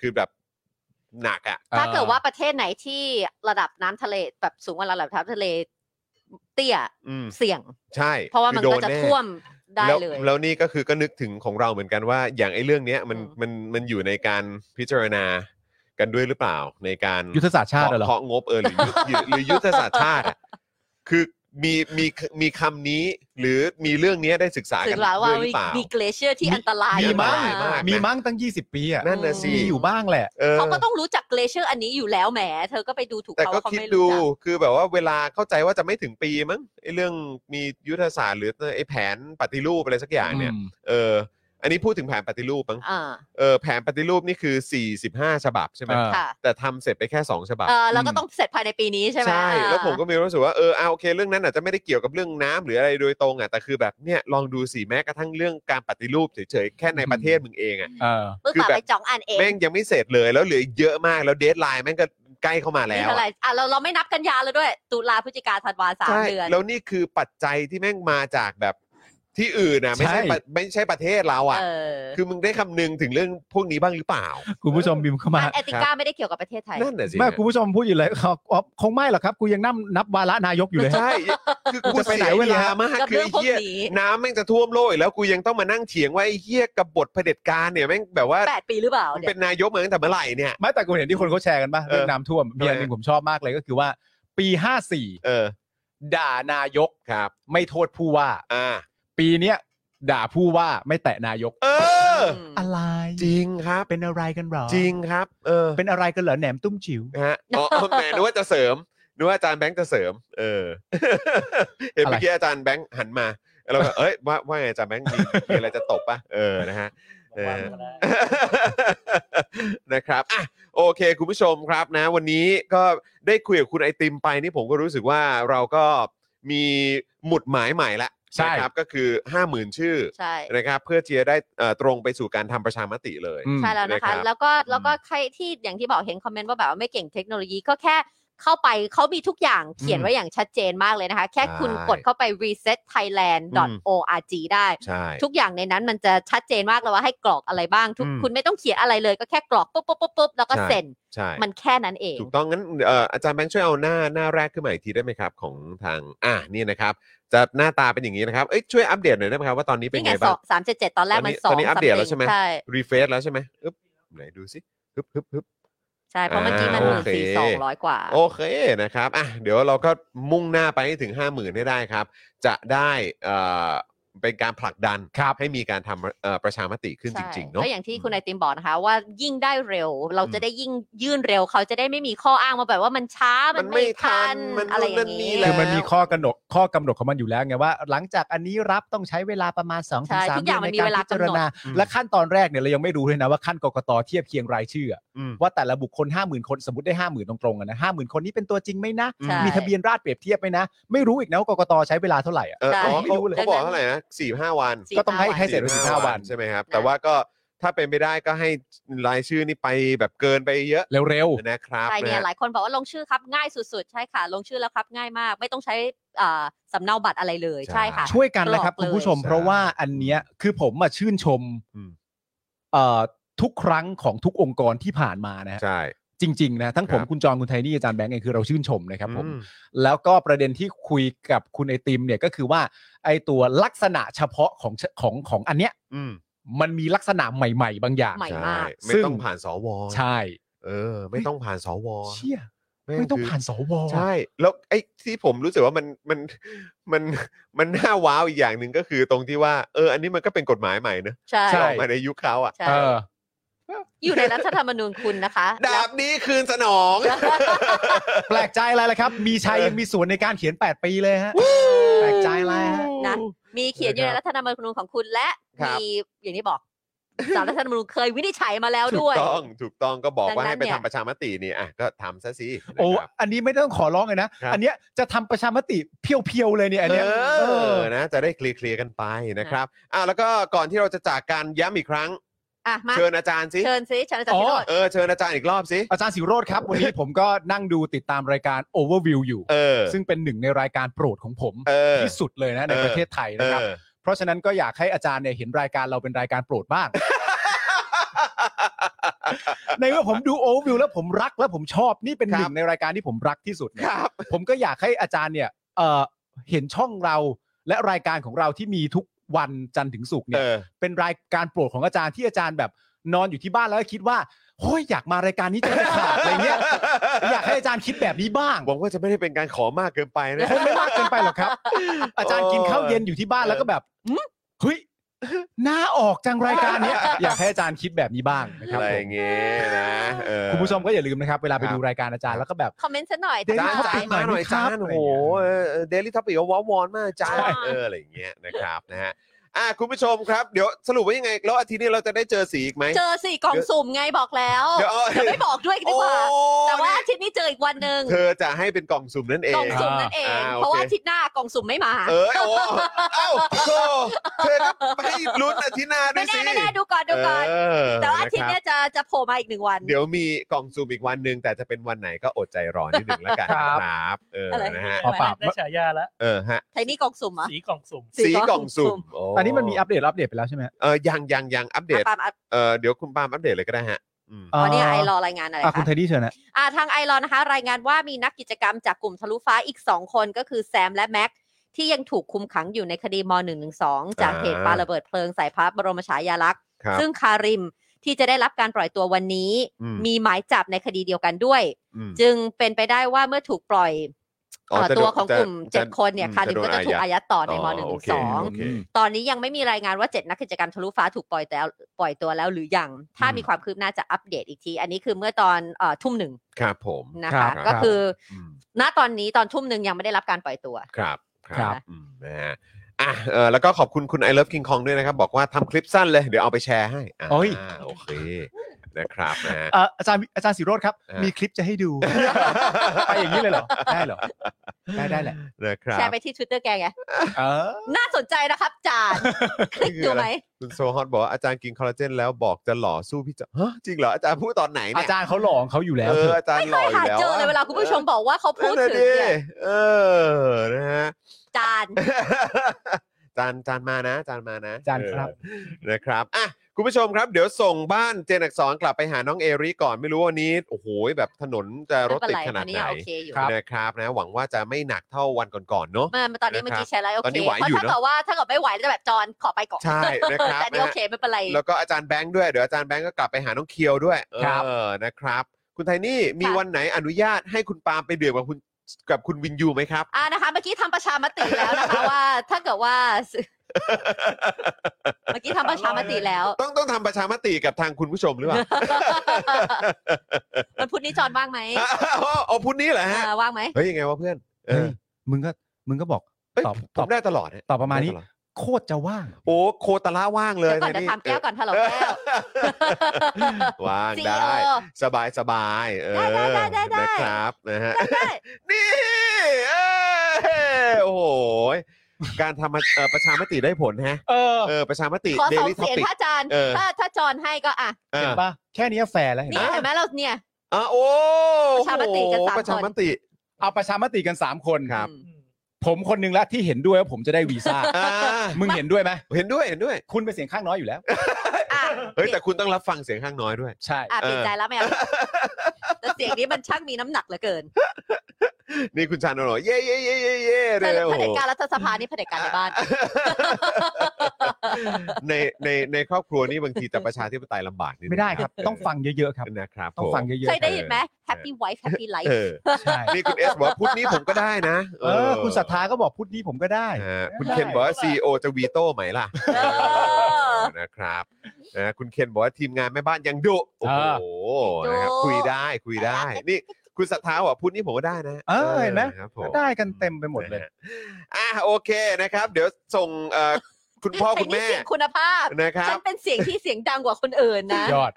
Speaker 3: คือแบบหนักอ่ะ
Speaker 5: ถ้าเกิดว่าประเทศไหนที่ระดับน้ำทะเลแบบสูงกว่าระดับน้ำทะเลเตี้ย
Speaker 3: อืม
Speaker 5: เสี่ยง
Speaker 3: ใช่
Speaker 5: เพราะว่า
Speaker 3: คือ
Speaker 5: มัน
Speaker 3: โด
Speaker 5: ก็จะ
Speaker 3: แ
Speaker 5: ท่วมได้
Speaker 3: แล้ว
Speaker 5: เลย
Speaker 3: แล้วนี่ก็คือก็นึกถึงของเราเหมือนกันว่า อย่างไอ้เรื่องเนี้ยมัน
Speaker 5: อืม
Speaker 3: มันมันอยู่ในการพิจารณากันด้วยหรือเปล่าในการ
Speaker 6: ยุทธศาสตร์ชาติเหรอ
Speaker 3: เคาะงบเออหรือยุทธหรือหรือยุทธศาสตร์ชาติอะคือมีมีมีคำนี้ หรือมีเรื่องเนี้ยได้ศึกษา
Speaker 5: ถึ
Speaker 3: กัน
Speaker 5: งแล้วว่า
Speaker 3: ด้วยหรื
Speaker 5: มี
Speaker 3: อเปล่า
Speaker 5: มีเกลเชียร์ที่
Speaker 6: มี
Speaker 5: อันตราย
Speaker 6: มี
Speaker 5: อยู่
Speaker 6: มั้ง
Speaker 5: นะ
Speaker 3: มาก
Speaker 6: มีมั้งตั้ง 20 ปีอ่ะ
Speaker 3: นั่นน่ะสิ
Speaker 6: มีอยู่บ้างแหละ
Speaker 3: ออ
Speaker 5: เขาก็ต้องรู้จักเกลเชียร์อันนี้อยู่แล้วแหม เธอก็ไปดูถูก
Speaker 3: แต่
Speaker 5: เขา
Speaker 3: ก็
Speaker 5: ว่าเขา
Speaker 3: คิด
Speaker 5: ไม่
Speaker 3: ดู
Speaker 5: รู้จัก
Speaker 3: คือแบบว่าเวลาเข้าใจว่าจะไม่ถึงปีมั้งไอ้เรื่องมียุทธศาสตร์หรือไอ้แผนปฏิรูปอะไรสักอย่างเนี่ยเอออันนี้พูดถึงแผนปฏิรูปมั้ง
Speaker 5: อ่า
Speaker 3: เออแผนปฏิรูปนี่คือ 45 ฉบับใช่ไหม
Speaker 6: อ่า
Speaker 5: ค่ะ
Speaker 3: แต่ทำเสร็จไปแค่ 2 ฉบับ
Speaker 5: เออแล้วก็ต้องเสร็จภายในปีนี้ใช่ไหมอ่า
Speaker 3: แล้วผมก็มีรู้สึกว่าเออเอาโอเคเรื่องนั้นอาจจะไม่ได้เกี่ยวกับเรื่องน้ำหรืออะไรโดยตรงอ่ะแต่คือแบบเนี่ยลองดูสิแม้กระทั่งเรื่องการปฏิรูปเฉยๆแค่ในประเทศมึงเองอ่ะ
Speaker 6: เออ
Speaker 5: เมื่อ
Speaker 3: คือ
Speaker 5: ก่
Speaker 3: แบบ
Speaker 5: อนไปจองอันเอง
Speaker 3: แม่งยังไม่เสร็จเลยแล้วเหลืออีกเยอะมากแล้วเดทไลน์แม่งก็ใกล้เข้ามา
Speaker 5: มี
Speaker 3: แล้ว
Speaker 5: เท่าไห
Speaker 3: อะ
Speaker 5: ร่อ่ะเราเราไม่นับกันยาแล้วด้วย ตุลาพฤศจิกาธันวาสาม
Speaker 3: ใช่
Speaker 5: เดือน
Speaker 3: แล้วนี่คือปัจจัยที่แม่งมาจากแบบที่อื่นนะไม่ใช่
Speaker 6: ใช่
Speaker 3: ปะไม่ใช่ประเทศเราอ่ะ
Speaker 5: เออ
Speaker 3: คือมึงได้คำนึงถึงเรื่องพวกนี้บ้างหรือเปล่า
Speaker 6: คุณผู้ชมบิมเข้ามา
Speaker 5: อันเอติก้าไม่ได้เกี่ยวกับประเทศไทย
Speaker 3: นั่นน่ะสิ
Speaker 6: ไม่คุณผู้ชมพูดอยู่เลยอ๋อคงไม่หรอกครับกูยังนับนับวาระนายกอยู่เลย
Speaker 3: ใช่คือกู
Speaker 6: จะไป
Speaker 3: เสี
Speaker 6: ไหน
Speaker 3: ย
Speaker 6: เว
Speaker 3: เว
Speaker 6: ลา
Speaker 3: ลามาก
Speaker 5: กับ
Speaker 3: คือ
Speaker 5: เรื่อง
Speaker 3: ไอ้
Speaker 5: พวก
Speaker 3: เหี้ย
Speaker 5: นี้
Speaker 3: น้ำแม่งจะท่วมโลกอีกแล้วกูยังต้องมานั่งเถียงว่าไอ้เหี้ยกบฏเผด็จการเนี่ยแม่งแบบว่า
Speaker 5: แปดปีหรือเปล่า
Speaker 3: มัน
Speaker 5: เนี่ย
Speaker 3: เป็นนายกมาตั้งแต่เมื่อไหร่เนี่ย
Speaker 6: ไม่แต่กูเห็นที่คนเขาแชร์กันป่ะ
Speaker 3: เออ
Speaker 6: เรื่องน้ำท่วมมีอัน
Speaker 3: ทำไม
Speaker 6: หนึ่งผมชอบมากเลยก็คือว่า ปี
Speaker 3: เออ
Speaker 6: 54 ด่านายก
Speaker 3: ครับ
Speaker 6: ไม่โทษผู้ว่า
Speaker 3: อ่า
Speaker 6: ปีเนี้ยด่าผู้ว่าไม่แตะนายก
Speaker 3: เออ
Speaker 6: อะไร
Speaker 3: จริงครับ
Speaker 6: เป็นอะไรกันหรอ
Speaker 3: จริงครับ เออ
Speaker 6: เป็นอะไรกันเหรอแหนมตุ้มจิ๋ว
Speaker 3: นะฮะ อ๋อแหมนึกว่าจะเสริมนึกว่าอาจารย์แบงค์จะเสริม เออ เห็นเมื่อกี้อาจารย์แบงค์หันมาแล้วก็เอ้ยว่าว่าไงอาจารย์แบงค์มีมีอะไรจะตบป่ะเออนะฮะ เออ นะครับอ่ะโอเค คุณผู้ชมครับนะ วันนี้ก็ได้คุยกับคุณไอติมไปนี่ผมก็รู้สึกว่าเราก็มีหมุดหมายใหม่ละ
Speaker 6: ใช่
Speaker 3: นะครับก็คือ 50,000 ชื่อ
Speaker 5: ใช่
Speaker 3: นะครับ เพื่อที่จะได้เอ่อตรงไปสู่การทำประชามติเลย
Speaker 6: อืม
Speaker 5: ใช่แล้วนะ
Speaker 3: นะครั
Speaker 5: คะ
Speaker 3: บ
Speaker 5: แล้วก็แล้วก็ใครที่อย่างที่บอกเห็นคอมเมนต์ว่าแบบว่าไม่เก่งเทคโนโลยีก็แค่เข้าไปเขามีทุกอย่างเขียนไว้อย่างชัดเจนมากเลยนะคะ แค่คุณกดเข้าไป resetthailand.org ได้
Speaker 3: ใช่
Speaker 5: ทุกอย่างในนั้นมันจะชัดเจนมากเลยว่าให้กรอกอะไรบ้างทุก
Speaker 3: อืม
Speaker 5: คุณไม่ต้องเขียนอะไรเลยก็แค่กรอกปุ๊บปุ๊บปุ๊บปุ๊บแล้วก็
Speaker 3: ใช่
Speaker 5: เซ็น
Speaker 3: ใช่
Speaker 5: มันแค่นั้นเอง
Speaker 3: ถูกต้องงั้นเอ่ออาจารย์แบงค์ช่วยเอาหน้าหน้าแรกขึ้นมาอีกทีได้ไหมครับ ของทางอ่ะนี่นะครับ จะหน้าตาเป็นอย่างนี้นะครับเอ้ยช่วยอัปเดตหน่อยได้ไหมครับว่าตอนนี้เป็น
Speaker 5: นี่ไง
Speaker 3: ไง
Speaker 5: ส
Speaker 3: บ้า
Speaker 5: อง งสามเจ็ดเจ็ดตอนแรกมั
Speaker 3: ตอน
Speaker 5: น
Speaker 3: นี้
Speaker 5: สอง
Speaker 3: ตอนนี้อัปเดตแล้วใช่ไหม
Speaker 5: ใช่
Speaker 3: รีเฟซแล้วใช่ไหมอึ๊บไหนดูสิฮึบฮึบฮึบ
Speaker 5: ใช่เพราะเมื่อกี้มันห
Speaker 3: อ่า
Speaker 5: มื่นสี่
Speaker 3: โอเค
Speaker 5: สองร้อยกว่า
Speaker 3: โอเคนะครับอ่ะเดี๋ยวเราก็มุ่งหน้าไปให้ถึง 5 0,000ให้ได้ครับ จะได้เอ่อเป็นการผลักดัน
Speaker 6: ครับ
Speaker 3: ให้มีการทำเอ่อประชามติขึ้นจริง ๆ เนาะ
Speaker 5: ก็อย่างที่คุณไอติมบอกนะคะ ว่ายิ่งได้เร็ว เราจะได้ยิ่งยื่นเร็ว เขาจะได้ไม่มีข้ออ้างมาแบบว่ามันช้า
Speaker 3: มั
Speaker 5: มัน น
Speaker 3: ไม่
Speaker 5: ไม่ทัน
Speaker 3: ทันมัน
Speaker 5: อะไรอย่างนี้
Speaker 3: นู่นนั่นนี่แล้
Speaker 6: คื
Speaker 3: ว
Speaker 6: อมันมีข้อกำหนดข้อกำหนดของมันอยู่แล้วไงว่า หลังจากอันนี้รับต้องใช้เวลาประมาณ2องถึ
Speaker 5: ใช่
Speaker 6: งสาม
Speaker 5: ทุกอย่างมันมีเวลา
Speaker 6: เดือน
Speaker 5: กำห
Speaker 6: ในกรพิจาร
Speaker 5: นด
Speaker 6: ณาและขั้นตอนแรกเนี่ยเรายังไม่รู้เลยนะว่าขั้นกกตเทียบเคียงรายชื่ออะ
Speaker 3: อืม
Speaker 6: ว่าแต่ละบุคคล 5 0,000 คนสมมติได้ 5 0,000 ตรงๆอะนะห้าหมื่นคนนี้เป็นตัวจริงไหมนะ
Speaker 5: ใช่
Speaker 6: มีทะเบียนราษฎรเปรียบเทียบไหมนะ ไม่รู้อีกนะว่ากกตใช้เวลาเท่าไหร่อะ
Speaker 3: เออ
Speaker 5: ใช่
Speaker 3: อ๋อเขา
Speaker 6: ไม่รู้เลย
Speaker 3: เขาบอกเท่าไหร่นะสี่ห้าวัน
Speaker 5: สี่
Speaker 6: ก็ต้องให้
Speaker 5: ห้าวัน
Speaker 6: ให้เสร็จภายในสิบห้าวัน
Speaker 3: ใช่ไหมครับ
Speaker 5: นะ
Speaker 3: แต่ว่าก็ถ้าเป็นไปได้ก็ให้รายชื่อนี่ไปแบบเกินไปเยอะ
Speaker 6: เร็ว
Speaker 3: นะครับ
Speaker 5: ใช่เนี่ย
Speaker 3: นะ
Speaker 5: ห
Speaker 3: ฮะ
Speaker 5: ลายคนบอกว่าลงชื่อครับง่ายสุดๆ ใช่ค่ะ ลงชื่อแล้วครับง่ายมาก ไม่ต้องใช้อ่าสำเนาบัตรอะไรเลยใช่ค่ะ
Speaker 6: ๆช่วยกันนะครับ
Speaker 5: กรอกเลย
Speaker 6: คุณผู้ชมเพราะว่าอันเนี้ยคือผมอะชื่นชม
Speaker 3: อืม
Speaker 6: เอ่อทุกครั้งของทุกองค์กรที่ผ่านมานะฮะ
Speaker 3: ใช่
Speaker 6: จริงๆนะทั้งผม
Speaker 3: ครับ
Speaker 6: คุณจองคุณไทนี่อาจารย์แบงค์เองคือเราชื่นชมนะครับผม
Speaker 3: อื
Speaker 6: แล้วก็ประเด็นที่คุยกับคุณไอติมเนี่ยก็คือว่าไอตัวลักษณะเฉพาะของเชของของอันเนี้ย
Speaker 3: อืม
Speaker 6: มันมีลักษณะใหม่ๆ บางอย่าง
Speaker 5: ใหม่
Speaker 3: ใช่
Speaker 5: มาก
Speaker 3: ไม่
Speaker 6: ซึ่ง
Speaker 3: ต้องผ่านสว
Speaker 6: ใช่
Speaker 3: เออ ไม่ต้องผ่านสว
Speaker 6: เชี่ย
Speaker 3: แม่
Speaker 6: ไม่ต้อง
Speaker 3: คื
Speaker 6: ผ่านสว
Speaker 3: ใช่ แล้วไอ้ที่ผมรู้สึกว่ามันมันมันมันน่าว้าวอีกอย่างหนึ่งก็คือตรงที่ว่าเอออันนี้มันก็เป็นกฎหมายใหม่เนอะ
Speaker 5: ใช่
Speaker 3: ที่ออกมาในยุคเขาอ่ะ
Speaker 5: ใช่
Speaker 6: เออ
Speaker 5: อยู่ในรัฐธรรมนูญคุณนะคะ
Speaker 3: ดาบนี้ คืนสนอง
Speaker 6: แปลกใจอะไรล่ะครับ มีชัย
Speaker 3: เออ
Speaker 6: ยังมีส่วนในการเขียน 8 ปีเลยฮะ แปลกใจอะไรฮะ
Speaker 5: นะมีเขียนอยู่ในรัฐธรรมนูญของคุณและ
Speaker 3: ครับ
Speaker 5: มีอย่างที่บอกสารรัฐธรรมนูญเคยวินิจฉัยมาแล้ว
Speaker 3: ถูก
Speaker 5: ด้วย
Speaker 3: ต้องถูกต้องก็บอกว่า
Speaker 5: ดังนั้น
Speaker 3: ให้ไป
Speaker 5: เนี่ย
Speaker 3: ทำประชามตินี่อ่ะก็ทำซะสิ
Speaker 6: โอ้
Speaker 3: นะครับ
Speaker 6: อันนี้ไม่ต้องขอร้องเลยนะ
Speaker 3: ครับ
Speaker 6: อันเนี้ยจะทำประชามติเพียวๆเลยเนี่ยอัน
Speaker 3: เอ
Speaker 6: เนี้ยเอ
Speaker 3: อ
Speaker 6: อ
Speaker 3: นะจะได้เคลียร์ๆกันไปนะครับอ่ะแล้วก็ก่อนที่เราจะจากกันย้ำอีกครั้ง
Speaker 5: อ่ะมา
Speaker 3: เชิญอาจารย์สิ
Speaker 5: เชิญซิเชิญอาจารย์
Speaker 6: อ๋อ
Speaker 5: พิโรจน์
Speaker 3: เออเชิญอาจารย์อีกรอบสิ
Speaker 6: อาจารย์สิโรธครับ วันนี้ผมก็นั่งดูติดตามรายการ Overview อยู่
Speaker 3: เออ
Speaker 6: ซึ่งเป็นหนึ่งในรายการโปรดของผม
Speaker 3: เออ
Speaker 6: ที่สุดเลยนะใน
Speaker 3: เออ
Speaker 6: ประเทศไทย
Speaker 3: เอ
Speaker 6: นะครับ
Speaker 3: อ
Speaker 6: เพราะฉะนั้นก็อยากให้อาจารย์เนี่ยเห็นรายการเราเป็นรายการโปรด บ้าง ในเมื่อผมดูโอวิวแล้วผมรักและผมชอบนี่เป็น
Speaker 3: ครั
Speaker 6: ห
Speaker 3: บ
Speaker 6: นึ่งในรายการที่ผมรักที่สุดเนี่ย
Speaker 3: ครับ
Speaker 6: ผมก็อยากให้อาจารย์เนี่ยเอ่อเห็นช่องเราและรายการของเราที่มีทุกวันจันทร์ถึงศุกร์
Speaker 3: เอ
Speaker 6: เนี่ย
Speaker 3: อ
Speaker 6: เป็นรายการโปรดของอาจารย์ที่อาจารย์แบบนอนอยู่ที่บ้านแล้วก็คิดว่าโอ้ยอยากมารายการนี้จะได้ขาดอะไรเงี้ยอยากให้อาจารย์คิดแบบนี้บ้าง
Speaker 3: หวังว่าจะไม่ได้เป็นการขอมากเกินไปนะ
Speaker 6: คงไม่มากเกินไปหรอกครับ อาจารย์กินข้าวเย็นอยู่ที่บ้านแล้วก็แบบหืมเฮ้ยหน้าออกจังรายการเนี้ย อยากให้อาจารย์คิดแบบนี้บ้างนะครับ
Speaker 3: อะไร
Speaker 6: ผ
Speaker 3: อ
Speaker 6: ม
Speaker 3: ย่างเงี้ยนะเออ
Speaker 6: คุณผู้ชมก็อย่าลืมนะครับ เวลาไป
Speaker 3: ครับ
Speaker 6: ดูรายการอาจารย์แล้วก็แบบ
Speaker 5: คอมเมนต์ซะหน่อย
Speaker 6: เดี๋ยว
Speaker 5: จ้า
Speaker 3: จ้าจ้า
Speaker 5: จ้า
Speaker 3: มาหน่อยจ้าโอ้โหเดลิทับอีกว้าวอนมากจ้า
Speaker 5: ใช่
Speaker 3: เอออะไรอย่างเงี้ยนะครับนะฮะอ่ะคุณผู้ชมครับเดี๋ยวสรุปว่ายังไง แล้วอาทิตย์นี้เราจะได้เจอสีอีกไหม
Speaker 5: เจอสี่กล่องสุ่มไงบอกแล้ว
Speaker 3: เดี๋ยวเอา
Speaker 5: เดี๋ยวไม่บอกด้วยดีกว่า แต่ว่าอาทิตย์นี้เจออีกวันหนึ่ง
Speaker 3: เธอจะให้เป็นกล่องสุ่มนั่นเอก
Speaker 5: ล่
Speaker 3: ง
Speaker 5: องสุ่มนั่นเอง
Speaker 3: อ่าโอเค
Speaker 5: เพราะว่าอาทิตย์หน้ากล่องสุ่มไม่มา
Speaker 3: เออโอ้เอ้าโธ่เธอก็ให้ลุ้นอาทิตย์หน้าด้ว
Speaker 5: ไม่
Speaker 3: ย
Speaker 5: แน่
Speaker 3: สิ
Speaker 5: ไม่แน่ดูก่อนดูก่อน
Speaker 3: เอ
Speaker 5: แต่ว่าอาทิตย์เนี้
Speaker 3: นะครั
Speaker 5: ยจะจะโผล่มาอีกหนึ่งวัน
Speaker 3: บเดี๋ยวมีกล่องสุ่มอีกวันหนึ่งแต่จะเป็นวันไหนก็อดใจรอนิดหนึ่งแล้วกัน
Speaker 6: ครับ
Speaker 3: ครับเออ
Speaker 5: อะไร
Speaker 3: นะฮะ
Speaker 6: พอปรับ
Speaker 8: ได้ฉายาแล้ว
Speaker 3: เออฮะ
Speaker 5: ไทนี่กล่องสุ่มเหรอ่ะ
Speaker 8: สีกล่องสุ่ม
Speaker 5: สี
Speaker 3: สีก
Speaker 5: กล่
Speaker 3: ล่อ
Speaker 5: อง งสุ่
Speaker 3: สุ่ม
Speaker 5: ม
Speaker 6: อันนี้มันมีอัปเดตอัปเดตไปแล้วใช่ไหม
Speaker 3: เออยังยังยังอัปเดต
Speaker 5: ปาล์มอ่ะ
Speaker 3: เออเดี๋ยวคุณปาล์มอัปเดตเลยก็ได้ฮะอืม
Speaker 5: อ๋อเนี่ยไอรอรายงานอะไร
Speaker 6: อ่ะคุ
Speaker 5: คะ
Speaker 6: ณไทนี่เชิญนะ
Speaker 5: อ่าทางไอรอนนะคะ รายงานว่ามีนักกิจกรรมจากกลุ่มทะลุฟ้าอีก 2 คนก็คือแซมและแม็ก ที่ยังถูกคุมขังอยู่ในคดีม .112 จากเหตุปาระเบิดเพลิงใส่พระบรมฉายาลักษณ์
Speaker 3: ครับ
Speaker 5: ซึ่งคาริมที่จะได้รับการปล่อยตัววันนี้
Speaker 3: อืม
Speaker 5: มีหมายจับในคดีเดียวกันด้วย
Speaker 3: อืม
Speaker 5: จึงเป็นไปได้ว่าเมื่อถูกปล่อย
Speaker 3: อ๋อ
Speaker 5: เอ่อ
Speaker 3: จะโดน
Speaker 5: ตัวของ
Speaker 3: จะ
Speaker 5: กลุ่ม
Speaker 3: จะ
Speaker 5: 7 คนเนี่ย
Speaker 3: อืม
Speaker 5: คาริม
Speaker 3: จะโดน
Speaker 5: ก็จะถูก
Speaker 3: อา
Speaker 5: อา
Speaker 3: ยั
Speaker 5: ยั
Speaker 3: ด
Speaker 5: ดต่อในม
Speaker 3: โอเค
Speaker 5: .112
Speaker 3: โอเค
Speaker 5: ตอนนี้ยังไม่มีรายงานว่า 7 นักกิจกรรมทะลุฟ้าถูกปล่อยแล้วปล่อยตัวแล้วหรือยัง ถ้า
Speaker 3: อืม
Speaker 5: มีความคืบหน้าจะอัปเดตอีกที อันนี้คือเมื่อตอนเอ่อทุ่มหนึ่ง
Speaker 3: ครับผม
Speaker 5: นะ
Speaker 6: ครั
Speaker 5: คะ
Speaker 6: บ
Speaker 5: ก็คือ
Speaker 3: อืม
Speaker 5: ณตอนนี้ตอนทุ่มหนึ่งยังไม่ได้รับการปล่อยตัว
Speaker 3: ครับ
Speaker 6: ครับ
Speaker 3: อืมนะฮะ อ่ะเออแล้วก็ขอบคุณคุณ I Love King Kong ด้วยนะครับ บอกว่าทำคลิปสั้นเลย เดี๋ยวเอาไปแชร์ให้อ่า
Speaker 6: โอ้ย
Speaker 3: โอเค นะครับนะฮะ
Speaker 6: เอ่ออาจารย์อาจารย์สิโรธครับ
Speaker 3: อ่ะ
Speaker 6: มีคลิปจะให้ ดู ไปอย่างนี้เลยเหรอ ได้เหรอ ได้ได้แหละ
Speaker 3: นะครับ
Speaker 5: แชร์ไปที่ Twitter แกไง
Speaker 6: เออ
Speaker 5: น่าสนใจนะครับ จานคลิกดูไหม
Speaker 3: คุณโซฮอตบอกว่าอาจารย์กินคอลลาเจนแล้วบอกจะหล่อสู้พี่จอฮะจริงเหรออาจารย์พูดตอนไหน
Speaker 6: อา
Speaker 3: เนี่ย
Speaker 6: จารย์เขาหลองเขาอยู่แล้ว
Speaker 3: เอ
Speaker 6: เถ
Speaker 3: อ
Speaker 6: อะ
Speaker 3: อาจารย์
Speaker 5: ไม่
Speaker 3: หล่อ
Speaker 5: ค่อย
Speaker 3: อ
Speaker 5: หา
Speaker 3: ยู่แล้ว
Speaker 5: เจอเลยเวลาคุณผู้ชมบอกว่าเขาพูดถึง
Speaker 3: นั่น
Speaker 5: เนี่
Speaker 3: น่ะ
Speaker 5: ย
Speaker 3: เออนะฮะ
Speaker 5: จาน
Speaker 3: จานจานมานะจานมานะ
Speaker 6: อาจารย์ครับ
Speaker 3: เออนะครับอ่ะคุณผู้ชมครับ เดี๋ยวส่งบ้านเจนอักษรกลับไปหาน้องเอริก่อนไม่รู้วันนี้โอ้โหแบบถนนจะรถติดขนาด
Speaker 5: ม่เป็
Speaker 3: ไหน
Speaker 5: อัโอเคอยู่
Speaker 3: นะครับนะหวังว่าจะไม่หนักเท่าวันก่อนๆเนาะ
Speaker 5: มามาตอนนี้
Speaker 3: นะครับ
Speaker 5: เมื่อกี้ใช้ไลน์โอ
Speaker 3: ตอน
Speaker 5: เค
Speaker 3: นี้ไหว
Speaker 5: เพ
Speaker 3: อ
Speaker 5: ราะ
Speaker 3: ยู่
Speaker 5: ถ้า
Speaker 3: เนอะ
Speaker 5: เกิดว่าถ้าเกิดไม่ไหวจะแบบจอนขอไปก่อน
Speaker 3: ใช่นะครับ
Speaker 5: แต่นี่โอเคไม่เป็นไร
Speaker 3: แล้วก็อาจารย์แบงค์ด้วย เดี๋ยวอาจารย์แบงค์ก็กลับไปหาน้องเคียวด้วยเอ
Speaker 6: ครับ
Speaker 3: อนะครับ คุณไทนี่มีวันไหนอนุญาตให้คุณปาล์มไปเดือดกับคุณกับคุณวินยูไหมครับ
Speaker 5: อ่านะคะเมื่อกี้ทำประชามติแล้ว นะคะว่าถ้าเกิดว่าเมื่อกี้ทำประชามติแล้ว
Speaker 3: ต้องต้องทำประชามติกับทางคุณผู้ชมหรือเปล่า
Speaker 5: วันพุธนี้จอนว่างไหม
Speaker 3: อ๋อ เอาพูดนี้เหรอฮะ
Speaker 5: อ่าว่างไหม
Speaker 3: เฮ้ยยังไงวะเพื่อน เอ
Speaker 6: เฮ้
Speaker 3: อย
Speaker 6: มึงก็มึงก็บอก
Speaker 3: เอ้ย
Speaker 6: ตอบ
Speaker 3: ผ
Speaker 6: ตอบ
Speaker 3: มได้ตลอดฮะ
Speaker 6: ตอบประมาณนี้
Speaker 3: ได้ตลอด
Speaker 6: โคตรจะว่าง
Speaker 3: โอ้โคตรละว่างเล
Speaker 5: เดี๋
Speaker 3: ย
Speaker 5: ยวก่อนจะ
Speaker 3: นี่
Speaker 5: ถามแก้วก่อนฮัลโหลแก้ว
Speaker 3: ว่าง
Speaker 5: CEO
Speaker 3: ได้ สบายสบายเออ
Speaker 5: ได้ได้ได้ได้
Speaker 3: นะครับนะฮะ
Speaker 5: ได้
Speaker 3: นี่เอ้ยโอ้โหการทำมาเอ่อประชามติได้ผลฮะ
Speaker 6: เออ
Speaker 3: เออประชามติ
Speaker 5: ขอสอง
Speaker 3: Daily
Speaker 5: เสียง
Speaker 3: Topic
Speaker 5: ถ้าจาน
Speaker 3: เออ
Speaker 5: ถ้าถ้าจอนให้ก็อ่ะ
Speaker 3: เอ
Speaker 6: เห็น
Speaker 3: อ
Speaker 6: ป่ะ แค่นี้แฟร์แล้วเห็น
Speaker 5: นี่
Speaker 6: ป่ะ
Speaker 5: เห็นไหมเราเนี่ย
Speaker 3: อ่ะโอ้
Speaker 5: ประชามติกันสามคน
Speaker 3: ประชามติ
Speaker 6: เอาประชามติกัน 3 คน
Speaker 3: ครับ
Speaker 5: อืม
Speaker 6: ผมคนหนึงละที่เห็นด้วยว่าผมจะได้วี ซ่า
Speaker 3: อ่า
Speaker 6: มึงเห็นด้วยไหม
Speaker 3: เห็นด้วยเห็นด้วย
Speaker 6: คุณเป็นเสียงข้างน้อยอยู่แล้ว
Speaker 5: อ่ะ
Speaker 3: เฮ้ยแต่คุณต้องรับฟังเสียงข้างน้อยด้วย
Speaker 6: ใช่
Speaker 5: อ่ะเปลี่ยนใจแล้วไม่เอาแต่เสียงนี้มันช่างมีน้ำหนักเหลือเกิน
Speaker 3: นี่คุณชาโนโนเย่เย่เย่เย่เย่
Speaker 5: แต่
Speaker 3: เลยนะโอ้
Speaker 5: เผ
Speaker 3: โห
Speaker 5: ด็จการรัฐสภานี่เผด็จการในบ้าน
Speaker 3: ในในในครอบครัวนี่ บางทีจะประชาธิปไตยลำบากนิดนึ
Speaker 6: ไม่ได้ครับ
Speaker 3: เ
Speaker 6: ต้องฟังเยอะๆครับ
Speaker 3: นะครับ
Speaker 6: ต้องฟัง
Speaker 3: ผม
Speaker 6: เยอะ
Speaker 5: เคยได้ยินไหม Happy Wife Happy Life
Speaker 3: เออ
Speaker 6: ๆใช่
Speaker 3: นี่คุณเอสบอกว่าพุทธนี้ผมก็ได้นะ
Speaker 6: เออ คุณศรัทธาก็บอกพูดนี้ผมก็ได้
Speaker 3: ฮะคุณเคนบอกว่าซีโอจะวีโต้ไหมล่ะ
Speaker 5: เออ
Speaker 3: นะครับนะคุณเคนบอกว่าทีมงานแม่บ้านยังดุโอ้โห
Speaker 5: ดุ
Speaker 3: นะครับคุยได้คุยได้ นี่คุณศรัทธาบอกว่าพุทธนี้ผมก็ได้นะ
Speaker 6: เออเห็นไหม
Speaker 3: ครับผม
Speaker 6: ได้กันเต็มไปหมดเลย
Speaker 3: นะฮะอ่ะโอเคนะครับ เดี๋ยวส่งเอ่อคุณพ่อคุณแม่
Speaker 5: ใช้นี่เสียงคุณภาพ
Speaker 3: นะครับ
Speaker 5: ฉันเป็นเสียงที่เสียงดังกว่าคนอื่นนะ
Speaker 6: ยอด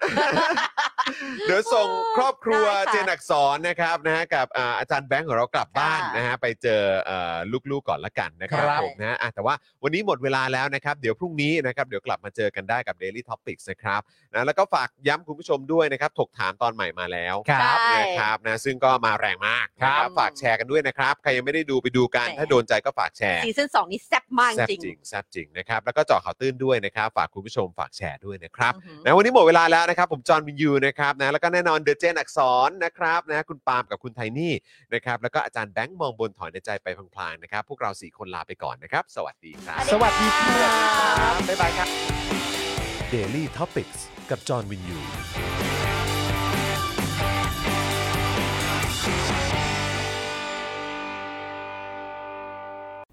Speaker 3: เดี๋ยวส่งครอบครัว
Speaker 5: ได้ค่ะ
Speaker 3: เจนอักษรนะครับนะฮะกับอ่าอาจารย์แบงค์ของเรากลับบ้าน
Speaker 5: ค่ะ
Speaker 3: นะฮะไปเจอเอ่อลูกๆก่อนละกันนะครับ
Speaker 5: ครับ
Speaker 3: ผมนะฮะอ่ะแต่ว่าวันนี้หมดเวลาแล้วนะครับ เดี๋ยวพรุ่งนี้นะครับเดี๋ยวกลับมาเจอกันได้กับ Daily Topics นะครับนะแล้วก็ฝากย้ำคุณผู้ชมด้วยนะครับ ถกถามตอนใหม่มาแล้ว
Speaker 6: ครับ
Speaker 5: ใช่
Speaker 3: นะครับนะซึ่งก็มาแรงมากนะค
Speaker 5: ครั
Speaker 3: รับบ ฝากแชร์กันด้วยนะครับใครยังไม่ได้ดูไปดูกัน
Speaker 5: แหม
Speaker 3: ถ้าโดนใจก็ฝากแชร์
Speaker 5: ซีซั่นสองนี่แซ่บมากจ
Speaker 3: แซ่บ
Speaker 5: ริง
Speaker 3: จริงแซ่บจริงนะครับ แล้วก็เจาะข่าวตื้นด้วยนะครับ ฝากคุณผู้ชมฝากแชร์ด้วยนะครับ
Speaker 5: อื้อหือ
Speaker 3: นะวันนี้หมดเวลาแล้วนะครับ ผมจอห์นวินยูนะครับนะแล้วก็แน่นอนเดอะเจนอักษรนะครับนะคุณปาล์มกับคุณไทนี่นะครับ แล้วก็อาจารย์แบงค์มองบนถอนในใจไปพลางๆนะครับ พวกเราสี่คนลาไปก่อนนะครับ สวัสดีครับ
Speaker 6: สวัสดีครับ
Speaker 5: บ๊ายบายครับ
Speaker 2: Daily Topics กับจอห์นวินยู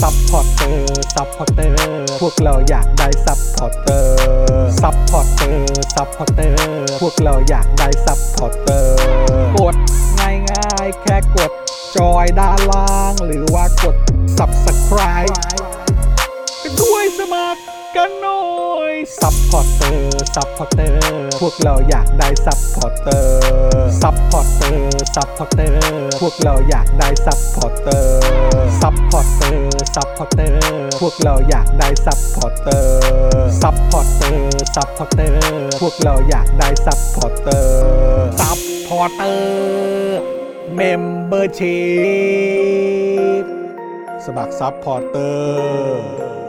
Speaker 1: ซัพพอร์เตอร์ ซัพพอร์เตอร์ พวกเราอยากได้ซัพพอร์เตอร์ ซัพพอร์เตอร์ ซัพพอร์เตอร์ พวกเราอยากได้ซัพพอร์เตอร์ กดง่ายๆ แค่กดจอยด้านล่าง หรือว่ากด subscribe กันด้วยสมัครกันหน่อย ซัพพอร์เตอร์ ซัพพอร์เตอร์ พวกเราอยากได้ซัพพอร์เตอร์ ซัพพอร์เตอร์ ซัพพอร์เตอร์ พวกเราอยากได้ซัพพอร์เตอร์ ซัพพอร์เตอร์ ซัพพอร์เตอร์ พวกเราอยากได้ซัพพอร์เตอร์ ซัพพอร์เตอร์ ซัพพอร์เตอร์ พวกเราอยากได้ซัพพอร์เตอร์ ซัพพอร์เตอร์ เมมเบอร์ชีพสมัครซัพพอร์เตอร์